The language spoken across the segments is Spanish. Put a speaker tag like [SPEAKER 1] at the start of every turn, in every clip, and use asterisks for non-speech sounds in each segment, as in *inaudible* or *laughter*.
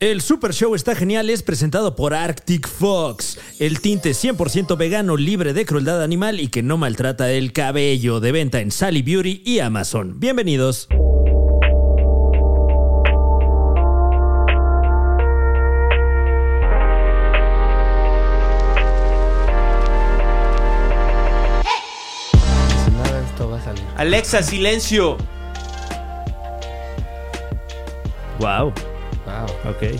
[SPEAKER 1] El Super Show está genial es presentado por Arctic Fox, el tinte 100% vegano libre de crueldad animal y que no maltrata el cabello, de venta en Sally Beauty y Amazon. Bienvenidos.
[SPEAKER 2] Nada de esto va a salir.
[SPEAKER 3] Alexa, silencio.
[SPEAKER 1] Wow,
[SPEAKER 2] Wow.
[SPEAKER 1] ok.
[SPEAKER 2] ok,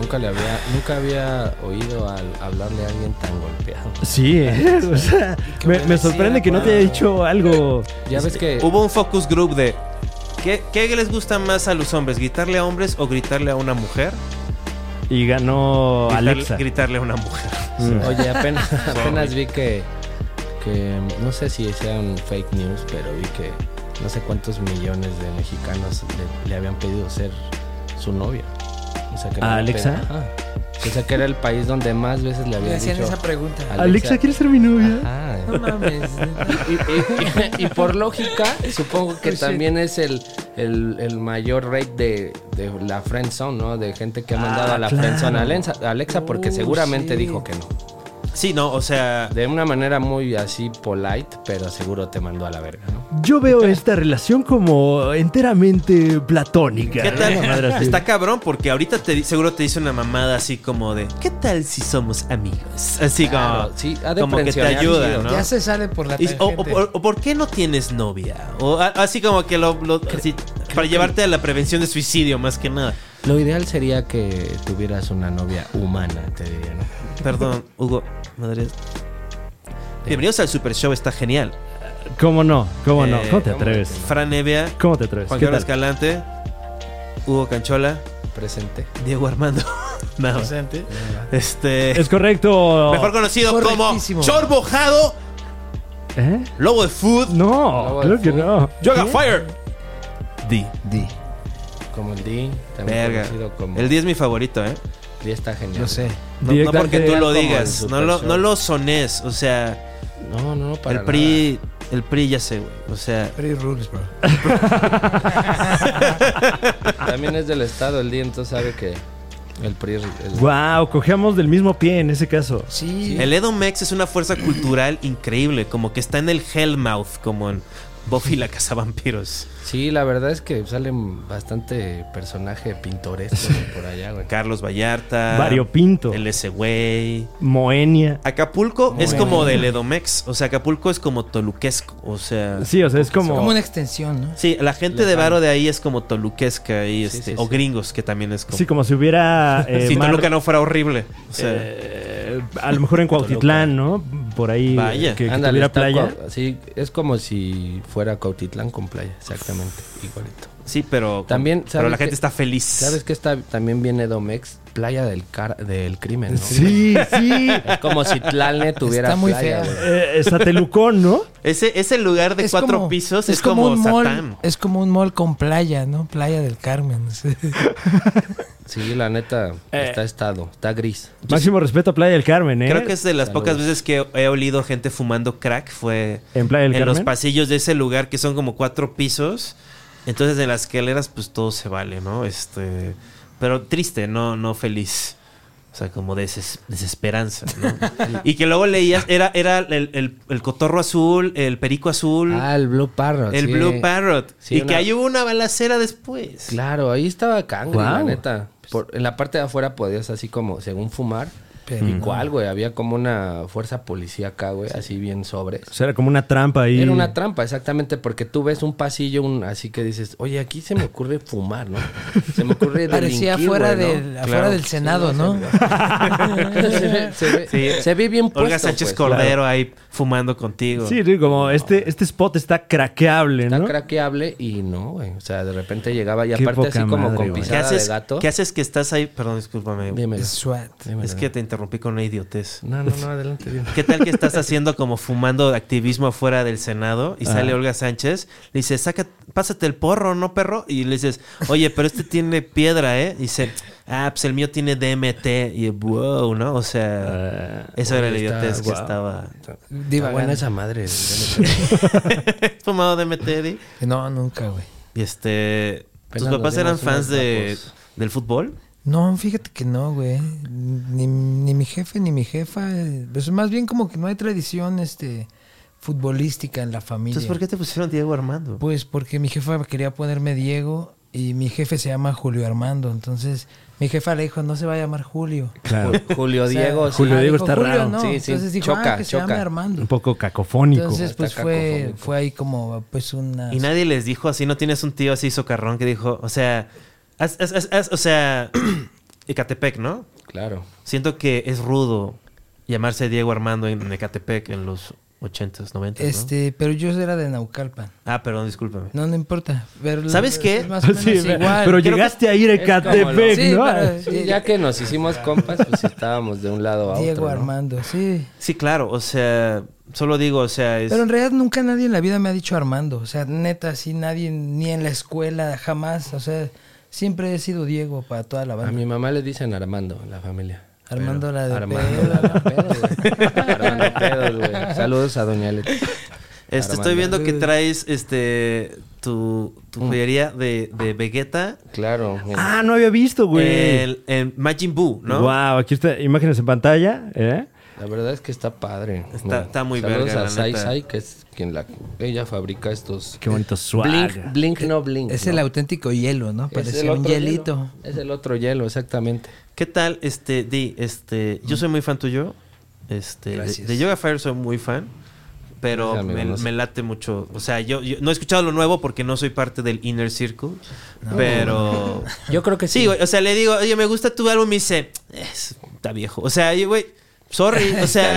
[SPEAKER 2] Nunca le había, nunca había oído al hablarle a alguien tan golpeado.
[SPEAKER 4] Sí,
[SPEAKER 1] ¿eh?
[SPEAKER 4] *laughs* es, o sea,
[SPEAKER 2] qué
[SPEAKER 4] me,
[SPEAKER 2] buena
[SPEAKER 4] me sorprende
[SPEAKER 2] idea,
[SPEAKER 4] que no te haya
[SPEAKER 2] wow.
[SPEAKER 4] dicho algo.
[SPEAKER 2] Ya ves que
[SPEAKER 4] Uh,
[SPEAKER 3] Hubo un focus group de ¿qué, qué les gusta más a los hombres? ¿Gritarle a hombres o gritarle a una mujer?
[SPEAKER 4] Y ganó
[SPEAKER 3] Gritarle-
[SPEAKER 4] Alexa.
[SPEAKER 3] Gritarle a una mujer.
[SPEAKER 4] Mm. *laughs*
[SPEAKER 2] Oye, apenas, apenas vi que, que no sé si sean fake news, pero vi que no sé cuántos millones de mexicanos le, le habían pedido ser su novia. O sea,
[SPEAKER 4] ¿A
[SPEAKER 2] que le habían
[SPEAKER 4] Alexa?
[SPEAKER 2] pedido- ajá. O sea, que era el país donde más veces le
[SPEAKER 5] Le
[SPEAKER 2] habían
[SPEAKER 5] hacían
[SPEAKER 2] dicho. Ah,
[SPEAKER 5] esa pregunta.
[SPEAKER 4] Alexa, ¿quieres ser mi novia?
[SPEAKER 2] Ajá.
[SPEAKER 5] No *laughs* mames. neta.
[SPEAKER 2] Y, y- *laughs* y- y por lógica, supongo que también es el, el- el mayor rate de, de la friend zone, ¿no? De gente que ha mandado a la
[SPEAKER 4] claro.
[SPEAKER 2] friend zone a Alexa, a Alexa porque
[SPEAKER 5] Uh,
[SPEAKER 2] seguramente
[SPEAKER 5] sí.
[SPEAKER 2] dijo que no.
[SPEAKER 3] Sí, no, o sea,
[SPEAKER 2] De una manera muy así polite, pero seguro te mandó a la verga, ¿no?
[SPEAKER 4] Yo veo esta relación como enteramente platónica.
[SPEAKER 3] ¿qué
[SPEAKER 4] ¿no?
[SPEAKER 3] tal?
[SPEAKER 4] Una madre así.
[SPEAKER 3] Está cabrón porque ahorita te, di- seguro te dice una mamada así como de ¿qué tal si somos amigos? Así
[SPEAKER 2] Claro,
[SPEAKER 3] como,
[SPEAKER 2] sí, ha de
[SPEAKER 3] como que te
[SPEAKER 2] presionar
[SPEAKER 3] ayuda,
[SPEAKER 2] chido.
[SPEAKER 3] ¿no?
[SPEAKER 5] Ya se sale por la
[SPEAKER 3] Y-
[SPEAKER 5] tangente.
[SPEAKER 3] o, o por- o por qué no tienes novia? O a- así como que lo, lo- así, para llevarte a la prevención de suicidio más que nada.
[SPEAKER 2] Lo ideal sería que tuvieras una novia humana, te diría, ¿no?
[SPEAKER 3] Perdón, Hugo, madre. Bienvenidos al Super Show, está genial.
[SPEAKER 4] ¿Cómo no? ¿Cómo no?
[SPEAKER 3] Eh,
[SPEAKER 4] ¿Cómo te
[SPEAKER 2] ¿cómo
[SPEAKER 4] atreves?
[SPEAKER 3] Fran Evia,
[SPEAKER 4] ¿Cómo te atreves?
[SPEAKER 3] Juan
[SPEAKER 4] ¿Qué
[SPEAKER 3] Carlos
[SPEAKER 4] tal?
[SPEAKER 3] Escalante, Hugo Canchola,
[SPEAKER 2] Presente.
[SPEAKER 3] Diego Armando. *laughs* Nada más.
[SPEAKER 5] Presente.
[SPEAKER 3] Este.
[SPEAKER 4] Es correcto.
[SPEAKER 3] Mejor conocido como
[SPEAKER 5] Correctísimo.
[SPEAKER 3] Chor Bojado,
[SPEAKER 4] ¿Eh?
[SPEAKER 3] Lobo de Food,
[SPEAKER 4] No,
[SPEAKER 2] Lobo
[SPEAKER 4] creo
[SPEAKER 2] de
[SPEAKER 4] que
[SPEAKER 2] full.
[SPEAKER 4] no.
[SPEAKER 3] Yoga Fire. D.
[SPEAKER 5] Di.
[SPEAKER 2] Como el D, también
[SPEAKER 3] Verga.
[SPEAKER 2] conocido como
[SPEAKER 3] El D es mi favorito, ¿eh?
[SPEAKER 2] D está genial.
[SPEAKER 5] Yo sé.
[SPEAKER 3] No, no
[SPEAKER 4] Directamente-
[SPEAKER 3] porque tú lo
[SPEAKER 2] Como el
[SPEAKER 3] digas,
[SPEAKER 2] Super
[SPEAKER 3] no lo,
[SPEAKER 2] Show.
[SPEAKER 3] no lo sones, o sea,
[SPEAKER 2] No, no, para
[SPEAKER 3] el PRI, el PRI ya sé, güey, o sea,
[SPEAKER 5] Free rules, bro.
[SPEAKER 2] nada. También es del estado el D, entonces sabe que el PRI es el-
[SPEAKER 4] Wow, cogemos del mismo pie en ese caso.
[SPEAKER 5] Sí.
[SPEAKER 3] el Edomex es una fuerza cultural increíble, como que está en el Hellmouth, como en Buffy la cazavampiros.
[SPEAKER 2] Sí, la verdad es que salen bastante personaje pintoresco por allá, güey.
[SPEAKER 3] Carlos Vallarta,
[SPEAKER 4] Variopinto.
[SPEAKER 3] Ah, el ese güey.
[SPEAKER 4] Moenia.
[SPEAKER 3] Acapulco
[SPEAKER 2] Muy
[SPEAKER 3] es como
[SPEAKER 2] bien.
[SPEAKER 3] del Edomex, o sea, Acapulco es como toluquesco, o sea,
[SPEAKER 4] Sí, o sea, es como.
[SPEAKER 5] Como una extensión, ¿no?
[SPEAKER 3] Sí, la gente de
[SPEAKER 2] Lejano.
[SPEAKER 3] Varo de ahí es como toluquesca y
[SPEAKER 2] Sí,
[SPEAKER 3] este,
[SPEAKER 2] sí,
[SPEAKER 3] o
[SPEAKER 2] sí.
[SPEAKER 3] gringos, que también es como.
[SPEAKER 4] Sí, como si
[SPEAKER 3] *laughs*
[SPEAKER 4] hubiera. eh,
[SPEAKER 3] si
[SPEAKER 4] mar-
[SPEAKER 3] Toluca no fuera horrible. O sea,
[SPEAKER 4] eh, a lo
[SPEAKER 3] *laughs*
[SPEAKER 4] mejor en Cuautitlán, ¿no? Por ahí.
[SPEAKER 3] Vaya.
[SPEAKER 4] eh, Que, que
[SPEAKER 2] Ándale,
[SPEAKER 4] tuviera
[SPEAKER 2] está
[SPEAKER 4] playa.
[SPEAKER 2] co- sí, es como si fuera Cautitlán con playa, exactamente, igualito.
[SPEAKER 3] sí, pero.
[SPEAKER 2] También,
[SPEAKER 3] Pero
[SPEAKER 2] ¿sabes
[SPEAKER 3] la gente
[SPEAKER 2] qué?
[SPEAKER 3] está feliz.
[SPEAKER 2] ¿Sabes qué está también viene Domex? Playa del car- del crimen, ¿no?
[SPEAKER 4] Sí,
[SPEAKER 2] *laughs*
[SPEAKER 4] sí.
[SPEAKER 2] Es como si Tlalne tuviera
[SPEAKER 5] Está muy
[SPEAKER 2] playa,
[SPEAKER 5] fea.
[SPEAKER 2] güey.
[SPEAKER 4] Eh, Satelucón, ¿no?
[SPEAKER 3] Ese, ese lugar de
[SPEAKER 5] Es
[SPEAKER 3] cuatro
[SPEAKER 5] como-
[SPEAKER 3] pisos es, como,
[SPEAKER 5] un mall,
[SPEAKER 3] Satán.
[SPEAKER 5] Es como un mall con playa, ¿no? Playa del Carmen. *laughs*
[SPEAKER 2] Sí, la neta está estado, está gris.
[SPEAKER 4] Máximo respeto a Playa del Carmen, ¿eh?
[SPEAKER 3] Creo que es de las
[SPEAKER 2] Saludos.
[SPEAKER 3] pocas veces que he olido gente fumando crack. Fue
[SPEAKER 4] ¿En Playa del
[SPEAKER 3] los
[SPEAKER 4] Carmen?
[SPEAKER 3] pasillos de ese lugar que son como cuatro pisos. Entonces en las escaleras, pues todo se vale, ¿no? Este. Pero triste, no, no feliz. O sea, como deses- desesperanza,
[SPEAKER 2] *laughs*
[SPEAKER 3] ¿no? y que luego leías, era, era el, el- el cotorro azul, el perico azul,
[SPEAKER 2] Ah, el Blue Parrot.
[SPEAKER 3] el
[SPEAKER 2] sí.
[SPEAKER 3] blue parrot.
[SPEAKER 2] Sí,
[SPEAKER 3] y
[SPEAKER 2] una-
[SPEAKER 3] que ahí hubo una balacera después.
[SPEAKER 2] Claro, ahí estaba cangre, la
[SPEAKER 4] Guau.
[SPEAKER 2] neta. Por- en la parte de afuera podías así como, según fumar.
[SPEAKER 5] Pero
[SPEAKER 2] ¿Y cuál, güey? Había como una fuerza policíaca, güey, así bien sobres.
[SPEAKER 4] O sea, era como una trampa ahí.
[SPEAKER 2] Era una trampa, exactamente, porque tú ves un pasillo un, así que dices, oye, aquí se me ocurre fumar,
[SPEAKER 5] *laughs*
[SPEAKER 2] ¿no? Se me ocurre
[SPEAKER 5] Parecía
[SPEAKER 2] delinquir,
[SPEAKER 5] afuera,
[SPEAKER 2] güey, ¿no?
[SPEAKER 5] del,
[SPEAKER 3] Claro.
[SPEAKER 5] afuera del Senado, ¿no? *laughs*
[SPEAKER 2] se, ve, se ve-
[SPEAKER 3] Sí.
[SPEAKER 2] se ve bien puesto.
[SPEAKER 3] Olga Sánchez
[SPEAKER 2] pues.
[SPEAKER 3] Cordero ahí fumando contigo.
[SPEAKER 4] Sí, digo, como este, este spot está craqueable,
[SPEAKER 2] Está
[SPEAKER 4] ¿no?
[SPEAKER 2] craqueable y no, güey. O sea, de repente llegaba y
[SPEAKER 4] Qué
[SPEAKER 2] aparte así
[SPEAKER 4] poca
[SPEAKER 2] como
[SPEAKER 4] madre,
[SPEAKER 2] con
[SPEAKER 4] güey.
[SPEAKER 3] ¿Qué
[SPEAKER 2] pisada
[SPEAKER 3] haces,
[SPEAKER 2] de gato.
[SPEAKER 3] ¿Qué haces que estás ahí? Perdón, discúlpame.
[SPEAKER 5] *laughs*
[SPEAKER 2] Dímelo,
[SPEAKER 5] SWAT.
[SPEAKER 2] dímelo.
[SPEAKER 3] Es que te interrumpí con una idiotez.
[SPEAKER 2] No, no, no, adelante. dime.
[SPEAKER 3] ¿Qué tal que estás haciendo como fumando activismo afuera del Senado y sale Olga Sánchez? Le dice, saca, pásate el porro, ¿no, perro? Y le dices, oye, pero este tiene piedra, ¿eh? Y dice, ah, pues el mío tiene DMT. Y wow, ¿no? O sea, esa era la
[SPEAKER 2] Ah, oye, está-
[SPEAKER 3] idiotez que
[SPEAKER 2] wow.
[SPEAKER 3] estaba. *laughs*
[SPEAKER 2] Está
[SPEAKER 5] Divagando.
[SPEAKER 2] buena esa madre. *laughs* güey.
[SPEAKER 3] ¿Has fumado DMT, Eddie?
[SPEAKER 5] No, nunca, güey.
[SPEAKER 3] Y este.
[SPEAKER 2] Apenas
[SPEAKER 3] ¿Tus
[SPEAKER 2] nos
[SPEAKER 3] papás eran
[SPEAKER 2] dimos unos
[SPEAKER 3] fans de,
[SPEAKER 2] tacos.
[SPEAKER 3] del fútbol?
[SPEAKER 5] No, fíjate que no, güey. Ni, ni mi jefe ni mi jefa. eh, Pues más bien como que no hay tradición este futbolística en la familia.
[SPEAKER 3] Entonces, ¿por qué te pusieron Diego Armando?
[SPEAKER 5] Pues porque mi jefa quería ponerme Diego y mi jefe se llama Julio Armando. Entonces mi jefa le dijo, no se va a llamar Julio.
[SPEAKER 2] *laughs*
[SPEAKER 4] Claro.
[SPEAKER 2] Julio
[SPEAKER 5] O sea,
[SPEAKER 2] Diego. sí.
[SPEAKER 4] Julio
[SPEAKER 5] ah,
[SPEAKER 4] Diego
[SPEAKER 5] dijo,
[SPEAKER 4] está raro.
[SPEAKER 5] no".
[SPEAKER 2] Sí, sí,
[SPEAKER 5] Entonces dijo,
[SPEAKER 2] choca,
[SPEAKER 5] "Ah, que se
[SPEAKER 2] choca.
[SPEAKER 5] llame Armando.
[SPEAKER 4] Un poco cacofónico.
[SPEAKER 5] Entonces, pues
[SPEAKER 2] Está
[SPEAKER 5] fue,
[SPEAKER 2] cacofónico.
[SPEAKER 5] fue ahí como pues una...
[SPEAKER 3] Y nadie les dijo así, no tienes un tío así socarrón que dijo, o sea, haz- haz- haz- haz- o sea, *clears throat* Ecatepec, ¿no?
[SPEAKER 2] Claro.
[SPEAKER 3] Siento que es rudo llamarse Diego Armando en Ecatepec en los 80s, 90s. ¿no?
[SPEAKER 5] este, pero yo era de Naucalpan.
[SPEAKER 3] Ah, perdón, discúlpame.
[SPEAKER 5] No, no importa. Pero-
[SPEAKER 3] ¿Sabes qué?
[SPEAKER 5] es Más o menos
[SPEAKER 4] *laughs* Sí,
[SPEAKER 5] igual.
[SPEAKER 4] pero
[SPEAKER 3] Creo
[SPEAKER 4] llegaste a ir a
[SPEAKER 2] es como
[SPEAKER 4] Ecatepec,
[SPEAKER 5] lo- Sí,
[SPEAKER 4] ¿no?
[SPEAKER 5] pero-
[SPEAKER 2] Sí, ya que nos hicimos compas, pues estábamos de un lado a otro.
[SPEAKER 5] Diego
[SPEAKER 2] ¿no?
[SPEAKER 5] Armando, sí.
[SPEAKER 3] Sí, claro, o sea, solo digo, o sea, es...
[SPEAKER 5] Pero en realidad nunca nadie en la vida me ha dicho Armando. O sea, neta, así nadie, ni en la escuela, jamás. O sea, siempre he sido Diego para toda la
[SPEAKER 2] A
[SPEAKER 5] banda.
[SPEAKER 2] mi mamá le dicen Armando, en la familia.
[SPEAKER 5] Armando la de
[SPEAKER 2] Armando
[SPEAKER 5] pedo.
[SPEAKER 2] la de pedo, *laughs* güey. Armando pedos, güey. Saludos a Doña Leti.
[SPEAKER 3] Este,
[SPEAKER 2] Armando.
[SPEAKER 3] estoy viendo que traes este tu,
[SPEAKER 5] Mm.
[SPEAKER 3] tu joyería de, de Vegeta.
[SPEAKER 2] Claro. güey.
[SPEAKER 4] Ah, no había visto, güey.
[SPEAKER 3] El, el Majin Buu, ¿no?
[SPEAKER 4] Wow, aquí está imágenes en pantalla, ¿eh?
[SPEAKER 2] La verdad es que está padre.
[SPEAKER 3] Está-
[SPEAKER 2] Bueno,
[SPEAKER 3] está muy
[SPEAKER 2] Saludos
[SPEAKER 3] verga,
[SPEAKER 2] a
[SPEAKER 3] la
[SPEAKER 2] Sai
[SPEAKER 3] neta.
[SPEAKER 2] Sai, que es quien la... Ella fabrica estos...
[SPEAKER 4] Qué bonito
[SPEAKER 2] Blink,
[SPEAKER 4] swag.
[SPEAKER 2] blink no blink.
[SPEAKER 5] Es
[SPEAKER 2] ¿no?
[SPEAKER 5] el auténtico hielo, ¿no?
[SPEAKER 2] Es
[SPEAKER 5] Parecía
[SPEAKER 2] el
[SPEAKER 5] un
[SPEAKER 2] otro
[SPEAKER 5] hielito.
[SPEAKER 2] hielo. Es el otro hielo, exactamente.
[SPEAKER 3] ¿Qué tal, este, Di? Este, yo soy muy fan tuyo. Este, de,
[SPEAKER 5] Mm. Gracias.
[SPEAKER 3] de Yoga Fire soy muy fan. Pero
[SPEAKER 2] Gracias, amigo,
[SPEAKER 3] me,
[SPEAKER 2] no sé.
[SPEAKER 3] me late mucho. O sea, yo, yo no he escuchado lo nuevo porque no soy parte del Inner Circle.
[SPEAKER 5] *laughs*
[SPEAKER 3] Pero.
[SPEAKER 2] Yo creo que
[SPEAKER 3] Sí, güey. O sea, le digo, oye, me gusta tu álbum y me dice, "Es- está viejo. O sea, yo, güey, sorry. O sea,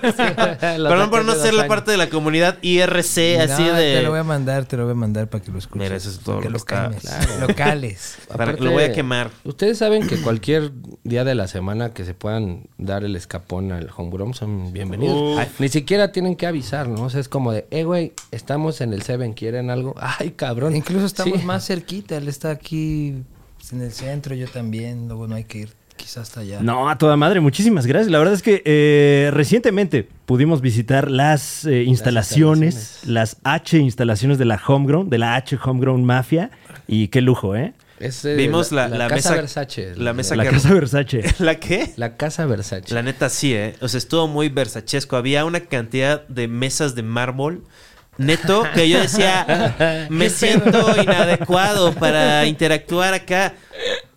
[SPEAKER 5] *laughs*
[SPEAKER 3] *laughs* perdón por no ser la parte de la comunidad IRC, así
[SPEAKER 5] No, Te lo voy
[SPEAKER 3] de.
[SPEAKER 5] a mandar, te lo voy a mandar para que lo escuches.
[SPEAKER 3] Mira, eso es todo
[SPEAKER 5] Para que
[SPEAKER 3] lo
[SPEAKER 5] lo
[SPEAKER 3] que está-
[SPEAKER 5] calmes. Locales.
[SPEAKER 3] Para- lo voy a quemar.
[SPEAKER 2] Ustedes saben que cualquier día de la semana que se puedan dar el escapón al homegrown son bienvenidos. Ay, Ni siquiera tienen que avisar, ¿no? O sea, es como de, eh, güey, estamos en el Seven, ¿quieren algo? *laughs* Ay, cabrón.
[SPEAKER 5] Incluso estamos
[SPEAKER 2] Sí.
[SPEAKER 5] más cerquita. Él está aquí pues, en el centro, yo también. Luego no hay que ir quizás hasta allá.
[SPEAKER 4] No, a toda madre, muchísimas gracias. La verdad es que eh, recientemente pudimos visitar las eh, instalaciones, las H instalaciones de la Homegrown, de la H Homegrown Mafia, y qué lujo, ¿eh?
[SPEAKER 2] Es, eh,
[SPEAKER 3] Vimos la, la
[SPEAKER 2] casa
[SPEAKER 3] mesa.
[SPEAKER 2] Versace.
[SPEAKER 3] La mesa
[SPEAKER 4] La
[SPEAKER 3] que-
[SPEAKER 4] Casa Versace.
[SPEAKER 3] *laughs* *laughs* ¿La qué?
[SPEAKER 2] La casa Versace.
[SPEAKER 3] La neta sí, ¿eh? O sea, estuvo muy versachesco. Había una cantidad de mesas de mármol. Neto, que yo decía, me siento inadecuado para interactuar acá.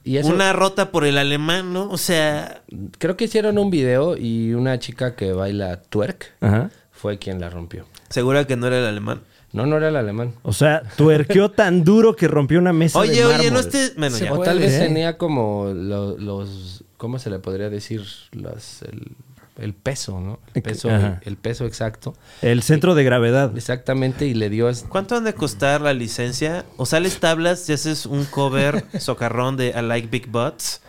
[SPEAKER 2] Y eso-
[SPEAKER 3] Una rota por el alemán, ¿no? O sea,
[SPEAKER 2] Creo que hicieron un video y una chica que baila twerk
[SPEAKER 4] Ajá.
[SPEAKER 2] fue quien la rompió.
[SPEAKER 3] segura que no era el alemán.
[SPEAKER 2] No, no era el alemán.
[SPEAKER 4] O sea, tuerqueó tan duro que rompió una mesa de
[SPEAKER 3] Oye, oye,
[SPEAKER 4] mármol.
[SPEAKER 3] no estés. Bueno,
[SPEAKER 5] Se
[SPEAKER 3] ya.
[SPEAKER 2] O tal
[SPEAKER 5] Puede
[SPEAKER 2] vez
[SPEAKER 5] ser.
[SPEAKER 2] tenía como lo- los, ¿cómo se le podría decir? Las- el, el peso, ¿no? El peso,
[SPEAKER 4] Ajá.
[SPEAKER 2] el peso exacto.
[SPEAKER 4] El centro de gravedad.
[SPEAKER 2] Exactamente, y le dio... as-
[SPEAKER 3] ¿Cuánto han de costar la licencia? O sales tablas y haces
[SPEAKER 2] *laughs*
[SPEAKER 3] un cover socarrón de I Like Big Butts.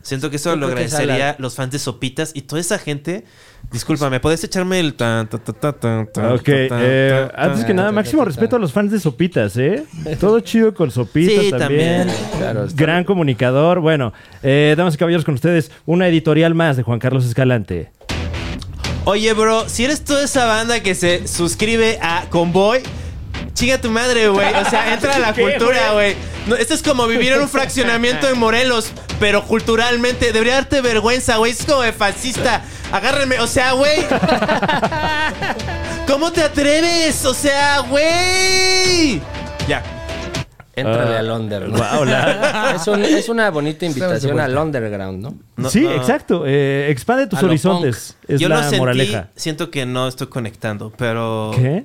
[SPEAKER 3] Siento que eso
[SPEAKER 2] Yo
[SPEAKER 3] lo
[SPEAKER 2] creo que esa
[SPEAKER 3] agradecería
[SPEAKER 2] la-
[SPEAKER 3] los fans de Sopitas y toda esa gente. Discúlpame, ¿puedes echarme el tan, tan, tan, tan, tan, tan,
[SPEAKER 4] Ok,
[SPEAKER 3] tan, tan,
[SPEAKER 4] eh,
[SPEAKER 3] tan,
[SPEAKER 4] antes que nada, máximo respeto a los fans de Sopitas,
[SPEAKER 3] *laughs*
[SPEAKER 4] ¿eh? Todo chido con Sopitas
[SPEAKER 3] Sí,
[SPEAKER 4] también.
[SPEAKER 3] también.
[SPEAKER 2] Claro, está-
[SPEAKER 4] Gran comunicador. Bueno, eh, damas y caballeros, con ustedes una editorial más de Juan Carlos Escalante.
[SPEAKER 3] Oye, bro, si eres toda esa banda que se suscribe a Convoy, chinga tu madre, güey. O sea,
[SPEAKER 2] *laughs*
[SPEAKER 3] entra a la cultura, güey. No, esto es como vivir en un fraccionamiento en Morelos, pero culturalmente. Debería darte vergüenza, güey. Es como de fascista. Agárrenme, o sea, güey. ¿Cómo te atreves? O sea, güey. Ya.
[SPEAKER 2] Entrale
[SPEAKER 4] Ah,
[SPEAKER 2] al underground.
[SPEAKER 4] guau,
[SPEAKER 3] *laughs*
[SPEAKER 4] la-
[SPEAKER 2] es, un- es una bonita
[SPEAKER 5] Estamos de
[SPEAKER 2] invitación al
[SPEAKER 5] vuelta.
[SPEAKER 2] underground, ¿no?
[SPEAKER 3] No,
[SPEAKER 4] sí,
[SPEAKER 3] no.
[SPEAKER 4] exacto. eh, expande tus
[SPEAKER 2] A lo
[SPEAKER 4] horizontes. Es
[SPEAKER 3] Yo
[SPEAKER 4] la
[SPEAKER 3] lo sentí,
[SPEAKER 4] moraleja.
[SPEAKER 3] siento que no estoy conectando, pero.
[SPEAKER 4] ¿Qué?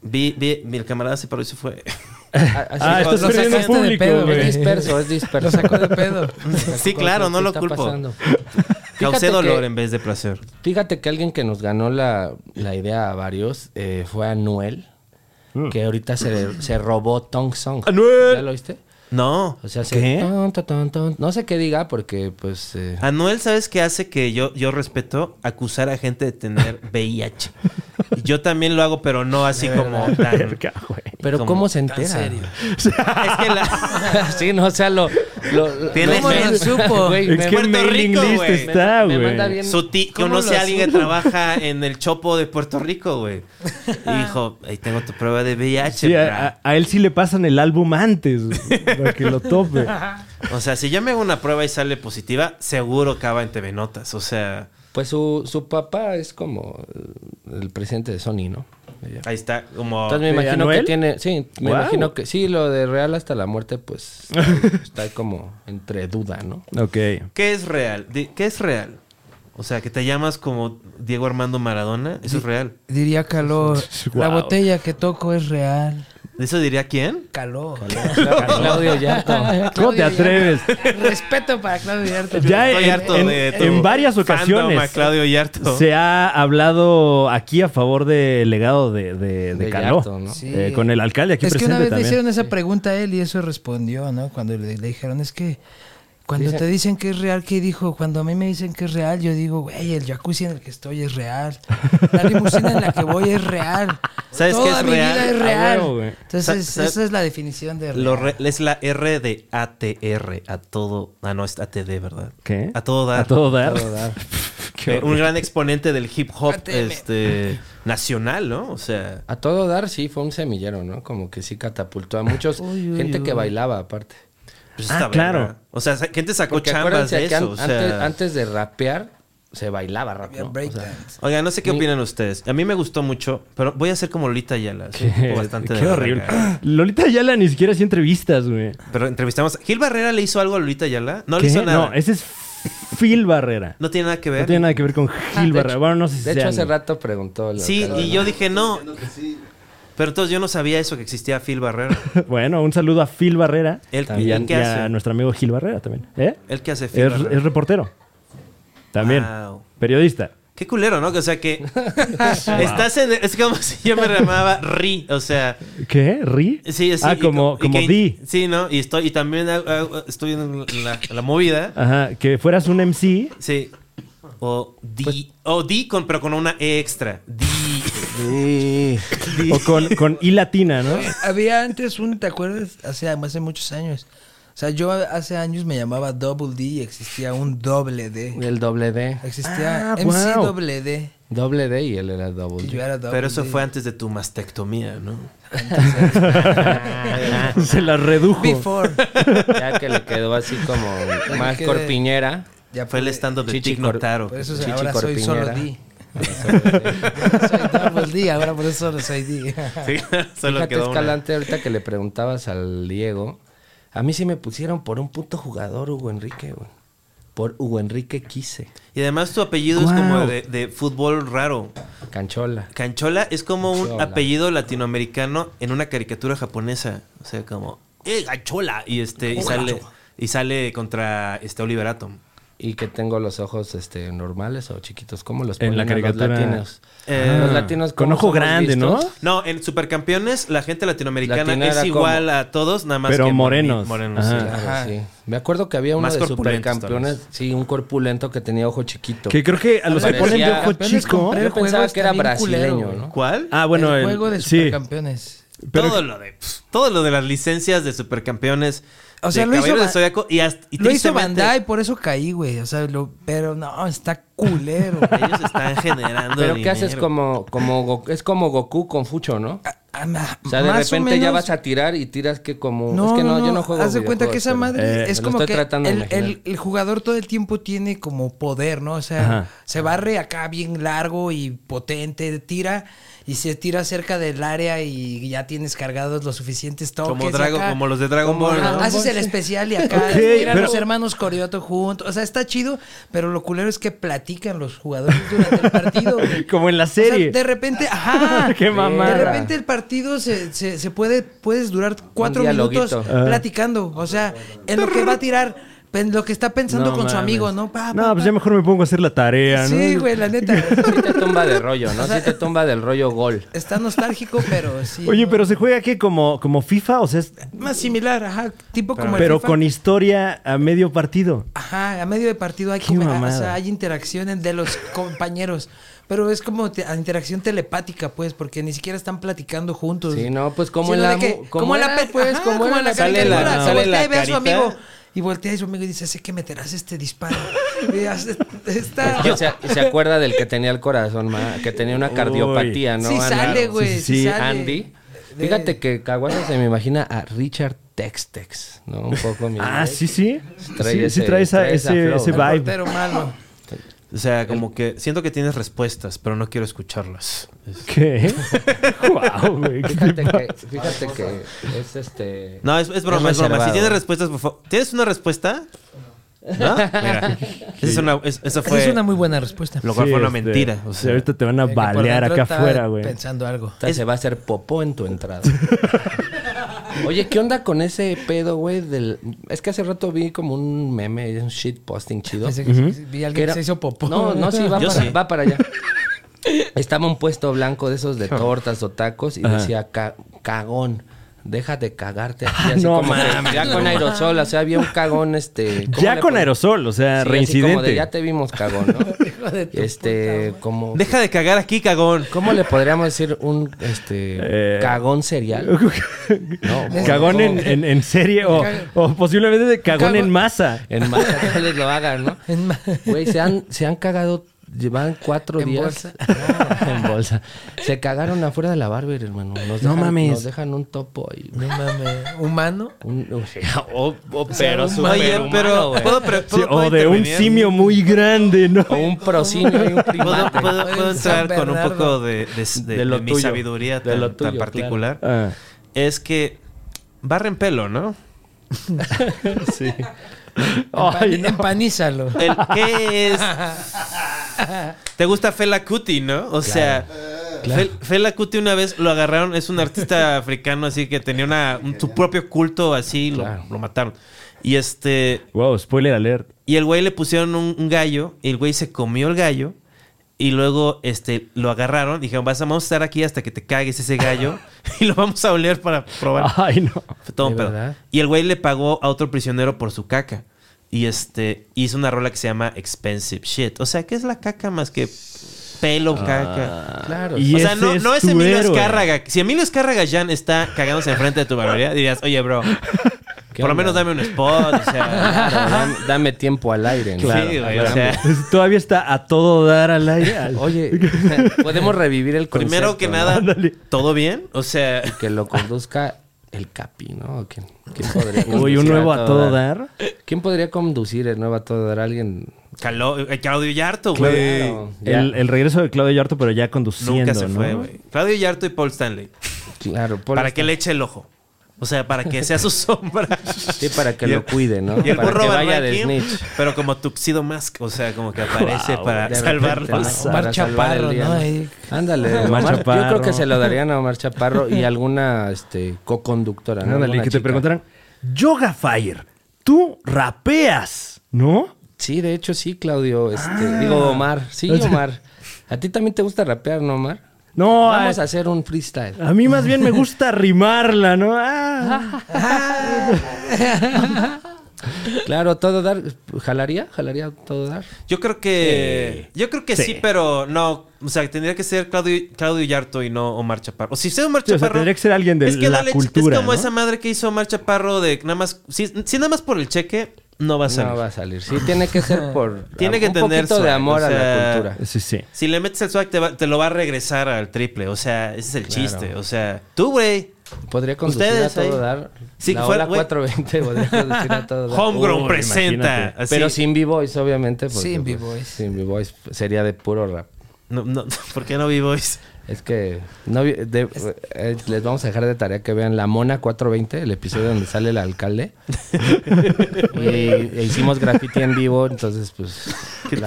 [SPEAKER 3] Vi, vi, mi camarada se paró y se fue. *laughs*
[SPEAKER 2] Ah, así-
[SPEAKER 4] Ah,
[SPEAKER 5] Lo
[SPEAKER 4] estás
[SPEAKER 5] sacaste
[SPEAKER 4] perdiendo
[SPEAKER 5] de
[SPEAKER 4] público,
[SPEAKER 5] pedo,
[SPEAKER 4] güey.
[SPEAKER 2] es disperso, es disperso.
[SPEAKER 5] Lo sacó de pedo.
[SPEAKER 3] Sí, claro, no
[SPEAKER 2] ¿Qué
[SPEAKER 3] lo
[SPEAKER 2] está
[SPEAKER 3] culpo.
[SPEAKER 2] pasando?
[SPEAKER 3] Causé
[SPEAKER 2] Fíjate que-
[SPEAKER 3] dolor em. en vez de placer.
[SPEAKER 2] Fíjate que alguien que nos ganó la, la idea a varios eh, fue Anuel, que ahorita se, se robó Tong Song.
[SPEAKER 4] ¡Anuel!
[SPEAKER 2] ¿Ya lo oíste?
[SPEAKER 3] No.
[SPEAKER 2] O sea, se-
[SPEAKER 4] ¿Qué?
[SPEAKER 2] ton, ton, ton, ton. No sé qué diga porque, pues... eh,
[SPEAKER 3] Anuel, ¿sabes qué hace que yo, yo respeto? Acusar a gente
[SPEAKER 4] *laughs*
[SPEAKER 3] de tener VIH. Yo también lo hago, pero no así como *laughs* tan...
[SPEAKER 4] *laughs* Verga, güey.
[SPEAKER 2] pero
[SPEAKER 3] como
[SPEAKER 2] ¿cómo se entera?
[SPEAKER 3] Es que la...
[SPEAKER 2] *laughs* sí, no, o sea, lo, Lo-
[SPEAKER 3] Tiene
[SPEAKER 2] lo-
[SPEAKER 5] ¿Cómo lo
[SPEAKER 3] men-
[SPEAKER 2] *laughs*
[SPEAKER 5] supo?
[SPEAKER 2] Güey,
[SPEAKER 4] Es
[SPEAKER 2] me-
[SPEAKER 4] que
[SPEAKER 3] Puerto
[SPEAKER 4] mailing
[SPEAKER 3] Rico,
[SPEAKER 4] list
[SPEAKER 3] güey.
[SPEAKER 4] está,
[SPEAKER 2] me
[SPEAKER 4] güey.
[SPEAKER 2] manda bien-
[SPEAKER 3] Su ti-
[SPEAKER 2] ¿Cómo
[SPEAKER 3] conoce
[SPEAKER 2] lo
[SPEAKER 3] a alguien que
[SPEAKER 2] supo?
[SPEAKER 3] trabaja en el Chopo de Puerto Rico,
[SPEAKER 2] *laughs*
[SPEAKER 3] güey. Y dijo, ahí tengo tu prueba de VIH.
[SPEAKER 4] Sí, ah,
[SPEAKER 3] bra".
[SPEAKER 4] a, a- a él sí le pasan el álbum antes güey, para que lo
[SPEAKER 3] *laughs*
[SPEAKER 4] tope.
[SPEAKER 3] O sea, si yo me hago una prueba y sale positiva, seguro acaba en TV Notas. O sea,
[SPEAKER 2] Pues su, su papá es como el presidente de Sony, ¿no? Ella.
[SPEAKER 3] ahí está como...
[SPEAKER 2] Entonces me
[SPEAKER 4] ¿De
[SPEAKER 2] imagino
[SPEAKER 4] Anuel?
[SPEAKER 2] que tiene, sí, me
[SPEAKER 4] Guau.
[SPEAKER 2] imagino que sí, lo de real hasta la muerte, pues está, está como entre duda, ¿no?
[SPEAKER 4] Ok.
[SPEAKER 3] ¿Qué es real? Di- ¿Qué es real? O sea, que te llamas como Diego Armando Maradona. Eso es real.
[SPEAKER 5] Diría calor. La
[SPEAKER 4] Wow.
[SPEAKER 5] botella que toco es real.
[SPEAKER 3] ¿Eso diría quién?
[SPEAKER 5] Calor.
[SPEAKER 2] Claudio Yarto.
[SPEAKER 4] ¿Cómo te
[SPEAKER 5] Claudio
[SPEAKER 4] atreves?
[SPEAKER 5] Yarto. *laughs* Respeto para Claudio Yarto.
[SPEAKER 4] Ya
[SPEAKER 3] Estoy
[SPEAKER 4] en-
[SPEAKER 3] harto
[SPEAKER 4] en-
[SPEAKER 3] de tu
[SPEAKER 4] en varias
[SPEAKER 3] fandom
[SPEAKER 4] ocasiones.
[SPEAKER 3] a Claudio Yarto.
[SPEAKER 4] Se ha hablado aquí a favor del legado de, de, de
[SPEAKER 2] De
[SPEAKER 4] Caló.
[SPEAKER 2] Yarto, ¿no?
[SPEAKER 5] Sí.
[SPEAKER 4] Eh, con el alcalde aquí
[SPEAKER 5] es que
[SPEAKER 4] presente
[SPEAKER 5] una vez
[SPEAKER 4] también.
[SPEAKER 5] le hicieron esa pregunta a él y eso respondió, ¿no? Cuando le, le dijeron, es que cuando
[SPEAKER 2] Dice-
[SPEAKER 5] te dicen que es real, ¿qué dijo? Cuando a mí me dicen que es real, yo digo, güey, el jacuzzi en el que estoy es real.
[SPEAKER 3] *laughs*
[SPEAKER 5] La limusina en la que voy es real.
[SPEAKER 3] ¿Sabes
[SPEAKER 5] Toda
[SPEAKER 3] qué es
[SPEAKER 5] mi
[SPEAKER 3] real?
[SPEAKER 5] vida es
[SPEAKER 4] Ah,
[SPEAKER 5] real.
[SPEAKER 4] huevo, güey.
[SPEAKER 5] Entonces,
[SPEAKER 3] Sa- sa-
[SPEAKER 5] esa es la definición de real.
[SPEAKER 4] *laughs*
[SPEAKER 3] Lo re- es la R de ATR, a todo. Ah, no, es ATD, ¿verdad?
[SPEAKER 4] ¿Qué?
[SPEAKER 3] A todo dar.
[SPEAKER 4] A todo dar. *laughs* Qué
[SPEAKER 3] Eh, un
[SPEAKER 4] horror.
[SPEAKER 3] gran exponente del hip hop
[SPEAKER 5] ATM.
[SPEAKER 3] este, nacional, ¿no? O sea,
[SPEAKER 2] A todo dar sí fue un semillero, ¿no? Como que sí catapultó
[SPEAKER 5] *laughs*
[SPEAKER 2] a muchos,
[SPEAKER 5] Uy, uy,
[SPEAKER 2] gente que
[SPEAKER 5] uy.
[SPEAKER 2] bailaba aparte.
[SPEAKER 3] pues
[SPEAKER 4] Ah,
[SPEAKER 3] está
[SPEAKER 4] claro.
[SPEAKER 3] verga. O sea, sa- gente sacó
[SPEAKER 2] Porque
[SPEAKER 3] chambas
[SPEAKER 2] acuérdense
[SPEAKER 3] de
[SPEAKER 2] que an-
[SPEAKER 3] eso. o sea.
[SPEAKER 2] antes, antes de rapear, se bailaba rap, ¿no? O sea,
[SPEAKER 5] Breakdance.
[SPEAKER 3] Oiga, no sé qué opinan ustedes. A mí me gustó mucho, pero voy a hacer como Lolita Ayala. soy un poco bastante de
[SPEAKER 4] Qué
[SPEAKER 3] la
[SPEAKER 4] horrible.
[SPEAKER 3] verga.
[SPEAKER 4] Lolita Ayala ni siquiera hacía entrevistas, güey.
[SPEAKER 3] Pero entrevistamos. ¿Gil Barrera le hizo algo a Lolita Ayala? No
[SPEAKER 4] ¿Qué?
[SPEAKER 3] le hizo nada.
[SPEAKER 4] No, ese es Phil Barrera.
[SPEAKER 3] No tiene nada que ver.
[SPEAKER 4] No tiene nada que ver con
[SPEAKER 2] Ah,
[SPEAKER 4] Gil
[SPEAKER 2] de
[SPEAKER 4] Barrera.
[SPEAKER 2] hecho-
[SPEAKER 4] Bueno, no sé si
[SPEAKER 2] De hecho,
[SPEAKER 4] sean-
[SPEAKER 2] hace rato preguntó. lo
[SPEAKER 3] Sí,
[SPEAKER 2] Carlos,
[SPEAKER 3] y
[SPEAKER 2] ¿no?
[SPEAKER 3] yo dije no. Pero entonces yo no sabía eso que existía Phil Barrera.
[SPEAKER 4] *laughs* Bueno, un saludo a Phil Barrera.
[SPEAKER 3] Él-
[SPEAKER 4] y a,
[SPEAKER 3] ¿y qué
[SPEAKER 4] y a
[SPEAKER 3] hace?
[SPEAKER 4] nuestro amigo Gil Barrera también. ¿Eh?
[SPEAKER 3] ¿El qué hace Phil
[SPEAKER 4] Es,
[SPEAKER 3] Barrera?
[SPEAKER 4] es reportero. También.
[SPEAKER 3] Wow.
[SPEAKER 4] Periodista.
[SPEAKER 3] Qué culero, ¿no? O
[SPEAKER 4] *laughs*
[SPEAKER 3] sea que *laughs* estás en es como si yo me llamaba Ri, o sea,
[SPEAKER 4] ¿Qué? ¿Ri?
[SPEAKER 3] sí, sí
[SPEAKER 4] Ah,
[SPEAKER 3] y
[SPEAKER 4] como,
[SPEAKER 3] co- y
[SPEAKER 4] como
[SPEAKER 3] que-
[SPEAKER 4] Di.
[SPEAKER 3] Sí, ¿no? Y estoy y también ah, ah, estoy en la, la movida.
[SPEAKER 4] Ajá, que fueras un MC.
[SPEAKER 3] Sí. O Di,
[SPEAKER 4] Pues
[SPEAKER 3] o Di con pero con una E extra. Di.
[SPEAKER 4] O con, con I latina, ¿no?
[SPEAKER 5] Había antes un, ¿te acuerdas? Hace, hace muchos años. O sea, yo hace años me llamaba Double D y existía un doble D.
[SPEAKER 2] El doble D.
[SPEAKER 5] Existía
[SPEAKER 4] Ah,
[SPEAKER 5] MC
[SPEAKER 4] wow.
[SPEAKER 5] doble D.
[SPEAKER 2] Doble D y él era doble
[SPEAKER 5] Y
[SPEAKER 2] D. *laughs*
[SPEAKER 5] yo era doble
[SPEAKER 3] Pero eso
[SPEAKER 5] D.
[SPEAKER 3] fue antes de tu mastectomía, ¿no?
[SPEAKER 5] Ah.
[SPEAKER 4] *laughs* Se la redujo.
[SPEAKER 5] Before.
[SPEAKER 2] Ya que le quedó así
[SPEAKER 5] *laughs*
[SPEAKER 2] como más
[SPEAKER 5] quedé-
[SPEAKER 2] corpiñera.
[SPEAKER 5] *laughs* Ya
[SPEAKER 3] Fue el
[SPEAKER 5] pude-
[SPEAKER 3] stand-up de
[SPEAKER 2] Chichi
[SPEAKER 3] Tig Notaro.
[SPEAKER 5] Por eso
[SPEAKER 2] Chichi
[SPEAKER 5] ahora soy solo
[SPEAKER 2] Corpiñera. *laughs*
[SPEAKER 5] D. soy Double D, ahora por eso solo soy D.
[SPEAKER 3] *laughs* Sí, *laughs* solo
[SPEAKER 2] Fíjate,
[SPEAKER 3] quedó una.
[SPEAKER 2] Escalante, ahorita que le preguntabas al Diego, a mí sí me pusieron por un puto jugador Hugo Enrique, güey. Por Hugo Enrique Quise.
[SPEAKER 3] Y además tu apellido es
[SPEAKER 4] Guau.
[SPEAKER 3] como de, de fútbol raro.
[SPEAKER 2] Canchola.
[SPEAKER 3] Canchola es como un
[SPEAKER 2] Canchola.
[SPEAKER 3] apellido latinoamericano en una caricatura japonesa. O sea, como ¡Eh, Canchola! Y este, y sale, y sale contra este Oliver Atom.
[SPEAKER 2] Y que tengo los ojos este normales o chiquitos. ¿Cómo los
[SPEAKER 4] En
[SPEAKER 2] ponen
[SPEAKER 4] la
[SPEAKER 2] a
[SPEAKER 4] caricatura.
[SPEAKER 2] los latinos?
[SPEAKER 3] Eh,
[SPEAKER 2] los latinos
[SPEAKER 4] Con
[SPEAKER 2] ¿cómo
[SPEAKER 4] ojo
[SPEAKER 2] somos
[SPEAKER 4] grande, ¿no?
[SPEAKER 2] vistos?
[SPEAKER 3] No, en Supercampeones la gente latinoamericana
[SPEAKER 2] Latina
[SPEAKER 3] es
[SPEAKER 2] era
[SPEAKER 3] igual a todos, nada más
[SPEAKER 4] Pero
[SPEAKER 3] que
[SPEAKER 4] morenos.
[SPEAKER 3] morenos,
[SPEAKER 4] Ajá.
[SPEAKER 3] sí.
[SPEAKER 2] Claro, sí. Me acuerdo que había uno
[SPEAKER 3] Más
[SPEAKER 2] de
[SPEAKER 3] corpulentos,
[SPEAKER 2] supercampeones, sí, un corpulento que tenía ojo chiquito.
[SPEAKER 4] Que creo que a los que
[SPEAKER 2] Parecía-
[SPEAKER 4] ponen de ojo
[SPEAKER 5] Campeones
[SPEAKER 4] chico.
[SPEAKER 5] con pre-
[SPEAKER 2] Yo
[SPEAKER 5] El juego
[SPEAKER 2] pensaba
[SPEAKER 5] está
[SPEAKER 2] que era
[SPEAKER 5] bien culero,
[SPEAKER 2] brasileño,
[SPEAKER 5] güey.
[SPEAKER 2] ¿no?
[SPEAKER 3] ¿cuál?
[SPEAKER 4] Ah, bueno,
[SPEAKER 5] el
[SPEAKER 4] el-
[SPEAKER 5] juego de
[SPEAKER 4] sí.
[SPEAKER 5] supercampeones.
[SPEAKER 4] pero-
[SPEAKER 3] todo lo de pf, todo lo de las licencias de Supercampeones
[SPEAKER 5] O sea,
[SPEAKER 3] de
[SPEAKER 5] lo hizo
[SPEAKER 3] Caballeros del
[SPEAKER 5] Ba-
[SPEAKER 3] Zodiaco y hasta y
[SPEAKER 5] Lo hizo
[SPEAKER 3] tristemente,
[SPEAKER 5] Bandai, por eso caí, güey. O sea, lo- pero no, está culero. güey.
[SPEAKER 2] *laughs*
[SPEAKER 3] Ellos están generando
[SPEAKER 2] Pero ¿qué haces
[SPEAKER 3] dinero.
[SPEAKER 2] como, como Go- es como Goku con Fucho, ¿no?
[SPEAKER 5] Ah, ah, ma-
[SPEAKER 2] O sea, de
[SPEAKER 5] más o
[SPEAKER 2] repente ya
[SPEAKER 5] menos-
[SPEAKER 2] vas a tirar y tiras que como...
[SPEAKER 5] No,
[SPEAKER 2] es que
[SPEAKER 5] no,
[SPEAKER 2] no,
[SPEAKER 5] no,
[SPEAKER 2] yo no juego
[SPEAKER 5] Haz de cuenta
[SPEAKER 2] videojuegos,
[SPEAKER 5] que esa
[SPEAKER 2] pero-
[SPEAKER 5] madre
[SPEAKER 4] Eh,
[SPEAKER 5] es
[SPEAKER 2] me lo
[SPEAKER 5] como
[SPEAKER 2] estoy
[SPEAKER 5] que
[SPEAKER 2] tratando de
[SPEAKER 5] el,
[SPEAKER 2] imaginar.
[SPEAKER 5] el- el jugador todo el tiempo tiene como poder, ¿no? O sea,
[SPEAKER 4] Ajá.
[SPEAKER 5] se barre acá bien largo y potente, tira y se tira cerca del área y ya tienes cargados los suficientes toques.
[SPEAKER 3] Como Drago-
[SPEAKER 5] acá.
[SPEAKER 3] como los de Dragon Ball,
[SPEAKER 5] Ajá,
[SPEAKER 3] ¿no?
[SPEAKER 5] Haces el especial y acá
[SPEAKER 4] Ok,
[SPEAKER 5] tiran
[SPEAKER 4] pero-
[SPEAKER 5] los hermanos Corioto juntos. O sea, está chido, pero lo culero es que platican los jugadores durante
[SPEAKER 4] *laughs*
[SPEAKER 5] el partido.
[SPEAKER 2] *laughs*
[SPEAKER 5] güey.
[SPEAKER 4] Como en la
[SPEAKER 5] O sea,
[SPEAKER 4] *laughs* serie.
[SPEAKER 5] de repente, ajá.
[SPEAKER 4] Qué
[SPEAKER 5] De
[SPEAKER 4] mamada.
[SPEAKER 5] repente el partido se, se- se puede, puedes durar cuatro
[SPEAKER 2] dialoguito.
[SPEAKER 5] minutos
[SPEAKER 4] Ah.
[SPEAKER 5] platicando. O sea, en lo que va a tirar, en lo que está pensando
[SPEAKER 4] No
[SPEAKER 5] con su
[SPEAKER 4] mames.
[SPEAKER 5] amigo, ¿no? Pa, pa,
[SPEAKER 4] No, pues
[SPEAKER 5] pa.
[SPEAKER 4] ya mejor me pongo a hacer la tarea, ¿no?
[SPEAKER 5] ah, Sí, güey, la neta.
[SPEAKER 2] *laughs* Sí te tumba de rollo,
[SPEAKER 5] *laughs*
[SPEAKER 2] ¿no? Sí te tumba del rollo gol.
[SPEAKER 5] Está nostálgico, pero sí.
[SPEAKER 4] Oye, pero se juega qué como, como FIFA, o sea, es-
[SPEAKER 5] Más similar, ajá. Tipo como el
[SPEAKER 4] pero
[SPEAKER 5] FIFA.
[SPEAKER 4] con historia a medio partido.
[SPEAKER 5] Ajá, a medio de partido hay,
[SPEAKER 4] Qué
[SPEAKER 5] como- o sea,
[SPEAKER 4] mamada.
[SPEAKER 5] hay interacciones
[SPEAKER 2] *laughs*
[SPEAKER 5] de los compañeros. Pero es como te- interacción telepática, pues, porque ni siquiera están platicando juntos.
[SPEAKER 2] Sí, no, pues como
[SPEAKER 5] Sino
[SPEAKER 2] en la...
[SPEAKER 5] de que-
[SPEAKER 2] mu-
[SPEAKER 5] como en la,
[SPEAKER 2] era,
[SPEAKER 5] pe-
[SPEAKER 2] pues,
[SPEAKER 5] ajá,
[SPEAKER 2] como en la
[SPEAKER 5] caricatura,
[SPEAKER 2] sale la,
[SPEAKER 5] se
[SPEAKER 2] sale
[SPEAKER 5] voltea
[SPEAKER 2] la
[SPEAKER 5] y ve a su
[SPEAKER 2] carita.
[SPEAKER 5] amigo. Y voltea a su amigo y dice, sé que meterás este disparo. Y hace- está...
[SPEAKER 2] Y se, y se acuerda del que tenía el corazón, ma- que tenía una cardiopatía, ¿no?
[SPEAKER 5] *laughs* sí
[SPEAKER 2] Ana?
[SPEAKER 5] sale, güey.
[SPEAKER 4] Sí,
[SPEAKER 5] Sí,
[SPEAKER 4] sí, sí,
[SPEAKER 5] sale.
[SPEAKER 2] Andy.
[SPEAKER 5] De-
[SPEAKER 2] Fíjate que Kawasa se me imagina a Richard Textex, ¿no? Un poco mi
[SPEAKER 4] Ah, sí, sí.
[SPEAKER 2] Trae
[SPEAKER 4] sí, sí
[SPEAKER 2] ese-
[SPEAKER 4] trae esa-
[SPEAKER 2] trae esa
[SPEAKER 4] ese,
[SPEAKER 2] flow.
[SPEAKER 4] ese
[SPEAKER 5] El
[SPEAKER 4] vibe.
[SPEAKER 5] portero malo.
[SPEAKER 3] O sea, como que siento que tienes respuestas, pero no quiero escucharlas. Es-
[SPEAKER 4] ¿Qué? *laughs* wow, güey. *laughs*
[SPEAKER 2] Fíjate que, fíjate que es este.
[SPEAKER 3] No, es, es broma,
[SPEAKER 2] Es
[SPEAKER 3] es, broma. Si
[SPEAKER 2] reservado.
[SPEAKER 3] tienes respuestas, por favor. ¿Tienes una respuesta? ¿No? Mira. Esa es una, es- esa
[SPEAKER 5] Esa
[SPEAKER 3] fue.
[SPEAKER 5] es una muy buena respuesta.
[SPEAKER 3] Lo cual
[SPEAKER 4] Sí,
[SPEAKER 3] fue una
[SPEAKER 4] este,
[SPEAKER 3] mentira. O sea,
[SPEAKER 4] ahorita te van a
[SPEAKER 5] Eh, que por
[SPEAKER 4] balear
[SPEAKER 5] dentro
[SPEAKER 4] acá
[SPEAKER 5] estaba
[SPEAKER 4] afuera, güey.
[SPEAKER 5] Pensando algo.
[SPEAKER 2] Esta se va a hacer popó en
[SPEAKER 4] *laughs*
[SPEAKER 2] tu entrada. Oye, ¿qué onda con ese pedo, güey? Del... Es que hace rato vi como un meme, un shit posting chido.
[SPEAKER 5] Pensé que- Vi a alguien
[SPEAKER 2] Que
[SPEAKER 5] que
[SPEAKER 2] era-
[SPEAKER 5] se hizo popó.
[SPEAKER 2] No, no,
[SPEAKER 5] *laughs*
[SPEAKER 2] sí, va,
[SPEAKER 3] Yo
[SPEAKER 2] para,
[SPEAKER 3] sí.
[SPEAKER 4] *laughs*
[SPEAKER 2] va para allá. Estaba un puesto blanco de esos de tortas o tacos y decía "Ca- cagón. Deja de
[SPEAKER 4] *laughs*
[SPEAKER 2] cagarte aquí, así
[SPEAKER 4] Ah, no
[SPEAKER 2] como que
[SPEAKER 4] mames.
[SPEAKER 2] ya con aerosol, o sea, había un cagón este. ¿cómo
[SPEAKER 4] Ya
[SPEAKER 2] le
[SPEAKER 4] con
[SPEAKER 2] pon-
[SPEAKER 4] aerosol, o
[SPEAKER 2] Sí,
[SPEAKER 4] sea,
[SPEAKER 2] así como de,
[SPEAKER 4] reincidente.
[SPEAKER 2] ya te vimos cagón,
[SPEAKER 5] *laughs*
[SPEAKER 2] ¿no?
[SPEAKER 5] de tu
[SPEAKER 2] este, como
[SPEAKER 3] Deja de cagar aquí, cagón.
[SPEAKER 2] ¿Cómo le podríamos decir un este
[SPEAKER 4] Eh. *laughs*
[SPEAKER 2] cagón serial? No,
[SPEAKER 4] cagón en,
[SPEAKER 2] no,
[SPEAKER 4] en- en serie o, o posiblemente de cagón
[SPEAKER 5] Cago-
[SPEAKER 4] en masa.
[SPEAKER 2] en masa tal vez lo hagan, ¿no?
[SPEAKER 5] En ma-
[SPEAKER 2] Güey, se han, se han cagado, llevan cuatro
[SPEAKER 5] En
[SPEAKER 2] días.
[SPEAKER 5] bolsa.
[SPEAKER 2] No, *laughs* en bolsa. Se cagaron afuera de la barber, hermano. Nos
[SPEAKER 4] No
[SPEAKER 2] dejan-
[SPEAKER 4] mames.
[SPEAKER 2] Nos dejan un topo ahí.
[SPEAKER 5] No mames. Humano.
[SPEAKER 2] Un- o sea,
[SPEAKER 3] Pero Oye, pero. ¿puedo, pre-
[SPEAKER 4] Sí,
[SPEAKER 3] puedo- puedo
[SPEAKER 4] o de un
[SPEAKER 3] intervenir?
[SPEAKER 4] simio muy grande, ¿no?
[SPEAKER 2] o un procinio *laughs* y un
[SPEAKER 3] ¿Puedo,
[SPEAKER 2] primate.
[SPEAKER 3] puedo- puedo
[SPEAKER 5] Ay,
[SPEAKER 3] entrar
[SPEAKER 5] San
[SPEAKER 3] con un
[SPEAKER 5] Bernardo.
[SPEAKER 3] poco de, de- de-
[SPEAKER 2] De lo
[SPEAKER 3] de mi
[SPEAKER 2] tuyo.
[SPEAKER 3] sabiduría
[SPEAKER 2] De
[SPEAKER 3] tan,
[SPEAKER 2] lo
[SPEAKER 3] tan
[SPEAKER 2] tuyo,
[SPEAKER 3] particular?
[SPEAKER 4] Ah,
[SPEAKER 3] Es que barren pelo, ¿no?
[SPEAKER 4] sí.
[SPEAKER 5] Ay,
[SPEAKER 4] Ay, no.
[SPEAKER 5] Empanízalo.
[SPEAKER 3] El- ¿Qué es? ¿Te gusta Fela Kuti, no? O sea, Fel- Fela Kuti una vez lo agarraron, es un artista africano así que tenía una, un- su propio culto así, lo,
[SPEAKER 2] Claro.
[SPEAKER 3] lo mataron. Y este,
[SPEAKER 4] Wow, spoiler alert.
[SPEAKER 3] y el güey le pusieron un, un gallo y el güey se comió el gallo y luego este lo agarraron, dijeron, "Vas a vamos a estar aquí hasta que te cagues ese gallo y lo vamos a oler para probar."
[SPEAKER 4] Ay, no.
[SPEAKER 3] Fue todo un
[SPEAKER 2] ¿De
[SPEAKER 3] pedo.
[SPEAKER 2] verdad?
[SPEAKER 3] Y el güey le pagó a otro prisionero por su caca. Y este hizo una rola que se llama Expensive Shit. O sea, ¿qué es la caca más que pelo, caca?
[SPEAKER 2] Claro.
[SPEAKER 4] Y
[SPEAKER 3] o sea,
[SPEAKER 4] ese
[SPEAKER 3] no, no es
[SPEAKER 4] tu
[SPEAKER 3] Emilio
[SPEAKER 4] héroe.
[SPEAKER 3] Escárraga. Si Emilio Escárraga Jan está cagándose enfrente de tu barbería, dirías, oye, bro,
[SPEAKER 2] ¿Qué
[SPEAKER 3] por lo
[SPEAKER 2] onda?
[SPEAKER 3] menos dame un spot. O sea,
[SPEAKER 2] Claro, dame, dame tiempo al aire, ¿no?
[SPEAKER 3] Claro. Sí, güey, o sea.
[SPEAKER 4] Entonces, Todavía está a todo dar al aire. Al-
[SPEAKER 2] *laughs* Oye, podemos revivir el concepto.
[SPEAKER 3] primero que
[SPEAKER 2] ¿no?
[SPEAKER 3] nada,
[SPEAKER 4] Ándale.
[SPEAKER 3] ¿todo bien? O sea,
[SPEAKER 2] Que lo conduzca el Capi, ¿no? ¿Quién, quién *laughs*
[SPEAKER 4] Uy,
[SPEAKER 2] podría
[SPEAKER 4] un
[SPEAKER 2] conducir
[SPEAKER 4] nuevo a todo dar.
[SPEAKER 2] ¿Quién podría conducir el nuevo a todo dar? Alguien.
[SPEAKER 3] caló, eh, Claudio Yarto, güey.
[SPEAKER 2] Claro. Ya.
[SPEAKER 4] El, el regreso de Claudio Yarto, pero ya conduciendo,
[SPEAKER 3] Nunca se fue,
[SPEAKER 4] ¿no?
[SPEAKER 3] güey. Claudio Yarto y Paul Stanley.
[SPEAKER 2] Claro, Paul
[SPEAKER 3] para
[SPEAKER 2] está-
[SPEAKER 3] que le eche el ojo. O sea, para que sea su *laughs* sombra.
[SPEAKER 2] Sí, para que
[SPEAKER 3] Y el-
[SPEAKER 2] lo cuide, ¿no?
[SPEAKER 3] Y el
[SPEAKER 2] para
[SPEAKER 3] burro
[SPEAKER 2] que
[SPEAKER 3] Van
[SPEAKER 2] vaya de
[SPEAKER 3] Rankin,
[SPEAKER 2] snitch.
[SPEAKER 3] Pero como Tuxedo Mask, o sea, como que aparece para
[SPEAKER 2] De repente,
[SPEAKER 3] salvarlos.
[SPEAKER 2] ¿no? Para
[SPEAKER 5] Omar
[SPEAKER 2] salvar el
[SPEAKER 5] Chaparro,
[SPEAKER 2] día,
[SPEAKER 5] ¿no? Ahí.
[SPEAKER 2] Ándale,
[SPEAKER 4] Omar
[SPEAKER 2] Omar- Yo creo que
[SPEAKER 4] Chaparro.
[SPEAKER 2] se lo darían a Omar Chaparro y alguna este, co-conductora. ¿no?
[SPEAKER 4] Ándale,
[SPEAKER 2] Alguna
[SPEAKER 4] que te
[SPEAKER 2] chica.
[SPEAKER 4] preguntaran, Yoga Fire, tú rapeas, ¿no?
[SPEAKER 2] Sí, de hecho sí, Claudio. Este,
[SPEAKER 3] Ah.
[SPEAKER 2] Digo, Omar. Sí, Omar. A ti también te gusta rapear, ¿no, Omar?
[SPEAKER 4] No,
[SPEAKER 2] Vamos
[SPEAKER 3] eh.
[SPEAKER 4] a,
[SPEAKER 2] a hacer un freestyle.
[SPEAKER 4] a mí más bien me gusta rimarla, ¿no? Ah.
[SPEAKER 2] Claro, todo dar. ¿Jalaría? ¿Jalaría todo dar?
[SPEAKER 3] Yo creo que. Yo creo que sí. pero no. O sea, tendría que ser Claudio, Claudio Yarto y no Omar Chaparro. O si sea Omar
[SPEAKER 4] Sí, o sea,
[SPEAKER 3] Chaparro.
[SPEAKER 4] tendría que ser alguien de la
[SPEAKER 3] dale-
[SPEAKER 4] cultura,
[SPEAKER 3] Es como
[SPEAKER 4] ¿no?
[SPEAKER 3] esa madre que hizo Omar Chaparro de nada más. Si, si nada más por el cheque, no va a salir.
[SPEAKER 2] No va a salir. Sí, tiene que
[SPEAKER 3] *laughs*
[SPEAKER 2] ser por.
[SPEAKER 3] Tiene que
[SPEAKER 2] un
[SPEAKER 3] tener
[SPEAKER 2] poquito
[SPEAKER 3] swag,
[SPEAKER 2] de amor
[SPEAKER 3] o sea,
[SPEAKER 2] a la cultura.
[SPEAKER 4] Sí, sí.
[SPEAKER 3] Si le metes el swag, te, va- te lo va a regresar al triple. O sea, ese es el chiste. O sea, tú, güey.
[SPEAKER 2] Podría conducir
[SPEAKER 3] Ustedes
[SPEAKER 2] a todo
[SPEAKER 3] ahí.
[SPEAKER 2] dar.
[SPEAKER 3] Sí,
[SPEAKER 2] la
[SPEAKER 3] que fuera,
[SPEAKER 2] ola
[SPEAKER 3] güey.
[SPEAKER 2] 420
[SPEAKER 5] *laughs*
[SPEAKER 2] podría conducir a todo dar.
[SPEAKER 3] Homegrown
[SPEAKER 4] Uy,
[SPEAKER 3] presenta.
[SPEAKER 4] imagínate.
[SPEAKER 3] Así.
[SPEAKER 2] Pero sin B-Boys, obviamente. porque,
[SPEAKER 5] Sin
[SPEAKER 2] pues,
[SPEAKER 5] B-Boys.
[SPEAKER 2] Sin B-Boys sería de puro rap.
[SPEAKER 3] No, no, *laughs* ¿Por qué no vi voice?
[SPEAKER 2] Es que no vi- de- eh, les vamos a dejar de tarea que vean La Mona 420, el episodio donde sale el
[SPEAKER 5] *laughs*
[SPEAKER 2] alcalde. y, e hicimos graffiti en vivo, entonces pues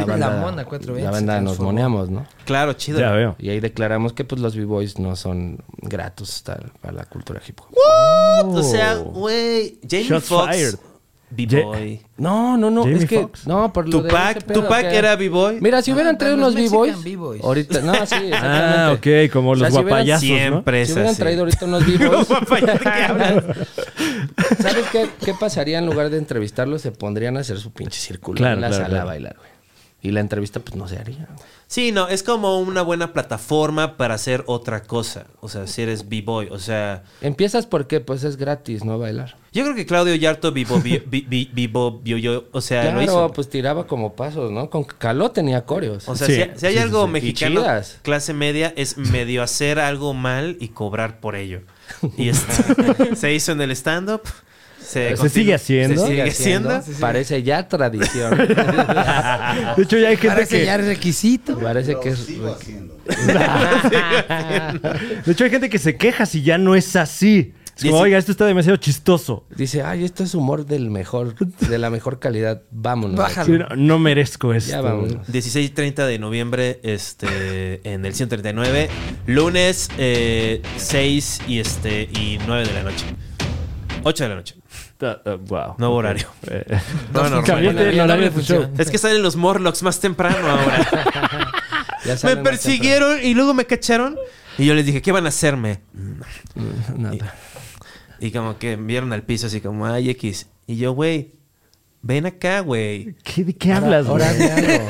[SPEAKER 5] La Mona 420
[SPEAKER 2] la
[SPEAKER 5] se
[SPEAKER 2] banda nos
[SPEAKER 5] transformó.
[SPEAKER 2] moneamos, ¿no?
[SPEAKER 3] Claro, chido.
[SPEAKER 4] Ya veo.
[SPEAKER 2] Y ahí declaramos que pues los B-Boys no son gratos tal- para la cultura hip hop.
[SPEAKER 3] O sea, güey. Jamie
[SPEAKER 4] Shots
[SPEAKER 3] Foxx.
[SPEAKER 4] fired.
[SPEAKER 3] B-Boy.
[SPEAKER 2] No, no, no,
[SPEAKER 4] Jamie
[SPEAKER 2] es que
[SPEAKER 4] Foxx.
[SPEAKER 2] no, por lo de
[SPEAKER 3] Tupac,
[SPEAKER 2] ese pedo
[SPEAKER 3] Tupac
[SPEAKER 2] que-
[SPEAKER 3] era B-boy.
[SPEAKER 2] Mira, si hubieran
[SPEAKER 5] Ah,
[SPEAKER 2] traído
[SPEAKER 5] los
[SPEAKER 2] unos B-Boys,
[SPEAKER 5] Mexican B-boys.
[SPEAKER 2] ahorita no,
[SPEAKER 3] *laughs*
[SPEAKER 2] sí,
[SPEAKER 4] Ah,
[SPEAKER 2] exactamente.
[SPEAKER 4] ok, como
[SPEAKER 2] O sea,
[SPEAKER 4] los
[SPEAKER 2] si hubieran-
[SPEAKER 4] guapayazos,
[SPEAKER 3] Siempre es
[SPEAKER 2] Si hubieran
[SPEAKER 3] así.
[SPEAKER 2] traído ahorita
[SPEAKER 3] *laughs*
[SPEAKER 2] unos B-Boys.
[SPEAKER 3] Papaya, ¿de qué hablas?
[SPEAKER 2] *laughs* ¿Sabes qué, qué pasaría en lugar de entrevistarlos? Se pondrían a hacer su pinche círculo
[SPEAKER 4] Claro,
[SPEAKER 2] en la
[SPEAKER 4] claro,
[SPEAKER 2] sala
[SPEAKER 4] claro.
[SPEAKER 2] a bailar, güey. Y la entrevista, pues no se haría. güey.
[SPEAKER 3] Sí, no, es como una buena plataforma para hacer otra cosa. O sea, si eres b-boy, o sea...
[SPEAKER 2] Empiezas porque, pues es gratis, ¿no? Bailar.
[SPEAKER 3] Yo creo que Claudio Yarto vivo, vivo, yo, o sea,
[SPEAKER 2] claro,
[SPEAKER 3] lo hizo.
[SPEAKER 2] pues tiraba como pasos, ¿no? Con caló tenía coreos.
[SPEAKER 3] O sea,
[SPEAKER 4] Sí,
[SPEAKER 3] si, si hay
[SPEAKER 2] sí,
[SPEAKER 3] algo
[SPEAKER 2] sí. Y
[SPEAKER 3] mexicano
[SPEAKER 2] chidas.
[SPEAKER 3] clase media es medio hacer algo mal y cobrar por ello. Y este, *laughs* se hizo en el stand-up.
[SPEAKER 4] Se
[SPEAKER 3] continu-
[SPEAKER 4] sigue haciendo.
[SPEAKER 3] Se sigue haciendo.
[SPEAKER 2] Parece ya tradición.
[SPEAKER 3] *laughs*
[SPEAKER 4] De hecho, ya hay gente
[SPEAKER 5] Parece
[SPEAKER 4] que.
[SPEAKER 5] ya es requisito.
[SPEAKER 2] Parece que
[SPEAKER 6] Lo
[SPEAKER 2] es.
[SPEAKER 6] sigo haciendo.
[SPEAKER 4] De hecho, hay gente que se queja si ya no es así. Es como,
[SPEAKER 3] Dieci-
[SPEAKER 4] oiga, esto está demasiado chistoso.
[SPEAKER 2] Dice, ay, esto es humor del mejor, de la mejor calidad. Vámonos.
[SPEAKER 5] Bájalo.
[SPEAKER 4] Sí, no, no merezco esto.
[SPEAKER 2] Ya vámonos.
[SPEAKER 3] 16 y 30 de noviembre este, en el 139. Lunes eh, 6 y, este, y 9 de la noche. 8 de la noche.
[SPEAKER 4] Ta- ta- wow.
[SPEAKER 3] Nuevo horario.
[SPEAKER 4] Eh,
[SPEAKER 3] No, no,
[SPEAKER 4] Cambió
[SPEAKER 2] Bueno,
[SPEAKER 4] el
[SPEAKER 2] bien,
[SPEAKER 4] horario
[SPEAKER 2] dame
[SPEAKER 4] del show.
[SPEAKER 2] función.
[SPEAKER 3] Es que salen los Morlocks más temprano ahora.
[SPEAKER 2] Ya *laughs*
[SPEAKER 3] me
[SPEAKER 2] salen más
[SPEAKER 3] persiguieron y luego me cacharon. Y yo les dije, ¿qué van a hacerme?
[SPEAKER 2] temprano. Nada.
[SPEAKER 3] Y como que me vieron al piso así como, ay, X. Y yo, güey, ven acá, güey.
[SPEAKER 4] ¿Qué, ¿De qué hablas,
[SPEAKER 2] Ahora
[SPEAKER 4] güey?
[SPEAKER 2] hazme algo.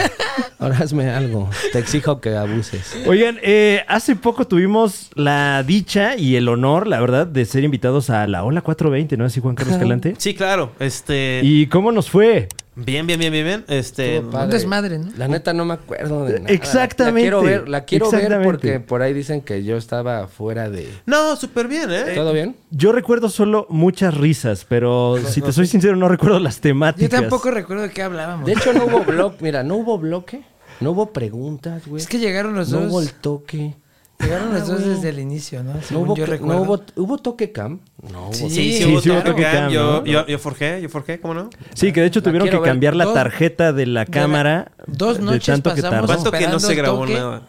[SPEAKER 2] Ahora hazme algo. Te exijo que abuses.
[SPEAKER 4] Oigan, eh, hace poco tuvimos la dicha y el honor, la verdad, de ser invitados a la Ola 420, ¿no? Así Juan Carlos Calante.
[SPEAKER 3] Sí, claro. Este.
[SPEAKER 4] ¿Y cómo nos fue?
[SPEAKER 3] Bien, bien, bien, bien, bien. Este.
[SPEAKER 2] Estuvo padre.
[SPEAKER 5] Eh, Un desmadre, ¿no?
[SPEAKER 2] La neta no me acuerdo de nada.
[SPEAKER 4] Exactamente.
[SPEAKER 2] La quiero ver, la quiero ver
[SPEAKER 4] Exactamente.
[SPEAKER 2] porque por ahí dicen que yo estaba fuera de.
[SPEAKER 3] No, súper bien, ¿eh?
[SPEAKER 2] ¿Todo bien?
[SPEAKER 4] Yo recuerdo solo muchas risas, pero si te soy sincero, no recuerdo las
[SPEAKER 5] Yo
[SPEAKER 4] temáticas.
[SPEAKER 5] tampoco recuerdo de qué hablábamos.
[SPEAKER 2] De hecho, no hubo bloque. Mira, no hubo bloque. No hubo preguntas, güey.
[SPEAKER 5] es que llegaron los
[SPEAKER 2] no
[SPEAKER 5] dos.
[SPEAKER 2] hubo el toque.
[SPEAKER 5] Llegaron los dos
[SPEAKER 2] güey.
[SPEAKER 5] desde el inicio, ¿no?
[SPEAKER 2] No
[SPEAKER 5] Según
[SPEAKER 2] hubo,
[SPEAKER 5] yo
[SPEAKER 2] que-
[SPEAKER 5] recuerdo.
[SPEAKER 2] no hubo, hubo toque cam. No hubo.
[SPEAKER 3] Sí,
[SPEAKER 5] Sí,
[SPEAKER 3] sí,
[SPEAKER 5] sí,
[SPEAKER 3] hubo
[SPEAKER 4] sí hubo
[SPEAKER 3] toque
[SPEAKER 4] toque
[SPEAKER 3] cam,
[SPEAKER 4] cam,
[SPEAKER 3] Yo,
[SPEAKER 4] ¿no?
[SPEAKER 3] yo, yo forjé, yo forjé, ¿cómo no?
[SPEAKER 4] Sí, que de hecho
[SPEAKER 2] La
[SPEAKER 4] tuvieron que
[SPEAKER 2] quiero ver.
[SPEAKER 4] cambiar la
[SPEAKER 5] Dos-
[SPEAKER 4] tarjeta de la cámara.
[SPEAKER 5] dos
[SPEAKER 4] de
[SPEAKER 5] noches
[SPEAKER 4] tanto
[SPEAKER 5] pasamos-
[SPEAKER 4] que tardó.
[SPEAKER 3] ¿Cuánto que no
[SPEAKER 5] esperando
[SPEAKER 3] se
[SPEAKER 5] el
[SPEAKER 3] grabó
[SPEAKER 5] toque.
[SPEAKER 3] nada?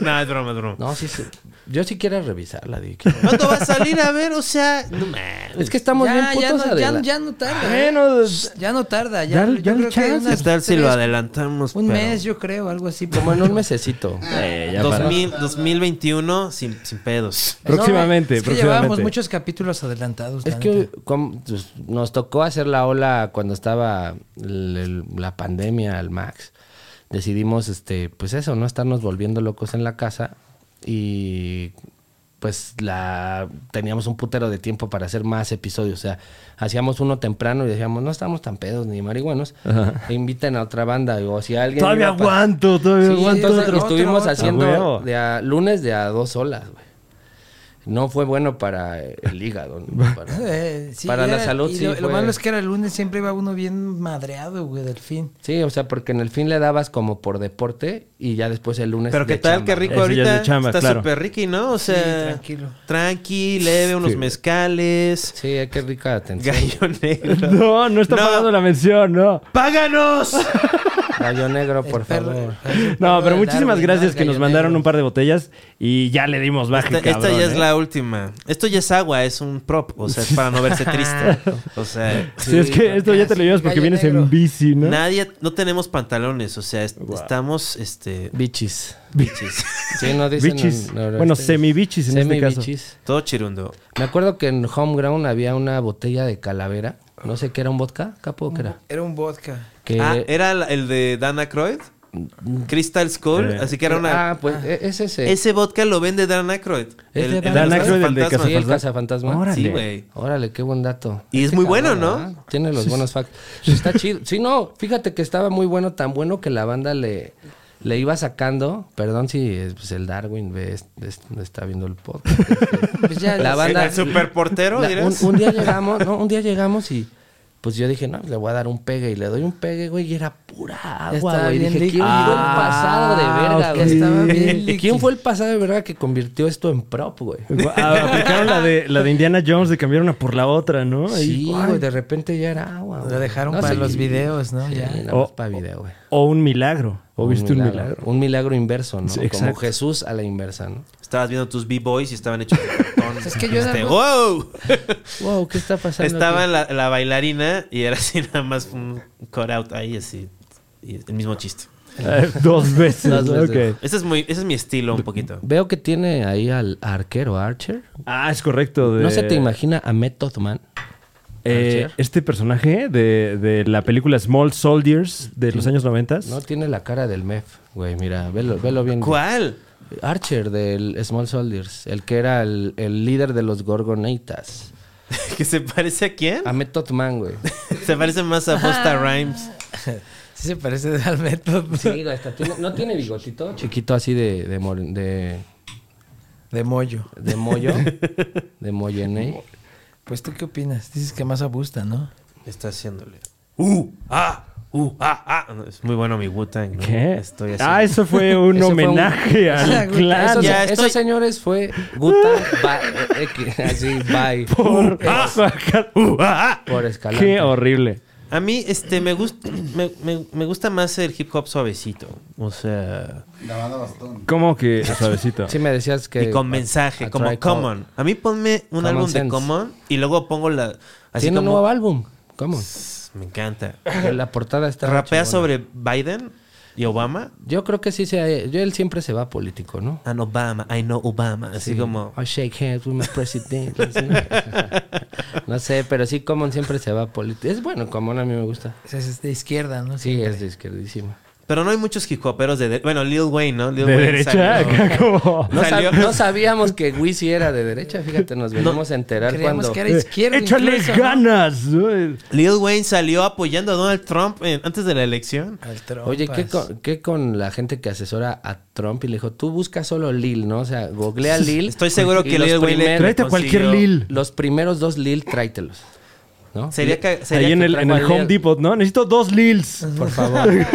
[SPEAKER 3] no, es broma, es broma.
[SPEAKER 2] No, sí, sí. Yo sí quiero revisarla, Dick. No,
[SPEAKER 3] ¿Cuánto va a salir? A ver, o sea. No mames.
[SPEAKER 2] Es que estamos bien
[SPEAKER 5] ya, ya,
[SPEAKER 2] putos
[SPEAKER 5] no, ya,
[SPEAKER 2] Adela.
[SPEAKER 5] ya no tarda.
[SPEAKER 4] Bueno,
[SPEAKER 5] ¿eh? ya no tarda. Ya,
[SPEAKER 4] Dale-
[SPEAKER 5] yo
[SPEAKER 4] dale
[SPEAKER 5] creo que
[SPEAKER 4] chance.
[SPEAKER 5] unas
[SPEAKER 3] ¿Qué tal si lo
[SPEAKER 5] tres-
[SPEAKER 3] adelantamos?
[SPEAKER 5] Un
[SPEAKER 3] pero-
[SPEAKER 5] mes, yo creo, algo así.
[SPEAKER 2] Como en un
[SPEAKER 5] *laughs*
[SPEAKER 2] mesecito.
[SPEAKER 5] Eh,
[SPEAKER 3] 2000, 2021 sin, sin pedos.
[SPEAKER 4] Próximamente,
[SPEAKER 5] es que
[SPEAKER 4] próximamente.
[SPEAKER 5] llevábamos muchos capítulos adelantados.
[SPEAKER 2] Es
[SPEAKER 5] la
[SPEAKER 2] que
[SPEAKER 5] neta. *laughs*
[SPEAKER 2] como, pues, nos tocó hacer la ola cuando estaba el- el- la pandemia al max. Decidimos, este, pues eso, no estarnos volviendo locos en la casa. Y pues la teníamos un putero de tiempo para hacer más episodios. O sea, hacíamos uno temprano y decíamos, no estamos tan pedos ni marihuanos. E Inviten a otra banda. O si alguien.
[SPEAKER 4] Todavía
[SPEAKER 2] iba pa-
[SPEAKER 4] aguanto, todavía
[SPEAKER 2] Sí,
[SPEAKER 4] aguanto.
[SPEAKER 2] entonces
[SPEAKER 5] otro,
[SPEAKER 2] estuvimos
[SPEAKER 5] otro.
[SPEAKER 4] A huevo.
[SPEAKER 2] haciendo de a- lunes de a dos olas, güey. No fue bueno para el hígado.
[SPEAKER 3] *laughs*
[SPEAKER 2] ni para-
[SPEAKER 5] Eh, sí,
[SPEAKER 2] para la
[SPEAKER 5] era-
[SPEAKER 2] salud,
[SPEAKER 5] y
[SPEAKER 2] sí,
[SPEAKER 5] Lo, lo
[SPEAKER 2] fue-
[SPEAKER 5] malo es que era el lunes, siempre iba uno bien madreado, güey, del fin.
[SPEAKER 2] Sí, o sea, porque en el fin le dabas como por deporte y ya después el lunes.
[SPEAKER 3] Pero
[SPEAKER 2] de
[SPEAKER 3] qué tal,
[SPEAKER 2] chamba,
[SPEAKER 3] qué
[SPEAKER 2] ¿no?
[SPEAKER 3] rico
[SPEAKER 4] Eso ya es de
[SPEAKER 3] ahorita.
[SPEAKER 4] chamba,
[SPEAKER 3] Está
[SPEAKER 4] claro.
[SPEAKER 3] súper rico, ¿no? O sea,
[SPEAKER 5] tranquilo.
[SPEAKER 3] Tranqui, leve, unos mezcales,
[SPEAKER 2] Sí, eh, qué rica
[SPEAKER 3] *laughs*
[SPEAKER 2] atención.
[SPEAKER 3] gallo
[SPEAKER 4] *laughs*
[SPEAKER 3] negro.
[SPEAKER 4] No, no está
[SPEAKER 3] No.
[SPEAKER 4] pagando la mención, no.
[SPEAKER 3] ¡Páganos!
[SPEAKER 2] Gallo negro,
[SPEAKER 5] El
[SPEAKER 2] por
[SPEAKER 5] perro-
[SPEAKER 2] favor.
[SPEAKER 5] el
[SPEAKER 4] *laughs* No,
[SPEAKER 5] perro
[SPEAKER 4] pero
[SPEAKER 5] de
[SPEAKER 4] muchísimas
[SPEAKER 5] Darwin,
[SPEAKER 4] gracias
[SPEAKER 5] ¿no?
[SPEAKER 4] que nos
[SPEAKER 5] Gallo
[SPEAKER 4] mandaron
[SPEAKER 5] negro.
[SPEAKER 4] un par de botellas y ya le dimos baje,
[SPEAKER 3] Esta, esta
[SPEAKER 4] cabrón,
[SPEAKER 3] ya es
[SPEAKER 4] ¿eh?
[SPEAKER 3] la última. Esto ya es agua, es un prop. O sea, es para no verse triste. O sea,
[SPEAKER 4] Sí, es que esto ya te lo llevas porque
[SPEAKER 5] Gallo
[SPEAKER 4] vienes en
[SPEAKER 5] negro.
[SPEAKER 4] bici, ¿no?
[SPEAKER 3] nadie, no tenemos pantalones. O sea, est- estamos, este,
[SPEAKER 2] Bichis.
[SPEAKER 3] bichis.
[SPEAKER 2] Sí, no dicen.
[SPEAKER 4] Bichis.
[SPEAKER 2] no, no,
[SPEAKER 4] Bueno,
[SPEAKER 2] sí.
[SPEAKER 4] semi-bichis en este caso.
[SPEAKER 2] Semi-bichis.
[SPEAKER 3] Todo chirundo.
[SPEAKER 2] Me acuerdo que en Homeground había una botella de calavera. No sé qué era, un vodka, capo, ¿qué era?
[SPEAKER 5] Era un vodka.
[SPEAKER 2] Que,
[SPEAKER 3] Ah, ¿era la- el de Dana Croyd? Crystal Skull.
[SPEAKER 4] Eh.
[SPEAKER 3] Así que era una...
[SPEAKER 2] Ah, pues e- es ese.
[SPEAKER 3] Ese vodka lo vende Dan Aykroyd.
[SPEAKER 2] Es de Dan
[SPEAKER 4] Dan
[SPEAKER 3] los
[SPEAKER 4] Aykroyd, el de
[SPEAKER 3] Cazafantasmas.
[SPEAKER 2] Sí, el
[SPEAKER 4] Cazafantasma.
[SPEAKER 2] Cazafantasma.
[SPEAKER 4] Órale.
[SPEAKER 3] Sí, güey.
[SPEAKER 2] Órale, qué buen dato.
[SPEAKER 3] Y es
[SPEAKER 2] Este
[SPEAKER 3] muy bueno,
[SPEAKER 2] cabrón,
[SPEAKER 3] ¿no?
[SPEAKER 2] ¿ah? Tiene los buenos facts. Está chido. Sí, no, fíjate que estaba muy bueno, tan bueno que la banda le, le iba sacando. Perdón si eh, pues, el Darwin ve, es- es- está viendo el podcast.
[SPEAKER 5] *laughs* Pues ya,
[SPEAKER 2] La
[SPEAKER 5] sí,
[SPEAKER 2] banda.
[SPEAKER 3] ¿El superportero,
[SPEAKER 2] la- un,
[SPEAKER 3] dirás?
[SPEAKER 2] un día llegamos, no, un día llegamos y. Pues yo dije, no, le voy a dar un pegue y le doy un pegue, güey, y era pura agua,
[SPEAKER 5] estaba
[SPEAKER 2] güey.
[SPEAKER 5] bien
[SPEAKER 2] Dije, ¿quién
[SPEAKER 5] líquido. Ah,
[SPEAKER 2] fue el pasado de verga,
[SPEAKER 5] ok.
[SPEAKER 2] güey?
[SPEAKER 5] Estaba bien
[SPEAKER 2] ¿Quién
[SPEAKER 5] líquido.
[SPEAKER 2] fue el pasado de verga que convirtió esto en prop, güey?
[SPEAKER 4] Ah, Aplicaron la de, la de Indiana Jones de cambiar una por la otra, ¿no?
[SPEAKER 2] Sí,
[SPEAKER 4] Y-
[SPEAKER 2] güey, de repente ya era agua.
[SPEAKER 5] Lo
[SPEAKER 2] güey.
[SPEAKER 5] dejaron
[SPEAKER 2] No,
[SPEAKER 5] para
[SPEAKER 2] sí.
[SPEAKER 5] los videos, ¿no?
[SPEAKER 2] Sí,
[SPEAKER 5] Ya.
[SPEAKER 2] nada más
[SPEAKER 4] O-
[SPEAKER 2] para video, güey.
[SPEAKER 4] O un milagro. ¿O viste un milagro?
[SPEAKER 2] Un milagro inverso, ¿no?
[SPEAKER 4] Sí,
[SPEAKER 2] Como
[SPEAKER 4] exacto.
[SPEAKER 2] Jesús a la inversa, ¿no?
[SPEAKER 3] Estabas viendo tus B-Boys y estaban hechos de
[SPEAKER 2] *laughs*
[SPEAKER 3] cartón.
[SPEAKER 5] Es que yo era
[SPEAKER 3] Este,
[SPEAKER 5] algo-
[SPEAKER 3] ¡Wow!
[SPEAKER 2] Wow, ¿qué está pasando?
[SPEAKER 3] Estaba
[SPEAKER 2] aquí?
[SPEAKER 3] la, la bailarina y era así *laughs* nada más un cutout ahí así. Y el mismo chiste.
[SPEAKER 4] Eh, Dos veces.
[SPEAKER 2] Dos veces.
[SPEAKER 4] ok.
[SPEAKER 3] Ese es, muy, ese es mi estilo un poquito.
[SPEAKER 2] Veo que tiene ahí al arquero Archer.
[SPEAKER 4] Ah, es correcto. de-
[SPEAKER 2] ¿No se te imagina a Method Man?
[SPEAKER 4] Eh,
[SPEAKER 2] Archer.
[SPEAKER 4] este personaje de, de la película Small Soldiers de los años 90.
[SPEAKER 2] No tiene la cara del MEF, güey. Mira, velo, velo bien.
[SPEAKER 3] ¿Cuál? *laughs*
[SPEAKER 2] Archer del Small Soldiers, el que era el, el líder de los Gorgoneitas.
[SPEAKER 3] ¿Que se parece a quién?
[SPEAKER 2] A Method Man, güey.
[SPEAKER 3] *laughs* Se parece más a Busta Rhymes.
[SPEAKER 5] *laughs* Sí se parece al método
[SPEAKER 2] Sí, güey, hasta tiene- no tiene bigotito chiquito así de, de, mor- de,
[SPEAKER 5] de mollo.
[SPEAKER 2] de mollo, de mollene.
[SPEAKER 5] Pues tú qué opinas? Dices que más abusta, ¿no?
[SPEAKER 3] Está haciéndole. ¡Uh! ¡Ah! ¡Uh! ¡Ah! ¡Ah! Es muy bueno mi Wu-Tang. ¿no?
[SPEAKER 4] ¿Qué?
[SPEAKER 3] Estoy
[SPEAKER 4] ah,
[SPEAKER 3] haciendo.
[SPEAKER 4] eso
[SPEAKER 2] *laughs*
[SPEAKER 4] fue un
[SPEAKER 2] Ese fue un- *laughs*
[SPEAKER 4] homenaje al
[SPEAKER 5] Exacto, eso
[SPEAKER 4] clan.
[SPEAKER 2] Esos,
[SPEAKER 3] Ya
[SPEAKER 2] esos
[SPEAKER 3] estoy-
[SPEAKER 2] señores fue Guta, ba- eh, que- así, bye.
[SPEAKER 4] *laughs* Por-
[SPEAKER 2] *laughs*
[SPEAKER 3] ¡Uh! ¡Ah! ¡Ah!
[SPEAKER 2] Por escalante.
[SPEAKER 4] Qué horrible.
[SPEAKER 3] A mí, este, me gusta, me, me- me gusta más el hip hop suavecito. O sea,
[SPEAKER 6] La banda bastón.
[SPEAKER 4] ¿Cómo que suavecito?
[SPEAKER 2] Sí me decías que...
[SPEAKER 3] y con mensaje,
[SPEAKER 2] A
[SPEAKER 3] como
[SPEAKER 2] Tribe Called-
[SPEAKER 3] Common. A mí ponme un
[SPEAKER 2] Common
[SPEAKER 3] álbum de
[SPEAKER 2] Sense.
[SPEAKER 3] Common y luego pongo la... Así
[SPEAKER 2] Tiene
[SPEAKER 3] como,
[SPEAKER 2] un nuevo álbum. ¿Cómo?
[SPEAKER 3] Me *laughs* encanta.
[SPEAKER 2] La portada está...
[SPEAKER 3] Rapea
[SPEAKER 2] chingona.
[SPEAKER 3] sobre Biden y Obama.
[SPEAKER 2] Yo creo que sí sea... Yo él siempre se va político, ¿no?
[SPEAKER 3] And Obama, I know Obama. Así como...
[SPEAKER 2] I shake hands with my president.
[SPEAKER 3] *laughs*
[SPEAKER 2] Así. no sé, pero sí Common siempre se va político. Es bueno, Common a mí me gusta.
[SPEAKER 5] O sea, es de izquierda, ¿no?
[SPEAKER 2] Sí, es de izquierdísima.
[SPEAKER 3] Pero no hay muchos hip hoperos de... de- Bueno, Lil Wayne, ¿no? Lil
[SPEAKER 4] De
[SPEAKER 3] Wayne
[SPEAKER 4] derecha,
[SPEAKER 3] *laughs* salió-
[SPEAKER 4] acá como.
[SPEAKER 2] No, sab-
[SPEAKER 3] Salió-
[SPEAKER 2] no sabíamos que Wisi era de derecha, fíjate, nos venimos a enterar
[SPEAKER 5] Creíamos
[SPEAKER 4] *laughs*
[SPEAKER 2] cuando...
[SPEAKER 5] que era izquierda.
[SPEAKER 4] Échale
[SPEAKER 5] incluso, ¿no?
[SPEAKER 4] ganas. ¿no?
[SPEAKER 3] Lil Wayne salió apoyando a Donald Trump en- antes de la elección.
[SPEAKER 5] Al Trumpas.
[SPEAKER 2] Oye, ¿qué con, qué con la gente que asesora a Trump y le dijo, tú busca solo Lil, ¿no? O sea, googlea Lil.
[SPEAKER 3] Estoy seguro
[SPEAKER 2] y
[SPEAKER 3] que
[SPEAKER 2] los
[SPEAKER 3] Lil Wayne le-
[SPEAKER 2] primeros-
[SPEAKER 4] Tráete a cualquier
[SPEAKER 3] consiguió-
[SPEAKER 4] Lil.
[SPEAKER 2] Los primeros dos Lil, tráetelos. ¿No?
[SPEAKER 3] Sería que... sería
[SPEAKER 4] Ahí en
[SPEAKER 3] que-
[SPEAKER 4] el, en el
[SPEAKER 2] traigo
[SPEAKER 4] Home
[SPEAKER 2] el-
[SPEAKER 4] Depot, ¿no? Necesito dos Lils.
[SPEAKER 2] Por favor. *laughs*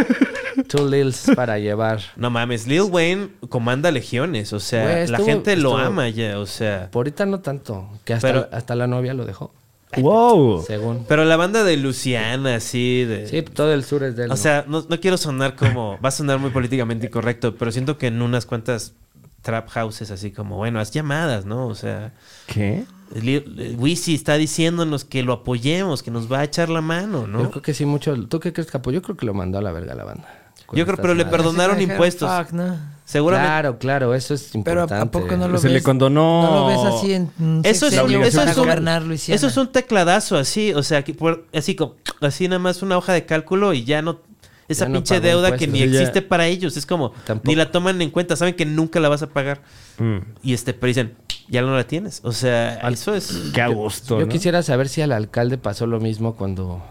[SPEAKER 2] Two Lils para llevar.
[SPEAKER 3] No mames, Lil Wayne comanda legiones, o sea,
[SPEAKER 2] Güey,
[SPEAKER 3] la
[SPEAKER 2] estuvo-
[SPEAKER 3] gente lo
[SPEAKER 2] estuvo-
[SPEAKER 3] ama ya, o sea.
[SPEAKER 2] Por ahorita no tanto, que hasta,
[SPEAKER 3] Pero-
[SPEAKER 2] hasta la novia lo dejó,
[SPEAKER 4] Wow.
[SPEAKER 2] según.
[SPEAKER 3] Pero la banda de Luciana, así de...
[SPEAKER 2] Sí, todo el sur es de él.
[SPEAKER 3] o
[SPEAKER 2] ¿no?
[SPEAKER 3] sea, no, no quiero
[SPEAKER 4] *laughs*
[SPEAKER 3] sonar como... Va a sonar muy políticamente incorrecto, pero siento que en unas cuantas trap houses así como, bueno, haz llamadas, ¿no? O sea,
[SPEAKER 4] ¿Qué?
[SPEAKER 3] Lil- Wisi está diciéndonos que lo apoyemos, que nos va a echar la mano, ¿no?
[SPEAKER 2] Yo creo que sí, mucho. ¿Tú qué crees, Capo? Yo creo que lo mandó a la verga la banda. Con
[SPEAKER 3] Yo creo-
[SPEAKER 2] estas
[SPEAKER 3] pero le
[SPEAKER 2] madres.
[SPEAKER 3] perdonó. Donaron
[SPEAKER 5] Sí, me dijeron,
[SPEAKER 3] impuestos.
[SPEAKER 5] "Fuck, ¿no?"
[SPEAKER 3] Seguramente...
[SPEAKER 2] Claro, claro, eso es
[SPEAKER 5] Pero ¿a-
[SPEAKER 2] importante.
[SPEAKER 5] ¿a poco no lo
[SPEAKER 4] Se
[SPEAKER 5] ves?
[SPEAKER 4] le condonó.
[SPEAKER 5] No lo ves así en un
[SPEAKER 3] Eso es,
[SPEAKER 5] sexenio
[SPEAKER 3] eso,
[SPEAKER 5] para
[SPEAKER 3] es un,
[SPEAKER 5] gobernar Luisiana.
[SPEAKER 3] eso es un tecladazo así, o sea, que por- así como, así nada más una hoja de cálculo y ya no, esa
[SPEAKER 2] Ya no
[SPEAKER 3] pinche
[SPEAKER 2] pagó
[SPEAKER 3] deuda que
[SPEAKER 2] impuestos.
[SPEAKER 3] ni
[SPEAKER 4] Sí, ya.
[SPEAKER 3] existe para ellos, es como,
[SPEAKER 2] Tampoco.
[SPEAKER 3] ni la toman en cuenta, saben que nunca la vas a pagar
[SPEAKER 4] Mm,
[SPEAKER 3] y este, pero dicen, ya no la tienes, o sea, eso es,
[SPEAKER 4] qué a gusto.
[SPEAKER 2] Yo
[SPEAKER 4] ¿no?
[SPEAKER 2] quisiera saber si al alcalde pasó lo mismo cuando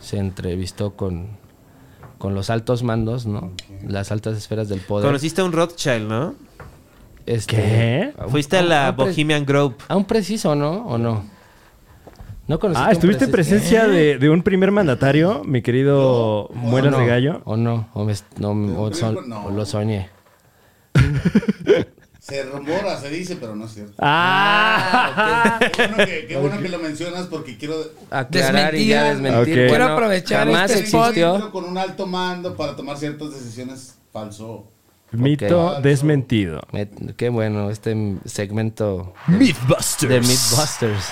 [SPEAKER 2] se entrevistó con, con los altos mandos, ¿no? Las altas esferas del poder.
[SPEAKER 3] conociste a un Rothschild, ¿no?
[SPEAKER 2] Este,
[SPEAKER 4] ¿Qué?
[SPEAKER 2] a un- Ah, pues.
[SPEAKER 3] Fuiste a
[SPEAKER 2] un-
[SPEAKER 3] la
[SPEAKER 2] un pre-
[SPEAKER 3] Bohemian Grove.
[SPEAKER 2] A un preciso, ¿no? ¿O no? No conociste a
[SPEAKER 4] Ah,
[SPEAKER 2] un
[SPEAKER 4] ¿estuviste en
[SPEAKER 2] preciso?
[SPEAKER 4] presencia de, de un primer mandatario, mi querido Muelas
[SPEAKER 2] no,
[SPEAKER 4] de Gallo?
[SPEAKER 2] O no, o, me- no, o son-
[SPEAKER 6] No.
[SPEAKER 2] o lo soñé.
[SPEAKER 6] Se rumora, se dice, pero no es cierto.
[SPEAKER 4] Ah,
[SPEAKER 6] Qué bueno que, qué bueno que lo mencionas porque quiero.
[SPEAKER 2] Aclarar y ya
[SPEAKER 5] Desmentir.
[SPEAKER 2] desmentir.
[SPEAKER 4] Ok.
[SPEAKER 5] Quiero aprovechar
[SPEAKER 2] jamás
[SPEAKER 5] este
[SPEAKER 2] existió.
[SPEAKER 6] con un alto mando para tomar ciertas decisiones falso.
[SPEAKER 4] mito
[SPEAKER 6] Ok.
[SPEAKER 4] desmentido.
[SPEAKER 2] Me- qué bueno este segmento
[SPEAKER 1] Mythbusters.
[SPEAKER 2] de Mythbusters.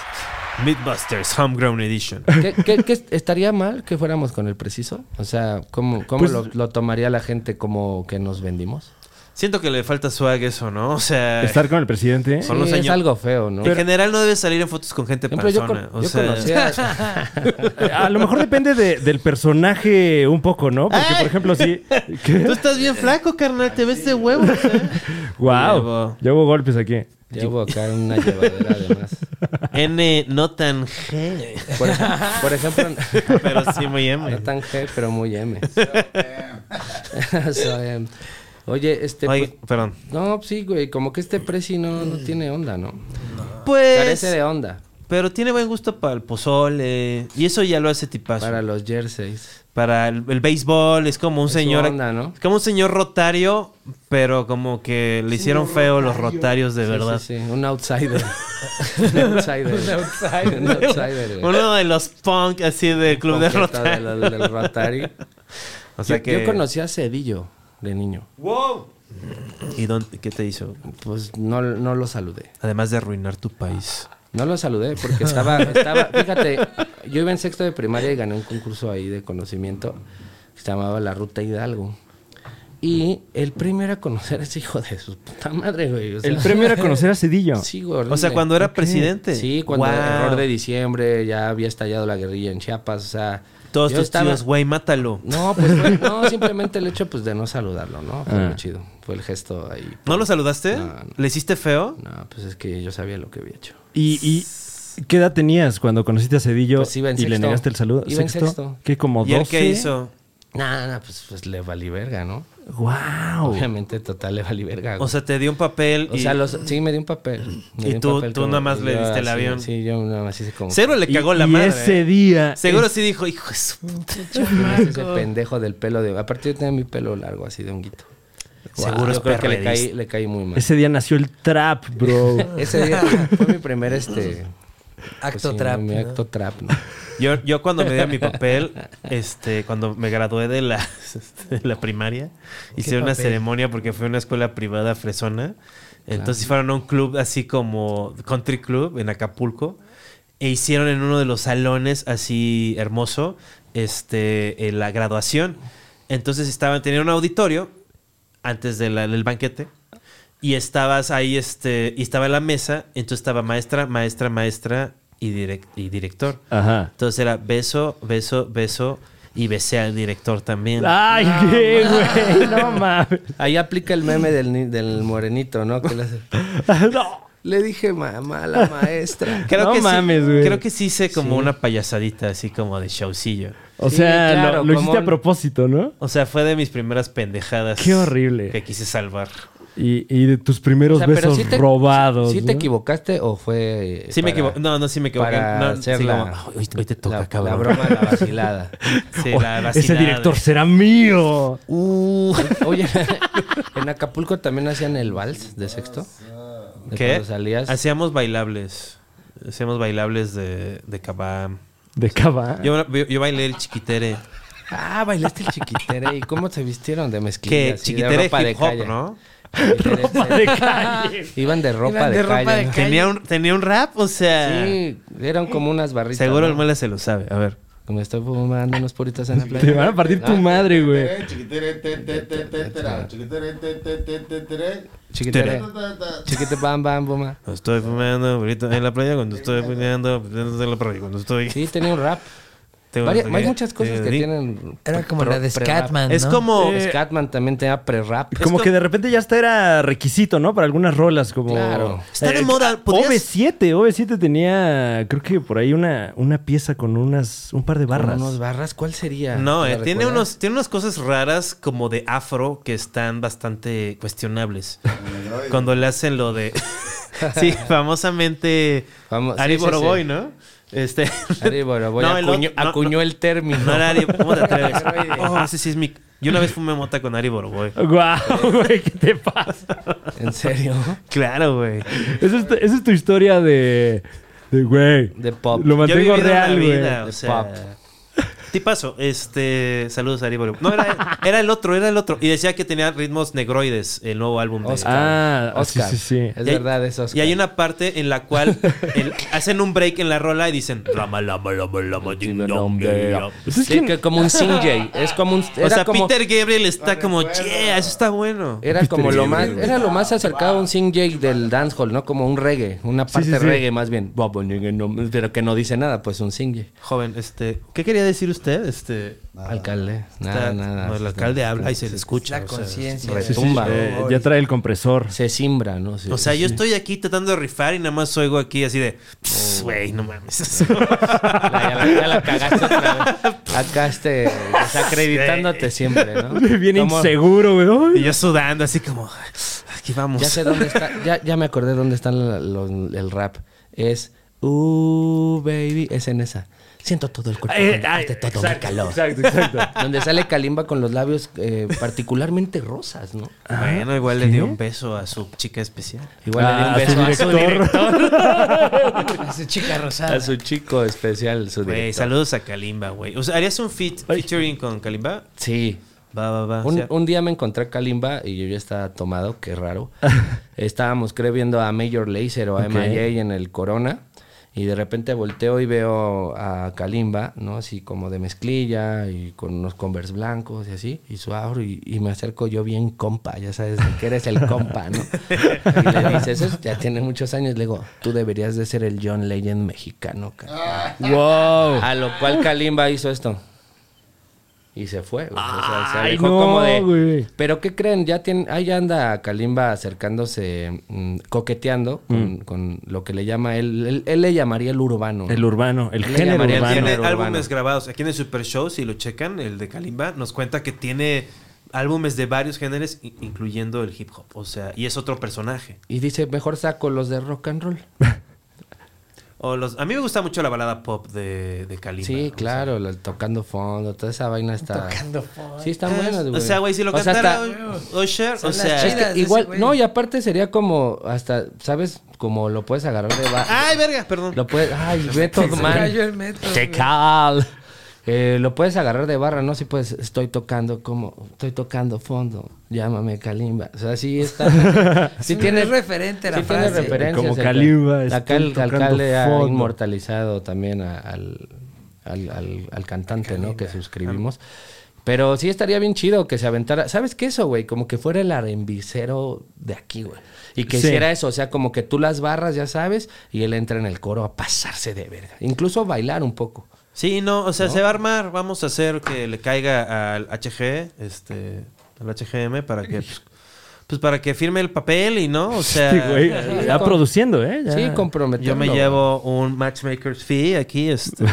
[SPEAKER 3] Midbusters Homegrown Edition.
[SPEAKER 2] ¿Qué, qué- qué est- estaría mal que fuéramos con el preciso? O sea, ¿cómo, cómo
[SPEAKER 4] Pues-
[SPEAKER 2] lo, lo tomaría la gente como que nos vendimos?
[SPEAKER 3] Siento que le falta swag eso, ¿no? O sea,
[SPEAKER 4] Estar con el presidente.
[SPEAKER 3] Son los
[SPEAKER 2] Sí, es
[SPEAKER 3] años-
[SPEAKER 2] algo feo, ¿no?
[SPEAKER 3] en general no debes salir en fotos con gente
[SPEAKER 2] Por ejemplo, yo,
[SPEAKER 3] persona.
[SPEAKER 2] con-
[SPEAKER 3] o
[SPEAKER 2] yo
[SPEAKER 3] sea,
[SPEAKER 2] conocía...
[SPEAKER 4] A lo mejor depende de- del personaje un poco, ¿no? Porque,
[SPEAKER 2] ¡Eh!
[SPEAKER 4] por ejemplo, sí.
[SPEAKER 3] tú estás bien flaco, carnal, te ves de huevos. ¿eh?
[SPEAKER 4] ¡Wow!
[SPEAKER 3] Llevo.
[SPEAKER 4] Ya hubo golpes aquí.
[SPEAKER 2] Ya hubo acá una llevadera además.
[SPEAKER 3] *laughs* N no tan G.
[SPEAKER 2] Por, ej- por ejemplo...
[SPEAKER 3] Pero sí
[SPEAKER 2] *laughs*
[SPEAKER 3] muy M.
[SPEAKER 2] No tan G, pero muy M. *laughs* So, em, Oye, este...
[SPEAKER 3] Oye,
[SPEAKER 2] pues-
[SPEAKER 3] perdón.
[SPEAKER 2] no, sí, güey. Como que este preci no, no tiene onda, ¿no? Carece
[SPEAKER 3] Pues.
[SPEAKER 2] de onda
[SPEAKER 3] Pero tiene buen gusto para el pozole. Y eso ya lo hace tipazo.
[SPEAKER 2] para
[SPEAKER 3] Para,
[SPEAKER 2] los jerseys.
[SPEAKER 3] el, el béisbol. Es como un
[SPEAKER 2] Es su
[SPEAKER 3] señor.
[SPEAKER 2] onda, ¿no?
[SPEAKER 3] Es como un señor rotario. Pero como que le hicieron feo los rotarios de
[SPEAKER 2] Sí,
[SPEAKER 3] verdad.
[SPEAKER 2] Sí, sí, un
[SPEAKER 3] *laughs*
[SPEAKER 2] outsider. un outsider. un outsider. un outsider, güey.
[SPEAKER 3] Uno de los punk así del club de
[SPEAKER 2] Coqueta de
[SPEAKER 3] rotario.
[SPEAKER 2] la- del, Rotary.
[SPEAKER 3] O sea
[SPEAKER 2] yo,
[SPEAKER 3] que.
[SPEAKER 2] yo conocí a Cedillo de niño.
[SPEAKER 3] ¡Wow! ¿Y dónde, qué te hizo?
[SPEAKER 2] Pues no, no lo saludé.
[SPEAKER 3] Además de arruinar tu país.
[SPEAKER 2] No lo saludé porque estaba, estaba, fíjate, yo iba en sexto de primaria y gané un concurso ahí de conocimiento que se llamaba La Ruta Hidalgo. Y el premio era conocer a ese hijo de su puta madre, güey. o sea,
[SPEAKER 4] El premio era conocer a Cedillo.
[SPEAKER 2] *laughs* Sí, güey.
[SPEAKER 3] O sea,
[SPEAKER 2] horrible.
[SPEAKER 3] cuando era presidente.
[SPEAKER 2] Sí, cuando
[SPEAKER 3] Guau.
[SPEAKER 2] el error de diciembre ya había estallado la guerrilla en Chiapas, o sea,
[SPEAKER 3] Todos
[SPEAKER 2] yo
[SPEAKER 3] tus
[SPEAKER 2] estaba-
[SPEAKER 3] tíos, güey, mátalo. No.
[SPEAKER 2] No, pues fue- no, simplemente el hecho pues de no saludarlo, ¿no? Fue
[SPEAKER 4] Ah.
[SPEAKER 2] muy chido. Fue el gesto ahí.
[SPEAKER 3] lo saludaste?
[SPEAKER 2] No, no.
[SPEAKER 3] ¿Le hiciste feo?
[SPEAKER 2] No, pues es que yo sabía lo que había hecho.
[SPEAKER 4] ¿Y, y qué edad tenías cuando conociste a Cedillo
[SPEAKER 2] Pues iba en
[SPEAKER 4] y le
[SPEAKER 2] sexto.
[SPEAKER 4] negaste el saludo?
[SPEAKER 2] Iba en sexto.
[SPEAKER 4] Que como
[SPEAKER 3] ¿Y
[SPEAKER 4] 12.
[SPEAKER 3] él qué hizo?
[SPEAKER 2] Nada, nah, pues, pues le valí verga, ¿no?
[SPEAKER 4] ¡Wow!
[SPEAKER 2] Obviamente, total, le valí verga.
[SPEAKER 3] O sea, te dio un papel.
[SPEAKER 2] o
[SPEAKER 3] y
[SPEAKER 2] sea los, sí, me dio un papel. Me
[SPEAKER 3] Y
[SPEAKER 2] dio un
[SPEAKER 3] tú-
[SPEAKER 2] papel
[SPEAKER 3] tú nada más le
[SPEAKER 2] yo
[SPEAKER 3] diste el
[SPEAKER 2] así,
[SPEAKER 3] avión.
[SPEAKER 2] Sí, yo nada más hice como...
[SPEAKER 3] Cero le cagó
[SPEAKER 4] y,
[SPEAKER 3] la
[SPEAKER 4] y
[SPEAKER 3] madre. ¿eh?
[SPEAKER 4] ese día.
[SPEAKER 3] Seguro
[SPEAKER 4] es-
[SPEAKER 3] sí dijo, hijo de su puta.
[SPEAKER 2] Nomás ese pendejo del pelo de... Aparte yo tenía mi pelo largo, así de honguito.
[SPEAKER 3] Seguro es
[SPEAKER 2] yo creo que le caí,
[SPEAKER 3] perredista.
[SPEAKER 2] le caí muy mal. Ese,
[SPEAKER 4] ese día nació el trap, bro.
[SPEAKER 2] *laughs* día fue mi primer, este... pues,
[SPEAKER 5] Acto
[SPEAKER 2] sí,
[SPEAKER 5] trap.
[SPEAKER 2] Mi
[SPEAKER 5] ¿no?
[SPEAKER 2] acto trap, ¿no?
[SPEAKER 3] Yo, yo cuando me dieron mi papel, este, cuando me gradué de la, *laughs* de la primaria, hice una
[SPEAKER 5] papel?
[SPEAKER 3] ceremonia porque fue una escuela privada fresona. Entonces fueron a un club así como Country Club en Acapulco e hicieron en uno de los salones así hermoso este, eh, la graduación. Entonces estaban, tenían un auditorio antes de la- del banquete y estabas ahí, este, y estaba la mesa, entonces estaba maestra, maestra, maestra y, direc- y director.
[SPEAKER 4] Ajá.
[SPEAKER 3] Entonces era beso, beso, beso y besé al director también.
[SPEAKER 4] ¡Ay, qué, güey! No mames.
[SPEAKER 2] *laughs*
[SPEAKER 4] *laughs*
[SPEAKER 2] Ahí aplica el meme del, ni- del morenito, ¿no? Que le, hace-
[SPEAKER 4] No.
[SPEAKER 2] Le dije mamá a la
[SPEAKER 3] *laughs*
[SPEAKER 2] maestra.
[SPEAKER 3] Creo
[SPEAKER 4] no
[SPEAKER 3] que sí-
[SPEAKER 4] mames, güey.
[SPEAKER 3] Creo que sí hice como una payasadita, así como de showcillo.
[SPEAKER 4] O
[SPEAKER 2] Sí,
[SPEAKER 4] sea, lo-
[SPEAKER 2] claro,
[SPEAKER 4] lo, hiciste
[SPEAKER 2] como-
[SPEAKER 4] a propósito, ¿no?
[SPEAKER 3] O sea, fue de mis primeras pendejadas.
[SPEAKER 4] Qué horrible.
[SPEAKER 3] Que quise salvar.
[SPEAKER 4] Y, y de tus primeros
[SPEAKER 2] O sea,
[SPEAKER 4] besos
[SPEAKER 2] sí te-
[SPEAKER 4] robados.
[SPEAKER 2] ¿Sí te
[SPEAKER 4] ¿no?
[SPEAKER 2] equivocaste o fue...? eh,
[SPEAKER 3] Sí
[SPEAKER 2] para-
[SPEAKER 3] me equivoqué. No, no, sí me equivoqué.
[SPEAKER 2] Para
[SPEAKER 3] No,
[SPEAKER 2] hacer
[SPEAKER 3] sí,
[SPEAKER 2] la-
[SPEAKER 3] como, "Ay, hoy, hoy te toca,
[SPEAKER 2] la,
[SPEAKER 3] cabrón.
[SPEAKER 2] la broma, la vacilada.
[SPEAKER 3] *laughs* Sí,
[SPEAKER 4] Oh, *laughs*
[SPEAKER 3] la
[SPEAKER 4] ese
[SPEAKER 3] vacilada.
[SPEAKER 4] director será mío.
[SPEAKER 2] Uh. Oye, *laughs* en Acapulco también hacían el vals de sexto. De
[SPEAKER 3] ¿Qué? Ah,
[SPEAKER 2] cuando salías.
[SPEAKER 3] Hacíamos bailables. Hacíamos bailables de, de kabam.
[SPEAKER 4] De Cava.
[SPEAKER 3] Yo, yo- yo bailé el chiquitere.
[SPEAKER 2] Ah, bailaste el chiquitere. ¿Y cómo se vistieron de mezclilla?
[SPEAKER 3] Que
[SPEAKER 2] así, de
[SPEAKER 3] chiquitere
[SPEAKER 2] ropa de
[SPEAKER 3] hip hop,
[SPEAKER 2] calle?
[SPEAKER 3] ¿no?
[SPEAKER 2] Chiquitere, sí. Iban de ropa
[SPEAKER 5] Iban
[SPEAKER 2] de,
[SPEAKER 5] de ropa
[SPEAKER 2] calle.
[SPEAKER 5] de
[SPEAKER 2] ¿no?
[SPEAKER 3] Tenía un, tenía un rap, o sea.
[SPEAKER 2] Sí, eran como unas barritas.
[SPEAKER 3] Seguro
[SPEAKER 2] ¿no?
[SPEAKER 3] el muela se lo sabe. A ver.
[SPEAKER 2] Como estoy fumando unos puritos en la playa.
[SPEAKER 4] Te van a partir
[SPEAKER 2] Ah,
[SPEAKER 4] tu madre, güey.
[SPEAKER 6] Eh, chiquitere, te, te, te, te, tera, chiquitere, te, te, te, te, tere,
[SPEAKER 2] Chiquitere.
[SPEAKER 6] ta, ta, ta.
[SPEAKER 2] Chiquite, bam, bam, buma.
[SPEAKER 3] Cuando estoy fumando ahorita en la playa, cuando estoy pues, fumando en la playa, cuando estoy.
[SPEAKER 2] Sí, tenía un rap.
[SPEAKER 3] tengo-
[SPEAKER 2] Varias- hay muchas cosas que
[SPEAKER 3] Sí.
[SPEAKER 2] tienen.
[SPEAKER 5] Era como
[SPEAKER 2] pro-
[SPEAKER 5] la de
[SPEAKER 2] pre-rap. Eh,
[SPEAKER 5] Scatman.
[SPEAKER 3] Es
[SPEAKER 5] ¿no?
[SPEAKER 3] como.
[SPEAKER 2] Scatman también tenía pre-rap.
[SPEAKER 4] Como que de repente ya hasta era requisito, ¿no? Para algunas rolas, como.
[SPEAKER 2] Claro.
[SPEAKER 3] Está de moda, podrías-
[SPEAKER 4] OV7, OV7 tenía, creo que por ahí una, una pieza con unas, un par de
[SPEAKER 2] Con
[SPEAKER 4] barras.
[SPEAKER 2] unos barras, ¿cuál sería?
[SPEAKER 3] No,
[SPEAKER 2] ¿La
[SPEAKER 3] eh, tiene,
[SPEAKER 2] recuerdas?
[SPEAKER 3] unos, tiene unas cosas raras como de afro que están bastante cuestionables. cuando le hacen
[SPEAKER 2] *laughs*
[SPEAKER 3] lo de. sí, famosamente.
[SPEAKER 2] Famo- sí,
[SPEAKER 3] Ari
[SPEAKER 2] sí,
[SPEAKER 3] Boroboy,
[SPEAKER 2] sí.
[SPEAKER 3] ¿no? Este.
[SPEAKER 2] *laughs* Ari Boroboy
[SPEAKER 3] el
[SPEAKER 2] acuñó,
[SPEAKER 3] otro- no,
[SPEAKER 2] acuñó
[SPEAKER 3] no.
[SPEAKER 2] el término.
[SPEAKER 3] *laughs* No era Ari. ¿Cómo te
[SPEAKER 2] *laughs*
[SPEAKER 3] atreves? oh, ese sí es mi. Yo una vez fumé mota con Ari Boroboy.
[SPEAKER 4] *laughs* ¡Guau, güey! ¿Qué te pasa?
[SPEAKER 2] ¿En serio?
[SPEAKER 3] Claro, güey.
[SPEAKER 4] Esa es, tu- esa es tu historia de. de, güey.
[SPEAKER 2] De pop.
[SPEAKER 4] Lo
[SPEAKER 3] Yo he
[SPEAKER 4] mantengo
[SPEAKER 3] vivido
[SPEAKER 4] real,
[SPEAKER 3] una
[SPEAKER 4] güey.
[SPEAKER 3] vida, o
[SPEAKER 2] De
[SPEAKER 3] sea, Tipazo, este. Saludos a Ari Boroboy. No, era, era el otro, era el otro. Y decía que tenía ritmos negroides, el nuevo álbum de
[SPEAKER 2] Oscar.
[SPEAKER 4] Ah,
[SPEAKER 2] Oscar.
[SPEAKER 4] sí, sí, sí.
[SPEAKER 2] Es
[SPEAKER 3] Y hay-
[SPEAKER 2] verdad, eso.
[SPEAKER 3] Y hay una parte en la cual el- hacen un break en la rola y dicen "Rama, lama, lama, lama, ding, dong, ding, dong".
[SPEAKER 4] Pues es
[SPEAKER 2] Sí,
[SPEAKER 4] que-
[SPEAKER 2] que como un sinjay. Es como un. Era
[SPEAKER 3] O sea,
[SPEAKER 2] como,
[SPEAKER 3] Peter Gabriel está como, yeah, eso está bueno.
[SPEAKER 2] Era como lo más, era lo más acercado a un sinjay del dancehall, ¿no? Como un reggae, una parte
[SPEAKER 4] sí, sí.
[SPEAKER 2] reggae más bien. Pero que no dice nada, pues un sinjay.
[SPEAKER 3] Joven, este, ¿qué quería decir usted? Este,
[SPEAKER 2] Alcalde, nada,
[SPEAKER 3] está-
[SPEAKER 2] nada.
[SPEAKER 3] no, el alcalde habla y se le escucha.
[SPEAKER 5] La
[SPEAKER 3] o sea,
[SPEAKER 5] conciencia.
[SPEAKER 4] sí, sí,
[SPEAKER 2] retumba.
[SPEAKER 4] eh, ya trae el compresor. *laughs*
[SPEAKER 2] Se simbra, ¿no? Sí.
[SPEAKER 3] O sea, yo estoy aquí tratando de rifar y nada más oigo aquí así de, "Pss, güey, no mames.
[SPEAKER 2] Oh. *laughs* Ya la, ya la cagaste otra vez.
[SPEAKER 3] *laughs*
[SPEAKER 2] Acá este, desacreditándote siempre, ¿no?
[SPEAKER 4] Bien
[SPEAKER 2] Como-
[SPEAKER 4] inseguro, güey.
[SPEAKER 3] y yo sudando así como, aquí vamos.
[SPEAKER 2] Ya sé dónde está, ya, ya me acordé dónde está la- lo- el rap. Es, uh, baby, es en esa. Siento todo el cuerpo,
[SPEAKER 4] Eh,
[SPEAKER 2] con-
[SPEAKER 4] ay,
[SPEAKER 2] de todo mi
[SPEAKER 4] exacto,
[SPEAKER 2] calor.
[SPEAKER 4] Exacto,
[SPEAKER 2] *laughs*
[SPEAKER 4] exacto.
[SPEAKER 2] Donde sale Kalimba con los labios eh, particularmente rosas, ¿no?
[SPEAKER 3] Ah, Bueno, igual le dio un beso a su chica especial.
[SPEAKER 2] Igual
[SPEAKER 4] Ah,
[SPEAKER 2] le dio un beso a su,
[SPEAKER 5] Hace chica
[SPEAKER 2] *laughs*
[SPEAKER 5] rosada.
[SPEAKER 2] a su chico especial, su
[SPEAKER 3] Güey,
[SPEAKER 2] director.
[SPEAKER 3] saludos a Kalimba, güey. O sea, ¿harías un feat featuring con Kalimba?
[SPEAKER 2] Sí.
[SPEAKER 3] Va, va, va.
[SPEAKER 2] Un,
[SPEAKER 3] O sea,
[SPEAKER 2] un día me encontré a Kalimba y yo ya estaba tomado, qué raro. Estábamos, creo, viendo a Major Lazer o a MIA en el Corona. Y de repente volteo y veo a Kalimba, ¿no? Así como de mezclilla y con unos converse blancos y así. Y suave y, y me acerco yo bien compa, ya sabes, de que eres el compa, ¿no? Y le dices, eso ya tiene muchos años. Le digo, tú deberías de ser el John Legend mexicano, cabrón".
[SPEAKER 4] ¡Wow!
[SPEAKER 2] A lo cual Kalimba hizo esto. Y se fue. güey. O sea, se
[SPEAKER 4] Ay,
[SPEAKER 2] alejó
[SPEAKER 4] no,
[SPEAKER 2] como de.
[SPEAKER 4] güey.
[SPEAKER 2] Pero ¿qué creen? Ya tiene, ahí anda Kalimba acercándose, mm, coqueteando
[SPEAKER 4] Mm.
[SPEAKER 2] con, con lo que le llama él, él. él le llamaría el urbano.
[SPEAKER 4] El urbano, el
[SPEAKER 2] Le
[SPEAKER 4] género
[SPEAKER 2] llamaría
[SPEAKER 4] urbano.
[SPEAKER 2] género.
[SPEAKER 3] Tiene
[SPEAKER 2] urbano.
[SPEAKER 3] álbumes grabados. Aquí en el Super Show, si lo checan, el de Kalimba, nos cuenta que tiene álbumes de varios géneros, i- incluyendo el hip hop. O sea, y es otro personaje.
[SPEAKER 2] Y dice, mejor saco los de rock and roll.
[SPEAKER 3] O los, a mí me gusta mucho la balada pop de, de Kalimba.
[SPEAKER 2] Sí,
[SPEAKER 3] O sea,
[SPEAKER 2] claro, la- el tocando fondo, toda esa vaina está. Tocando fondo. Sí, está buena,
[SPEAKER 3] o sea, güey, si lo cantara Usher, o
[SPEAKER 5] Son las
[SPEAKER 3] sea...
[SPEAKER 2] Es
[SPEAKER 5] chidas.
[SPEAKER 2] que
[SPEAKER 5] de ese
[SPEAKER 2] igual,
[SPEAKER 5] güey.
[SPEAKER 2] no, y aparte sería como, hasta, ¿sabes? Como lo puedes agarrar de ba-
[SPEAKER 3] ¡Ay, verga! Perdón.
[SPEAKER 2] Lo puedes, ay, Beto
[SPEAKER 5] Se
[SPEAKER 2] Man.
[SPEAKER 5] cayó el metro,
[SPEAKER 2] Te
[SPEAKER 5] güey.
[SPEAKER 2] cal. Eh, lo puedes agarrar de barra, ¿no? Si puedes, estoy tocando como, estoy tocando fondo, llámame Kalimba. O sea, sí está. sí
[SPEAKER 5] Es
[SPEAKER 2] tiene
[SPEAKER 5] referente la
[SPEAKER 2] sí tiene
[SPEAKER 5] frase.
[SPEAKER 2] referencias.
[SPEAKER 4] Como
[SPEAKER 2] acá.
[SPEAKER 4] Kalimba,
[SPEAKER 2] Acá el
[SPEAKER 4] estoy tocando
[SPEAKER 2] alcalde ha
[SPEAKER 4] fondo.
[SPEAKER 2] inmortalizado también a- al, al, al- al cantante, ¿no? Que suscribimos. Pero sí estaría bien chido que se aventara. ¿Sabes qué eso, güey? Como que fuera el arembicero de aquí, güey. Y que
[SPEAKER 4] Sí.
[SPEAKER 2] hiciera eso. O sea, como que tú las barras, ya sabes, y él entra en el coro a pasarse de verga. Incluso bailar un poco.
[SPEAKER 3] Sí, no, o sea, se va a armar. Vamos a hacer que le caiga al HG, este, al HGM para que, pues, pues, para que firme el papel y no, o sea,
[SPEAKER 4] Sí, güey, ya produciendo, ¿eh? Ya.
[SPEAKER 2] Sí, comprometerlo.
[SPEAKER 3] yo me llevo un matchmaker's fee aquí, este,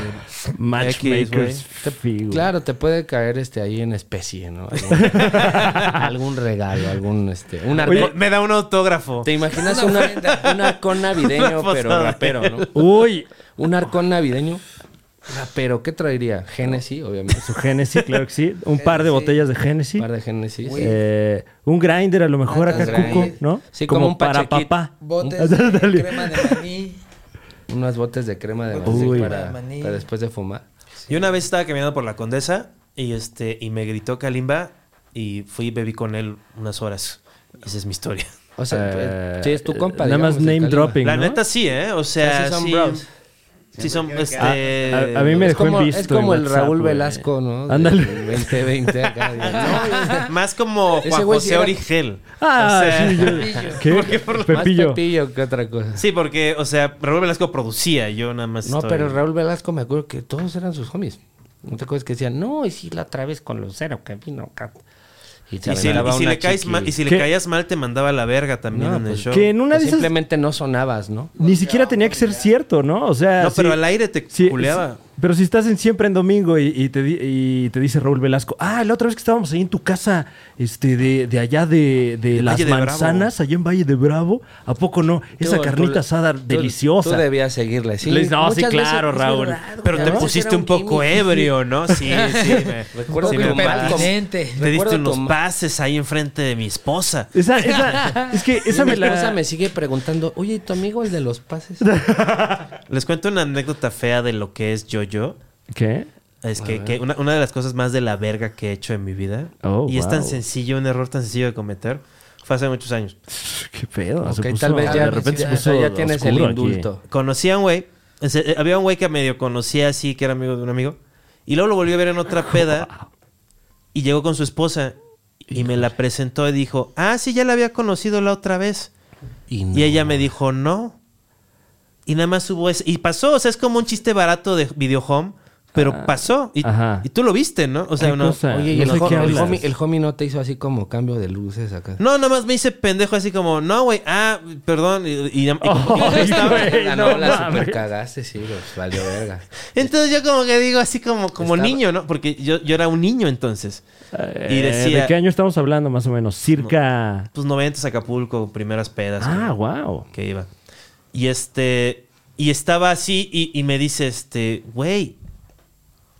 [SPEAKER 4] Matchmakers.
[SPEAKER 3] X,
[SPEAKER 4] fee, güey.
[SPEAKER 2] Claro, te puede caer este ahí en
[SPEAKER 4] *laughs*
[SPEAKER 2] especie, ¿no? Algún, algún regalo, algún este, un arco-
[SPEAKER 3] güey. me da un autógrafo.
[SPEAKER 2] ¿Te imaginas
[SPEAKER 5] Una
[SPEAKER 2] una-
[SPEAKER 5] ofrenda.
[SPEAKER 2] un arcón navideño,
[SPEAKER 3] Una
[SPEAKER 2] pero
[SPEAKER 3] posada.
[SPEAKER 2] rapero, ¿no?
[SPEAKER 4] Uy,
[SPEAKER 2] Un arcón navideño, rapero. ¿Qué traería? Genesis, obviamente.
[SPEAKER 4] su Genesis, claro que sí. Un par de botellas de
[SPEAKER 2] Un
[SPEAKER 4] Genesis.
[SPEAKER 2] par de Genesis.
[SPEAKER 4] Eh, un grinder a lo mejor
[SPEAKER 5] Ah,
[SPEAKER 4] acá
[SPEAKER 5] grinder.
[SPEAKER 4] cuco, ¿no?
[SPEAKER 2] Sí, como un
[SPEAKER 4] para
[SPEAKER 2] pachequito.
[SPEAKER 4] papá.
[SPEAKER 5] Botes
[SPEAKER 4] *laughs*
[SPEAKER 5] de
[SPEAKER 4] Dale.
[SPEAKER 5] crema de maní.
[SPEAKER 2] Unas botes de crema de
[SPEAKER 5] Botes
[SPEAKER 4] de
[SPEAKER 2] maní
[SPEAKER 4] crema
[SPEAKER 2] para,
[SPEAKER 5] de maní.
[SPEAKER 2] para después de fumar.
[SPEAKER 3] Yo una vez estaba caminando por la Condesa y este y me gritó Kalimba y fui y bebí con él unas horas. Esa es mi historia.
[SPEAKER 2] O sea, pues,
[SPEAKER 4] Eh,
[SPEAKER 2] sí, es tu compa.
[SPEAKER 4] Nada
[SPEAKER 2] digamos,
[SPEAKER 4] más
[SPEAKER 2] el
[SPEAKER 4] name
[SPEAKER 2] Kalimba.
[SPEAKER 4] dropping,
[SPEAKER 3] La
[SPEAKER 4] ¿no?
[SPEAKER 3] neta sí, eh, o sea,
[SPEAKER 2] Sí son
[SPEAKER 3] sí,
[SPEAKER 2] bros.
[SPEAKER 3] sí son, este,
[SPEAKER 4] a- a mí me-
[SPEAKER 2] Es
[SPEAKER 4] dejó en
[SPEAKER 2] como,
[SPEAKER 4] visto
[SPEAKER 2] es como
[SPEAKER 4] en
[SPEAKER 2] el
[SPEAKER 4] WhatsApp,
[SPEAKER 2] Raúl
[SPEAKER 4] güey.
[SPEAKER 2] Velasco, ¿no? De-
[SPEAKER 4] Ándale.
[SPEAKER 2] del 2020
[SPEAKER 4] *laughs*
[SPEAKER 2] acá. digamos.
[SPEAKER 3] *laughs* más como
[SPEAKER 2] Ese
[SPEAKER 3] Juan
[SPEAKER 2] güey sí
[SPEAKER 3] José
[SPEAKER 2] era-
[SPEAKER 3] Origel.
[SPEAKER 4] Ah,
[SPEAKER 3] O sea,
[SPEAKER 4] sí, yo- ¿qué?
[SPEAKER 2] Más
[SPEAKER 4] Pepillo.
[SPEAKER 2] Pepillo que otra cosa.
[SPEAKER 3] *laughs* Sí, porque, o sea, Raúl Velasco producía, yo nada más.
[SPEAKER 2] No,
[SPEAKER 3] estoy-
[SPEAKER 2] pero Raúl Velasco me acuerdo que todos eran sus homies. No te acuerdas que decían, no, y si la otra vez con Lucero, que vino acá. se
[SPEAKER 3] Y si,
[SPEAKER 2] aventaba
[SPEAKER 3] y si
[SPEAKER 2] una
[SPEAKER 3] le caes
[SPEAKER 2] chiqui.
[SPEAKER 3] ma- y si
[SPEAKER 4] ¿Qué?
[SPEAKER 3] le caías mal, te mandaba a la verga también
[SPEAKER 2] No,
[SPEAKER 3] en el
[SPEAKER 2] pues,
[SPEAKER 3] show.
[SPEAKER 4] Ah, Que en una
[SPEAKER 2] Pues
[SPEAKER 4] de esas
[SPEAKER 2] Simplemente no sonabas, ¿no?
[SPEAKER 4] ni siquiera tenía que ser cierto, ¿no? O sea,
[SPEAKER 3] No, pero
[SPEAKER 4] sí-
[SPEAKER 3] al aire te
[SPEAKER 4] sí-
[SPEAKER 3] culeaba.
[SPEAKER 4] sí- pero si estás en siempre en domingo y, y te di- y te dice Raúl Velasco, ah, la otra vez que estábamos ahí en tu casa, este, de, de allá de, de las
[SPEAKER 3] Valle de Bravo.
[SPEAKER 4] manzanas, allá en Valle de Bravo, ¿a poco no? Esa
[SPEAKER 2] Tú-
[SPEAKER 4] carnita
[SPEAKER 2] tú-
[SPEAKER 4] asada
[SPEAKER 2] tú-
[SPEAKER 4] deliciosa.
[SPEAKER 2] Tú debías seguirle, sí.
[SPEAKER 4] Les- no, sí,
[SPEAKER 2] Muchas veces-
[SPEAKER 4] claro,
[SPEAKER 2] es
[SPEAKER 4] Raúl.
[SPEAKER 2] verdad, güey,
[SPEAKER 3] Pero
[SPEAKER 2] a
[SPEAKER 3] te
[SPEAKER 2] veces
[SPEAKER 3] pusiste
[SPEAKER 2] era
[SPEAKER 3] un poco
[SPEAKER 2] gimmick.
[SPEAKER 3] ebrio,
[SPEAKER 2] *laughs*
[SPEAKER 3] ¿no? Sí, sí. me-
[SPEAKER 2] Recuerdo
[SPEAKER 3] sí
[SPEAKER 2] que
[SPEAKER 3] me
[SPEAKER 2] un
[SPEAKER 3] pasó.
[SPEAKER 2] Malcolm-
[SPEAKER 5] Pertinente.
[SPEAKER 3] Te diste
[SPEAKER 2] recuerdo
[SPEAKER 3] unos
[SPEAKER 2] tu-
[SPEAKER 3] pases ahí enfrente de mi esposa.
[SPEAKER 4] Esa, esa, es que esa
[SPEAKER 2] mi
[SPEAKER 4] me
[SPEAKER 2] esposa
[SPEAKER 4] la...
[SPEAKER 2] me sigue preguntando, oye, ¿y tu amigo el de los pases?
[SPEAKER 4] *laughs*
[SPEAKER 3] Les cuento una anécdota fea de lo que es yo-yo.
[SPEAKER 4] ¿Qué?
[SPEAKER 3] Es que, que una, una de las cosas más de la verga que he hecho en mi vida.
[SPEAKER 4] Oh,
[SPEAKER 3] y es tan
[SPEAKER 4] wow.
[SPEAKER 3] sencillo, un error tan sencillo de cometer. Fue hace muchos años.
[SPEAKER 4] ¿Qué pedo?
[SPEAKER 2] ok,
[SPEAKER 4] Se puso-
[SPEAKER 2] tal vez ya,
[SPEAKER 4] de repente se
[SPEAKER 2] ya-
[SPEAKER 4] puso
[SPEAKER 2] ya tienes el
[SPEAKER 4] oscuro aquí.
[SPEAKER 2] indulto.
[SPEAKER 3] conocí a un güey. o sea, eh, Había un güey que medio conocía así, que era amigo de un amigo. Y luego lo volvió a ver
[SPEAKER 4] *laughs*
[SPEAKER 3] en otra peda. Y llegó con su esposa. Y me la presentó y dijo, ah, sí, ya la había conocido la otra vez.
[SPEAKER 2] Y,
[SPEAKER 3] Y ella me dijo, no. Y nada más hubo ese. Y pasó, o sea, es como un chiste barato de video home. Pero pasó. Y,
[SPEAKER 4] Ah, ajá.
[SPEAKER 3] y tú lo viste, ¿no? O sea,
[SPEAKER 4] ¿Qué
[SPEAKER 3] no.
[SPEAKER 4] cosa?
[SPEAKER 2] Oye, y
[SPEAKER 4] No
[SPEAKER 2] el,
[SPEAKER 4] sé
[SPEAKER 2] ho-
[SPEAKER 4] qué
[SPEAKER 2] el
[SPEAKER 4] hablas.
[SPEAKER 2] homie, el homie no te hizo así como cambio de luces acá. *laughs*
[SPEAKER 3] No, nada más me hice pendejo así como, no, güey, ah, perdón. Y, y-
[SPEAKER 4] *laughs*
[SPEAKER 3] y- y-
[SPEAKER 4] Ay, güey,
[SPEAKER 2] la,
[SPEAKER 4] no
[SPEAKER 2] no, la
[SPEAKER 4] mames.
[SPEAKER 2] super cagaste, sí, los valió verga.
[SPEAKER 3] *laughs* Entonces yo como que digo así como, como
[SPEAKER 2] Estaba-
[SPEAKER 3] niño, ¿no? Porque yo, yo era un niño entonces.
[SPEAKER 4] Eh,
[SPEAKER 3] Y decía...
[SPEAKER 4] ¿De qué año estamos hablando más o menos? Circa...
[SPEAKER 3] Pues 90 Acapulco, primeras pedas.
[SPEAKER 4] Ah,
[SPEAKER 3] que-
[SPEAKER 4] wow.
[SPEAKER 3] Que iba. Y este. Y estaba así y, y me dice, este, güey.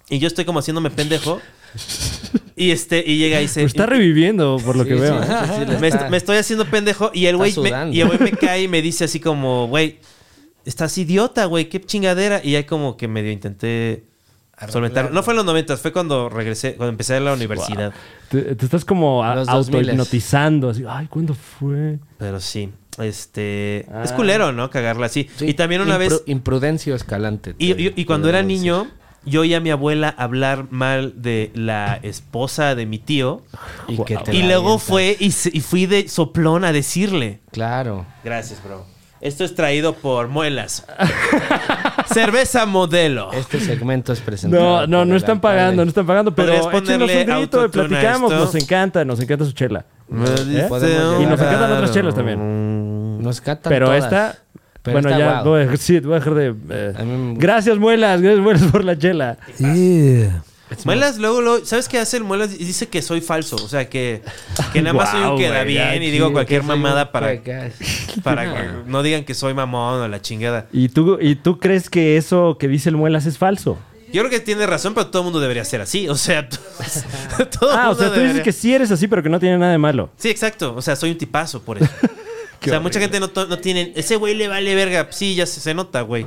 [SPEAKER 3] Y yo estoy como haciéndome pendejo. Y este, y llega y se.
[SPEAKER 4] Lo está reviviendo, por *laughs* lo
[SPEAKER 2] Sí,
[SPEAKER 4] que
[SPEAKER 2] sí,
[SPEAKER 4] veo.
[SPEAKER 2] *laughs* sí, sí, le
[SPEAKER 3] me,
[SPEAKER 2] está-
[SPEAKER 3] est- me estoy haciendo pendejo. Y el
[SPEAKER 2] Está
[SPEAKER 3] güey me,
[SPEAKER 2] sudando.
[SPEAKER 3] y el güey me cae y me dice así como, güey, estás idiota, güey, qué chingadera. Y ahí como que medio intenté solventarlo. No fue en los 90, fue cuando regresé, cuando empecé a la universidad.
[SPEAKER 4] Te, te estás como a-
[SPEAKER 2] Los 2000s.
[SPEAKER 4] autohipnotizando. Así, ay, ¿cuándo fue?
[SPEAKER 3] Pero sí. Este. Es
[SPEAKER 4] Ah.
[SPEAKER 3] culero, ¿no? Cagarla así.
[SPEAKER 2] Sí,
[SPEAKER 3] y también una
[SPEAKER 2] impru-
[SPEAKER 3] vez.
[SPEAKER 2] Imprudencio escalante.
[SPEAKER 3] Y,
[SPEAKER 2] te-
[SPEAKER 3] y- y cuando
[SPEAKER 2] te
[SPEAKER 3] era
[SPEAKER 2] debo decir.
[SPEAKER 3] niño, yo oía a mi abuela hablar mal de la esposa de
[SPEAKER 2] *laughs*
[SPEAKER 3] mi tío.
[SPEAKER 2] Y, que te
[SPEAKER 3] Y
[SPEAKER 2] la
[SPEAKER 3] luego
[SPEAKER 2] avientas.
[SPEAKER 3] fue y, se- y fui de soplón a decirle.
[SPEAKER 2] Claro.
[SPEAKER 3] Gracias, bro. Esto es traído por Muelas. *laughs* Cerveza modelo.
[SPEAKER 4] Eh,
[SPEAKER 2] Este segmento es presentado.
[SPEAKER 4] No, no,
[SPEAKER 2] por
[SPEAKER 4] no
[SPEAKER 2] el
[SPEAKER 4] están
[SPEAKER 2] alcalde.
[SPEAKER 4] pagando, no están pagando, pero
[SPEAKER 3] ¿Podrías
[SPEAKER 4] échenos un
[SPEAKER 3] ponerle
[SPEAKER 4] grito,
[SPEAKER 3] autotune a
[SPEAKER 4] platicamos,
[SPEAKER 3] esto?
[SPEAKER 4] nos encanta, nos encanta su chela.
[SPEAKER 3] Me dice
[SPEAKER 2] Podemos
[SPEAKER 3] un
[SPEAKER 2] Y nos
[SPEAKER 4] ¿eh? encantan otras
[SPEAKER 3] caro.
[SPEAKER 4] chelas también.
[SPEAKER 2] Nos catan
[SPEAKER 4] Pero
[SPEAKER 2] todas.
[SPEAKER 4] esta,
[SPEAKER 2] Pero
[SPEAKER 4] bueno,
[SPEAKER 2] esta,
[SPEAKER 4] ya
[SPEAKER 2] wow.
[SPEAKER 4] voy, a, sí, voy a dejar de... eh,
[SPEAKER 2] A mí me-
[SPEAKER 4] Gracias, muelas, gracias, muelas, por la chela.
[SPEAKER 5] Yeah.
[SPEAKER 3] Muelas luego, luego- ¿sabes qué hace el Muelas? Y Dice que soy falso, o sea, que, que nada más soy
[SPEAKER 4] Guau,
[SPEAKER 3] un queda
[SPEAKER 4] güey,
[SPEAKER 3] bien
[SPEAKER 4] aquí,
[SPEAKER 3] y digo cualquier
[SPEAKER 2] Que soy un
[SPEAKER 3] mamada para,
[SPEAKER 2] cuecas.
[SPEAKER 3] para que no digan que soy mamón o la chingada.
[SPEAKER 4] ¿Y tú, ¿Y tú crees que eso que dice el muelas es falso?
[SPEAKER 3] Yo creo que tiene razón, pero todo el mundo debería ser así, o sea, *laughs* todo el
[SPEAKER 4] Ah, o
[SPEAKER 3] mundo
[SPEAKER 4] sea, tú dices
[SPEAKER 3] debería-
[SPEAKER 4] que sí eres así, pero que no tiene nada de malo.
[SPEAKER 3] Sí, exacto, o sea, soy un tipazo
[SPEAKER 2] *laughs*
[SPEAKER 3] por eso. O sea, mucha gente no, to- no tiene... Ese güey le vale verga. Sí, ya se, se nota, güey.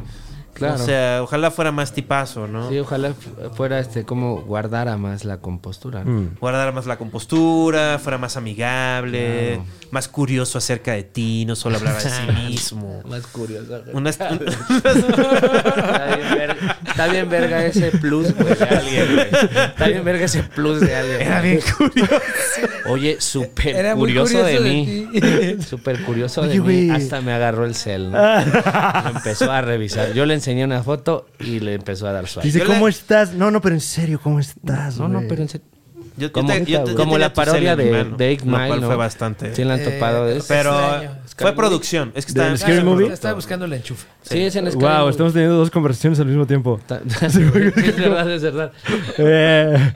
[SPEAKER 2] Claro.
[SPEAKER 3] O sea, ojalá fuera más tipazo, ¿no?
[SPEAKER 2] Sí, ojalá fu- fuera este como guardara más la compostura. ¿no?
[SPEAKER 3] guardar más la compostura, fuera más amigable, más curioso acerca de ti, no solo hablar de sí
[SPEAKER 2] *laughs*
[SPEAKER 3] mismo.
[SPEAKER 2] Más curioso. güey. *laughs*
[SPEAKER 3] Unas- *laughs* un-
[SPEAKER 2] Está bien, verga, está bien verga ese plus, güey, de alguien, güey. Está bien verga ese plus de alguien.
[SPEAKER 3] Era
[SPEAKER 2] güey.
[SPEAKER 3] bien curioso.
[SPEAKER 2] Oye, súper
[SPEAKER 5] Era muy
[SPEAKER 2] curioso, de,
[SPEAKER 5] curioso de
[SPEAKER 2] mí. Súper curioso de
[SPEAKER 4] Oye, güey.
[SPEAKER 2] mí. Hasta me agarró el cel,
[SPEAKER 3] *laughs*
[SPEAKER 2] ¿no? Lo empezó a revisar. Yo le enseñé una foto y le empezó a dar su
[SPEAKER 4] Dice,
[SPEAKER 3] Yo le-
[SPEAKER 4] ¿cómo estás? No, no, pero en serio, ¿cómo estás?
[SPEAKER 2] No, no,
[SPEAKER 4] güey?
[SPEAKER 2] pero en serio.
[SPEAKER 3] Yo- yo
[SPEAKER 2] Como,
[SPEAKER 3] te- yo te- yo
[SPEAKER 2] como
[SPEAKER 3] tenía
[SPEAKER 2] la
[SPEAKER 3] tu
[SPEAKER 2] parodia
[SPEAKER 3] cel en mi
[SPEAKER 2] de,
[SPEAKER 3] mano,
[SPEAKER 2] de Eight
[SPEAKER 3] lo cual
[SPEAKER 2] Mile, ¿no?
[SPEAKER 3] fue bastante.
[SPEAKER 2] ¿Sí la han
[SPEAKER 5] Eh,
[SPEAKER 2] topado de eso?
[SPEAKER 3] Pero
[SPEAKER 5] Extraño.
[SPEAKER 3] fue producción. Es que
[SPEAKER 4] ¿Del
[SPEAKER 3] estaba-
[SPEAKER 4] Scary Movie?
[SPEAKER 5] Estaba buscando el enchufe.
[SPEAKER 2] *laughs* Sí, es
[SPEAKER 3] *laughs*
[SPEAKER 2] en Sky.
[SPEAKER 4] Wow,
[SPEAKER 2] güey.
[SPEAKER 4] estamos teniendo dos conversaciones al mismo tiempo.
[SPEAKER 2] Ta- *laughs* Sí,
[SPEAKER 3] *laughs*
[SPEAKER 2] es verdad, es verdad.
[SPEAKER 4] Eh,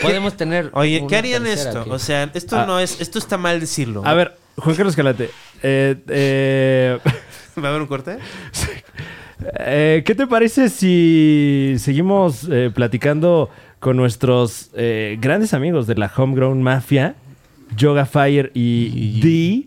[SPEAKER 2] Podemos tener.
[SPEAKER 3] Oye, ¿qué
[SPEAKER 2] una
[SPEAKER 3] harían
[SPEAKER 2] tercera
[SPEAKER 3] esto?
[SPEAKER 2] aquí.
[SPEAKER 3] O sea, esto
[SPEAKER 2] Ah.
[SPEAKER 3] no es, esto está mal decirlo. *laughs*
[SPEAKER 4] a ver, Juan Carlos Calate. eh, eh, *laughs*
[SPEAKER 3] ¿Va a haber un corte?
[SPEAKER 4] eh, ¿Qué te parece si seguimos eh, platicando con nuestros eh, grandes amigos de la Homegrown Mafia, Yoga Fire y D?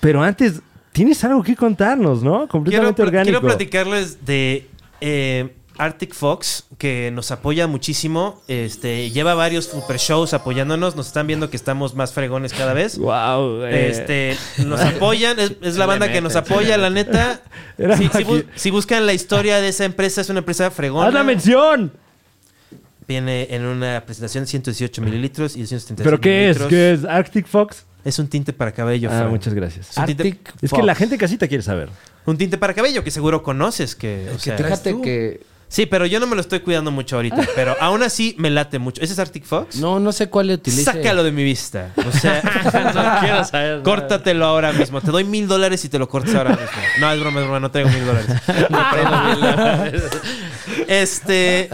[SPEAKER 4] Pero antes, tienes algo que contarnos, ¿no?
[SPEAKER 3] Quiero,
[SPEAKER 4] Completamente
[SPEAKER 3] pl-
[SPEAKER 4] orgánico.
[SPEAKER 3] quiero platicarles de eh, Arctic Fox, que nos apoya muchísimo. Este, lleva varios super shows apoyándonos. Nos están viendo que estamos más fregones cada vez.
[SPEAKER 4] Wow,
[SPEAKER 3] Este, nos apoyan, es, es la banda que nos apoya, la neta.
[SPEAKER 4] *laughs* Era
[SPEAKER 3] Si, si
[SPEAKER 4] aquí.
[SPEAKER 3] bu- si buscan la historia de esa empresa, es una empresa
[SPEAKER 4] ¡Haz la
[SPEAKER 3] fregona.
[SPEAKER 4] mención!
[SPEAKER 3] Viene en una presentación 118 mililitros y 236
[SPEAKER 4] ¿Pero qué es?
[SPEAKER 3] mililitros.
[SPEAKER 4] ¿Qué es? ¿Arctic Fox?
[SPEAKER 3] Es un tinte para cabello.
[SPEAKER 4] Ah,
[SPEAKER 3] Fran.
[SPEAKER 4] muchas gracias.
[SPEAKER 3] Es un tinte,
[SPEAKER 2] Arctic
[SPEAKER 4] Es que la
[SPEAKER 2] Fox.
[SPEAKER 4] gente casita quiere saber.
[SPEAKER 3] un tinte para cabello que seguro conoces. Que, o sea,
[SPEAKER 2] Fíjate que.
[SPEAKER 3] sí, pero yo no me lo estoy cuidando
[SPEAKER 4] *laughs*
[SPEAKER 3] mucho ahorita. pero aún así me late mucho. ¿Ese es Arctic Fox?
[SPEAKER 2] No, no sé cuál le utilice.
[SPEAKER 3] Sácalo de mi vista.
[SPEAKER 4] *laughs*
[SPEAKER 3] O sea,
[SPEAKER 2] No
[SPEAKER 3] *laughs*
[SPEAKER 2] quiero saber nada.
[SPEAKER 3] Córtatelo ahora mismo. Te doy mil dólares y te lo cortas ahora mismo. No, es broma, es broma, no traigo mil
[SPEAKER 4] *laughs*
[SPEAKER 3] dólares. Este,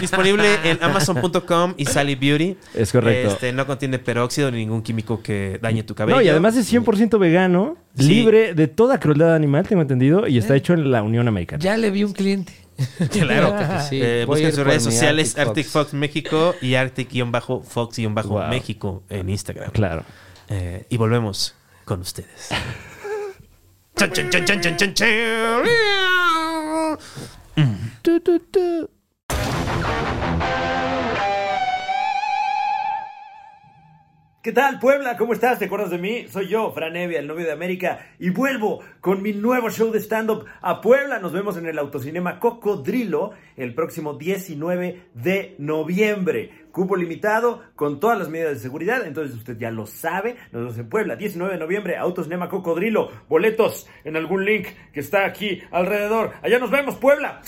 [SPEAKER 3] disponible en amazon.com y Sally Beauty.
[SPEAKER 4] Es correcto.
[SPEAKER 3] Este, no contiene peróxido ni ningún químico que dañe tu cabello.
[SPEAKER 4] No, y además es 100% vegano,
[SPEAKER 3] Sí.
[SPEAKER 4] libre de toda crueldad animal, tengo entendido, y está hecho en la Unión Americana.
[SPEAKER 5] Ya le vi un cliente.
[SPEAKER 3] Claro.
[SPEAKER 2] Claro
[SPEAKER 5] *laughs*
[SPEAKER 2] que sí.
[SPEAKER 3] Eh,
[SPEAKER 2] Voy a
[SPEAKER 3] busquen
[SPEAKER 2] ir
[SPEAKER 3] sus
[SPEAKER 2] por
[SPEAKER 3] redes
[SPEAKER 2] mi
[SPEAKER 3] sociales Arctic,
[SPEAKER 2] Arctic
[SPEAKER 3] Fox. México y Arctic-Fox-México
[SPEAKER 4] Wow.
[SPEAKER 3] en Instagram.
[SPEAKER 4] Claro.
[SPEAKER 3] Eh, y volvemos con ustedes. Chan, chan, chan, chan, chan, chan, chan.
[SPEAKER 4] Tu, tu, tu.
[SPEAKER 7] ¿Qué tal, Puebla? ¿Cómo estás? ¿Te acuerdas de mí? Soy yo, Fran Evia, el novio de América, y vuelvo con mi nuevo show de stand-up a Puebla. Nos vemos en el autocinema Cocodrilo el próximo 19 de noviembre. Cupo limitado, con todas las medidas de seguridad, entonces usted ya lo sabe. Nos vemos en Puebla, 19 de noviembre, autocinema Cocodrilo. Boletos en algún link que está aquí alrededor. Allá nos vemos, Puebla.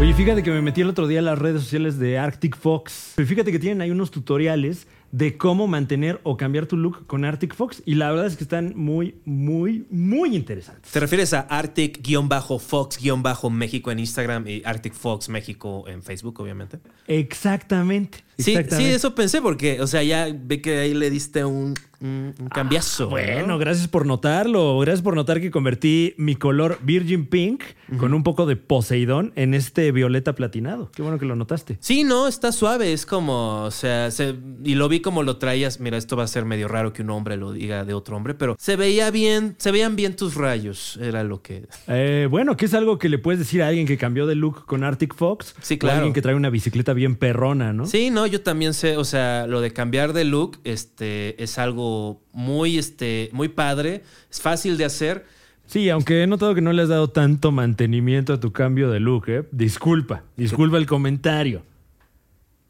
[SPEAKER 4] Oye, fíjate que me metí el otro día a las redes sociales de Arctic Fox. Y fíjate que tienen ahí unos tutoriales de cómo mantener o cambiar tu look con Arctic Fox. Y la verdad es que están muy, muy, muy interesantes.
[SPEAKER 3] ¿Te refieres a Arctic-Fox-México en Instagram y Arctic Fox México en Facebook, obviamente?
[SPEAKER 4] Exactamente.
[SPEAKER 3] Sí, sí,
[SPEAKER 4] exactamente.
[SPEAKER 3] eso pensé porque, o sea, ya ve que ahí le diste un, un- un cambiazo.
[SPEAKER 4] Bueno,
[SPEAKER 3] ¿no?
[SPEAKER 4] gracias por notarlo. Gracias por notar que convertí mi color Virgin Pink con un poco de Poseidón en este violeta platinado. Qué bueno que lo notaste.
[SPEAKER 3] Sí, no, está suave, es como, o sea, se- y lo vi como lo traías, mira, esto va a ser medio raro que un hombre lo diga de otro hombre, pero se veía bien, se veían bien tus rayos, era lo que...
[SPEAKER 4] Eh, bueno, que es algo que le puedes decir a alguien que cambió de look con Arctic Fox.
[SPEAKER 3] Sí,
[SPEAKER 4] O a
[SPEAKER 3] claro.
[SPEAKER 4] alguien que trae una bicicleta bien perrona, ¿no?
[SPEAKER 3] Sí, no, yo también sé, o sea, lo de cambiar de look este, es algo muy, este, muy padre, es fácil de hacer.
[SPEAKER 4] Sí, aunque he notado que no le has dado tanto mantenimiento a tu cambio de look, ¿eh? Disculpa, disculpa el comentario.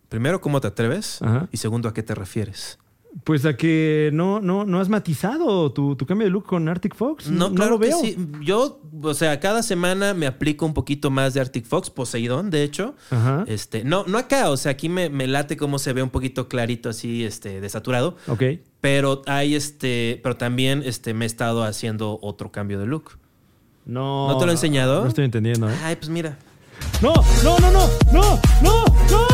[SPEAKER 3] Primero, ¿cómo te atreves?
[SPEAKER 4] Ajá.
[SPEAKER 3] Y segundo, ¿a qué te refieres?
[SPEAKER 4] Pues a que no, no, no has matizado tu, tu cambio de look con Arctic Fox.
[SPEAKER 3] No, claro
[SPEAKER 4] lo
[SPEAKER 3] que
[SPEAKER 4] veo.
[SPEAKER 3] sí. Yo, o sea, cada semana me aplico un poquito más de Arctic Fox, Poseidón, de hecho.
[SPEAKER 4] Ajá.
[SPEAKER 3] Este, no, no acá, o sea, aquí me, me late cómo se ve un poquito clarito, así, este, desaturado.
[SPEAKER 4] Ok.
[SPEAKER 3] Pero hay este, pero también este, me he estado haciendo otro cambio de look.
[SPEAKER 4] No.
[SPEAKER 3] ¿No te lo he enseñado?
[SPEAKER 4] No estoy entendiendo. ¿eh?
[SPEAKER 3] Ay, pues mira.
[SPEAKER 4] No, no, no, no, no, no, no.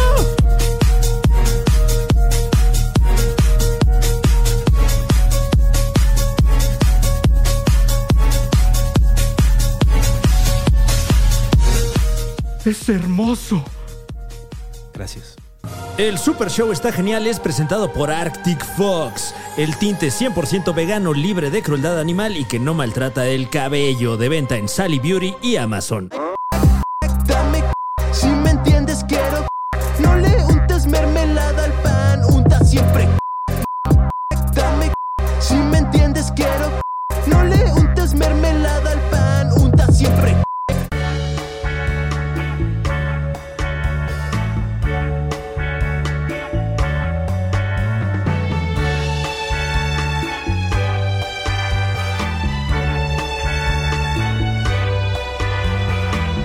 [SPEAKER 4] Es hermoso.
[SPEAKER 3] Gracias.
[SPEAKER 1] El Super Show está genial es presentado por Arctic Fox, el tinte 100% vegano libre de crueldad animal y que no maltrata el cabello, de venta en Sally Beauty y Amazon.
[SPEAKER 8] Dame si me entiendes quiero No le untes mermelada al pan, unta siempre Dame si me entiendes quiero No le untes mermelada al pan, unta siempre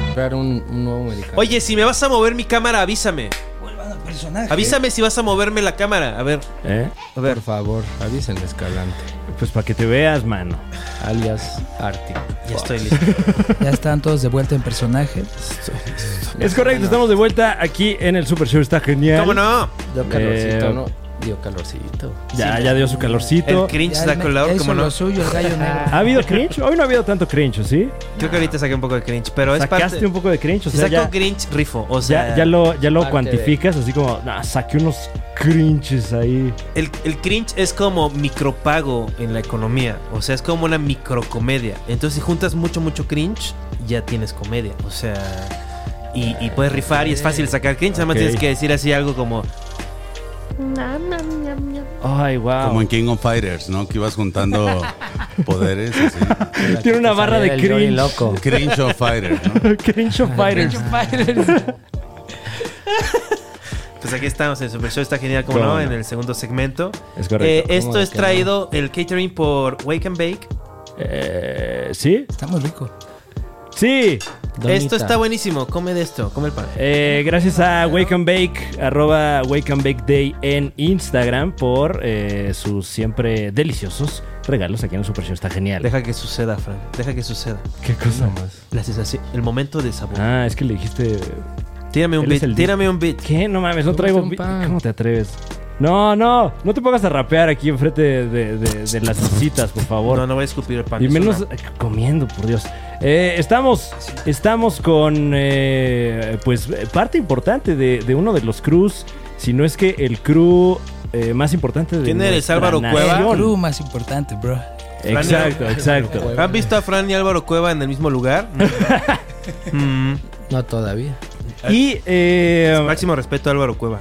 [SPEAKER 2] Comprar un, un nuevo medicamento.
[SPEAKER 3] Oye, si me vas a mover mi cámara, avísame.
[SPEAKER 5] Vuelvan al personaje.
[SPEAKER 3] Avísame si vas a moverme la cámara. A ver,
[SPEAKER 4] ¿Eh?
[SPEAKER 3] a ver.
[SPEAKER 2] Por favor, avísenle Escalante.
[SPEAKER 4] Pues para que te veas, mano.
[SPEAKER 2] Alias Arctic.
[SPEAKER 3] Ya estoy listo.
[SPEAKER 4] *laughs*
[SPEAKER 5] Ya están todos de vuelta en personaje.
[SPEAKER 4] Es correcto, estamos de vuelta aquí en el Super Show. Está genial.
[SPEAKER 3] ¿Cómo no?
[SPEAKER 2] Dio calorcito,
[SPEAKER 4] Eh,
[SPEAKER 2] ¿no? Dio calorcito.
[SPEAKER 4] Ya, ya dio su
[SPEAKER 3] El
[SPEAKER 4] calorcito.
[SPEAKER 3] cringe
[SPEAKER 5] Ya
[SPEAKER 3] da
[SPEAKER 5] él-
[SPEAKER 3] colador,
[SPEAKER 5] ya hizo
[SPEAKER 3] ¿cómo no? Ah,
[SPEAKER 5] lo suyo, el gallo negro.
[SPEAKER 4] ¿Ha habido cringe? Hoy no ha habido tanto cringe, ¿sí?
[SPEAKER 3] Creo que ahorita saqué un poco de cringe, pero es
[SPEAKER 4] Sacaste
[SPEAKER 3] parte.
[SPEAKER 4] un poco de cringe, o
[SPEAKER 3] Si
[SPEAKER 4] sea,
[SPEAKER 3] saco
[SPEAKER 4] ya,
[SPEAKER 3] cringe, rifo. O sea,
[SPEAKER 4] ya, ya lo, ya lo
[SPEAKER 2] parte
[SPEAKER 4] cuantificas así como, "Ah, saqué unos cringes
[SPEAKER 3] *laughs*
[SPEAKER 4] ahí.
[SPEAKER 3] el, el cringe es como micropago en la economía. O sea, es como una microcomedia. Entonces, si juntas mucho, mucho cringe, ya tienes comedia. O sea, y, y puedes rifar y es fácil sacar cringe. Nada más
[SPEAKER 4] Ok.
[SPEAKER 3] tienes que decir así algo como.
[SPEAKER 4] Ay,
[SPEAKER 6] Como
[SPEAKER 4] wow.
[SPEAKER 6] en King of Fighters, ¿no? Que ibas juntando poderes así.
[SPEAKER 4] Tiene una barra de
[SPEAKER 2] El Johnny
[SPEAKER 4] cringe.
[SPEAKER 2] loco.
[SPEAKER 6] Cringe of Fighter, ¿no?
[SPEAKER 4] cringe of fighters.
[SPEAKER 3] Pues aquí estamos, el Super Show está genial, como
[SPEAKER 4] ¿Cómo
[SPEAKER 3] no,
[SPEAKER 4] no?
[SPEAKER 3] en el segundo segmento.
[SPEAKER 4] Es correcto.
[SPEAKER 3] Eh, esto
[SPEAKER 2] ¿Cómo
[SPEAKER 3] es
[SPEAKER 2] que no?
[SPEAKER 3] traído el catering por Wake and Bake.
[SPEAKER 4] Eh, ¿Sí?
[SPEAKER 5] Está muy rico.
[SPEAKER 4] Sí.
[SPEAKER 3] Esto
[SPEAKER 2] Donita.
[SPEAKER 3] está buenísimo, come de esto, come el pan.
[SPEAKER 4] Eh, gracias a Wake and Bake, arroba Wake and Bake Day en Instagram por eh, sus siempre deliciosos regalos aquí en el Super Show. Está genial.
[SPEAKER 3] Deja que suceda, Frank, deja que suceda.
[SPEAKER 4] ¿Qué cosa más?
[SPEAKER 3] La sensación, el momento de sabor.
[SPEAKER 4] Ah, es que le dijiste...
[SPEAKER 3] Tírame un
[SPEAKER 4] Él es
[SPEAKER 3] beat,
[SPEAKER 4] el
[SPEAKER 3] tírame un beat.
[SPEAKER 4] ¿Qué? No mames, no
[SPEAKER 2] Cómete
[SPEAKER 4] traigo...
[SPEAKER 2] un
[SPEAKER 4] vi-
[SPEAKER 2] pan.
[SPEAKER 4] ¿Cómo te atreves? No, no, no te pongas a rapear aquí enfrente de, de- de- de las citas, por favor.
[SPEAKER 3] No, no voy a escupir el pan.
[SPEAKER 4] Y
[SPEAKER 3] es
[SPEAKER 4] menos
[SPEAKER 3] una-
[SPEAKER 4] eh, comiendo, por Dios. Eh, estamos, estamos con eh, pues eh, parte importante de, de uno de los crews, si no es que el crew eh, más importante de
[SPEAKER 3] ¿Quién eres,
[SPEAKER 4] nuestra
[SPEAKER 3] Álvaro Cueva?
[SPEAKER 5] El
[SPEAKER 4] nación.
[SPEAKER 5] crew más importante, bro.
[SPEAKER 4] Exacto, exacto.
[SPEAKER 3] ¿Han visto a Fran y Álvaro Cueva en el mismo lugar?
[SPEAKER 4] *laughs*
[SPEAKER 3] Mm.
[SPEAKER 2] No
[SPEAKER 3] *laughs*
[SPEAKER 2] todavía.
[SPEAKER 4] Y eh,
[SPEAKER 3] Máximo respeto a Álvaro Cueva.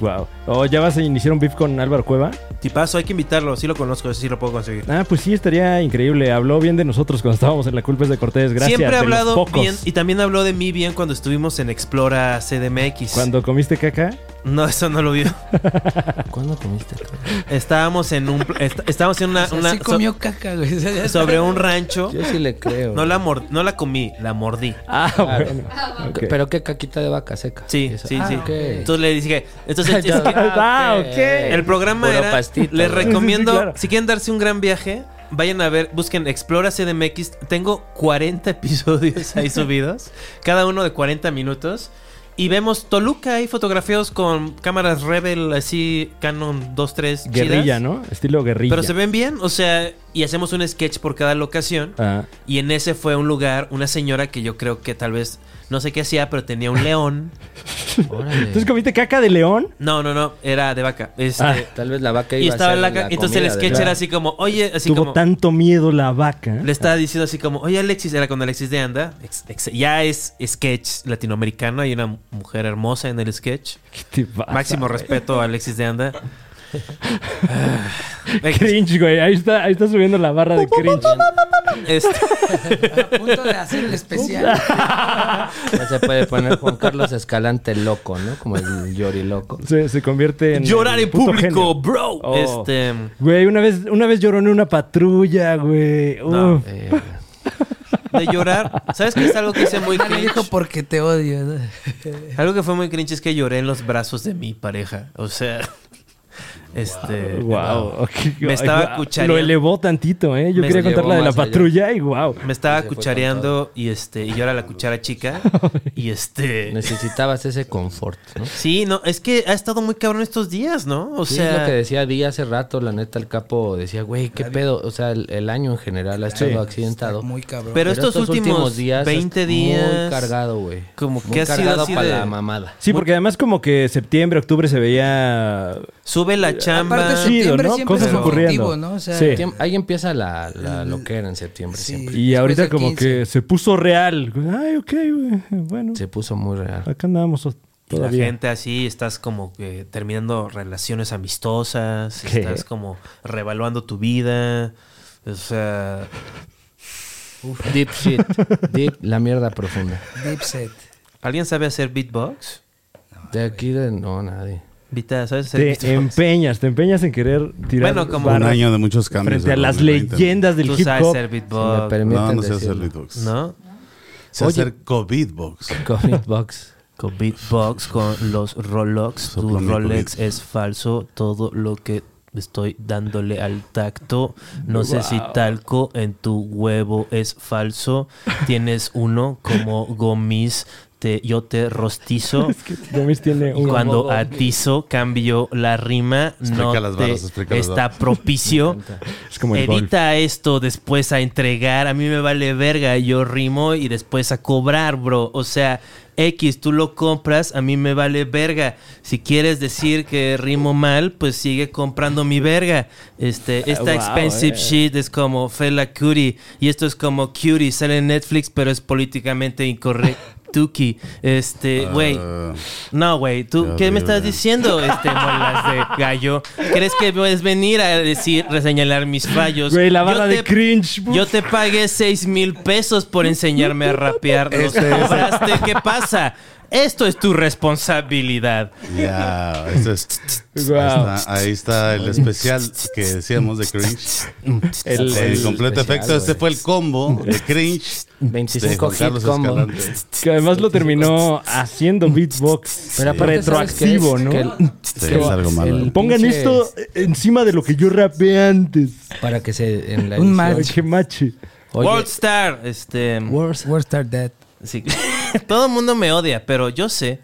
[SPEAKER 4] wow. Oh, ya vas a iniciar un beef con Álvaro Cueva.
[SPEAKER 3] Tipazo, hay que invitarlo, sí lo conozco, ese sí lo puedo conseguir.
[SPEAKER 4] Ah, pues sí, estaría increíble. Habló bien de nosotros cuando estábamos en la Culpes de Cortés. Gracias.
[SPEAKER 3] Siempre ha
[SPEAKER 4] de los
[SPEAKER 3] hablado
[SPEAKER 4] pocos.
[SPEAKER 3] bien y también habló de mí bien cuando estuvimos en Explora CDMX.
[SPEAKER 4] Cuando comiste caca.
[SPEAKER 3] No, eso no lo vio.
[SPEAKER 2] ¿Cuándo comiste? tú?
[SPEAKER 3] Estábamos en un est- estábamos en una,
[SPEAKER 5] O sea,
[SPEAKER 3] una-
[SPEAKER 5] sí
[SPEAKER 3] so-
[SPEAKER 5] comió caca, güey. *laughs* O sea, ya está-
[SPEAKER 3] sobre un rancho.
[SPEAKER 2] Yo sí le creo.
[SPEAKER 3] No la mor- no la comí, la mordí.
[SPEAKER 4] Ah,
[SPEAKER 2] Ah,
[SPEAKER 4] bueno.
[SPEAKER 2] bueno.
[SPEAKER 4] Ok.
[SPEAKER 2] Pero qué caquita de vaca seca.
[SPEAKER 3] Sí,
[SPEAKER 2] Eso.
[SPEAKER 3] sí,
[SPEAKER 2] Ah,
[SPEAKER 3] sí.
[SPEAKER 2] ok. *laughs*
[SPEAKER 3] Entonces le dije, entonces es que
[SPEAKER 4] Ah, ok.
[SPEAKER 3] el programa
[SPEAKER 2] Puro
[SPEAKER 3] era
[SPEAKER 2] pastito,
[SPEAKER 3] les
[SPEAKER 2] ¿no?
[SPEAKER 3] recomiendo
[SPEAKER 4] Sí, claro.
[SPEAKER 3] si quieren darse un gran viaje, vayan a ver, busquen Explora CDMX, tengo 40 *laughs* episodios ahí subidos, cada uno de 40 minutos. Y vemos Toluca ahí fotografiados con cámaras Rebel así Canon 2-3 chidas.
[SPEAKER 4] Guerrilla, ¿no? Estilo guerrilla.
[SPEAKER 3] Pero se ven bien, o sea, y, y hacemos un sketch por cada locación.
[SPEAKER 4] Ah,
[SPEAKER 3] Y en ese fue un lugar, una señora que yo creo que tal vez, no sé qué hacía, pero tenía un león.
[SPEAKER 4] Entonces comiste caca de león.
[SPEAKER 3] No, no, no, era de vaca. Este,
[SPEAKER 4] Ah,
[SPEAKER 2] Tal vez la vaca iba
[SPEAKER 3] y
[SPEAKER 2] a
[SPEAKER 3] estaba
[SPEAKER 2] ser
[SPEAKER 3] la vaca. Entonces el
[SPEAKER 2] comida de-
[SPEAKER 3] sketch era así como, oye, así
[SPEAKER 4] Tuvo
[SPEAKER 3] como.
[SPEAKER 4] tanto miedo la vaca.
[SPEAKER 3] Le estaba diciendo así como, oye Alexis, era con Alexis de Anda. Ex- ex- ya es sketch latinoamericano, hay una mujer hermosa en el sketch.
[SPEAKER 4] ¿Qué te pasa?
[SPEAKER 3] Máximo respeto a Alexis de Anda. Ah,
[SPEAKER 4] *laughs* Cringe, güey. Ahí está, ahí está subiendo la barra *laughs* de cringe.
[SPEAKER 3] este-
[SPEAKER 5] A punto de hacer el especial.
[SPEAKER 2] No se puede poner Juan Carlos Escalante loco, ¿no? Como
[SPEAKER 3] *laughs*
[SPEAKER 2] el Yori loco.
[SPEAKER 4] Se, se convierte en.
[SPEAKER 3] llorar en
[SPEAKER 4] puto
[SPEAKER 3] público,
[SPEAKER 4] genio.
[SPEAKER 3] bro.
[SPEAKER 4] Oh.
[SPEAKER 3] Este,
[SPEAKER 4] Güey, una vez, una vez lloró en una patrulla, güey.
[SPEAKER 3] No.
[SPEAKER 4] Uf.
[SPEAKER 2] Eh,
[SPEAKER 3] de llorar. ¿Sabes qué es algo que hice muy
[SPEAKER 5] Ya le
[SPEAKER 3] cringe?
[SPEAKER 5] dijo porque te odio. ¿no?
[SPEAKER 3] Algo que fue muy cringe es que lloré en los brazos de mi pareja. O sea, este.
[SPEAKER 4] Wow, ok,
[SPEAKER 3] Me estaba
[SPEAKER 4] guau.
[SPEAKER 3] cuchareando.
[SPEAKER 4] Lo elevó tantito, ¿eh? Yo
[SPEAKER 3] Me
[SPEAKER 4] quería contar
[SPEAKER 2] elevó
[SPEAKER 4] la de la
[SPEAKER 2] más allá.
[SPEAKER 4] patrulla y wow.
[SPEAKER 3] Me estaba
[SPEAKER 2] fue con
[SPEAKER 3] cuchareando y este y yo era la cuchara chica y este
[SPEAKER 2] necesitabas ese confort, ¿no?
[SPEAKER 3] sí no es que ha estado muy cabrón estos días no o
[SPEAKER 2] Sí, es lo
[SPEAKER 3] sea
[SPEAKER 2] que decía Di hace rato, la neta, el capo decía, güey, qué pedo. O sea, el, el año en general ha estado accidentado.
[SPEAKER 5] Muy cabrón.
[SPEAKER 3] pero estos, últimos, 20
[SPEAKER 2] está
[SPEAKER 3] días
[SPEAKER 2] Muy cargado, güey.
[SPEAKER 3] como
[SPEAKER 2] Muy
[SPEAKER 3] que ha sido
[SPEAKER 2] cargado
[SPEAKER 3] así
[SPEAKER 2] para
[SPEAKER 3] de-
[SPEAKER 2] la mamada.
[SPEAKER 4] Sí, porque además como que septiembre, octubre se veía...
[SPEAKER 3] sube la chamba
[SPEAKER 5] Aparte,
[SPEAKER 4] sí,
[SPEAKER 5] septiembre
[SPEAKER 4] ¿no?
[SPEAKER 5] siempre
[SPEAKER 4] Cosas
[SPEAKER 5] es
[SPEAKER 4] ocurriendo.
[SPEAKER 5] ocurriendo. ¿no? O sea,
[SPEAKER 4] Sí.
[SPEAKER 2] Tiem- Ahí empieza la, la loquera en septiembre
[SPEAKER 5] Sí.
[SPEAKER 2] siempre.
[SPEAKER 4] Y
[SPEAKER 5] Después
[SPEAKER 4] ahorita
[SPEAKER 5] del
[SPEAKER 4] como
[SPEAKER 5] 15.
[SPEAKER 4] que se puso real. Ay, ok, güey. Bueno,
[SPEAKER 2] Se puso muy real.
[SPEAKER 4] acá andamos
[SPEAKER 3] Y la
[SPEAKER 4] todavía.
[SPEAKER 3] gente así estás como que terminando relaciones amistosas
[SPEAKER 4] ¿Qué?
[SPEAKER 3] estás como revaluando tu vida o sea
[SPEAKER 2] Deep
[SPEAKER 4] *laughs*
[SPEAKER 2] shit. Deep, la mierda profunda.
[SPEAKER 5] Deep set.
[SPEAKER 3] alguien sabe hacer beatbox
[SPEAKER 2] De aquí de... No, nadie.
[SPEAKER 3] Vita sabes hacer
[SPEAKER 4] Te
[SPEAKER 3] beatbox?
[SPEAKER 4] empeñas, te empeñas en querer tirar
[SPEAKER 3] Bueno, como-
[SPEAKER 6] Un
[SPEAKER 4] barras
[SPEAKER 6] año de muchos cambios.
[SPEAKER 4] frente a
[SPEAKER 6] el
[SPEAKER 4] las
[SPEAKER 6] 2020.
[SPEAKER 4] leyendas del
[SPEAKER 3] tú
[SPEAKER 4] hip
[SPEAKER 3] sabes
[SPEAKER 4] hop.
[SPEAKER 3] hacer
[SPEAKER 2] Si me
[SPEAKER 3] beatbox
[SPEAKER 2] permiten
[SPEAKER 6] No, no sé hacer
[SPEAKER 2] decirlo.
[SPEAKER 6] beatbox.
[SPEAKER 3] no
[SPEAKER 6] Sé
[SPEAKER 2] Oye.
[SPEAKER 6] hacer COVID box.
[SPEAKER 2] Comic box.
[SPEAKER 3] Con Beatbox, con los Rolex. Tu
[SPEAKER 6] Sopla mi
[SPEAKER 3] Rolex
[SPEAKER 6] COVID.
[SPEAKER 3] es falso. Todo lo que estoy dándole al tacto. No sé si talco en tu huevo es falso. Tienes uno como gomis. Te, yo te rostizo.
[SPEAKER 4] *laughs* Es que Gomis
[SPEAKER 3] *laughs*
[SPEAKER 4] tiene
[SPEAKER 3] Y
[SPEAKER 4] un...
[SPEAKER 3] cuando atizo, cambio la rima. no
[SPEAKER 6] Explica las
[SPEAKER 3] te-
[SPEAKER 6] barras, explica las *laughs*
[SPEAKER 3] está
[SPEAKER 6] barras.
[SPEAKER 3] propicio.
[SPEAKER 4] Es como el golf.
[SPEAKER 3] Edita esto después a entregar. A mí me vale verga. Yo rimo y después a cobrar, bro. O sea, X, tú lo compras, a mí me vale verga. Si quieres decir que rimo mal, pues sigue comprando mi verga. Este, esta
[SPEAKER 4] Ah, wow,
[SPEAKER 3] expensive
[SPEAKER 4] eh.
[SPEAKER 3] shit es como Fela Cutie. Y esto es como Cutie. Sale en Netflix, pero es políticamente incorrecto.
[SPEAKER 6] *laughs*
[SPEAKER 3] Tuki, este, güey.
[SPEAKER 6] Ah.
[SPEAKER 3] No, güey, ¿tú
[SPEAKER 6] Qué
[SPEAKER 3] qué me estás
[SPEAKER 6] horrible.
[SPEAKER 3] diciendo, este, molas de gallo? ¿Crees que puedes venir a decir, reseñalar mis fallos?
[SPEAKER 4] Güey, la
[SPEAKER 3] Yo
[SPEAKER 4] barra de
[SPEAKER 3] te-
[SPEAKER 4] cringe.
[SPEAKER 3] Yo te pagué seis mil pesos por enseñarme a rapear. ¿Los
[SPEAKER 6] Este es-
[SPEAKER 3] cobraste? ¿Qué pasa? Esto es tu responsabilidad.
[SPEAKER 6] Ya, eso es.
[SPEAKER 2] *laughs*
[SPEAKER 4] Wow.
[SPEAKER 6] Ahí, está, ahí está el especial que decíamos de cringe. El, completo
[SPEAKER 2] especial,
[SPEAKER 6] efecto. Este
[SPEAKER 2] güey.
[SPEAKER 6] fue el combo de cringe de
[SPEAKER 2] 25
[SPEAKER 6] Juan Carlos
[SPEAKER 2] hit combo.
[SPEAKER 6] Escalante.
[SPEAKER 4] Que además lo terminó haciendo beatbox.
[SPEAKER 2] Pero aparte, ¿sabes qué
[SPEAKER 4] retroactivo,
[SPEAKER 2] es?
[SPEAKER 4] ¿no?
[SPEAKER 2] Que el-
[SPEAKER 6] Sí, es algo malo.
[SPEAKER 2] el
[SPEAKER 4] Pongan
[SPEAKER 2] pinche-
[SPEAKER 4] esto eh, encima de lo que yo rapeé antes.
[SPEAKER 2] Para que se... En la
[SPEAKER 5] Un
[SPEAKER 2] edición-
[SPEAKER 5] match.
[SPEAKER 4] Ay, qué mache.
[SPEAKER 2] Oye,
[SPEAKER 3] World Star, este.
[SPEAKER 5] Where start that?
[SPEAKER 3] sí. *laughs* Todo el mundo me odia, pero yo sé,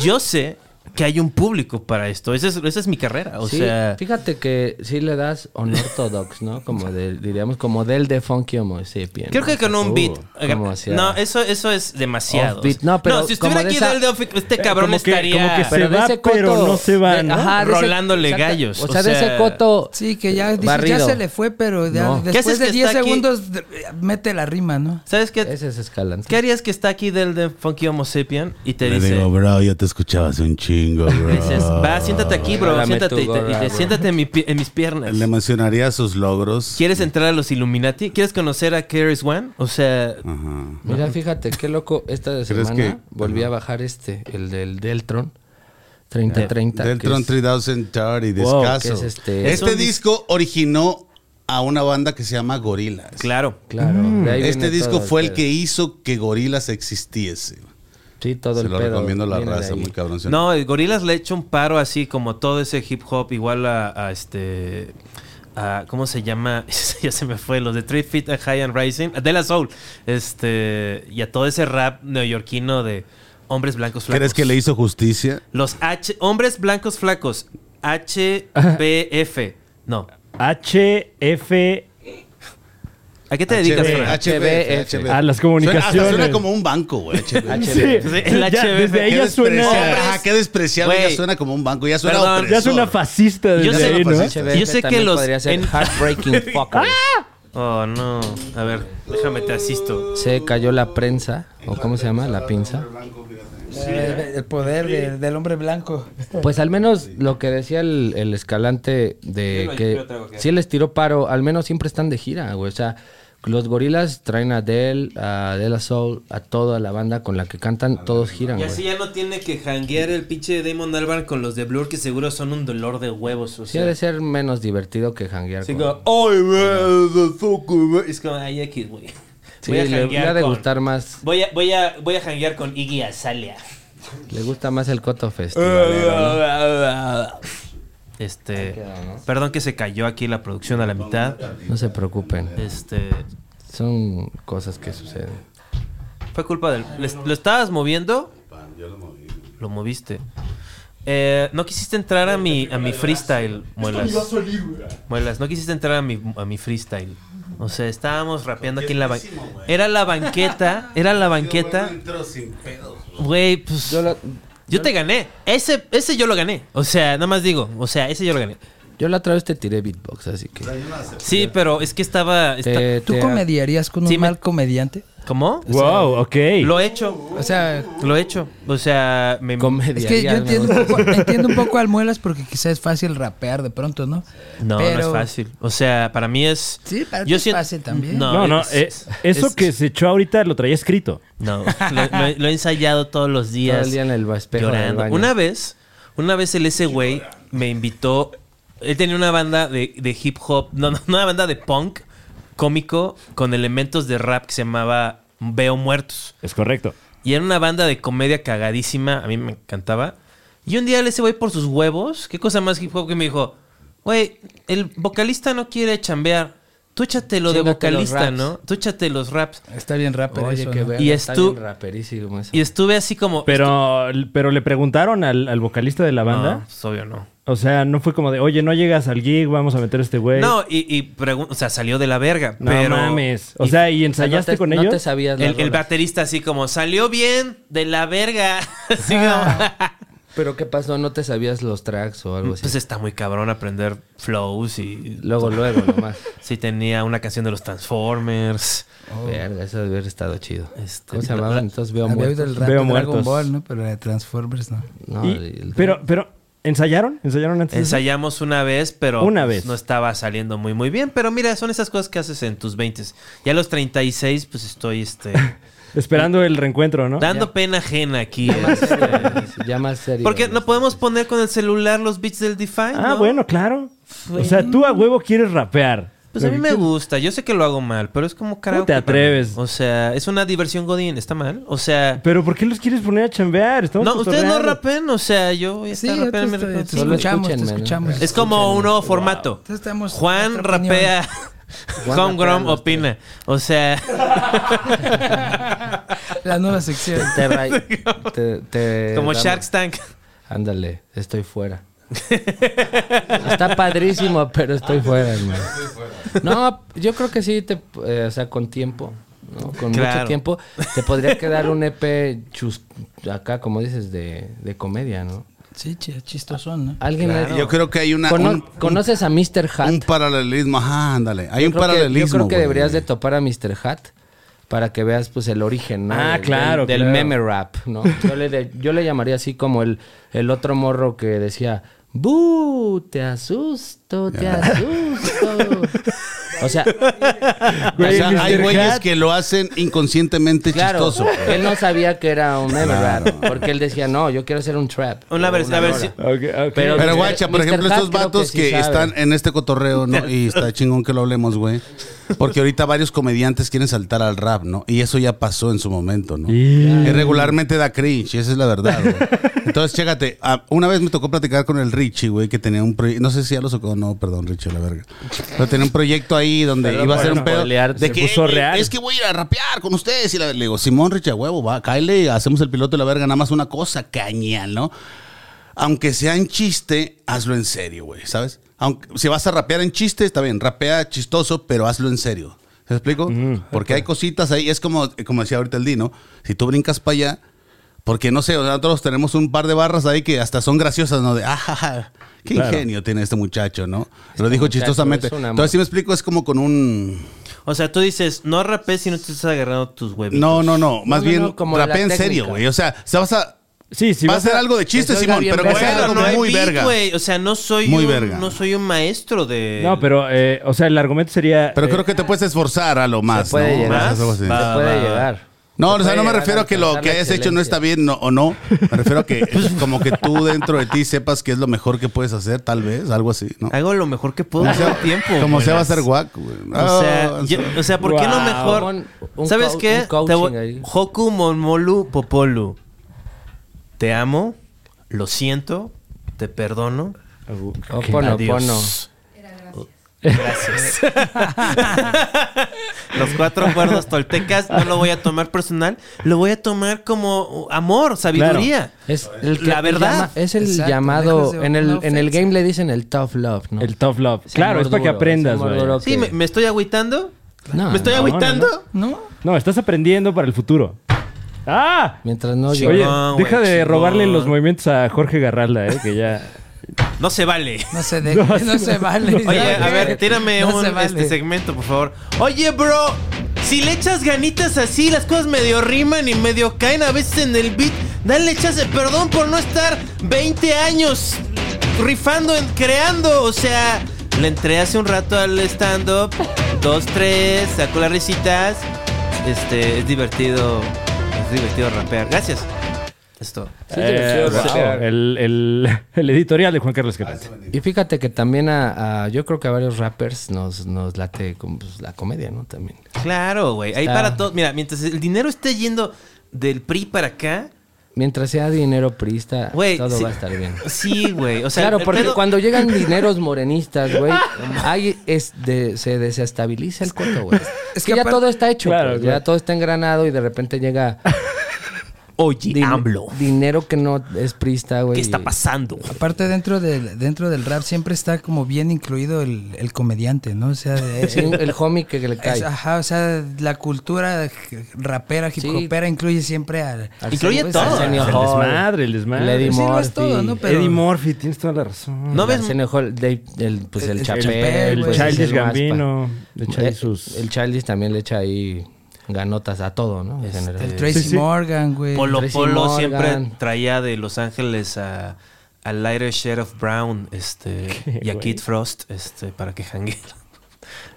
[SPEAKER 3] yo sé que hay un público para esto. Esa es, esa es mi carrera. O
[SPEAKER 2] sí,
[SPEAKER 3] sea,
[SPEAKER 2] fíjate que sí le das unorthodox, ¿no?
[SPEAKER 6] *laughs*
[SPEAKER 2] Como del, diríamos, como del de Funky Homo sapien.
[SPEAKER 3] Creo que con un beat.
[SPEAKER 2] uh,
[SPEAKER 3] eh,
[SPEAKER 2] como hacia-
[SPEAKER 3] no, eso, eso es demasiado.
[SPEAKER 2] Offbeat. No, pero
[SPEAKER 3] si
[SPEAKER 2] como
[SPEAKER 3] estuviera
[SPEAKER 2] de
[SPEAKER 3] aquí
[SPEAKER 2] esa-
[SPEAKER 3] Del Delphi, este cabrón
[SPEAKER 4] Eh, como que- como que
[SPEAKER 3] estaría.
[SPEAKER 4] se
[SPEAKER 2] de
[SPEAKER 4] va,
[SPEAKER 2] ese
[SPEAKER 4] pero no se va, ¿no?
[SPEAKER 2] de ese-
[SPEAKER 3] Rolándole
[SPEAKER 2] exacta-
[SPEAKER 3] gallos,
[SPEAKER 2] O
[SPEAKER 3] o
[SPEAKER 2] sea, de ese
[SPEAKER 3] sea-
[SPEAKER 2] coto.
[SPEAKER 5] Sí, que ya, dices, ya
[SPEAKER 2] barrido.
[SPEAKER 5] se le fue, pero ya
[SPEAKER 2] No. ¿Qué
[SPEAKER 3] haces
[SPEAKER 5] después
[SPEAKER 3] que
[SPEAKER 5] de 10
[SPEAKER 3] está aquí?
[SPEAKER 5] segundos d- mete la rima, ¿no?
[SPEAKER 3] ¿Sabes qué?
[SPEAKER 2] Ese es escalante.
[SPEAKER 3] ¿Qué harías que está aquí del de Funky Homo Sapien y te
[SPEAKER 6] Le
[SPEAKER 3] dice.
[SPEAKER 6] digo, bro, yo te escuchaba hace
[SPEAKER 2] *laughs*
[SPEAKER 6] un chingo, bro.
[SPEAKER 3] Dices, va, siéntate aquí, bro,
[SPEAKER 2] Dame
[SPEAKER 3] siéntate
[SPEAKER 2] tu
[SPEAKER 3] y te, y
[SPEAKER 2] gorra,
[SPEAKER 3] te-
[SPEAKER 2] bro.
[SPEAKER 3] siéntate en, mi pi- en mis piernas.
[SPEAKER 6] Le mencionaría sus logros.
[SPEAKER 3] ¿Quieres entrar a los Illuminati? ¿Quieres conocer a Keres One? O sea,
[SPEAKER 4] Ah,
[SPEAKER 6] Ajá.
[SPEAKER 2] Mira, fíjate, qué loco. Esta semana
[SPEAKER 6] que-
[SPEAKER 2] volví a bajar este, el del Deltron 3030. que
[SPEAKER 6] Deltron
[SPEAKER 2] es-
[SPEAKER 6] 3030,
[SPEAKER 4] Wow,
[SPEAKER 6] discaso.
[SPEAKER 2] ¿qué es este?
[SPEAKER 3] Es un dis-
[SPEAKER 6] disco originó a una banda que se llama Gorillaz.
[SPEAKER 3] claro.
[SPEAKER 2] Claro. de ahí
[SPEAKER 6] Este
[SPEAKER 2] viene
[SPEAKER 6] disco
[SPEAKER 2] todo
[SPEAKER 6] fue el
[SPEAKER 2] pedo.
[SPEAKER 6] que hizo que Gorillaz existiese.
[SPEAKER 2] Sí, todo
[SPEAKER 6] Se
[SPEAKER 2] el
[SPEAKER 6] lo
[SPEAKER 2] pedo
[SPEAKER 6] recomiendo a la
[SPEAKER 2] viene de
[SPEAKER 6] raza,
[SPEAKER 2] ahí.
[SPEAKER 6] muy cabrón.
[SPEAKER 3] No, el Gorilas le ha hecho un paro así como todo ese hip hop igual a, a este... a- ¿Cómo se llama? *laughs* ya se me fue. Los de Three Feet High and Rising. De La Soul. Este, y a todo ese rap neoyorquino de hombres blancos flacos.
[SPEAKER 6] ¿Crees que le hizo justicia?
[SPEAKER 3] Los H... Hombres blancos flacos. HBF. No.
[SPEAKER 4] HF.
[SPEAKER 3] ¿A qué te dedicas,
[SPEAKER 6] HB,
[SPEAKER 3] Fran?
[SPEAKER 6] HBF,
[SPEAKER 2] HBF.
[SPEAKER 4] A Ah, las
[SPEAKER 6] Suena, hasta
[SPEAKER 4] comunicaciones.
[SPEAKER 6] suena como un banco, güey. HBF.
[SPEAKER 4] Sí,
[SPEAKER 3] El
[SPEAKER 4] ya,
[SPEAKER 3] HBF.
[SPEAKER 4] desde
[SPEAKER 6] Qué
[SPEAKER 4] ahí ya
[SPEAKER 6] despreciable.
[SPEAKER 4] suena,
[SPEAKER 6] Ajá, qué despreciable.
[SPEAKER 3] Güey.
[SPEAKER 6] Ya suena como un banco. Ya suena
[SPEAKER 3] Perdón.
[SPEAKER 6] opresor.
[SPEAKER 4] ya suena fascista
[SPEAKER 3] Yo
[SPEAKER 4] desde
[SPEAKER 3] sé-
[SPEAKER 4] ahí, ¿no?
[SPEAKER 3] Yo sé que
[SPEAKER 2] también
[SPEAKER 3] los-
[SPEAKER 2] Podría ser
[SPEAKER 3] en- *laughs*
[SPEAKER 2] Heartbreaking Fucker.
[SPEAKER 3] Oh, no. A ver, déjame te asisto.
[SPEAKER 2] Se cayó la prensa, o cómo se llama, la pinza.
[SPEAKER 5] Eh, el poder del, del hombre blanco.
[SPEAKER 2] Pues al menos lo que decía el, el escalante de que sí les tiró paro, al menos siempre están de gira, güey. O sea, los gorilas traen a Adele, a De La Soul, a toda la banda con la que cantan, todos giran,
[SPEAKER 3] Y así
[SPEAKER 2] güey.
[SPEAKER 3] ya no tiene que janguear el pinche Damon Albarn con los de Blur, que seguro son un dolor de huevos. O
[SPEAKER 2] Sí
[SPEAKER 3] sea,
[SPEAKER 2] ha de ser menos divertido que janguear.
[SPEAKER 3] así
[SPEAKER 2] con-
[SPEAKER 3] como, ¡Ay, güey! the fuck, güey". Es como, ay, aquí, güey.
[SPEAKER 2] Sí, le, le ha de
[SPEAKER 3] con-
[SPEAKER 2] gustar más,
[SPEAKER 3] Voy a, voy a, voy a janguear con Iggy Azalea.
[SPEAKER 2] le gusta más el Coto
[SPEAKER 3] Eh,
[SPEAKER 2] Festival.
[SPEAKER 3] Este, perdón que se cayó aquí la producción a la mitad.
[SPEAKER 2] No se preocupen,
[SPEAKER 3] Este,
[SPEAKER 2] son cosas que suceden.
[SPEAKER 3] fue culpa del. les- ¿Lo estabas moviendo? Lo moviste. Eh, no quisiste entrar a mi, a mi freestyle, Muelas. Muelas, no quisiste entrar a mi, a mi freestyle. O sea, estábamos rapeando aquí en la banqueta. Era la banqueta, era la banqueta. Güey, pues.
[SPEAKER 2] Yo, lo-
[SPEAKER 3] Yo te gané. Ese, ese yo lo gané. O sea, nada más digo. O sea, ese yo lo gané.
[SPEAKER 2] yo la otra vez te tiré beatbox, así que...
[SPEAKER 3] Sí, pero es que estaba. esta-
[SPEAKER 2] Te-
[SPEAKER 5] ¿Tú
[SPEAKER 2] te-
[SPEAKER 5] comediarías con un
[SPEAKER 3] Sí, me-
[SPEAKER 5] mal comediante?
[SPEAKER 3] ¿Cómo?
[SPEAKER 4] Wow, ok.
[SPEAKER 3] Lo he hecho.
[SPEAKER 5] O sea,
[SPEAKER 3] Lo he hecho. O sea, me.
[SPEAKER 2] Comedia.
[SPEAKER 5] es que yo
[SPEAKER 2] ya me
[SPEAKER 5] entiendo
[SPEAKER 2] gusta.
[SPEAKER 5] un, poco, entiendo un poco al Muelas porque quizás es fácil rapear de pronto, ¿no?
[SPEAKER 3] No, no es
[SPEAKER 5] Pero-
[SPEAKER 3] fácil. O sea, para mí es.
[SPEAKER 5] Sí, para ti
[SPEAKER 3] yo
[SPEAKER 5] es
[SPEAKER 3] siento-
[SPEAKER 5] fácil también.
[SPEAKER 4] No, no,
[SPEAKER 3] es-
[SPEAKER 4] eh, eso
[SPEAKER 3] es-
[SPEAKER 4] que se echó ahorita lo traía escrito.
[SPEAKER 3] No, lo, lo- lo he ensayado todos los días.
[SPEAKER 2] Todo el día en el ba- espejo del
[SPEAKER 3] llorando.
[SPEAKER 2] baño.
[SPEAKER 3] Una vez, una vez el ese güey me invitó. Él tenía una banda de, de hip hop, no, no, una banda de punk cómico con elementos de rap que se llamaba Veo Muertos.
[SPEAKER 4] Es correcto.
[SPEAKER 3] Y era una banda de comedia cagadísima. A mí me encantaba. Y un día ese güey por sus huevos, qué cosa más hip hop que me dijo, güey, el vocalista no quiere chambear. Tú échate lo de
[SPEAKER 2] Chíngate los
[SPEAKER 3] vocalista,
[SPEAKER 2] raps".
[SPEAKER 3] ¿no? Tú échate los raps.
[SPEAKER 5] Está bien rapper
[SPEAKER 2] Oye,
[SPEAKER 5] eso,
[SPEAKER 2] qué
[SPEAKER 5] ¿no?
[SPEAKER 2] verga,
[SPEAKER 3] Y
[SPEAKER 2] está
[SPEAKER 3] estu-
[SPEAKER 2] bien raperísimo eso.
[SPEAKER 3] Y estuve así como...
[SPEAKER 4] Pero, pero le preguntaron al, al vocalista de la
[SPEAKER 3] No,
[SPEAKER 4] banda.
[SPEAKER 3] pues, obvio no.
[SPEAKER 4] O sea, no fue como de, oye, no llegas al gig, vamos a meter a este güey.
[SPEAKER 3] No, y, y pregun- o sea, salió de la verga.
[SPEAKER 4] No
[SPEAKER 3] pero
[SPEAKER 4] mames. O sea, ¿y ensayaste
[SPEAKER 2] O sea, no te-
[SPEAKER 4] con
[SPEAKER 2] No
[SPEAKER 4] ellos?
[SPEAKER 2] te sabías
[SPEAKER 3] El,
[SPEAKER 2] las
[SPEAKER 3] el
[SPEAKER 2] rolas.
[SPEAKER 3] baterista así como, salió bien de la verga.
[SPEAKER 2] Ah,
[SPEAKER 3] *laughs*
[SPEAKER 2] pues
[SPEAKER 3] Así como,
[SPEAKER 2] Pero ¿qué pasó? ¿No te sabías los tracks o algo así?
[SPEAKER 3] pues está muy cabrón aprender flows y...
[SPEAKER 2] eh, luego, luego, *laughs* nomás.
[SPEAKER 3] Sí tenía una canción de los Transformers.
[SPEAKER 2] Verga, eso debe haber estado chido.
[SPEAKER 3] Este,
[SPEAKER 2] ¿Cómo se
[SPEAKER 3] la-
[SPEAKER 2] llamaban? Entonces veo
[SPEAKER 5] Había oído
[SPEAKER 2] muertos.
[SPEAKER 5] el rap
[SPEAKER 4] Veo
[SPEAKER 5] de Dragon
[SPEAKER 4] muertos.
[SPEAKER 5] Ball, ¿no? Pero de Transformers, ¿no?
[SPEAKER 2] No,
[SPEAKER 4] Y-
[SPEAKER 2] *laughs* el-
[SPEAKER 4] pero, pero, ¿ensayaron? ¿Ensayaron antes? de eso?
[SPEAKER 3] Ensayamos una vez, pero
[SPEAKER 4] Una
[SPEAKER 3] pues,
[SPEAKER 4] vez.
[SPEAKER 3] no estaba saliendo muy muy bien. Pero mira, son esas cosas que haces en tus 20. Ya a los 36, pues estoy
[SPEAKER 2] *laughs*
[SPEAKER 3] este,
[SPEAKER 4] Esperando el reencuentro, ¿no?
[SPEAKER 3] dando pena ajena aquí.
[SPEAKER 2] *laughs* Ya más serio, ya
[SPEAKER 3] este.
[SPEAKER 2] más serio.
[SPEAKER 3] Porque no podemos poner con el celular los beats del DeFi.
[SPEAKER 4] Ah,
[SPEAKER 3] ¿no?
[SPEAKER 4] bueno, claro. O sea, tú a huevo quieres rapear.
[SPEAKER 3] Pues a mí me gusta, yo sé que lo hago mal, pero es como carajo.
[SPEAKER 4] te atreves?
[SPEAKER 3] O sea, es una diversión godín, ¿está mal? O sea,
[SPEAKER 4] Pero ¿por qué los quieres poner a chambear? Estamos
[SPEAKER 3] no, ustedes no
[SPEAKER 4] cotorreando.
[SPEAKER 3] rapen, o sea, yo voy a estar
[SPEAKER 5] Sí,
[SPEAKER 3] rapeando en mi
[SPEAKER 5] te, te- te
[SPEAKER 3] reconcilio.
[SPEAKER 2] Solo
[SPEAKER 5] escuchamos, te
[SPEAKER 2] escúchenme, ¿no?
[SPEAKER 5] escuchamos.
[SPEAKER 3] Es como un nuevo formato.
[SPEAKER 5] Entonces estamos-
[SPEAKER 3] Juan
[SPEAKER 5] nuestra opinión.
[SPEAKER 3] rapea. *laughs*
[SPEAKER 2] Juan
[SPEAKER 3] Juan Grom
[SPEAKER 2] rapea los
[SPEAKER 3] opina. O sea,
[SPEAKER 5] La nueva sección.
[SPEAKER 2] Te ra- te- te-
[SPEAKER 3] como
[SPEAKER 2] damos-
[SPEAKER 3] Shark Tank. *laughs*
[SPEAKER 2] Ándale, estoy fuera. Está padrísimo, pero estoy fuera, hermano. No, yo creo que sí, te, eh, o sea, con tiempo, ¿no? Con
[SPEAKER 3] Claro.
[SPEAKER 2] mucho tiempo, te podría quedar un EP chus- acá, como dices, de, de comedia, ¿no?
[SPEAKER 5] Sí, ch- chistosón, ¿no?
[SPEAKER 2] Alguien ha-
[SPEAKER 6] Yo creo que hay una,
[SPEAKER 2] Cono-
[SPEAKER 6] un,
[SPEAKER 2] ¿Conoces a Mr. Hat?
[SPEAKER 6] un paralelismo. Ajá, ándale. Hay
[SPEAKER 2] Yo
[SPEAKER 6] un
[SPEAKER 2] creo que-
[SPEAKER 6] paralelismo.
[SPEAKER 2] yo creo que
[SPEAKER 6] güey.
[SPEAKER 2] deberías de topar a Mr. Hat para que veas pues el origen ¿no?
[SPEAKER 4] Ah,
[SPEAKER 2] del,
[SPEAKER 4] claro,
[SPEAKER 2] del, del
[SPEAKER 4] claro.
[SPEAKER 2] meme rap, ¿no? Yo le, de- yo le llamaría así como el, el otro morro que decía, "Bu, te asusto, te asusto." O sea,
[SPEAKER 6] O sea,
[SPEAKER 4] Güey, Mr.
[SPEAKER 6] hay güeyes
[SPEAKER 4] Hat.
[SPEAKER 6] que lo hacen inconscientemente
[SPEAKER 2] claro, *laughs*
[SPEAKER 6] chistoso.
[SPEAKER 2] él no sabía que era un meme
[SPEAKER 6] Claro.
[SPEAKER 2] rap, porque él decía, "No, yo quiero hacer un trap."
[SPEAKER 6] Oh,
[SPEAKER 3] Una versión, a ver si.
[SPEAKER 4] Ok, ok.
[SPEAKER 2] Pero-
[SPEAKER 6] Pero
[SPEAKER 2] Mr.
[SPEAKER 6] guacha, por
[SPEAKER 2] Mr.
[SPEAKER 6] ejemplo,
[SPEAKER 2] Hat
[SPEAKER 6] estos
[SPEAKER 2] creo que
[SPEAKER 6] vatos
[SPEAKER 2] sí
[SPEAKER 6] que,
[SPEAKER 2] sabe.
[SPEAKER 6] están en este cotorreo, ¿no? Y está chingón que lo hablemos, güey. Porque ahorita varios comediantes quieren saltar al rap, ¿no? Y eso ya pasó en su momento, ¿no?
[SPEAKER 4] Y-
[SPEAKER 6] Que regularmente da cringe, esa es la verdad, güey. Entonces, chécate, ah, una vez me tocó platicar con el Richie, güey, que tenía un proyecto, no sé si ya lo sacó, no, perdón, Richie, la verga. Pero tenía un proyecto ahí donde
[SPEAKER 2] Perdón
[SPEAKER 6] iba a
[SPEAKER 2] por
[SPEAKER 6] ser un pedo
[SPEAKER 2] spoilear,
[SPEAKER 6] de
[SPEAKER 4] se
[SPEAKER 6] que
[SPEAKER 4] puso
[SPEAKER 6] "Eh, güey,
[SPEAKER 4] real".
[SPEAKER 6] es que voy a ir a rapear con ustedes y la- le digo, "Simón Richie, a huevo, va, cáele, hacemos el piloto y la verga, nada más una cosa, caña, ¿no?" aunque sea en chiste, hazlo en serio, güey, ¿sabes? Aunque, si vas a rapear en chiste, está bien, rapea chistoso, pero hazlo en serio. ¿Se explico?
[SPEAKER 2] Mm,
[SPEAKER 6] Porque hay cositas ahí, es como, como decía ahorita el Dino, si tú brincas para allá, porque no sé, o sea, nosotros tenemos un par de barras ahí que hasta son graciosas, ¿no? De, ah, ja, ja, qué
[SPEAKER 4] Claro.
[SPEAKER 6] ingenio tiene este muchacho, ¿no? Lo
[SPEAKER 2] Este
[SPEAKER 6] dijo
[SPEAKER 2] muchacho
[SPEAKER 6] chistosamente.
[SPEAKER 2] es un amor.
[SPEAKER 6] Entonces, si me explico, es como con un...
[SPEAKER 3] O sea, tú dices, no rapes si no te estás agarrando tus huevitos.
[SPEAKER 6] No, no, no, más
[SPEAKER 2] No, no,
[SPEAKER 6] bien
[SPEAKER 2] no, como la
[SPEAKER 6] rapea en
[SPEAKER 2] técnica.
[SPEAKER 6] serio, güey. O sea, se vas a...
[SPEAKER 4] Sí, sí.
[SPEAKER 6] va a
[SPEAKER 4] vas a-
[SPEAKER 6] ser algo de chiste,
[SPEAKER 2] oiga
[SPEAKER 6] Simón,
[SPEAKER 2] bien
[SPEAKER 6] pero va a
[SPEAKER 2] verga.
[SPEAKER 6] ser
[SPEAKER 3] Pero
[SPEAKER 6] algo
[SPEAKER 3] no hay
[SPEAKER 6] muy
[SPEAKER 3] beat,
[SPEAKER 6] verga.
[SPEAKER 3] güey. O sea, no soy,
[SPEAKER 6] Muy
[SPEAKER 3] un,
[SPEAKER 6] verga.
[SPEAKER 3] no soy un maestro de...
[SPEAKER 4] No, pero, eh, o sea, el argumento sería.
[SPEAKER 6] Pero
[SPEAKER 4] eh,
[SPEAKER 6] creo que te puedes esforzar a lo más,
[SPEAKER 2] puede
[SPEAKER 6] ¿no?
[SPEAKER 2] llegar.
[SPEAKER 6] Más, algo así.
[SPEAKER 3] Va.
[SPEAKER 2] Se
[SPEAKER 4] Ah,
[SPEAKER 2] puede llegar.
[SPEAKER 6] No,
[SPEAKER 2] Se
[SPEAKER 6] o
[SPEAKER 2] puede
[SPEAKER 6] sea, no me
[SPEAKER 2] llegar a
[SPEAKER 6] refiero a que lo
[SPEAKER 2] alcanzar
[SPEAKER 6] que
[SPEAKER 2] la
[SPEAKER 6] hayas hecho no está
[SPEAKER 2] excelencia. Pues,
[SPEAKER 6] bien no- o no. Me refiero a
[SPEAKER 2] *laughs*
[SPEAKER 6] que es como que tú dentro de ti sepas que es lo mejor que puedes hacer, tal vez, algo así, ¿no?
[SPEAKER 3] Hago lo mejor que puedo
[SPEAKER 6] Como
[SPEAKER 3] todo el
[SPEAKER 6] sea,
[SPEAKER 3] tiempo.
[SPEAKER 6] como
[SPEAKER 3] güey.
[SPEAKER 6] sea va a ser guaco, güey.
[SPEAKER 3] O sea,
[SPEAKER 6] Ah,
[SPEAKER 3] yo- o sea, ¿por qué no
[SPEAKER 4] Wow.
[SPEAKER 3] mejor?
[SPEAKER 2] Un- un
[SPEAKER 3] ¿Sabes
[SPEAKER 2] cou-
[SPEAKER 3] qué?
[SPEAKER 2] un coaching
[SPEAKER 3] Te voy-
[SPEAKER 2] ahí.
[SPEAKER 3] Hoku Monmolu Popolu. Te amo, lo siento, te perdono. *laughs*
[SPEAKER 2] O pono,
[SPEAKER 3] Adiós.
[SPEAKER 2] pono.
[SPEAKER 3] Gracias. Los cuatro acuerdos toltecas no lo voy a tomar personal, lo voy a tomar como amor, sabiduría.
[SPEAKER 2] Es el que-
[SPEAKER 3] La verdad.
[SPEAKER 2] llama- es el
[SPEAKER 5] Exacto,
[SPEAKER 2] llamado.
[SPEAKER 5] dejas de-
[SPEAKER 2] En
[SPEAKER 5] una
[SPEAKER 2] el, en el
[SPEAKER 5] ofensa.
[SPEAKER 2] game le dicen el tough love, ¿no?
[SPEAKER 4] El tough love.
[SPEAKER 2] Ese
[SPEAKER 4] claro,
[SPEAKER 2] amor
[SPEAKER 4] es para que
[SPEAKER 2] duro,
[SPEAKER 4] aprendas,
[SPEAKER 2] ese amor
[SPEAKER 4] güey.
[SPEAKER 2] duro
[SPEAKER 3] Sí,
[SPEAKER 2] que-
[SPEAKER 3] me, me estoy agüitando.
[SPEAKER 2] No,
[SPEAKER 3] ¿Me estoy
[SPEAKER 2] no,
[SPEAKER 3] agüitando?
[SPEAKER 5] ¿No?
[SPEAKER 4] No, estás aprendiendo para el futuro. ¡Ah!
[SPEAKER 2] Mientras no
[SPEAKER 3] Sí,
[SPEAKER 2] llores.
[SPEAKER 4] Oye,
[SPEAKER 3] Chingón, güey,
[SPEAKER 4] deja de
[SPEAKER 3] chingón.
[SPEAKER 4] robarle los movimientos a Jorge Garralda, eh, que ya.
[SPEAKER 2] *laughs*
[SPEAKER 3] No se vale.
[SPEAKER 5] No se deja, no, se vale.
[SPEAKER 3] Oye, a ver, tírame
[SPEAKER 5] No
[SPEAKER 3] un
[SPEAKER 5] se vale.
[SPEAKER 3] este segmento, por favor. Oye, bro, si le echas ganitas así, las cosas medio riman y medio caen a veces en el beat. Dale chance, perdón por no estar 20 años rifando, en, creando. O sea, le entré hace un rato al stand-up. Dos, tres, sacó las risitas. Este, es divertido. Es divertido rapear. Gracias. Esto.
[SPEAKER 4] Eh,
[SPEAKER 2] divertido,
[SPEAKER 4] wow.
[SPEAKER 2] sí.
[SPEAKER 4] el, el- *laughs* el editorial de Juan Carlos Escalante.
[SPEAKER 2] Y fíjate que también a, a- yo creo que a varios rappers nos, nos late como, pues, la comedia, ¿no? También.
[SPEAKER 3] Claro, güey. Ahí
[SPEAKER 2] Está.
[SPEAKER 3] para todo. Mira, mientras el dinero esté yendo del PRI para acá.
[SPEAKER 2] Mientras sea dinero prista,
[SPEAKER 3] Güey,
[SPEAKER 2] todo
[SPEAKER 3] sí.
[SPEAKER 2] va a estar bien.
[SPEAKER 3] Sí, güey. O sea,
[SPEAKER 2] claro,
[SPEAKER 3] el
[SPEAKER 2] porque
[SPEAKER 3] pedo-
[SPEAKER 2] cuando llegan dineros morenistas, güey, ahí es de- se desestabiliza el coto, güey. Es que,
[SPEAKER 5] que
[SPEAKER 2] ya
[SPEAKER 5] apar-
[SPEAKER 2] todo está hecho,
[SPEAKER 4] Claro,
[SPEAKER 2] pues,
[SPEAKER 4] claro.
[SPEAKER 2] ya todo está engranado y de repente llega
[SPEAKER 3] Oye,
[SPEAKER 2] din-
[SPEAKER 3] AMLO,
[SPEAKER 2] dinero que no es prista, güey.
[SPEAKER 3] ¿qué está pasando?
[SPEAKER 5] Aparte, dentro del, dentro del rap siempre está como bien incluido el, el comediante, ¿no?
[SPEAKER 2] *laughs*
[SPEAKER 5] O sea, eh,
[SPEAKER 2] Sí, el homie que le
[SPEAKER 5] es-
[SPEAKER 2] cae.
[SPEAKER 5] ajá, o sea, la cultura rapera, hip
[SPEAKER 2] Sí.
[SPEAKER 5] hopera incluye siempre al...
[SPEAKER 2] Al
[SPEAKER 3] Incluye
[SPEAKER 2] señor-
[SPEAKER 3] todo.
[SPEAKER 2] al
[SPEAKER 4] El
[SPEAKER 2] señor Hall,
[SPEAKER 4] desmadre, el desmadre.
[SPEAKER 2] Lady
[SPEAKER 5] Sí,
[SPEAKER 2] Murphy.
[SPEAKER 5] lo es todo, ¿no? Pero-
[SPEAKER 4] Eddie Murphy, tienes toda la razón.
[SPEAKER 3] No
[SPEAKER 2] No
[SPEAKER 3] ves.
[SPEAKER 2] ves el, Dave- el- pues el,
[SPEAKER 5] El- el
[SPEAKER 2] Chapel,
[SPEAKER 5] Chappelle,
[SPEAKER 4] el
[SPEAKER 2] pues,
[SPEAKER 4] Childish
[SPEAKER 2] el Maspa.
[SPEAKER 4] Gambino. Le echa ahí
[SPEAKER 2] Eh,
[SPEAKER 4] sus-
[SPEAKER 2] El Childish también le echa ahí ganotas a todo, ¿no? En general.
[SPEAKER 3] Este,
[SPEAKER 5] El Tracy
[SPEAKER 4] sí, sí.
[SPEAKER 5] Morgan, güey.
[SPEAKER 3] Polo
[SPEAKER 2] Tracy
[SPEAKER 3] Polo
[SPEAKER 2] Morgan.
[SPEAKER 3] siempre traía de Los Ángeles a, a Lighter Shade of Brown este, y a
[SPEAKER 4] güey?
[SPEAKER 3] Kid Frost este, para que janguearan. *laughs*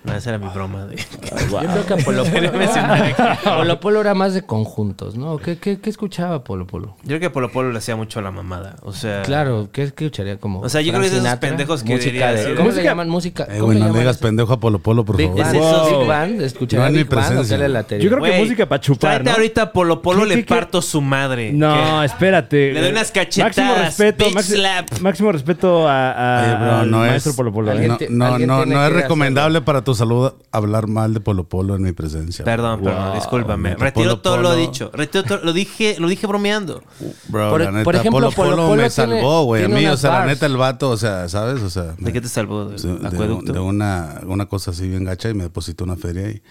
[SPEAKER 3] No, esa era mi broma. De...
[SPEAKER 2] Yo creo que a Polo Polo, *laughs* Polo Polo era más de conjuntos, ¿no? ¿Qué, qué, qué escuchaba Polo Polo?
[SPEAKER 3] *laughs* Yo creo que Polo Polo le hacía mucho a la mamada. O sea,
[SPEAKER 2] Claro, ¿qué escucharía como?
[SPEAKER 3] O sea, yo creo que es de esos pendejos que
[SPEAKER 2] música
[SPEAKER 3] diría así
[SPEAKER 2] de,
[SPEAKER 3] de-
[SPEAKER 2] ¿Cómo se
[SPEAKER 4] Música-
[SPEAKER 2] llaman? Música.
[SPEAKER 6] Eh,
[SPEAKER 2] ¿cómo
[SPEAKER 6] güey,
[SPEAKER 2] le
[SPEAKER 6] no le
[SPEAKER 2] llaman
[SPEAKER 6] digas
[SPEAKER 2] eso?
[SPEAKER 6] pendejo a Polo Polo, por
[SPEAKER 2] Big
[SPEAKER 6] favor.
[SPEAKER 2] Band.
[SPEAKER 3] Ese es
[SPEAKER 2] Big
[SPEAKER 3] Wow.
[SPEAKER 2] Band,
[SPEAKER 6] No
[SPEAKER 2] escucharía
[SPEAKER 6] hay ni
[SPEAKER 2] Big Band o
[SPEAKER 6] presencia.
[SPEAKER 2] sale la tele.
[SPEAKER 4] Yo creo que
[SPEAKER 3] güey,
[SPEAKER 4] música para chupar,
[SPEAKER 3] tráete
[SPEAKER 4] ¿no?
[SPEAKER 3] ahorita a Polo Polo
[SPEAKER 4] ¿Qué,
[SPEAKER 3] le
[SPEAKER 4] qué, qué?
[SPEAKER 3] parto su madre.
[SPEAKER 4] No,
[SPEAKER 3] ¿Qué?
[SPEAKER 4] espérate. eh,
[SPEAKER 3] Le doy unas cachetadas,
[SPEAKER 4] Máximo respeto,
[SPEAKER 3] bitch
[SPEAKER 4] máximo,
[SPEAKER 3] slap.
[SPEAKER 4] máximo respeto a, a-
[SPEAKER 6] Oye, bro,
[SPEAKER 4] al
[SPEAKER 6] no es,
[SPEAKER 4] maestro Polo Polo. ¿eh?
[SPEAKER 2] Alguien
[SPEAKER 6] no,
[SPEAKER 2] te-
[SPEAKER 6] no,
[SPEAKER 2] alguien
[SPEAKER 6] no,
[SPEAKER 2] tiene
[SPEAKER 6] no es
[SPEAKER 2] que
[SPEAKER 6] recomendable para tu salud hablar mal de Polo Polo en mi presencia.
[SPEAKER 3] Perdón, perdón, discúlpame.
[SPEAKER 6] neta,
[SPEAKER 3] Retiro
[SPEAKER 6] Polo
[SPEAKER 3] todo lo
[SPEAKER 6] Polo.
[SPEAKER 3] dicho. Retiro todo- lo dije, lo dije bromeando.
[SPEAKER 6] Bro,
[SPEAKER 2] Por-
[SPEAKER 6] la neta,
[SPEAKER 2] por ejemplo,
[SPEAKER 6] Polo
[SPEAKER 2] Polo
[SPEAKER 6] Polo,
[SPEAKER 2] Polo tiene-
[SPEAKER 6] me salvó, güey. A
[SPEAKER 2] tiene
[SPEAKER 6] mí, o
[SPEAKER 2] unas
[SPEAKER 6] sea, la
[SPEAKER 2] bars.
[SPEAKER 6] neta, el vato, o sea, ¿sabes? O sea,
[SPEAKER 3] ¿De qué te salvó? ¿Del
[SPEAKER 6] de, de-
[SPEAKER 3] acueducto?
[SPEAKER 6] de una, una cosa así bien gacha y me depositó una feria y,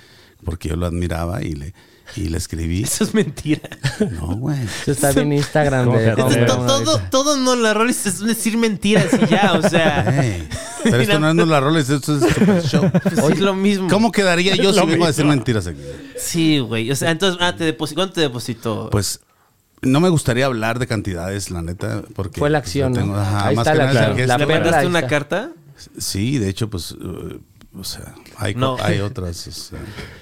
[SPEAKER 6] porque yo lo admiraba y le, y le
[SPEAKER 2] *laughs*
[SPEAKER 6] escribí.
[SPEAKER 3] Eso es
[SPEAKER 6] *laughs*
[SPEAKER 3] mentira.
[SPEAKER 6] No, güey.
[SPEAKER 2] Eso está bien Instagram
[SPEAKER 4] ¿Cómo
[SPEAKER 2] de
[SPEAKER 4] que-
[SPEAKER 2] Homer,
[SPEAKER 4] Esto es
[SPEAKER 3] To-
[SPEAKER 2] ¿no?
[SPEAKER 3] todo,
[SPEAKER 2] Ahorita.
[SPEAKER 3] todo no la roles es decir mentiras y ya, o sea.
[SPEAKER 6] *laughs* Ey, pero esto no es la roles, esto es super show.
[SPEAKER 3] pues sí, lo mismo.
[SPEAKER 6] ¿Cómo quedaría yo si vengo a decir mentiras aquí?
[SPEAKER 3] Sí, güey. O sea, entonces, ah, te depositó. ¿Cuánto te depositó?
[SPEAKER 6] Pues no me gustaría hablar de cantidades, la neta, porque...
[SPEAKER 2] Fue la
[SPEAKER 6] pues,
[SPEAKER 2] acción,
[SPEAKER 6] yo tengo-
[SPEAKER 2] ¿no?
[SPEAKER 6] ajá,
[SPEAKER 2] Ahí
[SPEAKER 6] más
[SPEAKER 2] está
[SPEAKER 6] que
[SPEAKER 2] la
[SPEAKER 6] nada
[SPEAKER 2] acción,
[SPEAKER 6] que es-
[SPEAKER 2] la
[SPEAKER 3] ¿Le
[SPEAKER 2] perla, ahí
[SPEAKER 3] mandaste una
[SPEAKER 2] está.
[SPEAKER 3] carta?
[SPEAKER 6] Sí, de hecho, pues, eh, o sea, hay, co-
[SPEAKER 3] No.
[SPEAKER 6] hay otras, o sea,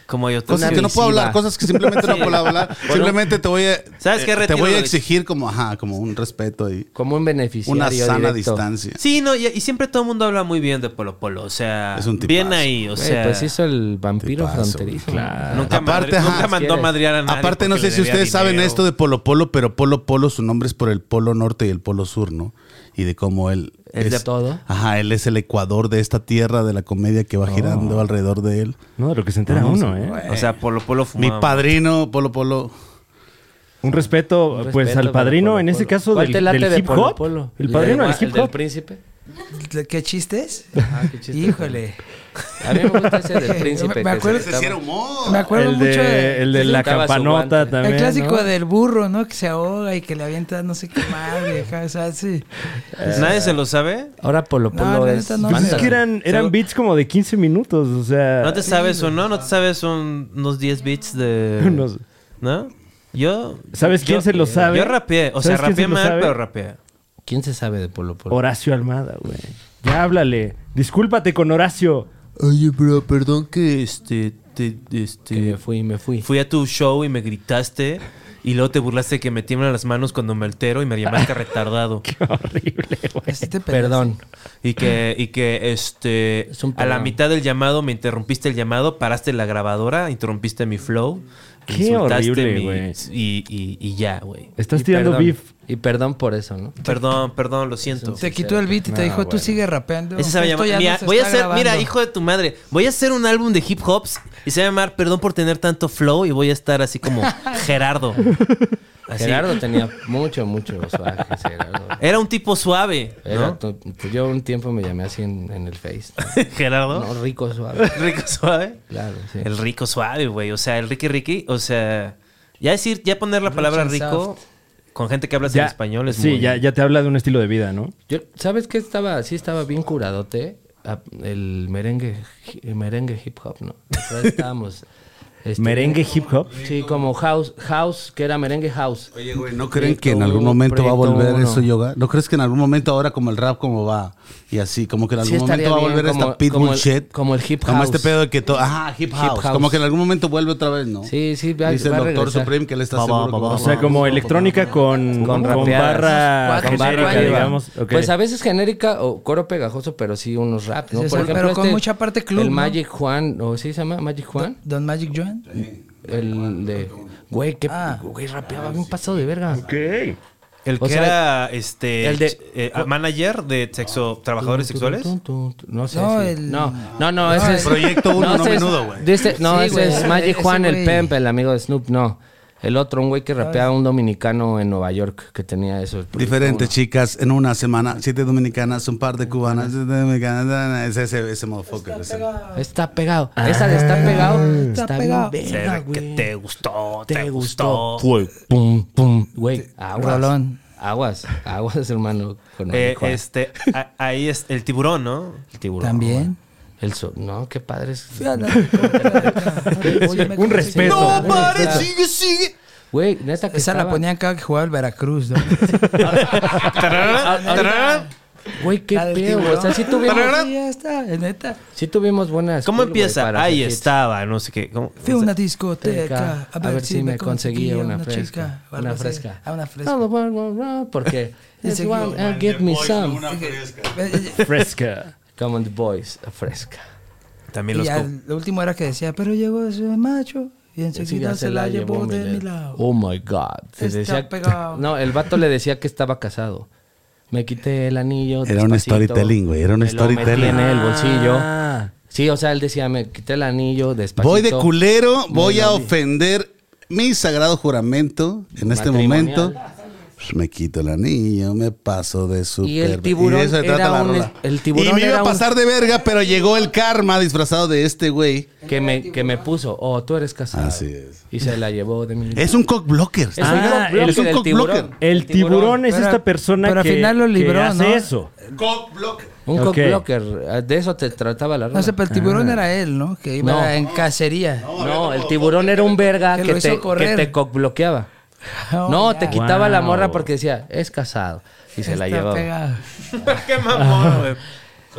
[SPEAKER 3] Como yo.
[SPEAKER 2] Una
[SPEAKER 6] Cosas que no puedo
[SPEAKER 2] misiva.
[SPEAKER 6] hablar, cosas que simplemente no
[SPEAKER 3] Sí.
[SPEAKER 6] puedo hablar.
[SPEAKER 3] Bueno.
[SPEAKER 6] simplemente te voy a...
[SPEAKER 3] ¿Sabes qué?
[SPEAKER 6] eh, Te
[SPEAKER 3] Retiro
[SPEAKER 6] voy
[SPEAKER 3] lo
[SPEAKER 6] a
[SPEAKER 3] de-
[SPEAKER 6] exigir como, ajá, como un respeto ahí.
[SPEAKER 2] Como un beneficiario
[SPEAKER 6] Una sana
[SPEAKER 2] directo.
[SPEAKER 6] distancia.
[SPEAKER 3] Sí, no, y, y siempre todo el mundo habla muy bien de Polo Polo. O sea,
[SPEAKER 6] Es un tipazo.
[SPEAKER 3] bien ahí, o
[SPEAKER 2] Güey,
[SPEAKER 4] Eh,
[SPEAKER 3] sea.
[SPEAKER 2] pues hizo el vampiro
[SPEAKER 6] tipazo,
[SPEAKER 2] fronterizo. Claro.
[SPEAKER 3] Nunca,
[SPEAKER 6] Aparte,
[SPEAKER 3] aparte,
[SPEAKER 6] ajá.
[SPEAKER 3] nunca mandó a madrear a nadie.
[SPEAKER 6] Aparte, no
[SPEAKER 3] porque
[SPEAKER 6] sé
[SPEAKER 3] le
[SPEAKER 6] si
[SPEAKER 3] debía
[SPEAKER 6] ustedes saben
[SPEAKER 3] dinero.
[SPEAKER 6] esto de Polo Polo, pero Polo Polo, su nombre es por el Polo Norte y el Polo Sur, ¿no? Y de cómo él
[SPEAKER 2] Es de todo.
[SPEAKER 6] Ajá, él es el ecuador de esta tierra de la comedia que va
[SPEAKER 3] Oh.
[SPEAKER 6] girando alrededor de él.
[SPEAKER 4] eh, No, de lo que se entera uno, ¿eh?
[SPEAKER 3] O sea, Polo Polo
[SPEAKER 6] Mi
[SPEAKER 3] fumaba.
[SPEAKER 6] padrino, Polo Polo.
[SPEAKER 4] Un respeto,
[SPEAKER 2] Un
[SPEAKER 4] pues,
[SPEAKER 2] respeto
[SPEAKER 4] al
[SPEAKER 2] para
[SPEAKER 4] padrino,
[SPEAKER 2] Polo
[SPEAKER 4] en ese
[SPEAKER 2] Polo.
[SPEAKER 4] caso,
[SPEAKER 2] ¿Cuál
[SPEAKER 4] del,
[SPEAKER 2] te late
[SPEAKER 4] del
[SPEAKER 2] de
[SPEAKER 4] hip
[SPEAKER 2] Polo
[SPEAKER 4] hop.
[SPEAKER 2] Polo?
[SPEAKER 4] El padrino
[SPEAKER 2] de-
[SPEAKER 4] del hip
[SPEAKER 2] del
[SPEAKER 4] hop.
[SPEAKER 2] príncipe?
[SPEAKER 5] ¿Qué chistes?
[SPEAKER 2] Ah, qué chiste.
[SPEAKER 5] Híjole.
[SPEAKER 2] A mí me gusta ese del
[SPEAKER 5] *laughs* Me-
[SPEAKER 2] príncipe.
[SPEAKER 5] me
[SPEAKER 2] que
[SPEAKER 5] acuerdo-
[SPEAKER 2] se
[SPEAKER 6] Ese sí era
[SPEAKER 2] aventaba.
[SPEAKER 6] humor.
[SPEAKER 5] Me acuerdo
[SPEAKER 4] El
[SPEAKER 5] mucho
[SPEAKER 4] de,
[SPEAKER 5] de-
[SPEAKER 4] el de
[SPEAKER 2] se
[SPEAKER 4] la
[SPEAKER 2] aventaba su
[SPEAKER 4] campanota
[SPEAKER 2] guante.
[SPEAKER 4] también.
[SPEAKER 5] el clásico
[SPEAKER 4] ¿no?
[SPEAKER 5] del burro, ¿no? Que se ahoga y que le avienta no sé qué madre. ajá, O
[SPEAKER 2] *laughs*
[SPEAKER 5] sea, sí.
[SPEAKER 3] Nadie se lo sabe.
[SPEAKER 2] Ahora Polo Polo
[SPEAKER 5] No, la
[SPEAKER 2] es.
[SPEAKER 5] neta no.
[SPEAKER 4] Pues es
[SPEAKER 5] Mándalo.
[SPEAKER 4] que eran, eran beats como de 15 minutos, o sea.
[SPEAKER 3] No te sabes uno, no te sabes un- unos 10 bits de.
[SPEAKER 4] *laughs* unos-
[SPEAKER 3] ¿No? Yo.
[SPEAKER 4] ¿Sabes quién
[SPEAKER 3] yo-
[SPEAKER 4] se lo sabe?
[SPEAKER 3] Yo rapeé. O sea,
[SPEAKER 4] ¿Sabes quién se
[SPEAKER 3] rapeé
[SPEAKER 4] lo
[SPEAKER 3] mal,
[SPEAKER 4] sabe?
[SPEAKER 3] pero rapeé.
[SPEAKER 2] ¿Quién se sabe de Polo Polo?
[SPEAKER 4] Horacio Almada, güey. Ya háblale. Discúlpate con Horacio.
[SPEAKER 3] Oye, bro, perdón que este. Te,
[SPEAKER 2] Que
[SPEAKER 3] este
[SPEAKER 2] me fui, me fui.
[SPEAKER 3] fui a tu show y me gritaste. Y luego te burlaste que me tiemblan las manos cuando me altero y me llamaste retardado.
[SPEAKER 4] *laughs* Qué horrible, güey.
[SPEAKER 5] Así te peleas.
[SPEAKER 2] Perdón.
[SPEAKER 3] Y que, y que este
[SPEAKER 2] Es un
[SPEAKER 3] a la
[SPEAKER 2] programa.
[SPEAKER 3] mitad del llamado me interrumpiste el llamado, paraste la grabadora, interrumpiste mi flow,
[SPEAKER 4] Qué horrible,
[SPEAKER 3] mi-
[SPEAKER 4] güey.
[SPEAKER 3] y, y, y ya, güey.
[SPEAKER 4] Estás
[SPEAKER 2] Y
[SPEAKER 4] tirando
[SPEAKER 2] perdón.
[SPEAKER 4] beef.
[SPEAKER 2] Y perdón por eso, ¿no?
[SPEAKER 3] Perdón, perdón, lo siento.
[SPEAKER 5] Te quitó el beat y te
[SPEAKER 2] No,
[SPEAKER 5] dijo, tú
[SPEAKER 2] bueno.
[SPEAKER 5] sigue rapeando.
[SPEAKER 3] Ese se va a
[SPEAKER 5] Esto
[SPEAKER 3] llamar.
[SPEAKER 5] ya no
[SPEAKER 3] Mira,
[SPEAKER 5] se
[SPEAKER 3] voy a
[SPEAKER 5] está
[SPEAKER 3] hacer, mira,
[SPEAKER 5] grabando".
[SPEAKER 3] hijo de tu madre, voy a hacer un álbum de hip hops y se va a llamar Perdón por tener tanto flow y voy a estar así
[SPEAKER 5] *laughs*
[SPEAKER 3] como Gerardo.
[SPEAKER 4] ¿Ah,
[SPEAKER 3] Así.
[SPEAKER 2] Gerardo tenía mucho, mucho swag. ese Gerardo.
[SPEAKER 3] Era un tipo suave,
[SPEAKER 2] Era
[SPEAKER 3] ¿no?
[SPEAKER 2] tu- tu- yo un tiempo me llamé así en, en el Face.
[SPEAKER 3] *laughs* Gerardo.
[SPEAKER 2] No, rico suave.
[SPEAKER 3] Rico suave.
[SPEAKER 2] Claro, sí.
[SPEAKER 3] El rico suave, güey. O sea, el Ricky Ricky, o sea, ya decir, ya poner la palabra
[SPEAKER 5] and
[SPEAKER 3] rico
[SPEAKER 5] soft.
[SPEAKER 3] con gente que habla en español es
[SPEAKER 4] sí,
[SPEAKER 3] muy-
[SPEAKER 4] ya, ya te habla de un estilo de vida, ¿no?
[SPEAKER 2] Yo- ¿Sabes qué estaba? Sí estaba bien curadote ah, el merengue, el merengue hip hop, ¿no?
[SPEAKER 4] *laughs*
[SPEAKER 2] Nosotros estábamos... este,
[SPEAKER 4] Merengue hip hop.
[SPEAKER 2] Sí, como house, house, que era merengue house.
[SPEAKER 6] Oye, güey, ¿no creen que en
[SPEAKER 2] Proyecto
[SPEAKER 6] algún
[SPEAKER 2] uno,
[SPEAKER 6] momento va a
[SPEAKER 2] proyecto
[SPEAKER 6] volver
[SPEAKER 2] uno.
[SPEAKER 6] eso, Yoga? ¿No crees que en algún momento ahora como el rap como va y así, como que en
[SPEAKER 2] Sí
[SPEAKER 6] algún
[SPEAKER 2] estaría
[SPEAKER 6] momento va a
[SPEAKER 2] bien,
[SPEAKER 6] volver
[SPEAKER 2] como-
[SPEAKER 6] esta pitbull
[SPEAKER 2] como el-
[SPEAKER 6] shit?
[SPEAKER 2] como el hip
[SPEAKER 6] Como
[SPEAKER 2] house.
[SPEAKER 6] este pedo de que todo, ajá, hip house.
[SPEAKER 2] house.
[SPEAKER 6] Como que en algún momento vuelve otra vez, ¿no?
[SPEAKER 2] Sí, sí, va-
[SPEAKER 6] Dice
[SPEAKER 2] va a
[SPEAKER 6] el doctor
[SPEAKER 2] regresar.
[SPEAKER 6] Supreme que él está
[SPEAKER 3] Va, va,
[SPEAKER 6] seguro.
[SPEAKER 3] va,
[SPEAKER 6] que
[SPEAKER 3] va,
[SPEAKER 4] O sea, como electrónica con, con,
[SPEAKER 2] rapeadas.
[SPEAKER 4] barra
[SPEAKER 5] Cuatro,
[SPEAKER 4] genérica,
[SPEAKER 5] cinco años.
[SPEAKER 4] digamos. Ok.
[SPEAKER 2] Pues a veces genérica o coro pegajoso, pero sí unos rap, ¿no? este,
[SPEAKER 5] Sí, sí, pero con mucha parte club,
[SPEAKER 2] El
[SPEAKER 5] ¿no?
[SPEAKER 2] Magic Juan, ¿o sí se llama Magic Juan?
[SPEAKER 5] Don Magic Joan.
[SPEAKER 2] El de... Güey, qué...
[SPEAKER 5] Ah.
[SPEAKER 2] Güey, rapeaba bien pasado de verga.
[SPEAKER 3] El
[SPEAKER 2] O
[SPEAKER 3] que
[SPEAKER 2] sea,
[SPEAKER 3] era este
[SPEAKER 2] el de-
[SPEAKER 3] eh, ah, manager de sexo trabajadores sexuales.
[SPEAKER 2] Tun, tun, tun, No sé.
[SPEAKER 5] No,
[SPEAKER 2] sí.
[SPEAKER 5] el-
[SPEAKER 2] No, no, no, ese es.
[SPEAKER 6] Proyecto uno, no
[SPEAKER 2] ese es-
[SPEAKER 6] menudo, güey.
[SPEAKER 2] de este- no,
[SPEAKER 5] Sí,
[SPEAKER 2] ese
[SPEAKER 5] güey,
[SPEAKER 2] es Magic
[SPEAKER 5] ese
[SPEAKER 2] Juan, el
[SPEAKER 5] güey.
[SPEAKER 2] Pemp, el amigo de Snoop, no. El otro, un güey que rapeaba un dominicano en Nueva York que tenía eso. el proyecto
[SPEAKER 6] Diferentes
[SPEAKER 2] uno.
[SPEAKER 6] chicas en una semana, siete dominicanas, un par de cubanas, siete dominicanas, na, na, ese, ese, ese motherfucker. ese.
[SPEAKER 2] Está pegado. Esa de está pegado. Está, pegado.
[SPEAKER 5] pegado.
[SPEAKER 3] Se ve que te gustó, te,
[SPEAKER 2] Te
[SPEAKER 3] gustó.
[SPEAKER 2] gustó. Pum, pum. Güey, aguas.
[SPEAKER 5] Rolón.
[SPEAKER 2] Aguas, aguas, hermano. Con
[SPEAKER 3] Eh,
[SPEAKER 2] Magic Juan.
[SPEAKER 3] este, a- ahí es el tiburón, ¿no?
[SPEAKER 2] El tiburón.
[SPEAKER 5] También.
[SPEAKER 2] El so- no, qué padre es.
[SPEAKER 5] *laughs* Oye, me
[SPEAKER 4] Un respeto.
[SPEAKER 5] conseguí-
[SPEAKER 4] un respeto.
[SPEAKER 3] sigue, sigue.
[SPEAKER 2] Güey, neta que
[SPEAKER 5] Esa la
[SPEAKER 2] estaba-
[SPEAKER 5] ponían cada que jugaba el *laughs* Veracruz, ¿no?
[SPEAKER 2] Ah,
[SPEAKER 3] Tarara, tarara.
[SPEAKER 2] Güey, qué
[SPEAKER 5] La del
[SPEAKER 2] pedo.
[SPEAKER 5] tiburón.
[SPEAKER 2] O
[SPEAKER 5] *laughs*
[SPEAKER 2] sea, sí tuvimos,
[SPEAKER 5] Sí, ya está, es neta.
[SPEAKER 2] sí tuvimos buenas.
[SPEAKER 3] ¿Cómo
[SPEAKER 2] cool, güey,
[SPEAKER 3] empieza?
[SPEAKER 2] para
[SPEAKER 3] Ahí
[SPEAKER 2] hacer hits.
[SPEAKER 3] estaba, no sé qué. ¿cómo?
[SPEAKER 5] Fui a una discoteca
[SPEAKER 2] A ver si me conseguía una fresca. Una
[SPEAKER 5] o algo así.
[SPEAKER 2] fresca.
[SPEAKER 5] Ah, una fresca.
[SPEAKER 2] No, no, no, no,
[SPEAKER 5] *laughs*
[SPEAKER 2] porque. This
[SPEAKER 5] Enseguida,
[SPEAKER 2] one, I'll get me some.
[SPEAKER 5] Eh, *laughs*
[SPEAKER 4] Fresca.
[SPEAKER 2] Come on, the boys, a fresca.
[SPEAKER 3] También
[SPEAKER 5] Y
[SPEAKER 3] los
[SPEAKER 5] ya
[SPEAKER 3] co-
[SPEAKER 5] lo último era que decía, pero llegó ese macho y enseguida se la llevó de
[SPEAKER 2] Miller.
[SPEAKER 5] mi lado.
[SPEAKER 2] Oh my God. Se
[SPEAKER 5] Está pegado.
[SPEAKER 2] No, el vato le decía que estaba casado. Me quité el anillo.
[SPEAKER 6] Era un
[SPEAKER 2] despacito,
[SPEAKER 6] storytelling, güey, era un
[SPEAKER 2] me lo metí
[SPEAKER 6] storytelling.
[SPEAKER 2] en el bolsillo.
[SPEAKER 4] Ah.
[SPEAKER 2] Sí, o sea, él decía, me quité el anillo despacito.
[SPEAKER 6] Voy de culero, voy
[SPEAKER 2] Me
[SPEAKER 6] a
[SPEAKER 2] lo-
[SPEAKER 6] ofender mi sagrado juramento en este momento. Pues
[SPEAKER 2] Matrimonial.
[SPEAKER 6] Me quito el anillo, me paso de su
[SPEAKER 2] Y el tiburón era un es- el tiburón
[SPEAKER 6] y me iba
[SPEAKER 2] era
[SPEAKER 6] a
[SPEAKER 2] un-
[SPEAKER 6] pasar de verga, pero llegó el karma disfrazado de este güey.
[SPEAKER 2] Que me, que me puso, oh, tú eres casado.
[SPEAKER 6] Así es.
[SPEAKER 2] Y se la llevó de mí.
[SPEAKER 6] Es un cock blocker.
[SPEAKER 2] Eso
[SPEAKER 4] Ah,
[SPEAKER 2] yo lo bloqueo
[SPEAKER 4] el- es un
[SPEAKER 2] del
[SPEAKER 6] cock
[SPEAKER 2] tiburón.
[SPEAKER 6] blocker.
[SPEAKER 4] El tiburón es
[SPEAKER 5] Pero-
[SPEAKER 4] esta persona
[SPEAKER 5] pero al
[SPEAKER 4] que,
[SPEAKER 5] final lo
[SPEAKER 4] que
[SPEAKER 5] libró,
[SPEAKER 4] hace
[SPEAKER 5] ¿no?
[SPEAKER 4] eso.
[SPEAKER 6] Cock blocker.
[SPEAKER 2] Un cock
[SPEAKER 4] Ok.
[SPEAKER 2] blocker. eh, De eso te trataba la rola.
[SPEAKER 5] No sé, pero el tiburón era él, ah. ¿no? Que iba
[SPEAKER 2] No.
[SPEAKER 5] en cacería.
[SPEAKER 2] No, el tiburón era un verga
[SPEAKER 5] Que
[SPEAKER 2] que,
[SPEAKER 5] lo hizo
[SPEAKER 2] te, que
[SPEAKER 5] correr.
[SPEAKER 2] te cockbloqueaba.
[SPEAKER 5] Oh,
[SPEAKER 2] no,
[SPEAKER 5] ya.
[SPEAKER 2] te quitaba
[SPEAKER 4] Wow.
[SPEAKER 2] la morra porque decía, es casado. Y se la
[SPEAKER 5] Está
[SPEAKER 2] llevaba.
[SPEAKER 5] pegado.
[SPEAKER 3] Qué mamón, güey.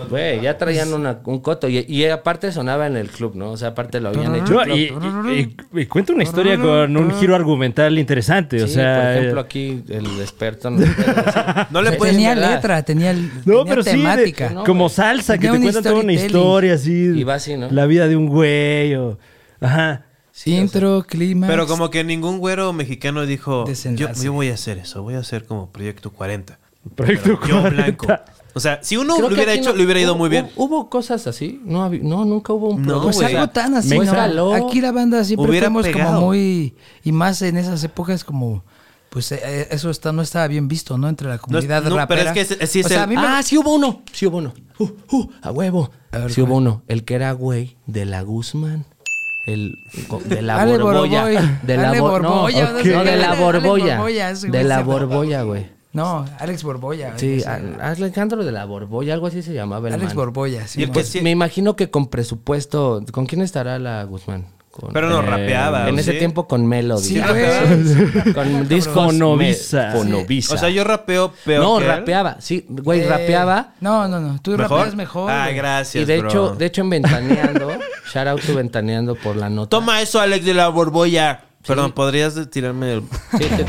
[SPEAKER 2] Güey, ya traían una- un coto. Y, y aparte sonaba en el club, ¿no? O sea, aparte lo
[SPEAKER 5] Ah.
[SPEAKER 2] habían hecho.
[SPEAKER 4] No, y, y- y- y cuenta una historia con un giro argumental interesante.
[SPEAKER 2] Sí,
[SPEAKER 4] o sea,
[SPEAKER 2] por
[SPEAKER 5] eh,
[SPEAKER 2] ejemplo, aquí el experto nos puede decir.
[SPEAKER 3] No le puedes
[SPEAKER 5] Tenía
[SPEAKER 2] ¿verdad?
[SPEAKER 5] letra, tenía,
[SPEAKER 4] No,
[SPEAKER 5] tenía
[SPEAKER 4] pero sí, de-
[SPEAKER 5] temática.
[SPEAKER 2] ¿no?
[SPEAKER 4] como
[SPEAKER 2] güey.
[SPEAKER 4] salsa, que
[SPEAKER 5] Tenía
[SPEAKER 4] te
[SPEAKER 5] un
[SPEAKER 4] cuentan toda una
[SPEAKER 5] storytelling.
[SPEAKER 4] historia así.
[SPEAKER 2] Y va así, ¿no?
[SPEAKER 4] La vida de un güey o... Ajá.
[SPEAKER 2] Sí, o sea,
[SPEAKER 5] Intro, clima.
[SPEAKER 3] Pero como que ningún güero mexicano dijo, yo,
[SPEAKER 5] Desenlace.
[SPEAKER 3] yo voy a hacer eso, voy a hacer como Proyecto 40.
[SPEAKER 4] Proyecto
[SPEAKER 3] Pero
[SPEAKER 2] *laughs*
[SPEAKER 3] yo
[SPEAKER 4] 40.
[SPEAKER 3] blanco. O sea, si uno
[SPEAKER 2] creo
[SPEAKER 3] lo
[SPEAKER 2] que
[SPEAKER 3] hubiera
[SPEAKER 2] aquí
[SPEAKER 3] hecho,
[SPEAKER 2] no-
[SPEAKER 3] le hubiera ido
[SPEAKER 2] hubo-
[SPEAKER 3] muy bien.
[SPEAKER 2] Hubo, hubo cosas así. No, hab- no, nunca hubo un
[SPEAKER 3] No,
[SPEAKER 2] producto.
[SPEAKER 5] Pues
[SPEAKER 3] güey.
[SPEAKER 5] algo tan así,
[SPEAKER 2] Me
[SPEAKER 5] ¿no?
[SPEAKER 2] jaló.
[SPEAKER 5] Aquí la banda siempre
[SPEAKER 3] Hubiera
[SPEAKER 5] fuimos
[SPEAKER 3] pegado.
[SPEAKER 5] como muy... Y más en esas épocas como... pues eh, eso está, no estaba bien visto, ¿no? Entre la
[SPEAKER 3] No es-
[SPEAKER 5] comunidad
[SPEAKER 3] no, pero
[SPEAKER 5] rapera.
[SPEAKER 3] es que ese- sí es
[SPEAKER 5] o sea,
[SPEAKER 3] el-
[SPEAKER 5] a mí me-
[SPEAKER 2] Ah, sí hubo uno. Sí hubo uno. Uh, uh, a huevo.
[SPEAKER 5] A ver,
[SPEAKER 2] sí hubo
[SPEAKER 5] ¿cuál?
[SPEAKER 2] uno. El que era güey de la Guzmán. El, co- de la
[SPEAKER 5] Ale
[SPEAKER 2] borbolla.
[SPEAKER 5] Borboy.
[SPEAKER 2] De la
[SPEAKER 5] Ale
[SPEAKER 2] bor- no,
[SPEAKER 5] Borbolla,
[SPEAKER 2] ok.
[SPEAKER 5] no sé
[SPEAKER 2] no,
[SPEAKER 5] qué.
[SPEAKER 2] de la
[SPEAKER 5] Ale
[SPEAKER 2] borbolla.
[SPEAKER 5] Borbolla, ese
[SPEAKER 2] De
[SPEAKER 5] güey
[SPEAKER 2] la
[SPEAKER 5] se-
[SPEAKER 2] borbolla, güey.
[SPEAKER 5] No, Alex Borboya.
[SPEAKER 2] Sí,
[SPEAKER 5] ese.
[SPEAKER 2] a- Alejandro de la borbolla, algo así se llamaba el
[SPEAKER 5] Alex
[SPEAKER 2] man.
[SPEAKER 5] Borboya, sí.
[SPEAKER 3] Y el
[SPEAKER 5] ¿no?
[SPEAKER 3] que sí-
[SPEAKER 2] Me imagino que con presupuesto. ¿Con quién estará la Guzmán? Con- eh,
[SPEAKER 3] Pero no rapeaba,
[SPEAKER 2] En
[SPEAKER 3] ¿o
[SPEAKER 2] ese
[SPEAKER 3] sí?
[SPEAKER 2] tiempo con Melody.
[SPEAKER 5] Sí,
[SPEAKER 2] Ajá. *laughs*
[SPEAKER 5] güey.
[SPEAKER 2] Con discos.
[SPEAKER 4] Fonovisa.
[SPEAKER 2] me- Fonovisa.
[SPEAKER 3] O sea, yo rapeo peor.
[SPEAKER 2] No,
[SPEAKER 3] que él.
[SPEAKER 2] rapeaba. Sí, güey,
[SPEAKER 5] Eh,
[SPEAKER 2] rapeaba.
[SPEAKER 5] No, no, no. Tú
[SPEAKER 3] ¿Mejor?
[SPEAKER 5] rapeas mejor.
[SPEAKER 3] Ah,
[SPEAKER 5] güey.
[SPEAKER 3] gracias.
[SPEAKER 2] Y de
[SPEAKER 3] bro.
[SPEAKER 2] hecho, de hecho en Ventaneando, shout out to Ventaneando por la nota.
[SPEAKER 3] Toma eso, Alex de la Borbolla. Perdón, ¿podrías tirarme el.
[SPEAKER 2] Sí, te-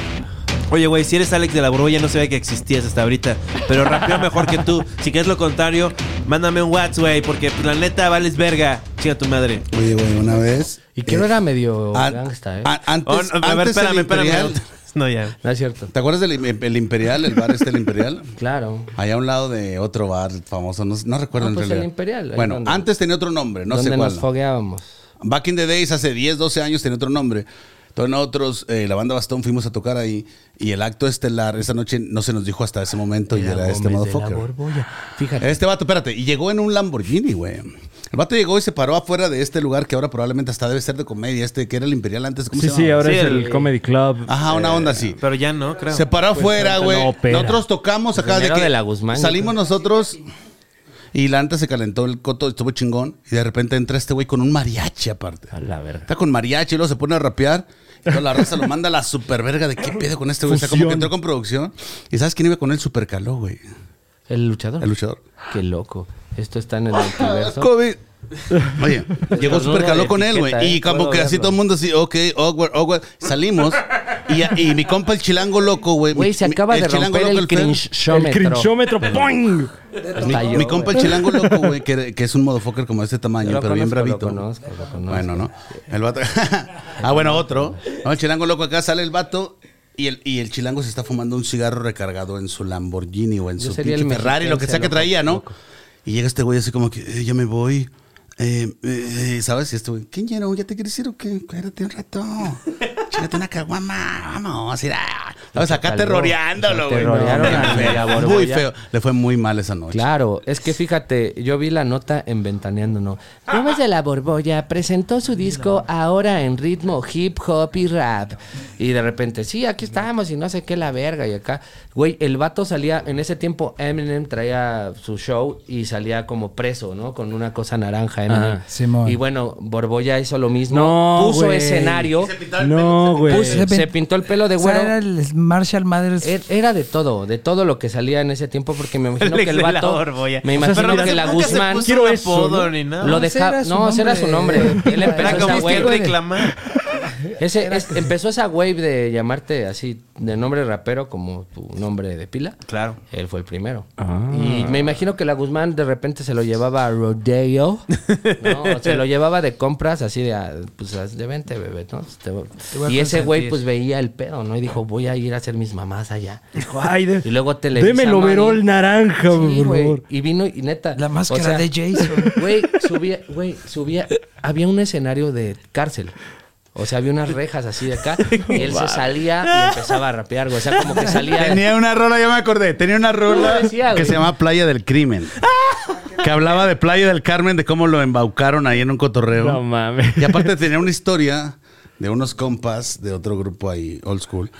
[SPEAKER 3] Oye, güey, si eres Alex de la Borbolla, no sabía que existías hasta ahorita. Pero rapeo mejor que tú. Si quieres lo contrario, mándame un WhatsApp, güey, porque pues, la neta vales verga. Chinga tu madre.
[SPEAKER 6] Oye, güey, una vez. eh,
[SPEAKER 2] Y que no era medio
[SPEAKER 6] an-
[SPEAKER 2] gangsta, ¿eh?
[SPEAKER 6] a- antes,
[SPEAKER 3] Oh, no, a ver,
[SPEAKER 6] antes el
[SPEAKER 3] espérame, espérame.
[SPEAKER 6] Imperial-
[SPEAKER 3] *laughs* No, ya.
[SPEAKER 2] No es cierto.
[SPEAKER 6] ¿Te acuerdas del im- el Imperial, el bar este el Imperial?
[SPEAKER 2] Claro.
[SPEAKER 6] Allá a un lado de otro bar famoso, no, no recuerdo
[SPEAKER 2] Ah,
[SPEAKER 6] en
[SPEAKER 2] pues el
[SPEAKER 6] realidad.
[SPEAKER 2] Imperial, ahí
[SPEAKER 6] Bueno,
[SPEAKER 2] donde-
[SPEAKER 6] antes tenía otro nombre, no sé
[SPEAKER 2] Donde
[SPEAKER 6] cuál.
[SPEAKER 2] nos fogueábamos.
[SPEAKER 6] Back in the days, hace 10, 12 años, tenía otro nombre. Entonces nosotros, eh, la banda Bastón, fuimos a tocar ahí y el acto estelar, esa noche no se nos dijo hasta ese momento y era este
[SPEAKER 2] Gómez de la
[SPEAKER 6] motherfucker.
[SPEAKER 2] Borbolla. Fíjate.
[SPEAKER 6] Este vato, espérate, y llegó en un Lamborghini, güey. El vato llegó y se paró afuera de este lugar que ahora probablemente hasta debe ser de comedia, este que era el Imperial antes, ¿cómo
[SPEAKER 4] Sí,
[SPEAKER 6] se llama?
[SPEAKER 4] sí, ahora
[SPEAKER 3] Sí,
[SPEAKER 4] es el,
[SPEAKER 3] el-
[SPEAKER 4] Comedy Club.
[SPEAKER 6] Ajá,
[SPEAKER 2] Eh,
[SPEAKER 6] una onda así.
[SPEAKER 3] Pero ya no, creo.
[SPEAKER 6] Se
[SPEAKER 2] Pues,
[SPEAKER 6] paró afuera,
[SPEAKER 4] no,
[SPEAKER 6] güey.
[SPEAKER 4] opera.
[SPEAKER 6] nosotros tocamos acá de
[SPEAKER 2] Primero
[SPEAKER 6] que
[SPEAKER 2] de la Guzmán,
[SPEAKER 6] salimos
[SPEAKER 2] yo
[SPEAKER 6] nosotros y la neta se calentó el coto, estuvo chingón y de repente entra este güey con un mariachi aparte.
[SPEAKER 2] A la verga.
[SPEAKER 6] Está con mariachi y luego se pone a rapear. y toda la raza lo manda a la superverga de qué pedo con este güey. Está como que
[SPEAKER 4] Fusión.
[SPEAKER 6] entró con producción. ¿Y sabes quién iba con él? Supercaló, güey.
[SPEAKER 2] El luchador.
[SPEAKER 6] El luchador.
[SPEAKER 2] Qué loco. Esto está
[SPEAKER 6] *laughs*
[SPEAKER 2] en el multiverso.
[SPEAKER 6] COVID. Oye, llegó
[SPEAKER 2] Los
[SPEAKER 6] Supercaló
[SPEAKER 2] nudos de
[SPEAKER 6] con él, güey.
[SPEAKER 2] etiqueta,
[SPEAKER 6] Y
[SPEAKER 2] ¿eh?
[SPEAKER 6] como
[SPEAKER 2] Puedo
[SPEAKER 6] que así
[SPEAKER 2] verlo.
[SPEAKER 6] todo el mundo así, ok, awkward, awkward. Salimos. Y, y mi compa el chilango loco, güey.
[SPEAKER 2] Güey,
[SPEAKER 6] mi-
[SPEAKER 2] se
[SPEAKER 6] mi-
[SPEAKER 2] acaba de
[SPEAKER 6] chilango
[SPEAKER 2] romper
[SPEAKER 6] loco,
[SPEAKER 2] el
[SPEAKER 6] Fer,
[SPEAKER 4] El
[SPEAKER 2] crinchómetro.
[SPEAKER 4] crinchómetro, ¡poing!
[SPEAKER 6] Mi,
[SPEAKER 2] Hasta yo,
[SPEAKER 6] mi compa el
[SPEAKER 2] güey.
[SPEAKER 6] chilango loco,
[SPEAKER 2] *laughs*
[SPEAKER 6] güey, que, que es un motherfucker como de este tamaño,
[SPEAKER 2] Yo lo
[SPEAKER 6] pero bien
[SPEAKER 2] conozco, lo
[SPEAKER 6] bravito.
[SPEAKER 2] conozco, lo conozco.
[SPEAKER 6] Bueno, ¿no? El vato. *laughs* ah, bueno, otro. No, el chilango loco acá sale el vato. Y el, y el chilango se está fumando un cigarro recargado en su Lamborghini o en
[SPEAKER 2] Yo
[SPEAKER 6] su
[SPEAKER 2] sería el
[SPEAKER 6] pinche Ferrari, lo que
[SPEAKER 2] mexiquense,
[SPEAKER 6] sea que
[SPEAKER 2] loco,
[SPEAKER 6] traía, ¿no?
[SPEAKER 2] loco.
[SPEAKER 6] Y llega este güey así como que, eh, ya me voy. Eh, eh, eh, ¿Sabes? Y este güey, ¿qué lleno? ¿Ya te quieres ir o qué? Espérate un rato. Chégate una caguama. Vamos, ir a... ¿Sabes? Acá
[SPEAKER 2] Caló.
[SPEAKER 6] terroreándolo, güey.
[SPEAKER 2] Terrorearon a
[SPEAKER 6] Muy
[SPEAKER 2] Andrea
[SPEAKER 6] feo. *laughs* Muy
[SPEAKER 2] Borbolla.
[SPEAKER 6] feo. Le fue muy mal esa noche.
[SPEAKER 2] Claro, es que fíjate, yo vi la nota en Ventaneando, ¿no? Gómez de la Borbolla presentó su disco ahora en ritmo hip hop y rap. Y de repente, sí, aquí estamos y no sé qué la verga. Y acá, güey, el vato salía, en ese tiempo Eminem traía su show y salía como preso, ¿no? Con una cosa naranja, Eminem.
[SPEAKER 4] Ah,
[SPEAKER 5] Simón.
[SPEAKER 2] Y bueno, Borbolla hizo lo mismo.
[SPEAKER 4] No,
[SPEAKER 2] puso
[SPEAKER 4] güey.
[SPEAKER 2] escenario.
[SPEAKER 4] No, güey.
[SPEAKER 2] puso- se pintó el pelo de
[SPEAKER 5] O sea,
[SPEAKER 2] güero.
[SPEAKER 5] era el Marshall Mathers.
[SPEAKER 2] Er- Era de todo, de todo lo que salía en ese tiempo, porque me imagino que el vato. me imagino
[SPEAKER 4] Pero
[SPEAKER 2] que
[SPEAKER 4] nunca
[SPEAKER 2] la
[SPEAKER 4] se
[SPEAKER 2] Guzmán.
[SPEAKER 4] puso Quiero eso, ¿no?
[SPEAKER 3] ni nada.
[SPEAKER 2] Lo
[SPEAKER 5] ese
[SPEAKER 2] dejaba.
[SPEAKER 5] era su
[SPEAKER 2] No, ese era su nombre.
[SPEAKER 5] nombre.
[SPEAKER 2] Él empezó
[SPEAKER 5] Era
[SPEAKER 3] Era
[SPEAKER 2] esa
[SPEAKER 3] como que
[SPEAKER 2] wave.
[SPEAKER 3] reclamar.
[SPEAKER 2] Ese- es- empezó esa wave de llamarte así de nombre rapero como tu nombre de pila.
[SPEAKER 3] Claro.
[SPEAKER 2] Él fue el primero.
[SPEAKER 4] Ah.
[SPEAKER 2] Y me imagino que la Guzmán de repente se lo llevaba a Rodeo. ¿no? O se lo llevaba de compras así de, ah, pues, as- de vente, bebé, ¿no? Te voy-
[SPEAKER 5] voy a
[SPEAKER 2] y ese güey
[SPEAKER 5] consentir.
[SPEAKER 2] pues veía el pedo, ¿no? Y dijo, voy a ir a hacer mis mamás allá.
[SPEAKER 4] Dijo, Ay, de-
[SPEAKER 2] Y luego Televisa
[SPEAKER 4] Deme el
[SPEAKER 2] Money.
[SPEAKER 4] overol naranja,
[SPEAKER 2] Sí,
[SPEAKER 4] por
[SPEAKER 2] güey.
[SPEAKER 4] favor.
[SPEAKER 2] Y vino y neta.
[SPEAKER 5] La máscara de Jason.
[SPEAKER 2] *laughs* Güey, subía, güey, subía. Había un escenario de cárcel. O sea, había unas rejas así de
[SPEAKER 4] *laughs*
[SPEAKER 2] acá. Y él se salía y empezaba a rapear, güey. O sea, como que salía.
[SPEAKER 6] Tenía una rola, ya me acordé. Tenía una rola
[SPEAKER 2] lo decía,
[SPEAKER 6] que
[SPEAKER 2] güey.
[SPEAKER 6] se llamaba Playa del Crimen. Que hablaba de Playa del Carmen, de cómo lo embaucaron ahí en un cotorreo.
[SPEAKER 4] No mames.
[SPEAKER 6] Y aparte tenía una historia de unos compas de otro grupo ahí, old school.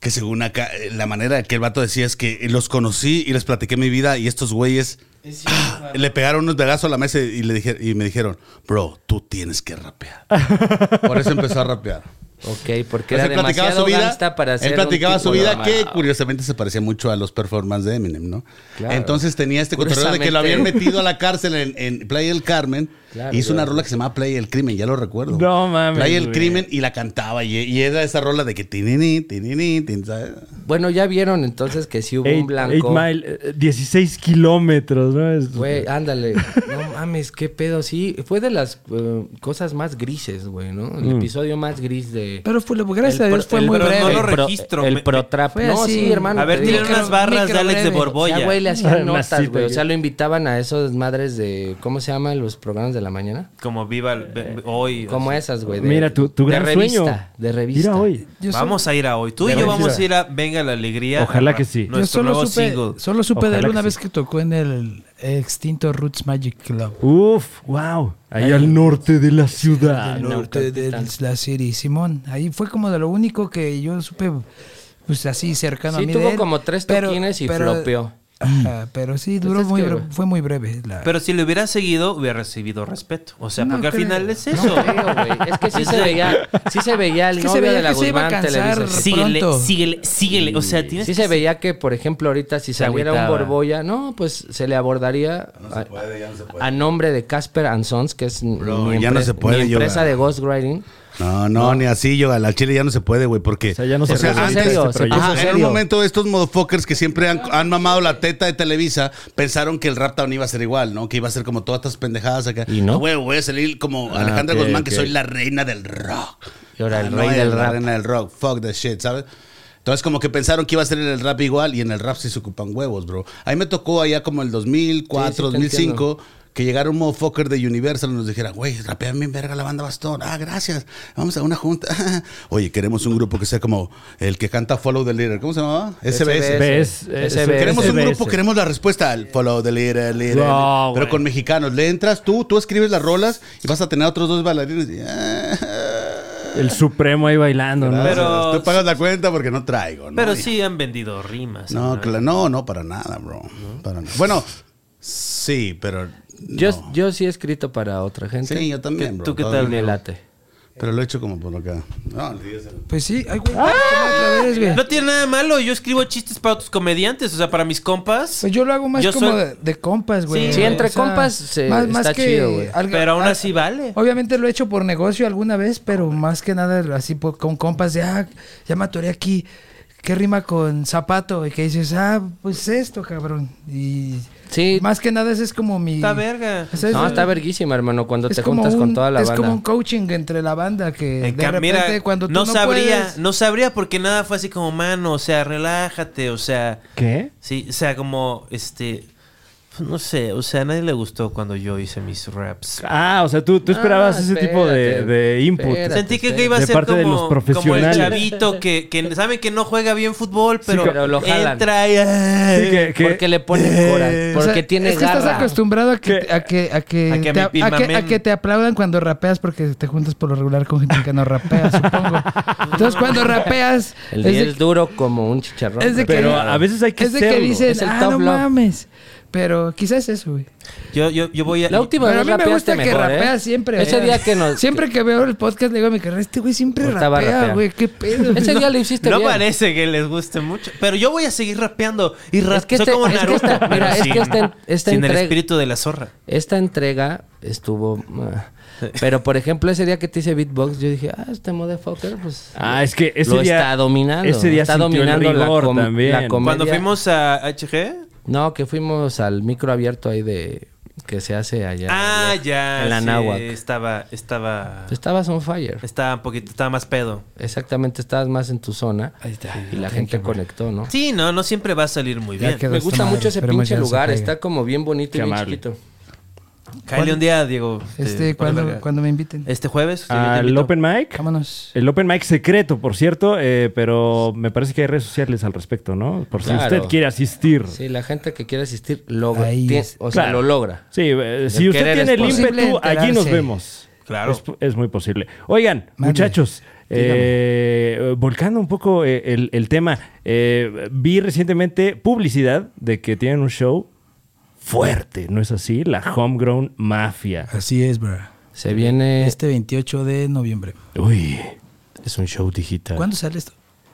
[SPEAKER 6] Que según acá, eh, la manera que el vato decía es que los conocí y les platiqué mi vida y estos güeyes ah, *gasps* le pegaron unos pegazos a la mesa y, le dije- y me dijeron, bro, tú tienes que rapear. Por eso empezó a rapear.
[SPEAKER 2] Ok, porque
[SPEAKER 6] Pues
[SPEAKER 2] era demasiado gangsta para hacer
[SPEAKER 6] él
[SPEAKER 2] un
[SPEAKER 6] platicaba su
[SPEAKER 2] tipo de
[SPEAKER 6] vida
[SPEAKER 2] mamá.
[SPEAKER 6] que curiosamente se parecía mucho a los performances de Eminem, ¿no?
[SPEAKER 2] Claro.
[SPEAKER 6] Entonces tenía este cotorreo de que lo habían
[SPEAKER 2] Curiosamente.
[SPEAKER 6] metido a la cárcel en, en Play el Carmen.
[SPEAKER 2] Claro,
[SPEAKER 6] hizo una
[SPEAKER 2] claro.
[SPEAKER 6] rola que se llamaba Play el Crimen, ya lo recuerdo.
[SPEAKER 4] No mames,
[SPEAKER 6] Play el
[SPEAKER 4] güey.
[SPEAKER 6] Crimen y la cantaba y, y era esa rola de que tinini, tinini, tin, ¿sabes?
[SPEAKER 2] Bueno, ya vieron entonces que si hubo un
[SPEAKER 4] Eight,
[SPEAKER 2] blanco.
[SPEAKER 4] eight mile, eh, 16 kilómetros, ¿no? Es-
[SPEAKER 2] Güey, ándale. No mames, qué pedo. Sí, fue de las eh, cosas más grises, güey, ¿no? El
[SPEAKER 4] Mm.
[SPEAKER 2] episodio más gris de.
[SPEAKER 5] Pero fue, gracias
[SPEAKER 2] el
[SPEAKER 5] a Dios
[SPEAKER 2] pro-
[SPEAKER 5] fue
[SPEAKER 2] el
[SPEAKER 5] muy
[SPEAKER 2] pro-
[SPEAKER 5] breve.
[SPEAKER 3] no lo
[SPEAKER 2] el pro-
[SPEAKER 3] registro, me-
[SPEAKER 2] El protrap.
[SPEAKER 5] Fue
[SPEAKER 2] No,
[SPEAKER 5] así.
[SPEAKER 2] sí, hermano.
[SPEAKER 3] A ver,
[SPEAKER 2] te
[SPEAKER 3] tiene
[SPEAKER 2] digo.
[SPEAKER 5] micro-
[SPEAKER 3] unas barras de Alex de
[SPEAKER 5] microbreve.
[SPEAKER 2] O sea,
[SPEAKER 3] Borbolla.
[SPEAKER 2] güey, le hacían
[SPEAKER 4] Una
[SPEAKER 2] notas,
[SPEAKER 4] cita,
[SPEAKER 2] güey. O sea,
[SPEAKER 4] güey.
[SPEAKER 2] lo invitaban a esos madres de. ¿Cómo se llaman los programas de la mañana?
[SPEAKER 3] Como viva el- ve- ve- hoy.
[SPEAKER 2] Eh, Como
[SPEAKER 3] así.
[SPEAKER 2] esas, güey. de-
[SPEAKER 4] Mira, tu, tu
[SPEAKER 2] de
[SPEAKER 4] gran
[SPEAKER 2] revista,
[SPEAKER 4] sueño.
[SPEAKER 2] De revista.
[SPEAKER 4] Mira hoy.
[SPEAKER 5] Yo solo-
[SPEAKER 3] Vamos a ir a hoy. Tú
[SPEAKER 4] De
[SPEAKER 3] y yo
[SPEAKER 4] verdad.
[SPEAKER 3] vamos a ir a Venga la Alegría.
[SPEAKER 4] Ojalá
[SPEAKER 3] a-
[SPEAKER 4] que sí. Yo
[SPEAKER 3] Nuestro
[SPEAKER 5] yo
[SPEAKER 3] nuevo
[SPEAKER 5] solo supe,
[SPEAKER 3] single.
[SPEAKER 5] solo supe de
[SPEAKER 4] Ojalá
[SPEAKER 5] él una
[SPEAKER 4] que
[SPEAKER 5] vez
[SPEAKER 4] sí.
[SPEAKER 5] que tocó en el extinto Roots Magic Club.
[SPEAKER 4] Uf, wow. Ahí al norte de la ciudad.
[SPEAKER 5] del norte de la City, Simón. Ahí fue como de lo único que yo supe, pues así cercano a
[SPEAKER 2] Sí,
[SPEAKER 5] mí.
[SPEAKER 2] tuvo
[SPEAKER 5] de él,
[SPEAKER 2] como tres toquines y flopeó. Pues
[SPEAKER 5] Ajá, pero sí, duró
[SPEAKER 2] es
[SPEAKER 5] muy
[SPEAKER 2] que-
[SPEAKER 5] breve, fue muy breve. La,
[SPEAKER 3] Pero si le hubiera seguido, hubiera recibido respeto. O sea,
[SPEAKER 5] No
[SPEAKER 3] porque
[SPEAKER 5] creo.
[SPEAKER 3] al final es
[SPEAKER 2] No
[SPEAKER 3] eso.
[SPEAKER 2] creo, güey. Es que sí se veía, sí se veía el
[SPEAKER 5] Es que se
[SPEAKER 2] novio
[SPEAKER 5] veía
[SPEAKER 2] de la
[SPEAKER 5] que se iba a
[SPEAKER 2] Guzmán
[SPEAKER 5] cansar.
[SPEAKER 2] Televisa.
[SPEAKER 5] Sí,
[SPEAKER 3] Síguele,
[SPEAKER 5] pronto.
[SPEAKER 3] síguele, síguele. O sea, tienes
[SPEAKER 2] Sí
[SPEAKER 3] que
[SPEAKER 2] se veía que, por ejemplo, ahorita si saliera un
[SPEAKER 3] agüitaba.
[SPEAKER 2] Borboya, no, pues se le abordaría a, a nombre de Casper and Sons, que es mi
[SPEAKER 6] Bro, ya no
[SPEAKER 2] empre-
[SPEAKER 6] se puede,
[SPEAKER 2] mi empresa
[SPEAKER 6] Yoga.
[SPEAKER 2] de ghostwriting.
[SPEAKER 6] No, no, ni así, yo al chile ya no se puede, güey, porque...
[SPEAKER 4] O sea, ya no se puede.
[SPEAKER 6] antes-
[SPEAKER 2] En serio, se
[SPEAKER 6] Ajá,
[SPEAKER 2] puso
[SPEAKER 6] en un
[SPEAKER 2] serio.
[SPEAKER 6] momento estos motherfuckers que siempre han, han mamado la teta de Televisa pensaron que el rap town iba a ser igual, ¿no? Que iba a ser como todas estas pendejadas acá.
[SPEAKER 2] ¿Y no? Ah,
[SPEAKER 6] Ah, güey, voy a salir como Alejandra
[SPEAKER 4] ok,
[SPEAKER 6] Guzmán,
[SPEAKER 4] ok.
[SPEAKER 6] que soy la reina del rock.
[SPEAKER 2] Y ahora
[SPEAKER 6] Ah,
[SPEAKER 2] el
[SPEAKER 6] no
[SPEAKER 2] rey
[SPEAKER 6] es
[SPEAKER 2] del
[SPEAKER 6] la
[SPEAKER 2] rap.
[SPEAKER 6] reina del rock. Fuck the shit, ¿sabes? Entonces como que pensaron que iba a ser en el rap igual y en el rap sí se ocupan huevos, bro. Ahí me tocó allá como el 2004,
[SPEAKER 2] Sí, sí, te
[SPEAKER 6] 2005 que llegara un motherfucker de Universal y nos dijera, güey, rapean bien verga la banda Bastón. Ah, gracias. Vamos a una junta. *laughs* Oye, queremos un grupo que sea como el que canta Follow the Leader. ¿Cómo se llamaba? SBS.
[SPEAKER 4] Ves, eh,
[SPEAKER 2] SBS.
[SPEAKER 6] Queremos un
[SPEAKER 4] SBS.
[SPEAKER 6] grupo, queremos la respuesta al follow the leader, leader,
[SPEAKER 4] No,
[SPEAKER 6] pero
[SPEAKER 4] güey.
[SPEAKER 6] con mexicanos. Le entras tú, tú escribes las rolas y vas a tener a otros dos bailarines. Y, ah,
[SPEAKER 4] El supremo ahí bailando, ¿no?
[SPEAKER 3] Pero-
[SPEAKER 6] tú pagas la cuenta porque no traigo, ¿no?
[SPEAKER 3] Pero
[SPEAKER 6] Y-
[SPEAKER 3] sí han vendido rimas.
[SPEAKER 6] No,
[SPEAKER 3] ¿no?
[SPEAKER 6] cla- no, no, para nada, bro. Para nada. Bueno, sí, pero.
[SPEAKER 2] Yo,
[SPEAKER 6] no.
[SPEAKER 2] yo sí he escrito para otra gente.
[SPEAKER 6] Sí, yo también, bro.
[SPEAKER 3] ¿Tú qué
[SPEAKER 6] Todavía
[SPEAKER 3] tal?
[SPEAKER 2] Me
[SPEAKER 6] no.
[SPEAKER 2] late.
[SPEAKER 6] Pero lo he hecho como por acá. No,
[SPEAKER 5] pues sí, ay, güey,
[SPEAKER 2] ¡Ah!
[SPEAKER 5] ¿cómo la ves, güey?
[SPEAKER 3] No tiene nada de malo. Yo escribo chistes para otros comediantes. O sea, para mis compas.
[SPEAKER 5] Pues yo lo hago más
[SPEAKER 3] Yo
[SPEAKER 5] como
[SPEAKER 3] soy-
[SPEAKER 5] de, de compas, güey.
[SPEAKER 2] Sí, sí, entre compas se- está chido, güey.
[SPEAKER 5] algo-
[SPEAKER 3] Pero aún
[SPEAKER 5] al-
[SPEAKER 3] así vale.
[SPEAKER 5] Obviamente lo he hecho por negocio alguna vez, pero más que nada así por- con compas de, ah, ya me atoré aquí. ¿Qué rima con zapato? Y que dices, ah, pues esto, cabrón. Y
[SPEAKER 2] Sí.
[SPEAKER 5] más que nada ese es como mi...
[SPEAKER 3] Está verga.
[SPEAKER 5] O sea, es-
[SPEAKER 2] No, está verguísima, hermano, cuando
[SPEAKER 5] es
[SPEAKER 2] te
[SPEAKER 5] como
[SPEAKER 2] juntas con
[SPEAKER 5] un-
[SPEAKER 2] toda la
[SPEAKER 5] Es como
[SPEAKER 2] banda.
[SPEAKER 5] un coaching entre la banda que
[SPEAKER 3] En
[SPEAKER 5] de
[SPEAKER 3] cam-
[SPEAKER 5] repente
[SPEAKER 3] mira,
[SPEAKER 5] cuando tú
[SPEAKER 3] no,
[SPEAKER 5] no,
[SPEAKER 3] sabría,
[SPEAKER 5] puedes-
[SPEAKER 3] no sabría porque nada fue así como, mano, o sea, relájate, o sea,
[SPEAKER 4] ¿Qué?
[SPEAKER 3] sí, o sea, como, este, pues, no sé, o sea, a nadie le gustó cuando yo hice mis raps.
[SPEAKER 4] Ah, o sea, tú, tú esperabas
[SPEAKER 2] Ah,
[SPEAKER 4] ese tipo de,
[SPEAKER 2] espérate,
[SPEAKER 4] de input.
[SPEAKER 2] espérate.
[SPEAKER 3] Sentí que, que iba a
[SPEAKER 4] De
[SPEAKER 3] ser
[SPEAKER 4] parte de
[SPEAKER 3] como,
[SPEAKER 4] los profesionales.
[SPEAKER 3] como el chavito que, que saben que no juega bien fútbol, pero,
[SPEAKER 2] pero lo jalan.
[SPEAKER 3] entra y...
[SPEAKER 4] Sí, que- que-
[SPEAKER 2] Porque le ponen coral.
[SPEAKER 5] *laughs* O sea,
[SPEAKER 2] Porque tiene
[SPEAKER 5] es que estás
[SPEAKER 2] garra.
[SPEAKER 5] acostumbrado a que,
[SPEAKER 4] Que-
[SPEAKER 5] a que, a que,
[SPEAKER 3] a que
[SPEAKER 5] te,
[SPEAKER 3] me
[SPEAKER 5] a que- a
[SPEAKER 3] pimamen.
[SPEAKER 5] que te aplaudan cuando rapeas porque te juntas por lo regular con gente que no
[SPEAKER 2] *laughs*
[SPEAKER 5] rapea, supongo. Entonces cuando rapeas
[SPEAKER 2] El
[SPEAKER 5] es
[SPEAKER 2] día
[SPEAKER 5] de-
[SPEAKER 2] es duro como un chicharrón.
[SPEAKER 5] es de que,
[SPEAKER 4] Pero a veces hay que
[SPEAKER 5] es de que
[SPEAKER 4] serlo.
[SPEAKER 5] dicen,
[SPEAKER 2] Es el
[SPEAKER 5] ah,
[SPEAKER 2] top
[SPEAKER 5] no
[SPEAKER 2] love".
[SPEAKER 5] mames. Pero quizás eso, güey.
[SPEAKER 3] Yo, yo, yo voy a...
[SPEAKER 2] La última
[SPEAKER 5] Pero
[SPEAKER 2] vez
[SPEAKER 5] a mí me
[SPEAKER 2] rapeaste
[SPEAKER 5] gusta que
[SPEAKER 2] mejor, ¿eh?
[SPEAKER 5] rapea siempre.
[SPEAKER 2] Ese
[SPEAKER 5] güey.
[SPEAKER 2] día que nos...
[SPEAKER 5] Siempre que veo el podcast le digo a mi carrera, este güey siempre
[SPEAKER 2] Estaba
[SPEAKER 5] rapea,
[SPEAKER 2] rapeando.
[SPEAKER 5] güey. Qué pedo.
[SPEAKER 2] Ese
[SPEAKER 5] güey.
[SPEAKER 2] día lo hiciste
[SPEAKER 3] No
[SPEAKER 2] bien.
[SPEAKER 3] parece que les guste mucho, pero yo voy a seguir rapeando y ra-
[SPEAKER 2] Es que
[SPEAKER 3] soy
[SPEAKER 2] este-
[SPEAKER 3] como
[SPEAKER 2] es que
[SPEAKER 3] Naruto,
[SPEAKER 2] esta-
[SPEAKER 3] pero
[SPEAKER 2] mira, es que
[SPEAKER 3] sin-
[SPEAKER 2] esta- esta
[SPEAKER 3] sin el
[SPEAKER 2] entrega-
[SPEAKER 3] espíritu de la zorra.
[SPEAKER 2] Esta entrega estuvo... ah, Pero, por ejemplo, ese día que te hice beatbox, yo dije, ah, este motherfucker, pues...
[SPEAKER 4] Ah, es que ese
[SPEAKER 2] lo
[SPEAKER 4] día-
[SPEAKER 2] está dominando.
[SPEAKER 4] ese día
[SPEAKER 2] está
[SPEAKER 4] sintió el
[SPEAKER 2] dominando la,
[SPEAKER 4] rigor
[SPEAKER 2] com-
[SPEAKER 4] también.
[SPEAKER 2] la comedia.
[SPEAKER 3] Cuando fuimos a HG,
[SPEAKER 2] No, que fuimos al micro abierto ahí de... Que se hace allá.
[SPEAKER 3] Ah,
[SPEAKER 2] allá.
[SPEAKER 3] ya.
[SPEAKER 2] En la
[SPEAKER 3] sí,
[SPEAKER 2] náhuac.
[SPEAKER 3] Estaba, estaba,
[SPEAKER 2] Estabas on fire.
[SPEAKER 3] estaba un poquito, estaba más pedo.
[SPEAKER 2] Exactamente, estabas más en tu zona. Y la gente conectó, ¿no?
[SPEAKER 3] Sí, no, no siempre va a salir muy
[SPEAKER 5] Ya
[SPEAKER 3] bien.
[SPEAKER 5] quedó
[SPEAKER 2] Me
[SPEAKER 5] esta
[SPEAKER 2] gusta
[SPEAKER 5] madre,
[SPEAKER 2] mucho ese
[SPEAKER 5] esperemos
[SPEAKER 2] pinche
[SPEAKER 5] ya no se
[SPEAKER 2] lugar,
[SPEAKER 5] caiga.
[SPEAKER 2] está como bien bonito
[SPEAKER 4] Qué
[SPEAKER 2] y bien
[SPEAKER 4] amable.
[SPEAKER 2] chiquito.
[SPEAKER 3] Cállate un día, Diego. te
[SPEAKER 5] *laughs* Este,
[SPEAKER 3] pones
[SPEAKER 5] cuando,
[SPEAKER 3] verga.
[SPEAKER 5] cuando me inviten.
[SPEAKER 3] Este jueves. sí, yo te
[SPEAKER 4] Al
[SPEAKER 3] invito.
[SPEAKER 4] Ah, Open Mic.
[SPEAKER 5] Vámonos.
[SPEAKER 4] El Open Mic secreto, por cierto, eh, pero me parece que hay redes sociales al respecto, ¿no? Por si
[SPEAKER 2] Claro.
[SPEAKER 4] usted quiere asistir. Sí,
[SPEAKER 2] Sí, la gente que quiere asistir logra,
[SPEAKER 5] Ahí
[SPEAKER 2] tien-
[SPEAKER 5] es.
[SPEAKER 2] o sea,
[SPEAKER 4] Claro.
[SPEAKER 2] lo logra.
[SPEAKER 4] eh, si
[SPEAKER 2] El
[SPEAKER 4] usted
[SPEAKER 2] querer
[SPEAKER 4] tiene el
[SPEAKER 2] es
[SPEAKER 5] posible.
[SPEAKER 4] ímpetu, allí nos
[SPEAKER 5] Enterarse.
[SPEAKER 4] vemos.
[SPEAKER 3] Claro.
[SPEAKER 4] Es, es muy posible. Oigan,
[SPEAKER 5] Mande.
[SPEAKER 4] muchachos, eh, volcando un poco eh, el, el tema, eh, vi recientemente publicidad de que tienen un show fuerte, ¿no es así? La Homegrown Mafia.
[SPEAKER 5] Así es, bro.
[SPEAKER 2] Se viene...
[SPEAKER 5] Este 28 de noviembre.
[SPEAKER 4] Uy.
[SPEAKER 2] es un show digital.
[SPEAKER 5] ¿Cuándo sale esto?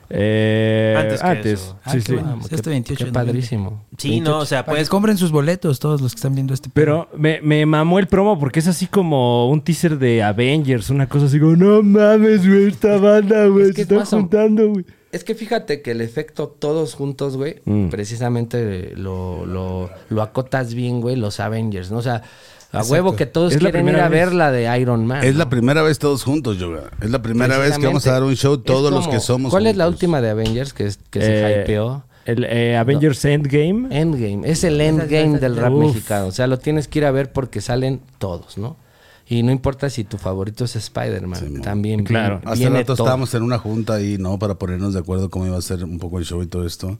[SPEAKER 4] Eh,
[SPEAKER 3] Antes
[SPEAKER 4] antes.
[SPEAKER 3] que eso.
[SPEAKER 5] Ah,
[SPEAKER 4] sí,
[SPEAKER 5] qué
[SPEAKER 4] sí.
[SPEAKER 5] bueno.
[SPEAKER 2] Vamos,
[SPEAKER 5] Este
[SPEAKER 2] qué-
[SPEAKER 5] 28
[SPEAKER 2] qué
[SPEAKER 5] de noviembre.
[SPEAKER 2] padrísimo.
[SPEAKER 3] Sí, no, o sea,
[SPEAKER 5] Para
[SPEAKER 3] puedes.
[SPEAKER 5] que compren sus boletos todos los que están viendo este
[SPEAKER 4] Pero me, me mamó el promo porque es así como un teaser de Avengers, una cosa así como, no mames, güey, esta banda, güey,
[SPEAKER 2] Es que
[SPEAKER 4] se está
[SPEAKER 2] es más o-
[SPEAKER 4] juntando, güey.
[SPEAKER 2] Es que fíjate que el efecto todos juntos, güey,
[SPEAKER 4] Mm.
[SPEAKER 2] precisamente lo, lo, lo acotas bien, güey, los Avengers, ¿no? O sea, A huevo que todos
[SPEAKER 4] Es la
[SPEAKER 2] quieren ir
[SPEAKER 4] primera
[SPEAKER 2] a
[SPEAKER 4] vez.
[SPEAKER 2] ver la de Iron Man.
[SPEAKER 6] Es
[SPEAKER 2] Ah, ¿no?
[SPEAKER 6] la primera vez todos juntos, Yoga. Es la primera vez que vamos a dar un show
[SPEAKER 2] Es
[SPEAKER 6] todos los
[SPEAKER 2] como-
[SPEAKER 6] que somos.
[SPEAKER 2] ¿Cuál es la
[SPEAKER 6] juntos.
[SPEAKER 2] última de Avengers que, es- que
[SPEAKER 4] Eh,
[SPEAKER 2] se hypeó?
[SPEAKER 4] El eh, Avengers Endgame.
[SPEAKER 2] Endgame. Es el endgame del rap
[SPEAKER 4] Uf.
[SPEAKER 2] mexicano. O sea, lo tienes que ir a ver porque salen todos, ¿no? Y no importa si tu favorito es Spider-Man. también.
[SPEAKER 4] Claro.
[SPEAKER 2] viene-
[SPEAKER 6] Hace
[SPEAKER 2] viene
[SPEAKER 6] rato
[SPEAKER 2] todo.
[SPEAKER 6] estábamos en una junta ahí, ¿no? Para ponernos de acuerdo cómo iba a ser un poco el show y todo esto.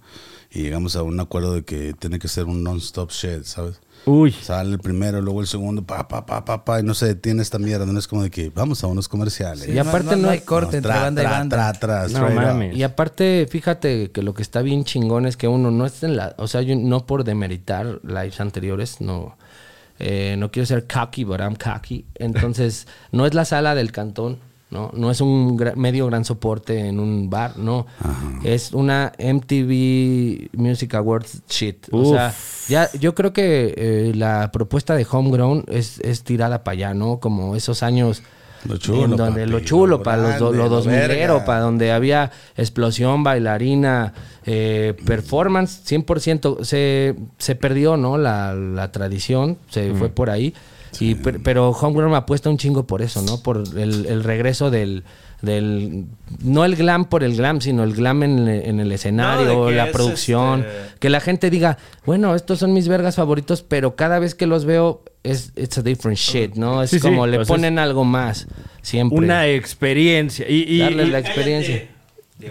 [SPEAKER 6] Y llegamos a un acuerdo de que tiene que ser un non-stop shit, ¿sabes?
[SPEAKER 4] Uy.
[SPEAKER 6] Sale el primero, luego el segundo, pa, pa, pa, pa, pa, y no se detiene esta mierda. No es como de que vamos a unos comerciales.
[SPEAKER 5] Sí,
[SPEAKER 2] Y
[SPEAKER 5] no-
[SPEAKER 2] aparte
[SPEAKER 5] no, no
[SPEAKER 2] no-
[SPEAKER 5] hay corte
[SPEAKER 6] No,
[SPEAKER 5] entre
[SPEAKER 6] tra,
[SPEAKER 5] banda y
[SPEAKER 6] tra,
[SPEAKER 5] banda.
[SPEAKER 6] tra, tra, straight up.
[SPEAKER 4] mames.
[SPEAKER 2] Y aparte, fíjate que lo que está bien chingón es que uno no está en la. O sea, yo no por demeritar lives anteriores, no. eh, no quiero ser cocky, but I'm cocky.
[SPEAKER 6] *laughs*
[SPEAKER 2] Entonces, no es la sala del cantón, ¿no? No es un gra- medio gran soporte en un bar, no. Es una MTV Music Awards shit. O sea, ya, yo creo que eh, la propuesta de Homegrown es, es tirada para allá, ¿no? Como esos años.
[SPEAKER 6] Lo chulo,
[SPEAKER 2] en donde
[SPEAKER 6] papi,
[SPEAKER 2] lo chulo,
[SPEAKER 6] lo
[SPEAKER 2] para los, do-
[SPEAKER 6] grande,
[SPEAKER 2] los
[SPEAKER 6] lo
[SPEAKER 2] dos mileros,
[SPEAKER 6] verga.
[SPEAKER 2] para donde había explosión, bailarina, eh, performance, 100%. Se, se perdió, ¿no? La, la tradición, se fue por ahí. Y, per- pero Homegrown me apuesta un chingo por eso, ¿no? Por el, el regreso del, del... No el glam por el glam, sino el glam en, el- en el escenario,
[SPEAKER 3] No, de que
[SPEAKER 2] la
[SPEAKER 3] es,
[SPEAKER 2] producción.
[SPEAKER 3] este,
[SPEAKER 2] Que la gente diga, bueno, estos son mis vergas favoritos, pero cada vez que los veo es it's a different shit, ¿no? Es
[SPEAKER 4] Sí, sí,
[SPEAKER 2] como le
[SPEAKER 4] o sea,
[SPEAKER 2] ponen algo más, siempre.
[SPEAKER 4] Una experiencia. Y, y-
[SPEAKER 2] Darles
[SPEAKER 4] y-
[SPEAKER 2] la experiencia.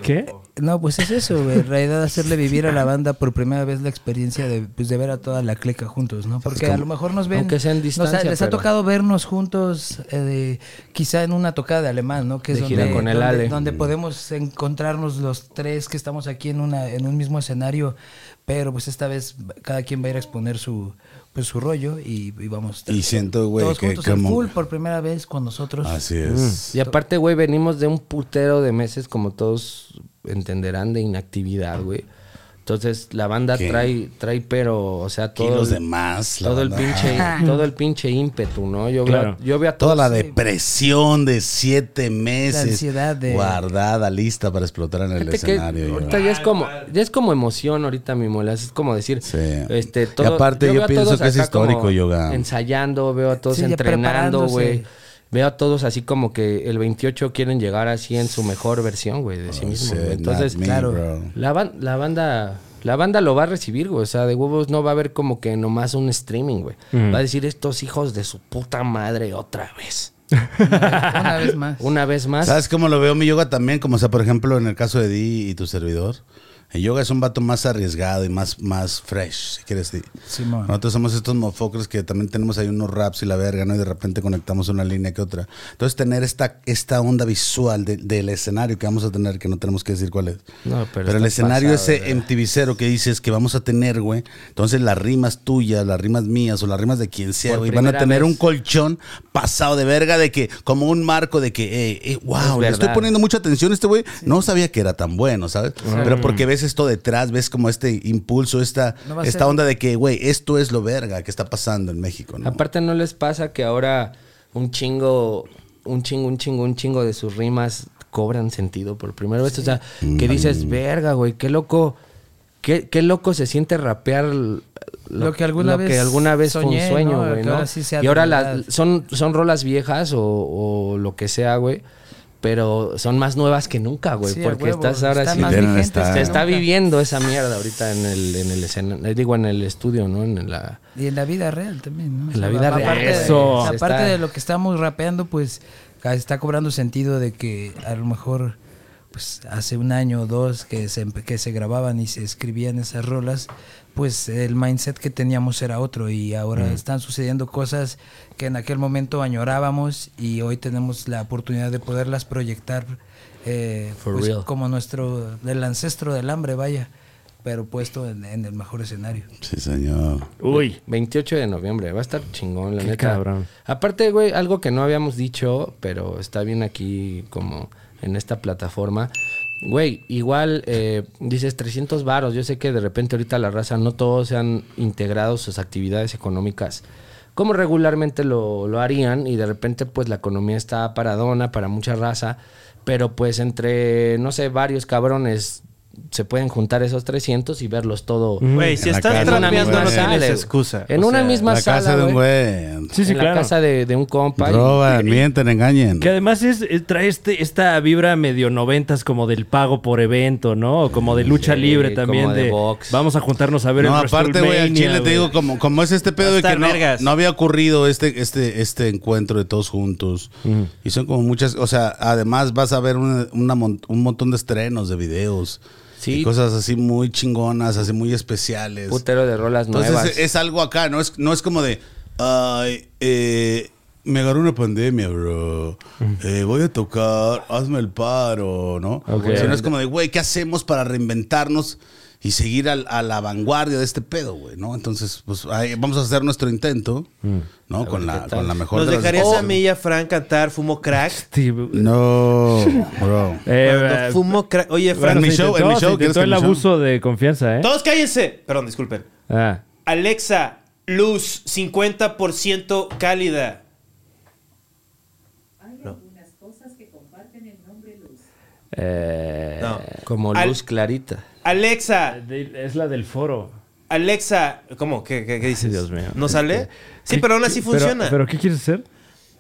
[SPEAKER 4] ¿Qué?
[SPEAKER 5] No, pues es eso, güey. En
[SPEAKER 2] *laughs*
[SPEAKER 5] realidad hacerle vivir a la banda por primera vez la experiencia de, pues, de ver a toda la clica juntos, ¿no? Porque a lo mejor nos ven...
[SPEAKER 2] Aunque sea en
[SPEAKER 5] nos ha-
[SPEAKER 2] distancia,
[SPEAKER 5] les ha
[SPEAKER 2] pero-
[SPEAKER 5] tocado vernos juntos, eh, de- quizá en una tocada de alemán, ¿no? Que es
[SPEAKER 2] De
[SPEAKER 5] donde,
[SPEAKER 2] gira con el
[SPEAKER 5] donde-
[SPEAKER 2] Ale.
[SPEAKER 5] donde podemos encontrarnos los tres que estamos aquí en, una, en un mismo escenario. Pero pues esta vez cada quien va a ir a exponer su, pues, su rollo y, y vamos...
[SPEAKER 6] Y siento, güey,
[SPEAKER 5] todos
[SPEAKER 6] que
[SPEAKER 5] juntos en
[SPEAKER 6] como- Ah,
[SPEAKER 5] full por primera vez con nosotros.
[SPEAKER 6] Así es.
[SPEAKER 2] Y aparte, güey, venimos de un putero de meses, como todos entenderán, de inactividad, güey. Entonces, la banda
[SPEAKER 6] ¿Qué?
[SPEAKER 2] trae, trae, pero, o sea, todo,
[SPEAKER 6] Kilos
[SPEAKER 2] el-
[SPEAKER 6] de más. la
[SPEAKER 2] todo el
[SPEAKER 6] banda.
[SPEAKER 2] pinche, todo el pinche ímpetu, ¿no? Yo veo,
[SPEAKER 4] Claro.
[SPEAKER 2] yo veo a
[SPEAKER 6] Toda
[SPEAKER 2] todos.
[SPEAKER 6] la depresión de siete meses.
[SPEAKER 5] ansiedad de-
[SPEAKER 6] Guardada, lista para explotar en el
[SPEAKER 2] Fíjate que
[SPEAKER 6] escenario. yo.
[SPEAKER 2] ahorita ya es como, ya es como emoción ahorita mi mola, es como decir,
[SPEAKER 6] Sí. Y
[SPEAKER 2] este, todo,
[SPEAKER 6] aparte yo
[SPEAKER 2] veo a
[SPEAKER 6] pienso
[SPEAKER 2] todos
[SPEAKER 6] que es
[SPEAKER 2] acá como
[SPEAKER 6] histórico, Yoga.
[SPEAKER 2] Ensayando, veo a todos
[SPEAKER 5] Sí, ya
[SPEAKER 2] entrenando, güey.
[SPEAKER 5] preparándose.
[SPEAKER 2] Veo a todos así como que el 28 quieren llegar así en su mejor versión, güey, de sí mismo.
[SPEAKER 6] Said,
[SPEAKER 2] Entonces,
[SPEAKER 6] Oh, not me,
[SPEAKER 2] claro,
[SPEAKER 6] bro.
[SPEAKER 2] la, ban- la banda la banda lo va a recibir, güey. O sea, de huevos no va a haber como que nomás un streaming, güey. Va a decir estos hijos de su puta madre otra vez.
[SPEAKER 5] *laughs* Una vez más.
[SPEAKER 2] Una vez más.
[SPEAKER 6] ¿Sabes cómo lo veo mi yoga también? Como o sea, por ejemplo, en el caso de Di y tu servidor. El yoga es un vato más arriesgado y más, más fresh, si quieres decir.
[SPEAKER 5] Simón.
[SPEAKER 6] Nosotros somos estos mofocres que también tenemos ahí unos raps y la verga, ¿no? Y de repente conectamos una línea que otra. Entonces, tener esta, esta onda visual de- del escenario que vamos a tener, que no tenemos que decir cuál es.
[SPEAKER 2] No, pero
[SPEAKER 6] pero el
[SPEAKER 2] está
[SPEAKER 6] escenario
[SPEAKER 2] pasado, ¿eh?
[SPEAKER 6] ese MTVcero que dices que vamos a tener, güey. Entonces, las rimas tuyas, las rimas mías o las rimas de quien sea,
[SPEAKER 2] Por
[SPEAKER 6] güey, van a
[SPEAKER 2] primera
[SPEAKER 6] tener
[SPEAKER 2] vez.
[SPEAKER 6] un colchón pasado de verga de que, como un marco de que, eh, eh, wow, le estoy
[SPEAKER 2] verdad.
[SPEAKER 6] poniendo mucha atención a este güey. No sabía que era tan bueno, ¿sabes?
[SPEAKER 2] Mm.
[SPEAKER 6] Pero porque ves esto detrás, ves como este impulso, esta,
[SPEAKER 5] No va a
[SPEAKER 6] esta
[SPEAKER 5] ser-
[SPEAKER 6] onda de que, güey, esto es lo verga que está pasando en México, ¿no?
[SPEAKER 2] Aparte no les pasa que ahora un chingo, un chingo, un chingo, un chingo de sus rimas cobran sentido por primera vez. O sea, que dices, verga, güey, qué loco. Qué, qué loco se siente rapear lo,
[SPEAKER 5] Lo que alguna vez
[SPEAKER 2] alguna vez fue
[SPEAKER 5] soñé,
[SPEAKER 2] un sueño,
[SPEAKER 5] ¿no?
[SPEAKER 2] güey,
[SPEAKER 5] Que
[SPEAKER 2] ¿no?
[SPEAKER 5] ahora sí sea
[SPEAKER 2] y ahora las-
[SPEAKER 5] realidad.
[SPEAKER 2] son, son rolas viejas o, o lo que sea, güey, pero son más nuevas que nunca, güey,
[SPEAKER 5] Sí, a
[SPEAKER 2] porque
[SPEAKER 5] huevo,
[SPEAKER 2] estás ahora
[SPEAKER 5] están
[SPEAKER 2] sí
[SPEAKER 5] más
[SPEAKER 6] Literal,
[SPEAKER 5] vigentes
[SPEAKER 6] está-
[SPEAKER 5] que
[SPEAKER 2] se está
[SPEAKER 5] nunca.
[SPEAKER 2] viviendo esa mierda ahorita en el en el escena- eh, digo en el estudio, ¿no? En la
[SPEAKER 5] Y en la vida real también, ¿no?
[SPEAKER 2] En la vida real.
[SPEAKER 5] de-
[SPEAKER 4] Eso.
[SPEAKER 5] aparte
[SPEAKER 2] Está-
[SPEAKER 5] de lo que estamos rapeando, pues ca- está cobrando sentido de que a lo mejor pues hace un año o dos que se, empe- que se grababan y se escribían esas rolas, pues el mindset que teníamos era otro y ahora
[SPEAKER 2] Mm.
[SPEAKER 5] están sucediendo cosas que en aquel momento añorábamos y hoy tenemos la oportunidad de poderlas proyectar eh,
[SPEAKER 2] For
[SPEAKER 5] pues,
[SPEAKER 2] real.
[SPEAKER 5] como nuestro, del ancestro del hambre, vaya, pero puesto en- en el mejor escenario.
[SPEAKER 6] Sí, señor.
[SPEAKER 4] Uy.
[SPEAKER 2] 28 de noviembre, va a estar chingón, la
[SPEAKER 4] Qué
[SPEAKER 2] neta.
[SPEAKER 4] cabrón.
[SPEAKER 2] Aparte, güey, algo que no habíamos dicho, pero está bien aquí como en esta plataforma. Güey, igual eh, dices 300 varos. Yo sé que de repente ahorita la raza no todos se han integrado sus actividades económicas como regularmente lo, lo harían y de repente pues la economía está paradona para mucha raza, pero pues entre, no sé, varios cabrones se pueden juntar esos 300 y verlos todo.
[SPEAKER 3] Güey, si
[SPEAKER 6] En la
[SPEAKER 3] estás
[SPEAKER 6] casa de un
[SPEAKER 3] trapeando
[SPEAKER 6] güey.
[SPEAKER 3] no tienes
[SPEAKER 2] güey.
[SPEAKER 3] excusa.
[SPEAKER 2] En
[SPEAKER 3] O
[SPEAKER 2] una
[SPEAKER 3] sea,
[SPEAKER 2] misma
[SPEAKER 6] La
[SPEAKER 2] sala.
[SPEAKER 6] casa de un
[SPEAKER 2] güey.
[SPEAKER 6] güey.
[SPEAKER 4] Sí, sí,
[SPEAKER 2] en
[SPEAKER 4] claro.
[SPEAKER 2] la casa de, de un compa. y-
[SPEAKER 6] Roban, mienten, engañen.
[SPEAKER 4] Que además es, es- trae este, esta vibra medio noventas como del pago por evento, ¿no? O como de lucha
[SPEAKER 2] Sí,
[SPEAKER 4] libre también.
[SPEAKER 2] como de
[SPEAKER 4] de,
[SPEAKER 2] box.
[SPEAKER 4] Vamos a juntarnos a ver
[SPEAKER 6] No,
[SPEAKER 4] el
[SPEAKER 6] aparte, güey, al
[SPEAKER 4] WrestleMania,
[SPEAKER 6] Chile te
[SPEAKER 4] güey.
[SPEAKER 6] digo, como, como es este pedo
[SPEAKER 3] Va a
[SPEAKER 6] de que
[SPEAKER 3] estar
[SPEAKER 6] no,
[SPEAKER 3] vergas.
[SPEAKER 6] no había ocurrido este, este, este encuentro de todos juntos. Y son como muchas, o sea, además vas a ver una, una mon- un montón de estrenos de videos.
[SPEAKER 2] Sí.
[SPEAKER 6] Y cosas así muy chingonas, así muy especiales.
[SPEAKER 2] Putero de rolas nuevas.
[SPEAKER 6] Entonces es, es algo acá, no es, no es como de, ay, eh, me agarró una pandemia, bro. Eh, voy a tocar, hazme el paro, ¿no?
[SPEAKER 2] Ok.
[SPEAKER 6] Sino es como de, güey, ¿qué hacemos para reinventarnos y seguir al- a la vanguardia de este pedo, güey, ¿no? Entonces, pues ahí vamos a hacer nuestro intento,
[SPEAKER 2] Mm.
[SPEAKER 6] ¿no? Con la, con la mejor
[SPEAKER 3] ¿Nos
[SPEAKER 6] de las-
[SPEAKER 3] dejarías
[SPEAKER 6] Oh,
[SPEAKER 3] a mí y a Fran cantar Fumo Crack?
[SPEAKER 4] Sí,
[SPEAKER 6] No, bro.
[SPEAKER 4] eh,
[SPEAKER 3] Cuando fumo crack. Oye, Fran.
[SPEAKER 6] En mi
[SPEAKER 4] se
[SPEAKER 6] show, en
[SPEAKER 4] intentó,
[SPEAKER 6] mi
[SPEAKER 4] se
[SPEAKER 6] show, ¿quieres
[SPEAKER 4] intentó
[SPEAKER 6] que
[SPEAKER 4] el
[SPEAKER 6] en mi show?
[SPEAKER 4] abuso de confianza, ¿eh?
[SPEAKER 3] Todos cállense. Perdón, disculpen.
[SPEAKER 4] Ah.
[SPEAKER 3] Alexa, luz 50% cálida.
[SPEAKER 2] Eh,
[SPEAKER 3] No.
[SPEAKER 2] Como
[SPEAKER 3] Al-
[SPEAKER 2] luz clarita.
[SPEAKER 3] Alexa,
[SPEAKER 4] De- es la del foro.
[SPEAKER 3] Alexa, ¿cómo? ¿Qué, qué- qué dices?
[SPEAKER 4] Dios mío.
[SPEAKER 3] ¿No sale? Sí,
[SPEAKER 4] ¿Qué-
[SPEAKER 3] pero aún así
[SPEAKER 4] qué- pero-
[SPEAKER 3] funciona.
[SPEAKER 4] ¿Pero qué quieres hacer?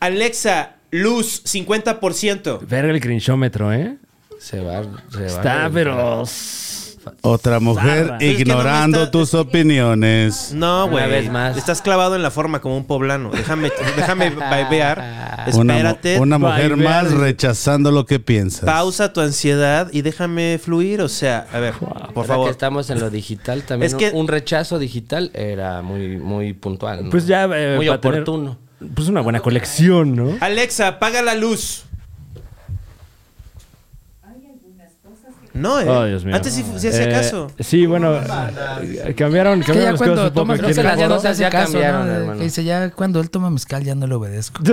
[SPEAKER 3] Alexa, luz 50%.
[SPEAKER 4] Verga el crinchómetro, ¿eh?
[SPEAKER 2] Se va. se va
[SPEAKER 4] Está,
[SPEAKER 2] a-
[SPEAKER 4] pero...
[SPEAKER 6] Otra mujer
[SPEAKER 4] Zarra.
[SPEAKER 3] Es que no me
[SPEAKER 6] ignorando
[SPEAKER 3] está-
[SPEAKER 6] tus opiniones.
[SPEAKER 3] No, güey.
[SPEAKER 2] vez más. Ah.
[SPEAKER 3] Estás clavado en la forma como un poblano. Déjame,
[SPEAKER 2] *laughs*
[SPEAKER 3] déjame bebear.
[SPEAKER 6] Una mu-
[SPEAKER 3] Espérate.
[SPEAKER 6] Una, mujer
[SPEAKER 4] Vaivén.
[SPEAKER 6] más rechazando lo que piensas.
[SPEAKER 3] Pausa tu ansiedad y déjame fluir. O sea, a ver, por
[SPEAKER 2] Ahora que
[SPEAKER 3] favor.
[SPEAKER 2] estamos en lo digital también.
[SPEAKER 3] Es que-
[SPEAKER 2] un, un rechazo digital era muy, muy puntual. ¿no?
[SPEAKER 4] Pues ya... eh,
[SPEAKER 2] muy
[SPEAKER 4] para tener-
[SPEAKER 2] oportuno.
[SPEAKER 4] pues una buena colección, ¿no?
[SPEAKER 3] Alexa, apaga la luz. No, eh.
[SPEAKER 4] Oh, Dios mío.
[SPEAKER 3] Antes sí, fu- sí hacía
[SPEAKER 4] Eh,
[SPEAKER 3] caso.
[SPEAKER 4] Sí, bueno, eh, cambiaron, cambiaron las
[SPEAKER 5] Que ya
[SPEAKER 4] cosas
[SPEAKER 5] cuando
[SPEAKER 4] un poco
[SPEAKER 5] toma
[SPEAKER 4] aquí
[SPEAKER 2] creo
[SPEAKER 4] en
[SPEAKER 2] que
[SPEAKER 4] el
[SPEAKER 2] las
[SPEAKER 5] mezcal ya no
[SPEAKER 4] foro.
[SPEAKER 5] se hace
[SPEAKER 2] ya
[SPEAKER 5] caso,
[SPEAKER 2] cambiaron,
[SPEAKER 5] ¿no?
[SPEAKER 2] hermano.
[SPEAKER 5] Que dice, ya cuando él toma mezcal ya no le obedezco.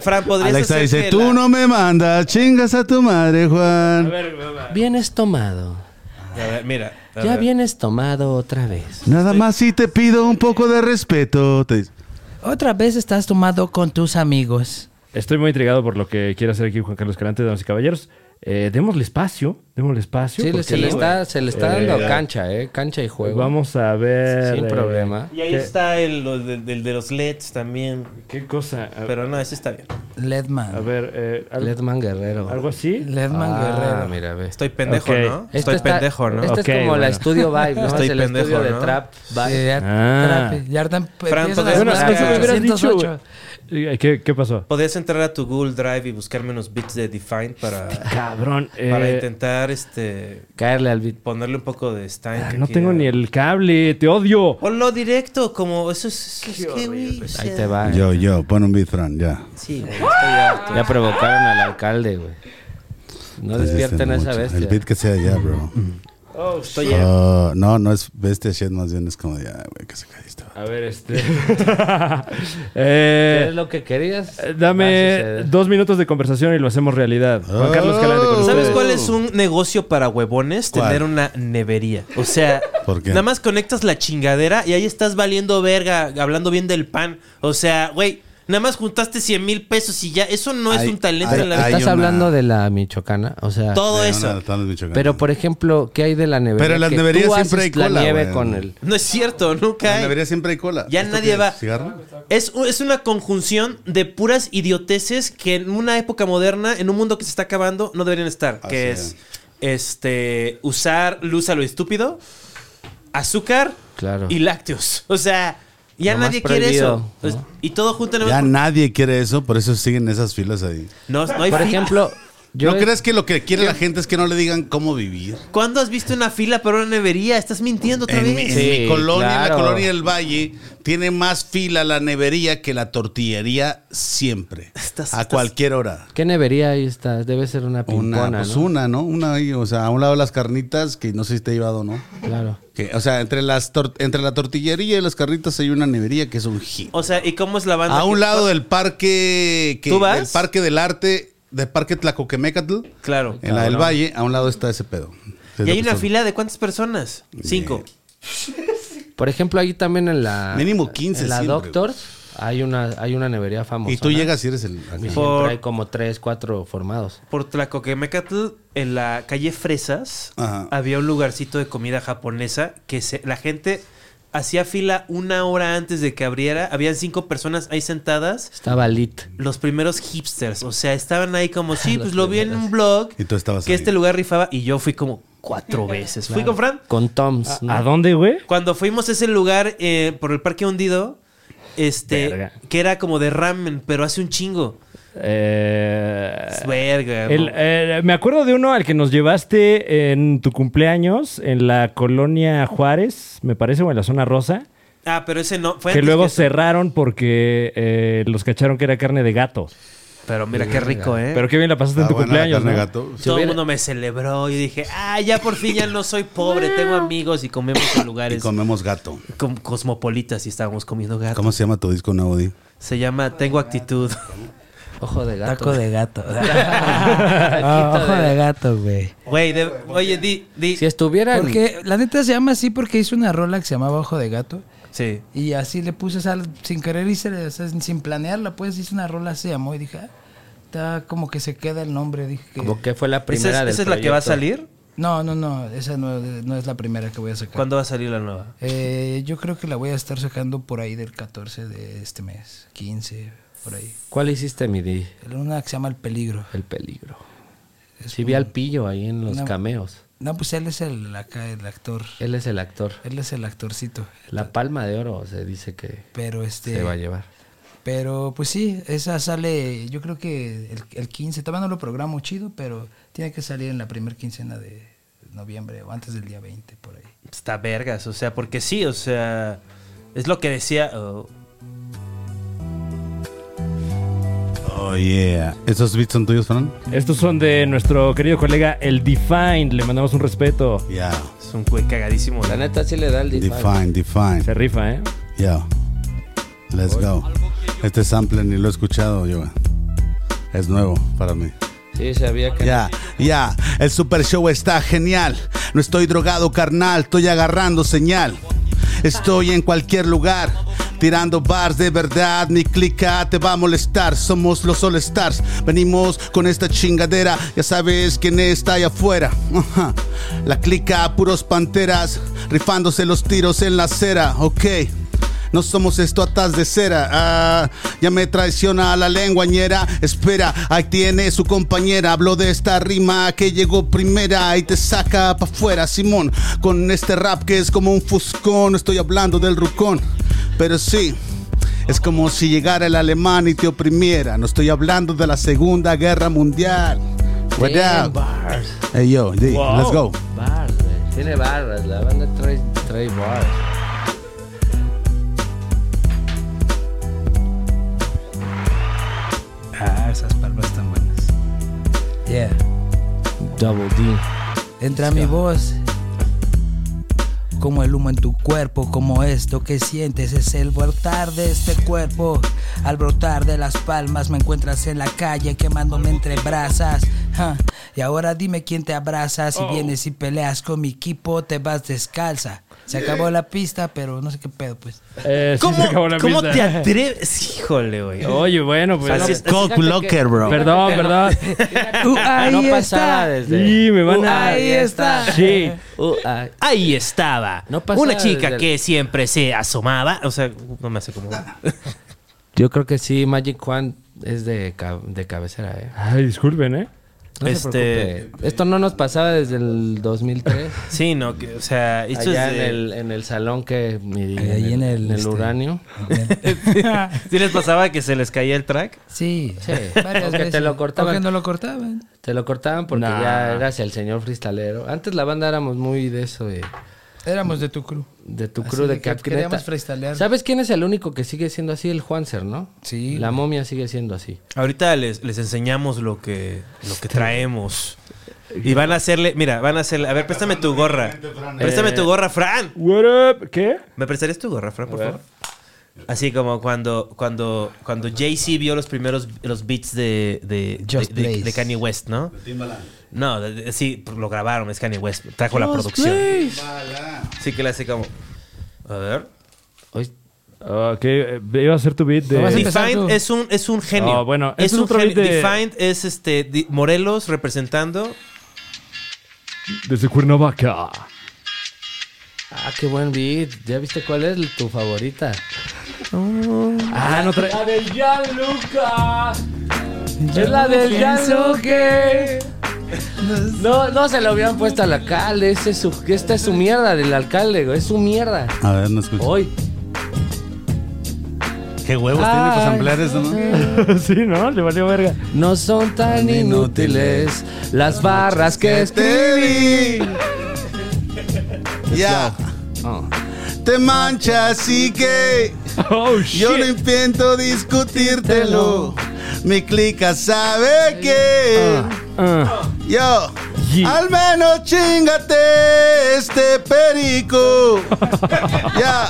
[SPEAKER 3] Fran, podrías
[SPEAKER 6] Alexa
[SPEAKER 3] hacerte
[SPEAKER 6] dice, tú
[SPEAKER 3] la-
[SPEAKER 6] no me mandas, chingas a tu madre, Juan.
[SPEAKER 2] Vienes tomado.
[SPEAKER 3] A ver, mira. a
[SPEAKER 2] Ya
[SPEAKER 3] ver.
[SPEAKER 2] vienes tomado otra vez.
[SPEAKER 6] Nada más si te pido un poco de respeto. Te dice,
[SPEAKER 5] Otra vez estás tomado con tus amigos.
[SPEAKER 4] Estoy muy intrigado por lo que quiere hacer aquí Juan Carlos Calante, damas y caballeros. Eh, démosle espacio, démosle espacio.
[SPEAKER 2] Sí, le-
[SPEAKER 4] porque
[SPEAKER 2] se le está, se le está
[SPEAKER 4] Eh,
[SPEAKER 2] dando cancha, ¿eh? Cancha y juego.
[SPEAKER 4] Vamos a ver...
[SPEAKER 2] Sin
[SPEAKER 4] eh,
[SPEAKER 2] problema.
[SPEAKER 3] Y ahí está el, lo de- del de los LEDs también.
[SPEAKER 4] ¿Qué cosa? A,
[SPEAKER 3] Pero no, ese está bien.
[SPEAKER 4] a
[SPEAKER 5] Ledman.
[SPEAKER 4] ver, eh, al-
[SPEAKER 2] Ledman Guerrero.
[SPEAKER 4] algo así.
[SPEAKER 5] Ledman
[SPEAKER 2] Ah,
[SPEAKER 5] Guerrero.
[SPEAKER 2] mira, ve.
[SPEAKER 3] Estoy pendejo,
[SPEAKER 4] Ok.
[SPEAKER 3] ¿no?
[SPEAKER 2] Este
[SPEAKER 3] Estoy
[SPEAKER 2] está-
[SPEAKER 3] pendejo, ¿no?
[SPEAKER 2] Este
[SPEAKER 4] Ok,
[SPEAKER 2] es como
[SPEAKER 4] bueno.
[SPEAKER 2] la Studio Vibe, ¿no?
[SPEAKER 3] Estoy
[SPEAKER 2] es el
[SPEAKER 3] pendejo,
[SPEAKER 2] estudio
[SPEAKER 3] ¿no?
[SPEAKER 2] de Trap
[SPEAKER 5] Sí,
[SPEAKER 2] Vibe.
[SPEAKER 5] ya,
[SPEAKER 4] Ah.
[SPEAKER 5] trape. ya están
[SPEAKER 3] Fran,
[SPEAKER 5] empiezan
[SPEAKER 3] podrías-
[SPEAKER 5] las
[SPEAKER 4] Bueno,
[SPEAKER 3] es
[SPEAKER 5] mezclas
[SPEAKER 4] eso me
[SPEAKER 3] que-
[SPEAKER 4] hubieras dicho,
[SPEAKER 5] 808.
[SPEAKER 4] güey. Eh, ¿Qué, qué pasó?
[SPEAKER 3] Podrías entrar a tu Google Drive y buscarme unos beats de Define para,
[SPEAKER 4] *laughs* Cabrón. eh,
[SPEAKER 3] para intentar este
[SPEAKER 2] Caerle al beat.
[SPEAKER 3] ponerle un poco de Stein.
[SPEAKER 4] ah,
[SPEAKER 3] que
[SPEAKER 4] no tengo
[SPEAKER 3] quiera.
[SPEAKER 4] ni el cable, te
[SPEAKER 3] *laughs*
[SPEAKER 4] odio.
[SPEAKER 3] Ponlo directo, como eso es, eso es que, güey, o
[SPEAKER 2] Ahí
[SPEAKER 3] sea,
[SPEAKER 2] te va.
[SPEAKER 6] Yo, yo, pon un beat, Fran, ya.
[SPEAKER 3] Sí, güey, estoy harto.
[SPEAKER 2] Ya provocaron al alcalde, güey. No despierten
[SPEAKER 6] Este,
[SPEAKER 2] a esa
[SPEAKER 6] mucho.
[SPEAKER 2] bestia. Oh,
[SPEAKER 6] El beat que sea ya, bro.
[SPEAKER 3] Estoy harto.
[SPEAKER 6] Ah, no, no es bestia shit, más bien es como de, "Ay, güey, que se caíste.
[SPEAKER 4] A ver, este.
[SPEAKER 2] ¿Qué
[SPEAKER 4] Eh,
[SPEAKER 2] es lo que querías?
[SPEAKER 4] eh,
[SPEAKER 2] Va a
[SPEAKER 4] dame
[SPEAKER 2] suceder.
[SPEAKER 4] dos minutos de conversación y lo hacemos realidad. Oh. Juan Carlos Calante con ustedes.
[SPEAKER 3] ¿Sabes cuál es un negocio para huevones?
[SPEAKER 6] ¿Cuál?
[SPEAKER 3] Tener una nevería. O sea,
[SPEAKER 6] ¿Por qué?
[SPEAKER 3] nada más conectas la chingadera y ahí estás valiendo verga, hablando bien del pan. O sea, güey, nada más juntaste 100 mil pesos y ya. Eso no es
[SPEAKER 6] Hay-
[SPEAKER 3] un talento
[SPEAKER 6] hay-
[SPEAKER 3] en la
[SPEAKER 6] hay
[SPEAKER 2] Estás
[SPEAKER 6] una-
[SPEAKER 2] hablando de la michoacana, o sea...
[SPEAKER 3] Todo
[SPEAKER 6] De
[SPEAKER 3] eso.
[SPEAKER 6] una tal vez Michoacán.
[SPEAKER 2] Pero, por ejemplo, ¿qué hay de la nevería?
[SPEAKER 6] Pero en las
[SPEAKER 2] Que
[SPEAKER 6] neverías
[SPEAKER 2] tú
[SPEAKER 6] siempre
[SPEAKER 2] haces
[SPEAKER 6] hay cola,
[SPEAKER 2] la nieve
[SPEAKER 6] güey.
[SPEAKER 2] con él.
[SPEAKER 3] No es cierto, nunca
[SPEAKER 6] En
[SPEAKER 3] hay.
[SPEAKER 6] la nevería siempre hay cola.
[SPEAKER 3] Ya
[SPEAKER 6] ¿Esto
[SPEAKER 3] nadie
[SPEAKER 6] qué es?
[SPEAKER 3] va.
[SPEAKER 6] ¿Cigarro?
[SPEAKER 3] Es, u- es una conjunción de puras idioteces que en una época moderna, en un mundo que se está acabando, no deberían estar.
[SPEAKER 6] Así
[SPEAKER 3] que
[SPEAKER 6] es.
[SPEAKER 3] es este usar luz a lo estúpido, azúcar
[SPEAKER 2] Claro.
[SPEAKER 3] y lácteos. O sea, ya
[SPEAKER 2] Lo más
[SPEAKER 3] nadie quiere
[SPEAKER 2] prohibido,
[SPEAKER 3] eso.
[SPEAKER 2] ¿no?
[SPEAKER 3] Pues, Y todo junto
[SPEAKER 6] Ya
[SPEAKER 3] en
[SPEAKER 6] nadie quiere eso, por eso siguen esas filas ahí.
[SPEAKER 3] no, no hay
[SPEAKER 2] Por
[SPEAKER 3] fila.
[SPEAKER 2] ejemplo, yo...
[SPEAKER 6] ¿No crees que lo que quiere la gente es que no le digan cómo vivir?
[SPEAKER 3] ¿Cuándo has visto una fila para una nevería? Estás mintiendo otra
[SPEAKER 6] En, mi-
[SPEAKER 3] vez.
[SPEAKER 6] en mi
[SPEAKER 2] Sí,
[SPEAKER 6] colonia, en la
[SPEAKER 2] claro.
[SPEAKER 6] colonia del Valle, tiene más fila la nevería que la tortillería siempre.
[SPEAKER 3] Estás-
[SPEAKER 6] a
[SPEAKER 3] estás-
[SPEAKER 6] cualquier hora.
[SPEAKER 2] ¿Qué nevería ahí está? Debe ser una
[SPEAKER 6] Una,
[SPEAKER 2] pimpona,
[SPEAKER 6] pues
[SPEAKER 2] ¿no?
[SPEAKER 6] una, ¿no? Una ahí, o sea, a un lado las carnitas, que no sé si te ha llevado o no.
[SPEAKER 2] Claro.
[SPEAKER 6] Que, o sea, entre, las tor- entre la tortillería y las carnitas hay una nevería que es un hit.
[SPEAKER 3] O sea, ¿y cómo es la banda?
[SPEAKER 6] A
[SPEAKER 3] que-
[SPEAKER 6] un lado del parque, que,
[SPEAKER 3] ¿Tú vas?
[SPEAKER 6] del parque del arte, del parque Tlacoquemecatl,
[SPEAKER 3] Claro.
[SPEAKER 6] en la del Valle, a un lado está ese pedo.
[SPEAKER 3] Y hay una fila de cuántas personas? Cinco.
[SPEAKER 2] Por ejemplo, ahí también en la...
[SPEAKER 6] Mínimo 15
[SPEAKER 2] En la
[SPEAKER 6] siempre,
[SPEAKER 2] Doctors Hay una, hay una nevería famosa.
[SPEAKER 6] Y tú
[SPEAKER 2] ¿no?
[SPEAKER 6] llegas y eres el.
[SPEAKER 2] Y
[SPEAKER 6] acá.
[SPEAKER 3] Por-
[SPEAKER 2] siempre hay como tres, cuatro formados.
[SPEAKER 3] Por Tlacoquemecatl, en la calle Fresas,
[SPEAKER 6] Ajá.
[SPEAKER 3] había un lugarcito de comida japonesa que se- la gente hacía fila una hora antes de que abriera. Habían cinco personas ahí sentadas.
[SPEAKER 2] Estaba lit.
[SPEAKER 3] Los primeros hipsters, o sea, estaban ahí como,
[SPEAKER 4] *laughs*
[SPEAKER 3] sí,
[SPEAKER 2] Los
[SPEAKER 3] pues lo vi en
[SPEAKER 2] primeros.
[SPEAKER 3] un blog
[SPEAKER 6] Y tú estabas
[SPEAKER 3] que
[SPEAKER 6] ahí.
[SPEAKER 3] este lugar rifaba y yo fui como *laughs* cuatro veces. Fui
[SPEAKER 2] Claro.
[SPEAKER 3] con Fran.
[SPEAKER 2] Con Toms. ¿no?
[SPEAKER 4] ¿A dónde, güey?
[SPEAKER 3] Cuando fuimos a ese lugar eh, por el Parque Hundido, este,
[SPEAKER 4] Verga.
[SPEAKER 3] que era como de ramen, pero hace un chingo.
[SPEAKER 4] Eh,
[SPEAKER 3] Es Verga.
[SPEAKER 4] el-
[SPEAKER 3] ¿no?
[SPEAKER 4] eh, me acuerdo de uno al que nos llevaste en tu cumpleaños en la colonia Juárez, me parece, o en la zona rosa,
[SPEAKER 3] ah, pero ese no. Fue
[SPEAKER 4] que
[SPEAKER 3] antes
[SPEAKER 4] luego
[SPEAKER 3] que-
[SPEAKER 4] cerraron porque eh, los cacharon que era carne de gato.
[SPEAKER 3] Pero mira qué rico, ¿eh?
[SPEAKER 4] Pero qué bien la pasaste en
[SPEAKER 6] Está
[SPEAKER 4] tu
[SPEAKER 6] buena la
[SPEAKER 4] cumpleaños,
[SPEAKER 6] Ah, carne
[SPEAKER 4] ¿no?
[SPEAKER 6] gato.
[SPEAKER 3] Todo el mundo me celebró. Yo dije, ah, ya por fin ya no soy pobre. tengo amigos y comemos en
[SPEAKER 6] Y
[SPEAKER 3] lugares
[SPEAKER 6] comemos gato.
[SPEAKER 3] com- cosmopolitas y estábamos comiendo gato.
[SPEAKER 6] ¿Cómo se llama tu disco nuevo, Di?
[SPEAKER 3] Se llama Tengo actitud.
[SPEAKER 2] Ojo de gato.
[SPEAKER 5] Taco de *laughs* gato. Ah, ojo de gato, güey.
[SPEAKER 3] Güey, de- oye, di, di.
[SPEAKER 2] Si estuvieran.
[SPEAKER 5] Porque la neta se llama así porque hice una rola que se llamaba Ojo de Gato.
[SPEAKER 3] Sí.
[SPEAKER 5] Y así le puse sal sin querer, hice, o sea, sin planearla, pues hice una rola, se llamó y dije, ah, está como que se queda el nombre. Dije que...
[SPEAKER 2] Como que fue la
[SPEAKER 3] ¿Esa es,
[SPEAKER 2] primera del
[SPEAKER 3] esa es la que va a
[SPEAKER 2] proyecto.
[SPEAKER 3] salir?
[SPEAKER 5] No, no, no, esa no, no es la primera que voy a sacar.
[SPEAKER 3] ¿Cuándo va a salir la nueva?
[SPEAKER 5] Eh, yo creo que la voy a estar sacando por ahí del 14 de este mes, 15, por ahí.
[SPEAKER 2] ¿Cuál hiciste, mi di?
[SPEAKER 5] Una que se llama El Peligro.
[SPEAKER 2] El peligro.
[SPEAKER 5] Es
[SPEAKER 2] Sí, vi
[SPEAKER 5] un-
[SPEAKER 2] al pillo ahí en los
[SPEAKER 5] una-
[SPEAKER 2] cameos.
[SPEAKER 5] No, pues él es el, acá, el actor.
[SPEAKER 2] Él es el actor.
[SPEAKER 5] Él es el actorcito.
[SPEAKER 2] La palma de oro se dice que
[SPEAKER 5] Pero este...
[SPEAKER 2] se va a llevar.
[SPEAKER 5] Pero pues sí, esa sale, yo creo que el, el 15, todavía no lo programo chido, pero tiene que salir en la primera quincena de noviembre o antes del día 20 por ahí.
[SPEAKER 3] Está vergas, o sea, porque sí, o sea, es lo que decía. oh,
[SPEAKER 6] Oh, yeah. ¿Esos beats son tuyos, Fran?
[SPEAKER 4] Estos son de nuestro querido colega El Define. Le mandamos un respeto.
[SPEAKER 6] Yeah.
[SPEAKER 3] es un güey cagadísimo.
[SPEAKER 2] La neta sí le da el define.
[SPEAKER 6] Define, define.
[SPEAKER 4] Se rifa, ¿eh?
[SPEAKER 6] Yo, let's go. Este sample ni lo he escuchado, yo. Es nuevo para mí.
[SPEAKER 2] Sí, sabía que.
[SPEAKER 6] Ya, ya, el super show está genial. No estoy drogado, carnal, estoy agarrando señal. Estoy en cualquier lugar, tirando bars de verdad. Mi clica te va a molestar, somos los All Stars. Venimos con esta chingadera, ya sabes quién está allá afuera. Ajá. La clica, puros panteras, rifándose los tiros en la acera, ok. No somos estatuas de cera. Ah, ya me traiciona la lenguañera. Espera, ahí tiene su compañera. Habló de esta rima que llegó primera y te saca pa' fuera, Simón. Con este rap que es como un fuscón. No estoy hablando del rucón, pero sí. Es como si llegara el alemán y te oprimiera. No estoy hablando de la Segunda Guerra Mundial. What
[SPEAKER 2] Damn,
[SPEAKER 6] up?
[SPEAKER 2] bars.
[SPEAKER 6] Hey yo, D, let's go.
[SPEAKER 2] Bars, güey. Tiene barras. La banda trae, trae bars.
[SPEAKER 5] Ah, esas palmas tan buenas. Yeah.
[SPEAKER 2] Double D.
[SPEAKER 5] Entra mi voz. Como el humo en tu cuerpo, como esto que sientes es el brotar de este cuerpo. Al brotar de las palmas me encuentras en la calle quemándome entre brasas. Ja, Y ahora dime quién te abraza, si vienes y peleas con mi equipo te vas descalza. Se acabó la pista, pero no sé qué pedo pues.
[SPEAKER 4] Eh, sí,
[SPEAKER 2] *laughs*
[SPEAKER 3] ¿Cómo,
[SPEAKER 4] se acabó la
[SPEAKER 3] ¿cómo
[SPEAKER 4] pista. *laughs*
[SPEAKER 3] te atreves? Híjole, güey.
[SPEAKER 4] Oye, bueno, pues. no,
[SPEAKER 3] Así es.
[SPEAKER 6] Cold blocker, bro.
[SPEAKER 4] Perdón, perdón.
[SPEAKER 5] Uh,
[SPEAKER 2] Ah, no
[SPEAKER 5] ahí
[SPEAKER 2] pasaba
[SPEAKER 5] está.
[SPEAKER 2] desde.
[SPEAKER 4] Sí, me van a.
[SPEAKER 5] Ahí está.
[SPEAKER 2] *laughs*
[SPEAKER 4] Sí.
[SPEAKER 2] Uh, ah,
[SPEAKER 3] Ahí estaba.
[SPEAKER 2] No pasaba
[SPEAKER 3] Una chica
[SPEAKER 2] desde el-
[SPEAKER 3] que siempre se asomaba. O sea, no me hace como.
[SPEAKER 2] yo creo que sí, Magic Juan es de, ca- de cabecera, eh.
[SPEAKER 4] Ay, disculpen, ¿eh?
[SPEAKER 2] No se
[SPEAKER 3] Este-
[SPEAKER 2] preocupe. Esto no nos pasaba desde el 2003.
[SPEAKER 3] Sí, no, que, o sea, *laughs* esto
[SPEAKER 2] allá
[SPEAKER 3] es.
[SPEAKER 2] en,
[SPEAKER 3] de-
[SPEAKER 2] el, en el salón que... mi-
[SPEAKER 5] Ahí en el,
[SPEAKER 2] en el
[SPEAKER 5] este-
[SPEAKER 2] uranio.
[SPEAKER 3] *laughs* ¿Sí les pasaba que se les caía el track?
[SPEAKER 5] Sí,
[SPEAKER 2] Sí,
[SPEAKER 5] varias
[SPEAKER 2] o que te
[SPEAKER 5] veces.
[SPEAKER 2] lo
[SPEAKER 5] O
[SPEAKER 2] cortaban.
[SPEAKER 5] que no lo cortaban.
[SPEAKER 2] Te lo cortaban porque ya eras el señor freestalero. Antes la banda éramos muy de eso, de,
[SPEAKER 5] Éramos de tu crew.
[SPEAKER 2] de tu
[SPEAKER 5] Así
[SPEAKER 2] crew,
[SPEAKER 5] de
[SPEAKER 2] de,
[SPEAKER 5] que
[SPEAKER 2] que
[SPEAKER 5] queríamos
[SPEAKER 2] neta-
[SPEAKER 5] freestalear.
[SPEAKER 2] ¿Sabes quién es el único que sigue siendo así? El Juancer, ¿no?
[SPEAKER 5] Sí.
[SPEAKER 2] La momia sigue siendo así.
[SPEAKER 3] Ahorita les, les enseñamos lo que, lo que traemos. Y van a hacerle. Mira, van a hacerle. A ver, préstame tu gorra. Préstame tu gorra, Fran.
[SPEAKER 4] What up? ¿Qué?
[SPEAKER 3] ¿Me prestarías tu gorra, Fran, por favor? Así como cuando, cuando, cuando Jay-Z vio los primeros los beats de, de,
[SPEAKER 5] Just
[SPEAKER 3] de- de-
[SPEAKER 5] Blaze.
[SPEAKER 3] de Kanye West, ¿no? No, de- de- sí, pues, lo grabaron, es Kanye West. Trajo la producción. Sí que le hace como. A ver.
[SPEAKER 2] Hoy
[SPEAKER 4] Ok, eh, iba a hacer tu beat de...
[SPEAKER 5] No vas a empezar
[SPEAKER 3] Defined
[SPEAKER 5] tú.
[SPEAKER 3] es un, es un genio.
[SPEAKER 4] Ah, Eh, bueno, ese
[SPEAKER 3] es,
[SPEAKER 4] es
[SPEAKER 3] un
[SPEAKER 4] otro
[SPEAKER 3] genio.
[SPEAKER 4] beat de-
[SPEAKER 3] Defined es este di- Morelos representando.
[SPEAKER 4] Desde Cuernavaca.
[SPEAKER 2] Ah, qué buen beat. ¿Ya viste cuál es tu favorita? Oh.
[SPEAKER 4] Ah, no trae...
[SPEAKER 2] La del Gianluca. Es la
[SPEAKER 5] del
[SPEAKER 2] del Gianluca. No, no se lo habían puesto al alcalde. Ese es su- esta es su mierda del alcalde, güey. Es su mierda.
[SPEAKER 6] A ver, no escucho.
[SPEAKER 2] Hoy.
[SPEAKER 6] Qué huevos tiene para samplear eso, ¿no?
[SPEAKER 4] sí, ¿no? Le valió verga.
[SPEAKER 2] No son tan inútiles las barras que escribí.
[SPEAKER 6] Te vi. Ya. Te mancha, así que
[SPEAKER 4] Oh,
[SPEAKER 6] yo no
[SPEAKER 4] shit.
[SPEAKER 6] intento discutírtelo. Mi clica sabe que
[SPEAKER 4] Ah,
[SPEAKER 6] yo
[SPEAKER 4] Yeah.
[SPEAKER 6] al menos chingate este perico. ya.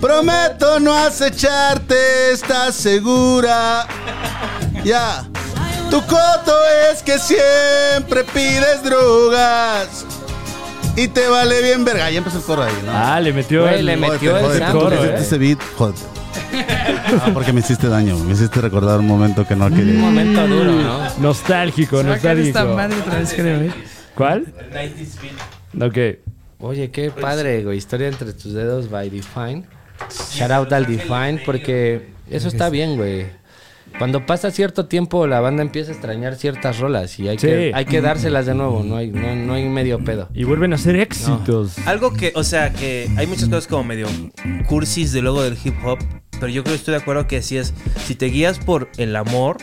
[SPEAKER 6] Prometo no acecharte, estás segura. Ya. Tu coto es que siempre pides drogas. Y te vale bien verga. Ya empezó el coro ahí, ¿no?
[SPEAKER 4] Ah, le metió
[SPEAKER 2] Güey,
[SPEAKER 4] el...
[SPEAKER 2] le
[SPEAKER 6] Jódete,
[SPEAKER 2] metió el
[SPEAKER 6] jódete,
[SPEAKER 2] santo,
[SPEAKER 6] tú que
[SPEAKER 4] eh.
[SPEAKER 6] hiciste ese beat, jódete. Ah, porque me hiciste daño, me hiciste recordar un momento que no
[SPEAKER 2] Un
[SPEAKER 6] quería.
[SPEAKER 2] momento duro, ¿no?
[SPEAKER 4] Nostálgico,
[SPEAKER 5] Sacan
[SPEAKER 4] nostálgico.
[SPEAKER 5] esta madre otra vez, ¿eh? créeme.
[SPEAKER 4] ¿Cuál? Ok.
[SPEAKER 2] Oye, qué padre, güey. Historia entre tus dedos by Define. Shout out al Define porque eso está bien, güey. Cuando pasa cierto tiempo, la banda empieza a extrañar ciertas rolas y hay,
[SPEAKER 4] Sí.
[SPEAKER 2] que, hay que dárselas de nuevo. No hay, no, no hay medio pedo.
[SPEAKER 4] Y vuelven a ser éxitos.
[SPEAKER 3] Algo que, o sea, que hay muchas cosas como medio cursis de luego del hip hop, pero yo creo que estoy de acuerdo que si es, si te guías por el amor,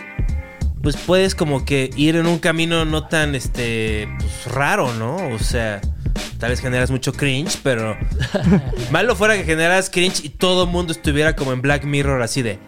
[SPEAKER 3] pues puedes como que ir en un camino no tan, este, pues raro, ¿no? O sea, tal vez generas mucho cringe,
[SPEAKER 5] *laughs*
[SPEAKER 3] pero malo fuera que generas cringe y todo el mundo estuviera como en Black Mirror así de,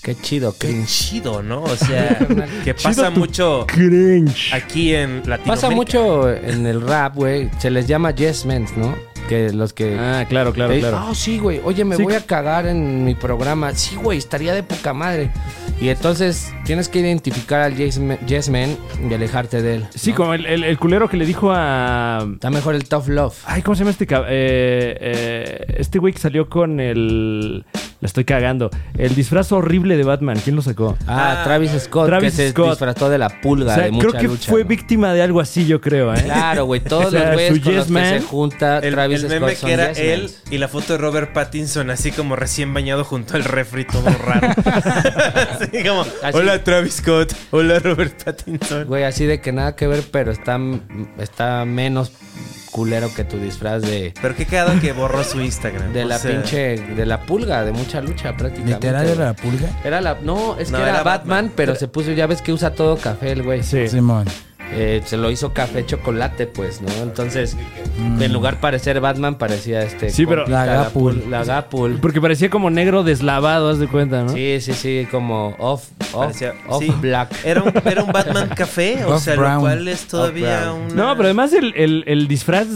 [SPEAKER 2] Qué chido,
[SPEAKER 3] qué
[SPEAKER 2] cringe.
[SPEAKER 3] chido, ¿no? O
[SPEAKER 5] *laughs*
[SPEAKER 3] sea, que pasa mucho
[SPEAKER 4] Cringe.
[SPEAKER 3] aquí en Latinoamérica.
[SPEAKER 2] Pasa mucho en el rap, güey. Se les llama yes men, ¿no? Que los que.
[SPEAKER 4] Ah, claro, claro,
[SPEAKER 2] Eh,
[SPEAKER 4] claro.
[SPEAKER 2] Ah, sí, güey. Oye, me
[SPEAKER 4] Sí.
[SPEAKER 2] voy a cagar en mi programa. Sí, güey, estaría de poca madre. Y entonces tienes que identificar al yes man, yes man y alejarte de él.
[SPEAKER 4] Sí,
[SPEAKER 2] ¿no?
[SPEAKER 4] como el, el- el culero que le dijo a...
[SPEAKER 2] Está mejor el tough love.
[SPEAKER 4] Ay, ¿cómo se llama este cab- eh, eh, Este güey que salió con el... La estoy cagando. El disfraz horrible de Batman. ¿Quién lo sacó?
[SPEAKER 2] Ah, Travis Scott,
[SPEAKER 4] Travis
[SPEAKER 2] que se
[SPEAKER 4] Scott.
[SPEAKER 2] disfrazó de la pulga
[SPEAKER 4] O sea,
[SPEAKER 2] de mucha
[SPEAKER 4] creo que
[SPEAKER 2] lucha,
[SPEAKER 4] fue
[SPEAKER 2] ¿no?
[SPEAKER 4] víctima de algo así, yo creo, ¿eh?
[SPEAKER 2] Claro, güey. Todos
[SPEAKER 4] O sea,
[SPEAKER 2] los
[SPEAKER 4] su
[SPEAKER 2] güeyes con los
[SPEAKER 4] yes man,
[SPEAKER 2] que se junta
[SPEAKER 3] El,
[SPEAKER 2] Travis
[SPEAKER 3] el
[SPEAKER 2] Scott
[SPEAKER 3] meme
[SPEAKER 2] son
[SPEAKER 3] que era
[SPEAKER 2] yes
[SPEAKER 3] él
[SPEAKER 2] mans.
[SPEAKER 3] y la foto de Robert Pattinson, así como recién bañado junto al refri, todo raro. *laughs* así como,
[SPEAKER 2] Así.
[SPEAKER 3] hola Travis Scott, hola Robert Pattinson.
[SPEAKER 2] Güey, así de que nada que ver, pero está, está menos culero que tu disfraz de,
[SPEAKER 3] Pero qué cagado que borró su Instagram.
[SPEAKER 2] de
[SPEAKER 3] o
[SPEAKER 2] la
[SPEAKER 3] sea,
[SPEAKER 2] pinche... De la pulga, de mucha lucha prácticamente.
[SPEAKER 5] Literal era
[SPEAKER 2] güey.
[SPEAKER 5] la pulga.
[SPEAKER 2] Era la... No, es
[SPEAKER 3] No,
[SPEAKER 2] que era,
[SPEAKER 3] era
[SPEAKER 2] Batman,
[SPEAKER 3] Batman.
[SPEAKER 2] pero se puso... Ya ves que usa todo café el güey.
[SPEAKER 4] Sí.
[SPEAKER 5] Simón.
[SPEAKER 2] Eh, se lo hizo café chocolate, pues, ¿no? Entonces, en lugar de parecer Batman, parecía este...
[SPEAKER 4] Mm. Sí, pero-
[SPEAKER 2] compita,
[SPEAKER 5] La Gapul.
[SPEAKER 2] pul- La Gapul.
[SPEAKER 4] *laughs* Porque parecía como negro deslavado, haz de cuenta, ¿no?
[SPEAKER 2] Sí, sí, sí, como off, off,
[SPEAKER 3] parecía-
[SPEAKER 2] off
[SPEAKER 3] sí.
[SPEAKER 2] black.
[SPEAKER 3] Era un, era un Batman café, o
[SPEAKER 5] Off
[SPEAKER 3] sea, lo
[SPEAKER 5] brown.
[SPEAKER 3] cual es todavía
[SPEAKER 2] brown.
[SPEAKER 3] un.
[SPEAKER 4] No, pero además el, el- el disfraz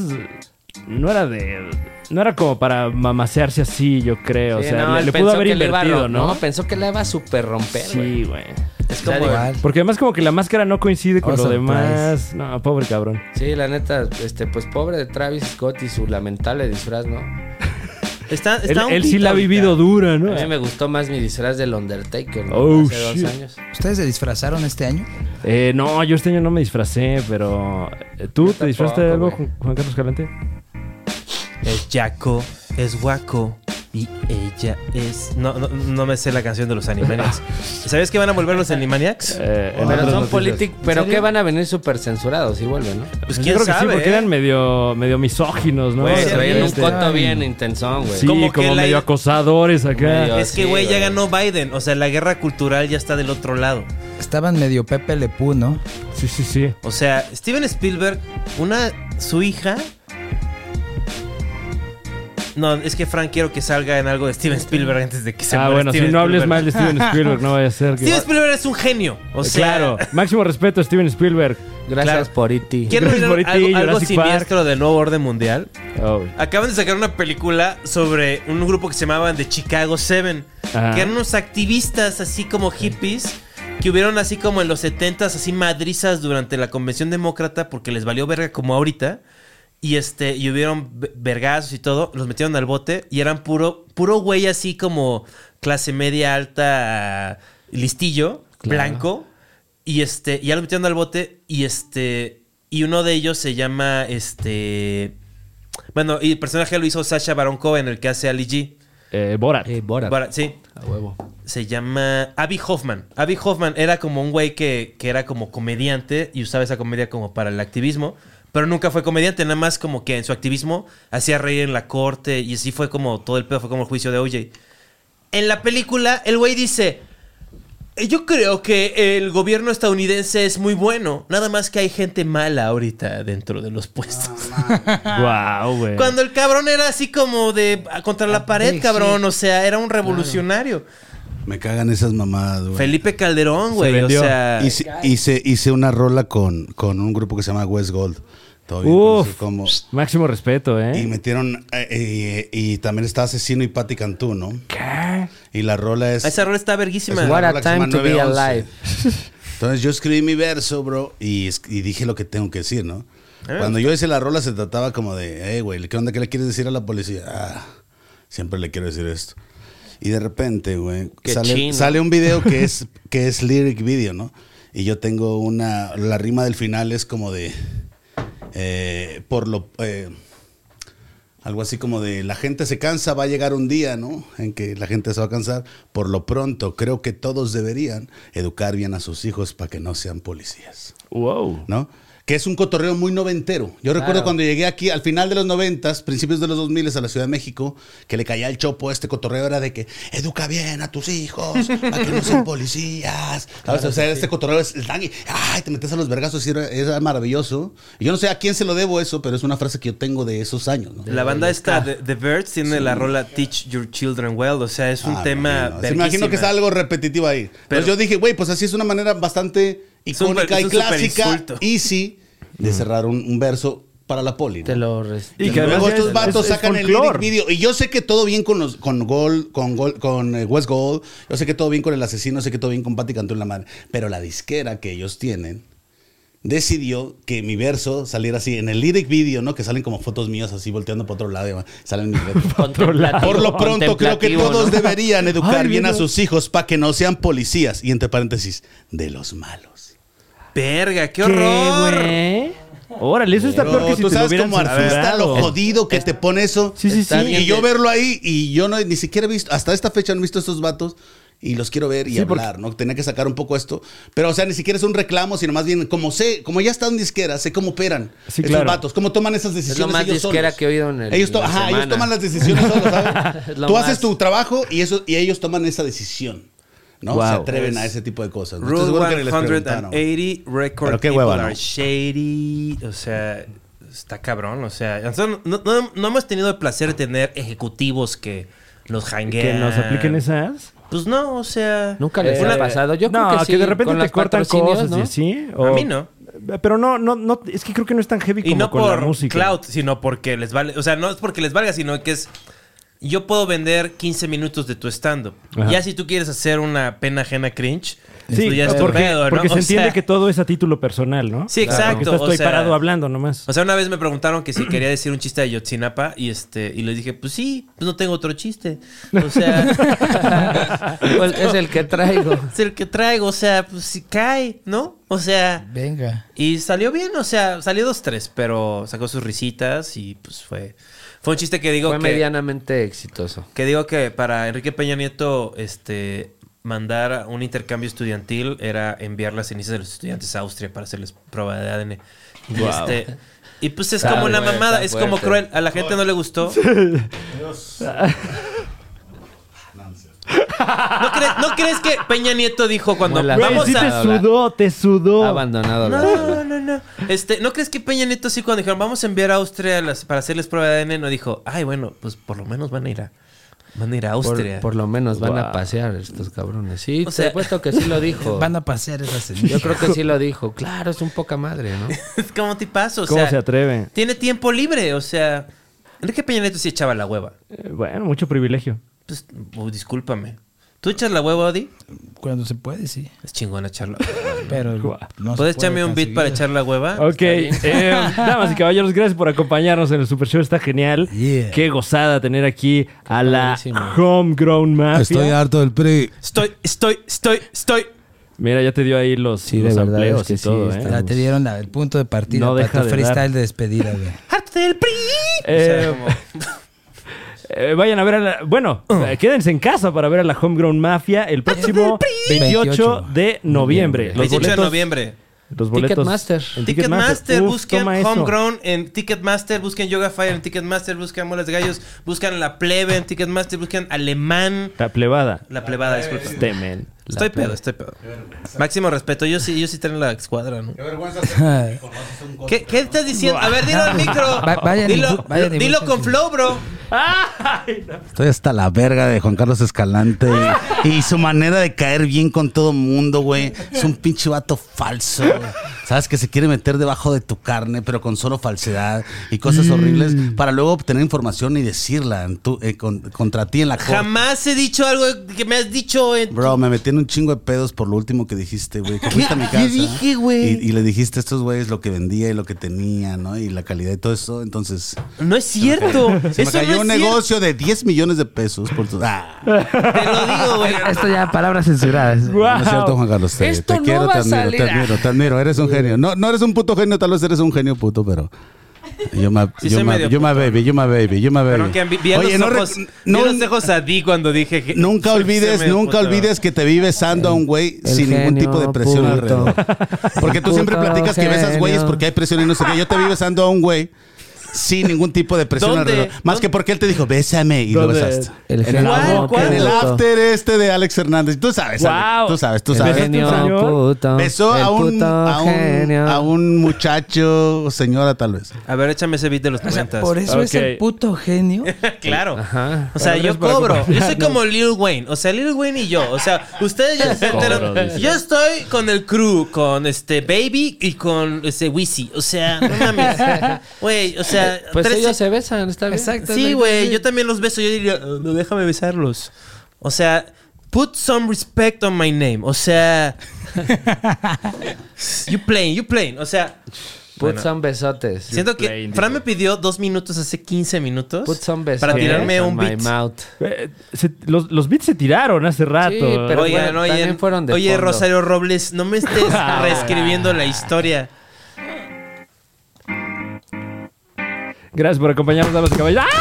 [SPEAKER 4] no era de... No era como para mamasearse así, yo creo. o
[SPEAKER 2] Sí,
[SPEAKER 4] sea,
[SPEAKER 2] no,
[SPEAKER 4] le,
[SPEAKER 2] él
[SPEAKER 4] le pudo
[SPEAKER 2] pensó
[SPEAKER 4] haber
[SPEAKER 2] que le iba a
[SPEAKER 4] invertido,
[SPEAKER 2] rom-
[SPEAKER 4] ¿no?
[SPEAKER 2] pensó que le iba a super romper, güey.
[SPEAKER 4] sí, güey.
[SPEAKER 3] Es
[SPEAKER 2] O sea,
[SPEAKER 3] como.
[SPEAKER 2] igual.
[SPEAKER 5] pues,
[SPEAKER 4] Porque además como que la máscara no coincide con
[SPEAKER 5] Oh,
[SPEAKER 4] lo
[SPEAKER 5] surprise.
[SPEAKER 4] demás. No, pobre cabrón.
[SPEAKER 2] Sí, la neta, este, pues pobre de Travis Scott y su lamentable disfraz, ¿no? A
[SPEAKER 3] Está, está
[SPEAKER 4] Él,
[SPEAKER 3] un
[SPEAKER 4] él sí
[SPEAKER 3] pito
[SPEAKER 4] la ha
[SPEAKER 3] ahorita. Eh,
[SPEAKER 4] vivido dura, ¿no?
[SPEAKER 2] mí me gustó más mi disfraz del Undertaker, ¿no?
[SPEAKER 4] Oh,
[SPEAKER 2] Hace dos
[SPEAKER 4] shit.
[SPEAKER 2] años.
[SPEAKER 5] ¿Ustedes se disfrazaron este año?
[SPEAKER 4] Eh, no, yo este año no me disfracé, pero... eh, ¿Tú te disfrazaste de algo,
[SPEAKER 2] tampoco,
[SPEAKER 4] Juan Juan Carlos Calante?
[SPEAKER 3] Pues, Es Jaco, es Guaco. Y ella es. No, no, no me sé la canción de los Animaniacs. ¿Sabes que van a volver los Animaniacs?
[SPEAKER 4] Eh, en
[SPEAKER 2] Pero
[SPEAKER 4] otras
[SPEAKER 2] son
[SPEAKER 4] noticias.
[SPEAKER 2] políticos, pero que van a venir súper censurados y vuelven, ¿no?
[SPEAKER 3] Pues
[SPEAKER 4] Yo
[SPEAKER 3] quién
[SPEAKER 4] creo que
[SPEAKER 3] sabe.
[SPEAKER 4] sí, porque
[SPEAKER 3] ¿eh?
[SPEAKER 4] eran medio, medio misóginos, ¿no?
[SPEAKER 3] Güey,
[SPEAKER 4] O
[SPEAKER 2] Se
[SPEAKER 4] sea,
[SPEAKER 2] traían un
[SPEAKER 4] este-
[SPEAKER 2] coto bien intensón, güey.
[SPEAKER 4] Sí,
[SPEAKER 3] Como
[SPEAKER 4] como,
[SPEAKER 3] que la-
[SPEAKER 4] medio acosadores acá.
[SPEAKER 2] Medio-
[SPEAKER 3] Es que,
[SPEAKER 2] Sí,
[SPEAKER 3] güey, ya
[SPEAKER 2] güey.
[SPEAKER 3] ganó Biden. O sea, la guerra cultural ya está del otro lado.
[SPEAKER 5] Estaban medio Pepe Lepú, ¿no?
[SPEAKER 4] Sí, sí, sí.
[SPEAKER 3] O sea, Steven Spielberg, una. su hija. No, es que Frank quiero que salga en algo de Steven Spielberg antes de que se
[SPEAKER 4] ah,
[SPEAKER 3] muera
[SPEAKER 4] bueno, si
[SPEAKER 3] Steven
[SPEAKER 4] no hables
[SPEAKER 3] Spielberg.
[SPEAKER 4] mal de Steven
[SPEAKER 3] *laughs*
[SPEAKER 4] Spielberg, no vaya a ser que...
[SPEAKER 3] Steven Spielberg es un genio. O
[SPEAKER 4] Eh,
[SPEAKER 3] sea,
[SPEAKER 4] Claro, máximo respeto a Steven Spielberg.
[SPEAKER 2] Gracias
[SPEAKER 3] Claro.
[SPEAKER 2] por E iti.
[SPEAKER 3] Quiero
[SPEAKER 4] Gracias
[SPEAKER 3] ver
[SPEAKER 4] por ti,
[SPEAKER 3] algo, algo
[SPEAKER 4] Jurassic
[SPEAKER 3] siniestro del nuevo orden mundial.
[SPEAKER 4] Oh, güey.
[SPEAKER 3] Acaban de sacar una película sobre un grupo que se llamaban The Chicago Seven,
[SPEAKER 4] Ajá.
[SPEAKER 3] que eran unos activistas así como hippies que hubieron así como en los 70s, así madrizas durante la convención demócrata porque les valió verga como ahorita. Y este, y hubieron ve- vergazos y todo, los metieron al bote y eran puro, puro güey así como clase media alta listillo, blanco. Y este, y ya lo metieron al bote y este, y uno de ellos se llama este, bueno, y el personaje lo hizo Sasha Baron Cohen, el que hace Ali G.
[SPEAKER 4] Eh, Borat.
[SPEAKER 2] Eh, Borat.
[SPEAKER 3] Para- sí,
[SPEAKER 2] A huevo.
[SPEAKER 3] se llama Abby Hoffman. Abby Hoffman era como un güey que, que era como comediante y usaba esa comedia como para el activismo, pero nunca fue comediante, nada más como que en su activismo hacía reír en la corte y así fue como todo el pedo, fue como el juicio de OJ. En la película, el güey dice, "Eh, yo creo que el gobierno estadounidense es muy bueno, nada más que hay gente mala ahorita dentro de los puestos.
[SPEAKER 4] Ah. Guau, güey.
[SPEAKER 3] Cuando el cabrón era así como de ah, contra la pared,
[SPEAKER 5] sí.
[SPEAKER 3] cabrón, o sea, era un revolucionario.
[SPEAKER 6] Me cagan esas mamadas, güey.
[SPEAKER 3] Felipe Calderón,
[SPEAKER 4] Se
[SPEAKER 3] güey. O
[SPEAKER 4] vendió.
[SPEAKER 3] sea,
[SPEAKER 6] Hice, hice, hice una rola con, con un grupo que se llama West Gold. Todo bien,
[SPEAKER 4] Uf.
[SPEAKER 6] no sé cómo.
[SPEAKER 4] Máximo respeto, ¿eh? *laughs*
[SPEAKER 6] Y metieron. eh, eh, y, también está Asesino y Patti Cantú, ¿no?
[SPEAKER 4] ¿Qué?
[SPEAKER 6] Y la rola es.
[SPEAKER 3] esa rola está
[SPEAKER 6] es
[SPEAKER 3] verguísima.
[SPEAKER 6] una
[SPEAKER 2] What a
[SPEAKER 6] rola que
[SPEAKER 2] time
[SPEAKER 6] se llama
[SPEAKER 2] to be
[SPEAKER 6] 911.
[SPEAKER 2] alive.
[SPEAKER 6] Entonces yo escribí mi verso, bro, y, es- y dije lo que tengo que decir, ¿no?
[SPEAKER 3] Eh,
[SPEAKER 6] Cuando yo hice la rola se trataba como de, hey, güey, ¿qué onda? ¿Qué le quieres decir a la policía? Ah, siempre le quiero decir esto. Y de repente, güey,
[SPEAKER 3] Qué
[SPEAKER 6] sale,
[SPEAKER 3] chino.
[SPEAKER 6] sale un video que es, que es lyric video, ¿no? Y yo tengo una, la rima del final es como de, eh, por lo, eh, algo así como de, la gente se cansa, va a llegar un día, ¿no? En que la gente se va a cansar. Por lo pronto, creo que todos deberían educar bien a sus hijos para que no sean policías.
[SPEAKER 4] Wow.
[SPEAKER 6] ¿no? Que es un cotorreo muy noventero. Yo recuerdo cuando llegué aquí al final de los noventas, principios de los dos miles a la Ciudad de México, que le caía el chopo este cotorreo era de que educa bien a tus hijos para que no sean policías. ¿Sabes? o sea, este cotorreo es el tangue. Ay, te metes a los vergazos y era, era maravilloso. Y yo no sé a quién se lo debo eso, pero es una frase que yo tengo de esos años. ¿no?
[SPEAKER 3] La banda esta, The, The Birds, tiene la rola Teach Your Children Well. O sea, es un
[SPEAKER 6] Ah,
[SPEAKER 3] tema.
[SPEAKER 6] imagino. Se imagino que es
[SPEAKER 3] verguísima.
[SPEAKER 6] algo repetitivo ahí.
[SPEAKER 3] Pero-
[SPEAKER 6] Entonces yo dije, güey, pues así es una manera bastante
[SPEAKER 3] Es un-
[SPEAKER 6] icónica
[SPEAKER 3] es
[SPEAKER 6] y
[SPEAKER 3] un Mm. super
[SPEAKER 6] clásica,
[SPEAKER 3] insulto.
[SPEAKER 6] easy, de cerrar un, un verso para la poli. ¿no?
[SPEAKER 2] Te lo res-
[SPEAKER 4] Y
[SPEAKER 6] Y
[SPEAKER 4] que además
[SPEAKER 6] luego
[SPEAKER 4] ya
[SPEAKER 6] estos
[SPEAKER 4] es-
[SPEAKER 6] vatos
[SPEAKER 4] es- es
[SPEAKER 6] sacan el
[SPEAKER 4] folclore.
[SPEAKER 6] lyric video. Y yo sé que todo bien con los con Gold, con Gold, con eh, West Gold. Yo sé que todo bien con el asesino, sé que todo bien con Patti Cantú en la madre. Pero la disquera que ellos tienen decidió que mi verso saliera así en el lyric video, ¿no? Que salen como fotos mías así volteando para otro lado y demás. salen mis letras. Por lo pronto creo que
[SPEAKER 2] Contemplativo,
[SPEAKER 6] todos
[SPEAKER 2] ¿no?
[SPEAKER 6] deberían educar
[SPEAKER 4] Ay,
[SPEAKER 6] bien a
[SPEAKER 4] mira.
[SPEAKER 6] sus hijos para que no sean policías y entre paréntesis de los malos.
[SPEAKER 3] Verga, qué
[SPEAKER 4] ¿Qué,
[SPEAKER 3] horror.
[SPEAKER 4] güey? Órale, eso está
[SPEAKER 6] Pero
[SPEAKER 4] peor que si
[SPEAKER 6] tú
[SPEAKER 4] te lo
[SPEAKER 6] sabes
[SPEAKER 4] hubieran
[SPEAKER 6] como artista
[SPEAKER 4] censurado.
[SPEAKER 6] lo jodido que te pone eso.
[SPEAKER 4] Sí, sí, sí.
[SPEAKER 2] Está bien
[SPEAKER 6] Y yo verlo ahí y yo no, ni siquiera he visto, hasta esta fecha no he visto estos vatos y los quiero ver y
[SPEAKER 4] Sí, porque-
[SPEAKER 6] hablar, ¿no? Tenía que sacar un poco esto. Pero, o sea, ni siquiera es un reclamo, sino más bien, como sé, como ya están disqueras, sé cómo operan
[SPEAKER 4] Sí,
[SPEAKER 6] esos
[SPEAKER 4] claro.
[SPEAKER 6] vatos, cómo toman esas decisiones
[SPEAKER 2] Es lo más
[SPEAKER 6] ellos
[SPEAKER 2] disquera
[SPEAKER 6] solos.
[SPEAKER 2] que he oído en el.
[SPEAKER 6] ellos, to-
[SPEAKER 2] en la
[SPEAKER 6] ajá, ellos
[SPEAKER 2] semana.
[SPEAKER 6] toman las decisiones
[SPEAKER 2] *laughs*
[SPEAKER 6] solos, ¿sabes?
[SPEAKER 2] Es lo
[SPEAKER 6] Tú
[SPEAKER 2] más.
[SPEAKER 6] haces tu trabajo y, eso, y ellos toman esa decisión, ¿no? Se
[SPEAKER 4] Wow.
[SPEAKER 6] atreven a ese tipo de cosas. ¿no? Estoy
[SPEAKER 3] Rule
[SPEAKER 6] seguro que ni les preguntaron.
[SPEAKER 3] 180 record
[SPEAKER 6] Pero qué
[SPEAKER 3] people
[SPEAKER 6] hueva, ¿no?
[SPEAKER 3] are shady. O sea, está cabrón. O sea, nosotros no, no- no hemos tenido el placer de tener ejecutivos que nos janguean.
[SPEAKER 4] Que nos apliquen esas.
[SPEAKER 3] Pues no, o sea.
[SPEAKER 2] Nunca les
[SPEAKER 3] Una-
[SPEAKER 2] ha pasado. Yo
[SPEAKER 4] Eh, no,
[SPEAKER 2] creo
[SPEAKER 4] que,
[SPEAKER 2] que sí.
[SPEAKER 4] de repente
[SPEAKER 2] con
[SPEAKER 4] te
[SPEAKER 2] los
[SPEAKER 4] cortan
[SPEAKER 2] patrocinios,
[SPEAKER 4] cosas y
[SPEAKER 2] ¿no?
[SPEAKER 4] así.
[SPEAKER 3] A
[SPEAKER 4] o-
[SPEAKER 3] mí no.
[SPEAKER 4] Pero no, no, no, es que creo que no es tan heavy como
[SPEAKER 3] Y no
[SPEAKER 4] con la
[SPEAKER 3] por
[SPEAKER 4] música.
[SPEAKER 3] cloud, sino porque les vale. O sea, no es porque les valga, sino que es. Yo puedo vender 15 minutos de tu stand-up.
[SPEAKER 4] Ajá.
[SPEAKER 3] Ya si tú quieres hacer una pena ajena cringe,
[SPEAKER 4] Sí,
[SPEAKER 3] tú ya es tu
[SPEAKER 4] porque,
[SPEAKER 3] pedo, ¿no?
[SPEAKER 4] porque se
[SPEAKER 3] O
[SPEAKER 4] entiende
[SPEAKER 3] sea,
[SPEAKER 4] que todo es a título personal, ¿no?
[SPEAKER 3] Sí, exacto,
[SPEAKER 4] Porque estás
[SPEAKER 3] o
[SPEAKER 4] tú ahí
[SPEAKER 3] sea-
[SPEAKER 4] parado hablando nomás.
[SPEAKER 3] O sea, una vez me preguntaron que si quería decir un chiste de Yotzinapa y este y les dije, pues sí, pues no tengo otro chiste.
[SPEAKER 4] *laughs*
[SPEAKER 3] O sea,
[SPEAKER 2] *laughs* Pues es el que traigo.
[SPEAKER 3] es el que traigo, o sea, pues si cae, ¿no? O sea,
[SPEAKER 5] Venga.
[SPEAKER 3] Y salió bien, o sea, salió dos, tres, pero sacó sus risitas y pues fue. Fue un chiste que digo
[SPEAKER 2] Fue
[SPEAKER 3] que.
[SPEAKER 2] medianamente exitoso.
[SPEAKER 3] Que digo que para Enrique Peña Nieto, este. Mandar a un intercambio estudiantil era enviar las cenizas de los estudiantes a Austria para hacerles prueba de ADN. Y, este, y pues es
[SPEAKER 2] Está
[SPEAKER 3] como una
[SPEAKER 2] fuerte,
[SPEAKER 3] mamada,
[SPEAKER 2] está
[SPEAKER 3] es como
[SPEAKER 2] fuerte.
[SPEAKER 3] cruel. A la gente no le gustó. ¿No, crees, no crees que Peña Nieto dijo cuando
[SPEAKER 2] Como la-
[SPEAKER 4] Güey,
[SPEAKER 3] vamos
[SPEAKER 4] sí
[SPEAKER 3] a...
[SPEAKER 4] te sudó, te sudó.
[SPEAKER 2] Ah, Abandonado. la
[SPEAKER 3] No,
[SPEAKER 2] verdad.
[SPEAKER 3] no, no. Este, ¿no crees que Peña Nieto sí cuando dijeron vamos a enviar a Austria las- para hacerles prueba de ADN? No dijo, ay, bueno, pues por lo menos van a ir a, van a, ir a Austria.
[SPEAKER 2] Por, por lo menos van
[SPEAKER 4] Wow.
[SPEAKER 2] a pasear estos cabrones. Sí,
[SPEAKER 3] O
[SPEAKER 2] por
[SPEAKER 3] sea-
[SPEAKER 2] supuesto que sí lo dijo.
[SPEAKER 5] *laughs* Van a pasear esas
[SPEAKER 2] Yo
[SPEAKER 5] semillas.
[SPEAKER 2] creo que sí lo dijo. Claro, es un poca madre, ¿no?
[SPEAKER 3] *laughs* Es como tipazo, o
[SPEAKER 4] ¿Cómo
[SPEAKER 3] sea,
[SPEAKER 4] se atreve?
[SPEAKER 3] tiene tiempo libre, o sea... Enrique Peña Nieto sí echaba la hueva.
[SPEAKER 4] Eh, bueno, mucho privilegio.
[SPEAKER 3] Pues, oh, discúlpame. ¿Tú echas la hueva, Odi?
[SPEAKER 5] *laughs* Cuando se puede, sí.
[SPEAKER 3] Es chingón echarla.
[SPEAKER 5] Pero no se
[SPEAKER 3] ¿Puedes
[SPEAKER 5] puede
[SPEAKER 3] echarme un
[SPEAKER 5] tan
[SPEAKER 3] beat para
[SPEAKER 5] seguido.
[SPEAKER 3] echar la hueva?
[SPEAKER 4] Ok, eh, damas y caballeros, gracias por acompañarnos en el Super Show. Está genial.
[SPEAKER 5] Yeah.
[SPEAKER 4] Qué gozada tener aquí a la
[SPEAKER 2] Padrísimo.
[SPEAKER 4] Homegrown Mafia.
[SPEAKER 6] Estoy harto del PRI.
[SPEAKER 3] Estoy, estoy, estoy, estoy.
[SPEAKER 4] Mira, ya te dio ahí los,
[SPEAKER 2] Sí,
[SPEAKER 4] los
[SPEAKER 2] de verdad
[SPEAKER 4] amplios
[SPEAKER 2] es que
[SPEAKER 4] y
[SPEAKER 2] sí,
[SPEAKER 4] todo,
[SPEAKER 2] está-
[SPEAKER 4] ¿eh?
[SPEAKER 5] Ya te dieron la- el punto de partida
[SPEAKER 4] No deja
[SPEAKER 5] para tu
[SPEAKER 4] de
[SPEAKER 5] freestyle
[SPEAKER 4] dar.
[SPEAKER 5] de despedida, güey.
[SPEAKER 3] ¡Harto del PRI!
[SPEAKER 4] Eh, eh, vayan a ver a la... Bueno,
[SPEAKER 2] Uh.
[SPEAKER 4] eh, quédense en casa para ver a la Homegrown Mafia el próximo 28 de noviembre. Los
[SPEAKER 3] 18 de
[SPEAKER 4] boletos...
[SPEAKER 3] noviembre.
[SPEAKER 4] Los boletos
[SPEAKER 2] Ticketmaster.
[SPEAKER 4] en
[SPEAKER 3] Ticketmaster,
[SPEAKER 4] Uf,
[SPEAKER 3] busquen
[SPEAKER 4] toma eso.
[SPEAKER 3] Homegrown en Ticketmaster, busquen Yoga Fire en Ticketmaster, busquen Muelas de Gallos, buscan La Plebe en Ticketmaster, busquen Alemán.
[SPEAKER 4] La plebada.
[SPEAKER 3] La plebada, disculpa.
[SPEAKER 4] Este, men.
[SPEAKER 3] Estoy pedo, estoy pedo. Máximo respeto, yo sí, yo sí tengo la escuadra, ¿no?
[SPEAKER 6] Qué vergüenza ser
[SPEAKER 3] ¿Qué, qué estás diciendo? A ver,
[SPEAKER 6] *laughs*
[SPEAKER 3] dilo al micro.
[SPEAKER 5] Va- vayan y
[SPEAKER 3] dilo
[SPEAKER 5] bu- vayan y
[SPEAKER 3] dilo
[SPEAKER 5] busquen
[SPEAKER 3] con
[SPEAKER 5] su-
[SPEAKER 3] flow, bro.
[SPEAKER 6] Estoy hasta la verga de Juan Carlos Escalante y, y su manera de caer bien con todo mundo, güey. Es un pinche vato falso. güey. Sabes que se quiere meter debajo de tu carne, pero con solo falsedad y cosas
[SPEAKER 3] Mm.
[SPEAKER 6] horribles para luego obtener información y decirla en tu- eh, con- contra ti en la corte.
[SPEAKER 3] Jamás he dicho algo que me has dicho en...
[SPEAKER 6] Bro, me metí en un chingo de pedos por lo último que dijiste, güey. que fuiste
[SPEAKER 3] *laughs*
[SPEAKER 6] a mi casa.
[SPEAKER 8] dije, güey?
[SPEAKER 6] Y, y le dijiste a estos güeyes lo que vendía y lo que tenía, ¿no? Y la calidad y todo eso. Entonces,
[SPEAKER 3] No es cierto.
[SPEAKER 6] se me
[SPEAKER 3] Eso
[SPEAKER 6] cayó
[SPEAKER 3] no
[SPEAKER 6] un
[SPEAKER 3] es cierto.
[SPEAKER 6] negocio de 10 millones de pesos por tu... Ah.
[SPEAKER 3] Te lo digo,
[SPEAKER 5] *laughs*
[SPEAKER 3] güey.
[SPEAKER 5] Esto ya, palabras censuradas.
[SPEAKER 4] Guau.
[SPEAKER 6] No es cierto, Juan Carlos. Te,
[SPEAKER 5] Esto
[SPEAKER 6] te
[SPEAKER 5] no
[SPEAKER 6] quiero,
[SPEAKER 5] va
[SPEAKER 6] te
[SPEAKER 5] a
[SPEAKER 6] admiro,
[SPEAKER 5] salir.
[SPEAKER 6] te admiro, te admiro. Eres un genio. No, no eres un puto genio, tal vez eres un genio puto, pero. Yo me,
[SPEAKER 3] Sí,
[SPEAKER 6] yo
[SPEAKER 3] soy
[SPEAKER 6] me,
[SPEAKER 3] medio
[SPEAKER 6] yo me baby, yo me baby, yo me
[SPEAKER 3] Pero
[SPEAKER 6] baby.
[SPEAKER 3] que vi, vi a los
[SPEAKER 6] no
[SPEAKER 3] ojos,
[SPEAKER 6] rec-
[SPEAKER 3] vi
[SPEAKER 6] no-
[SPEAKER 3] a los ojos a ti cuando dije que...
[SPEAKER 6] Eh,
[SPEAKER 3] *laughs*
[SPEAKER 6] nunca
[SPEAKER 3] soy-
[SPEAKER 6] olvides,
[SPEAKER 3] soy medio
[SPEAKER 6] nunca
[SPEAKER 3] puto.
[SPEAKER 6] olvides que te vi besando a un güey
[SPEAKER 5] El
[SPEAKER 6] sin ningún
[SPEAKER 5] genio
[SPEAKER 6] tipo de presión
[SPEAKER 5] puto.
[SPEAKER 6] alrededor. Porque tú siempre
[SPEAKER 5] Puto
[SPEAKER 6] platicas que besas
[SPEAKER 5] genio.
[SPEAKER 6] güeyes porque hay presión y no sé qué. Yo te vi besando a un güey sin ningún tipo de presión
[SPEAKER 3] ¿Dónde?
[SPEAKER 6] alrededor. Más que
[SPEAKER 3] ¿Dónde?
[SPEAKER 6] porque él te dijo, bésame y lo
[SPEAKER 4] ¿Dónde?
[SPEAKER 6] besaste.
[SPEAKER 5] El
[SPEAKER 6] en el,
[SPEAKER 5] genio
[SPEAKER 3] ¿Cuál?
[SPEAKER 6] after-
[SPEAKER 3] ¿Cuál?
[SPEAKER 6] en el
[SPEAKER 5] puto.
[SPEAKER 6] after este de Alex Hernández. Tú sabes,
[SPEAKER 4] Guau.
[SPEAKER 6] Alex, tú sabes, tú
[SPEAKER 4] El
[SPEAKER 6] sabes.
[SPEAKER 4] genio
[SPEAKER 5] puto.
[SPEAKER 6] Besó
[SPEAKER 5] El
[SPEAKER 6] a un,
[SPEAKER 5] puto
[SPEAKER 6] a, un,
[SPEAKER 5] genio.
[SPEAKER 6] a un muchacho, señora tal vez.
[SPEAKER 3] A ver, échame ese beat de los
[SPEAKER 5] O sea,
[SPEAKER 3] 90. *laughs*
[SPEAKER 5] por eso es el
[SPEAKER 4] Ok.
[SPEAKER 5] puto genio.
[SPEAKER 3] Claro. O sea, yo cobro. Yo soy como Lil Wayne. O sea, Lil Wayne y yo. O sea, ustedes ya se enteraron.
[SPEAKER 4] dice.
[SPEAKER 3] Yo estoy con el crew, con este Baby y con este Wizzy. O sea, no mames. Güey, o sea.
[SPEAKER 2] Pues
[SPEAKER 3] trece-
[SPEAKER 2] ellos se besan, está bien.
[SPEAKER 5] Exacto.
[SPEAKER 3] Sí, güey. Yo también los beso. Yo diría, "Oh, no, déjame besarlos. O sea, put some respect on my name.
[SPEAKER 2] *laughs*
[SPEAKER 3] O sea. you playing, you playing. O sea,
[SPEAKER 2] Put
[SPEAKER 3] Bueno.
[SPEAKER 2] son besotes.
[SPEAKER 3] siento que
[SPEAKER 4] playing,
[SPEAKER 3] Fran
[SPEAKER 4] dice.
[SPEAKER 3] me pidió dos minutos hace 15 minutos
[SPEAKER 2] Put some besotes.
[SPEAKER 3] para tirarme
[SPEAKER 2] on
[SPEAKER 3] un
[SPEAKER 2] my
[SPEAKER 3] beat.
[SPEAKER 2] mouth.
[SPEAKER 4] Eh, se- los, los beats se tiraron hace rato.
[SPEAKER 2] pero- bueno, también fueron de
[SPEAKER 3] oye,
[SPEAKER 2] fondo. Ah,
[SPEAKER 3] Rosario Robles, no me
[SPEAKER 2] *laughs*
[SPEAKER 3] estés reescribiendo la historia.
[SPEAKER 4] Gracias por acompañarnos, damas y caballeros. ¡Ah!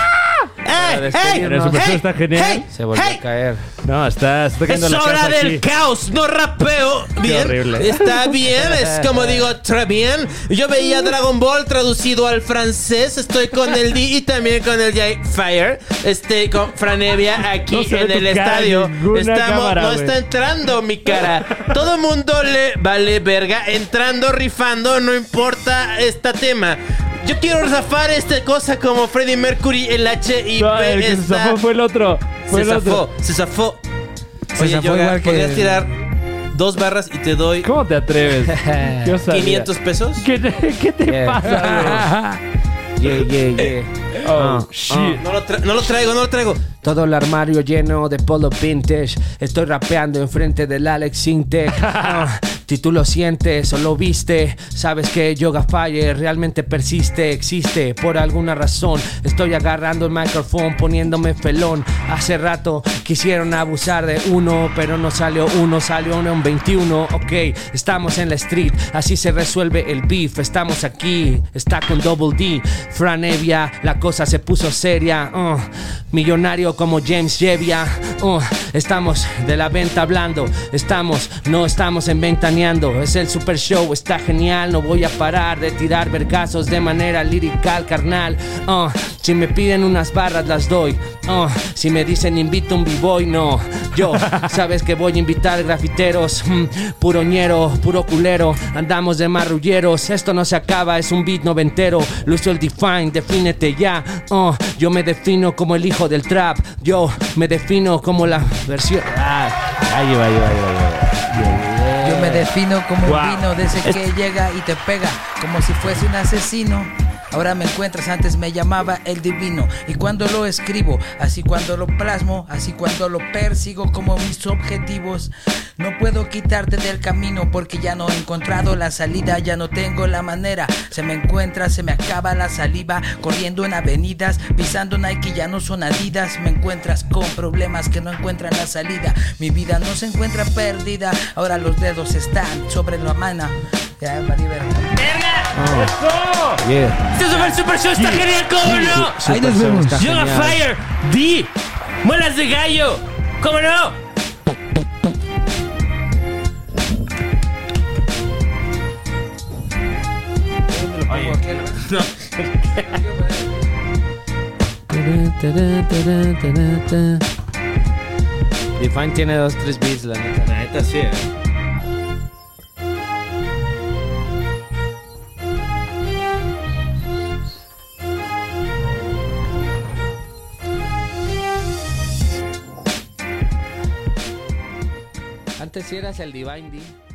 [SPEAKER 3] ¡Ey!
[SPEAKER 2] despedirnos.
[SPEAKER 4] Mira, el Super Show está genial.
[SPEAKER 2] Se volvió
[SPEAKER 3] ¡Hey!
[SPEAKER 2] a caer.
[SPEAKER 4] Ah, No, está, se está
[SPEAKER 3] Es
[SPEAKER 4] cayendo la
[SPEAKER 3] hora
[SPEAKER 4] casa
[SPEAKER 3] del
[SPEAKER 4] aquí.
[SPEAKER 3] caos, no rapeo. Bien,
[SPEAKER 4] horrible. *laughs*
[SPEAKER 3] está bien, es como digo, tra bien. Yo veía Dragon Ball traducido al francés. Estoy con el D y también con el J Fire. Este con Franevia aquí
[SPEAKER 4] No se ve
[SPEAKER 3] en
[SPEAKER 4] tu
[SPEAKER 3] el
[SPEAKER 4] cara en
[SPEAKER 3] estadio.
[SPEAKER 4] ninguna
[SPEAKER 3] Estamos,
[SPEAKER 4] cámara,
[SPEAKER 3] no
[SPEAKER 4] güey.
[SPEAKER 3] está entrando mi cara. Todo mundo le vale verga. Entrando, rifando, no importa este tema. Yo quiero zafar esta cosa como Freddie Mercury, el H y
[SPEAKER 4] No,
[SPEAKER 3] P
[SPEAKER 4] el que se
[SPEAKER 3] está-
[SPEAKER 4] zafó fue el otro. Fue
[SPEAKER 3] se
[SPEAKER 4] el
[SPEAKER 3] zafó,
[SPEAKER 4] otro.
[SPEAKER 3] se zafó.
[SPEAKER 5] Se
[SPEAKER 3] Oye,
[SPEAKER 5] zafó
[SPEAKER 3] Yoga,
[SPEAKER 5] igual que-
[SPEAKER 3] podrías tirar dos barras y te doy
[SPEAKER 4] ¿Cómo te *laughs* atreves? Yo sabía.
[SPEAKER 3] 500 pesos.
[SPEAKER 4] ¿Qué, qué te
[SPEAKER 2] Yeah.
[SPEAKER 4] pasa,
[SPEAKER 2] Yeah, yeah, yeah.
[SPEAKER 4] bro? *laughs* Oh, shit.
[SPEAKER 3] No lo, tra- no lo traigo, no lo traigo.
[SPEAKER 2] Todo el armario lleno de polo vintage. Estoy rapeando enfrente del Alex Sintec. Ah, Si tú lo sientes o lo viste, sabes que Yoga Fire realmente persiste, existe por alguna razón. Estoy agarrando el micrófono, poniéndome felón. Hace rato quisieron abusar de uno, pero no salió uno, salió un 21. Ok, estamos en la street, así se resuelve el beef. Estamos aquí, está con Double D. Fran Evia, la cosa se puso seria. uh, millonario como James Jevia. uh, estamos de la venta hablando. Estamos, no estamos en ventaneando. Es el super show, está genial. No voy a parar de tirar vergazos de manera lirical, carnal. uh, si me piden unas barras, las doy. uh, si me dicen invito un b-boy, no. Yo, sabes que voy a invitar grafiteros. mm, puroñero, puro culero. Andamos de marrulleros. Esto no se acaba, es un beat noventero. Lucio el define, defínete ya. uh, yo me defino como el hijo del trap. Yo me defino como la versión.
[SPEAKER 4] Ah, Ahí va, ahí va, ahí va, ahí va.
[SPEAKER 5] Yo me defino como
[SPEAKER 4] Wow.
[SPEAKER 5] un vino de ese que llega y te pega, como si fuese un asesino. Ahora me encuentras, antes me llamaba el divino. Y cuando lo escribo, así cuando lo plasmo, así cuando lo persigo como mis objetivos. No puedo quitarte del camino porque ya no he encontrado la salida, ya no tengo la manera. Se me encuentra, se me acaba la saliva, corriendo en avenidas, pisando Nike, ya no son adidas. Me encuentras con problemas que no encuentran la salida. Mi vida no se encuentra perdida, ahora los dedos están sobre la mano. Ya, valí verga.
[SPEAKER 2] Yeah.
[SPEAKER 9] Este super super show está genial, ¿cómo no?
[SPEAKER 2] Su-
[SPEAKER 5] Ahí
[SPEAKER 2] super
[SPEAKER 5] nos
[SPEAKER 2] show
[SPEAKER 5] vemos.
[SPEAKER 2] está
[SPEAKER 9] Yoga
[SPEAKER 2] genial.
[SPEAKER 9] Fire, D, muelas de gallo, ¿cómo no?
[SPEAKER 2] Define tiene dos, tres beats, la neta.
[SPEAKER 3] La neta sí, ¿eh?
[SPEAKER 2] Antes sí eras el Divine D.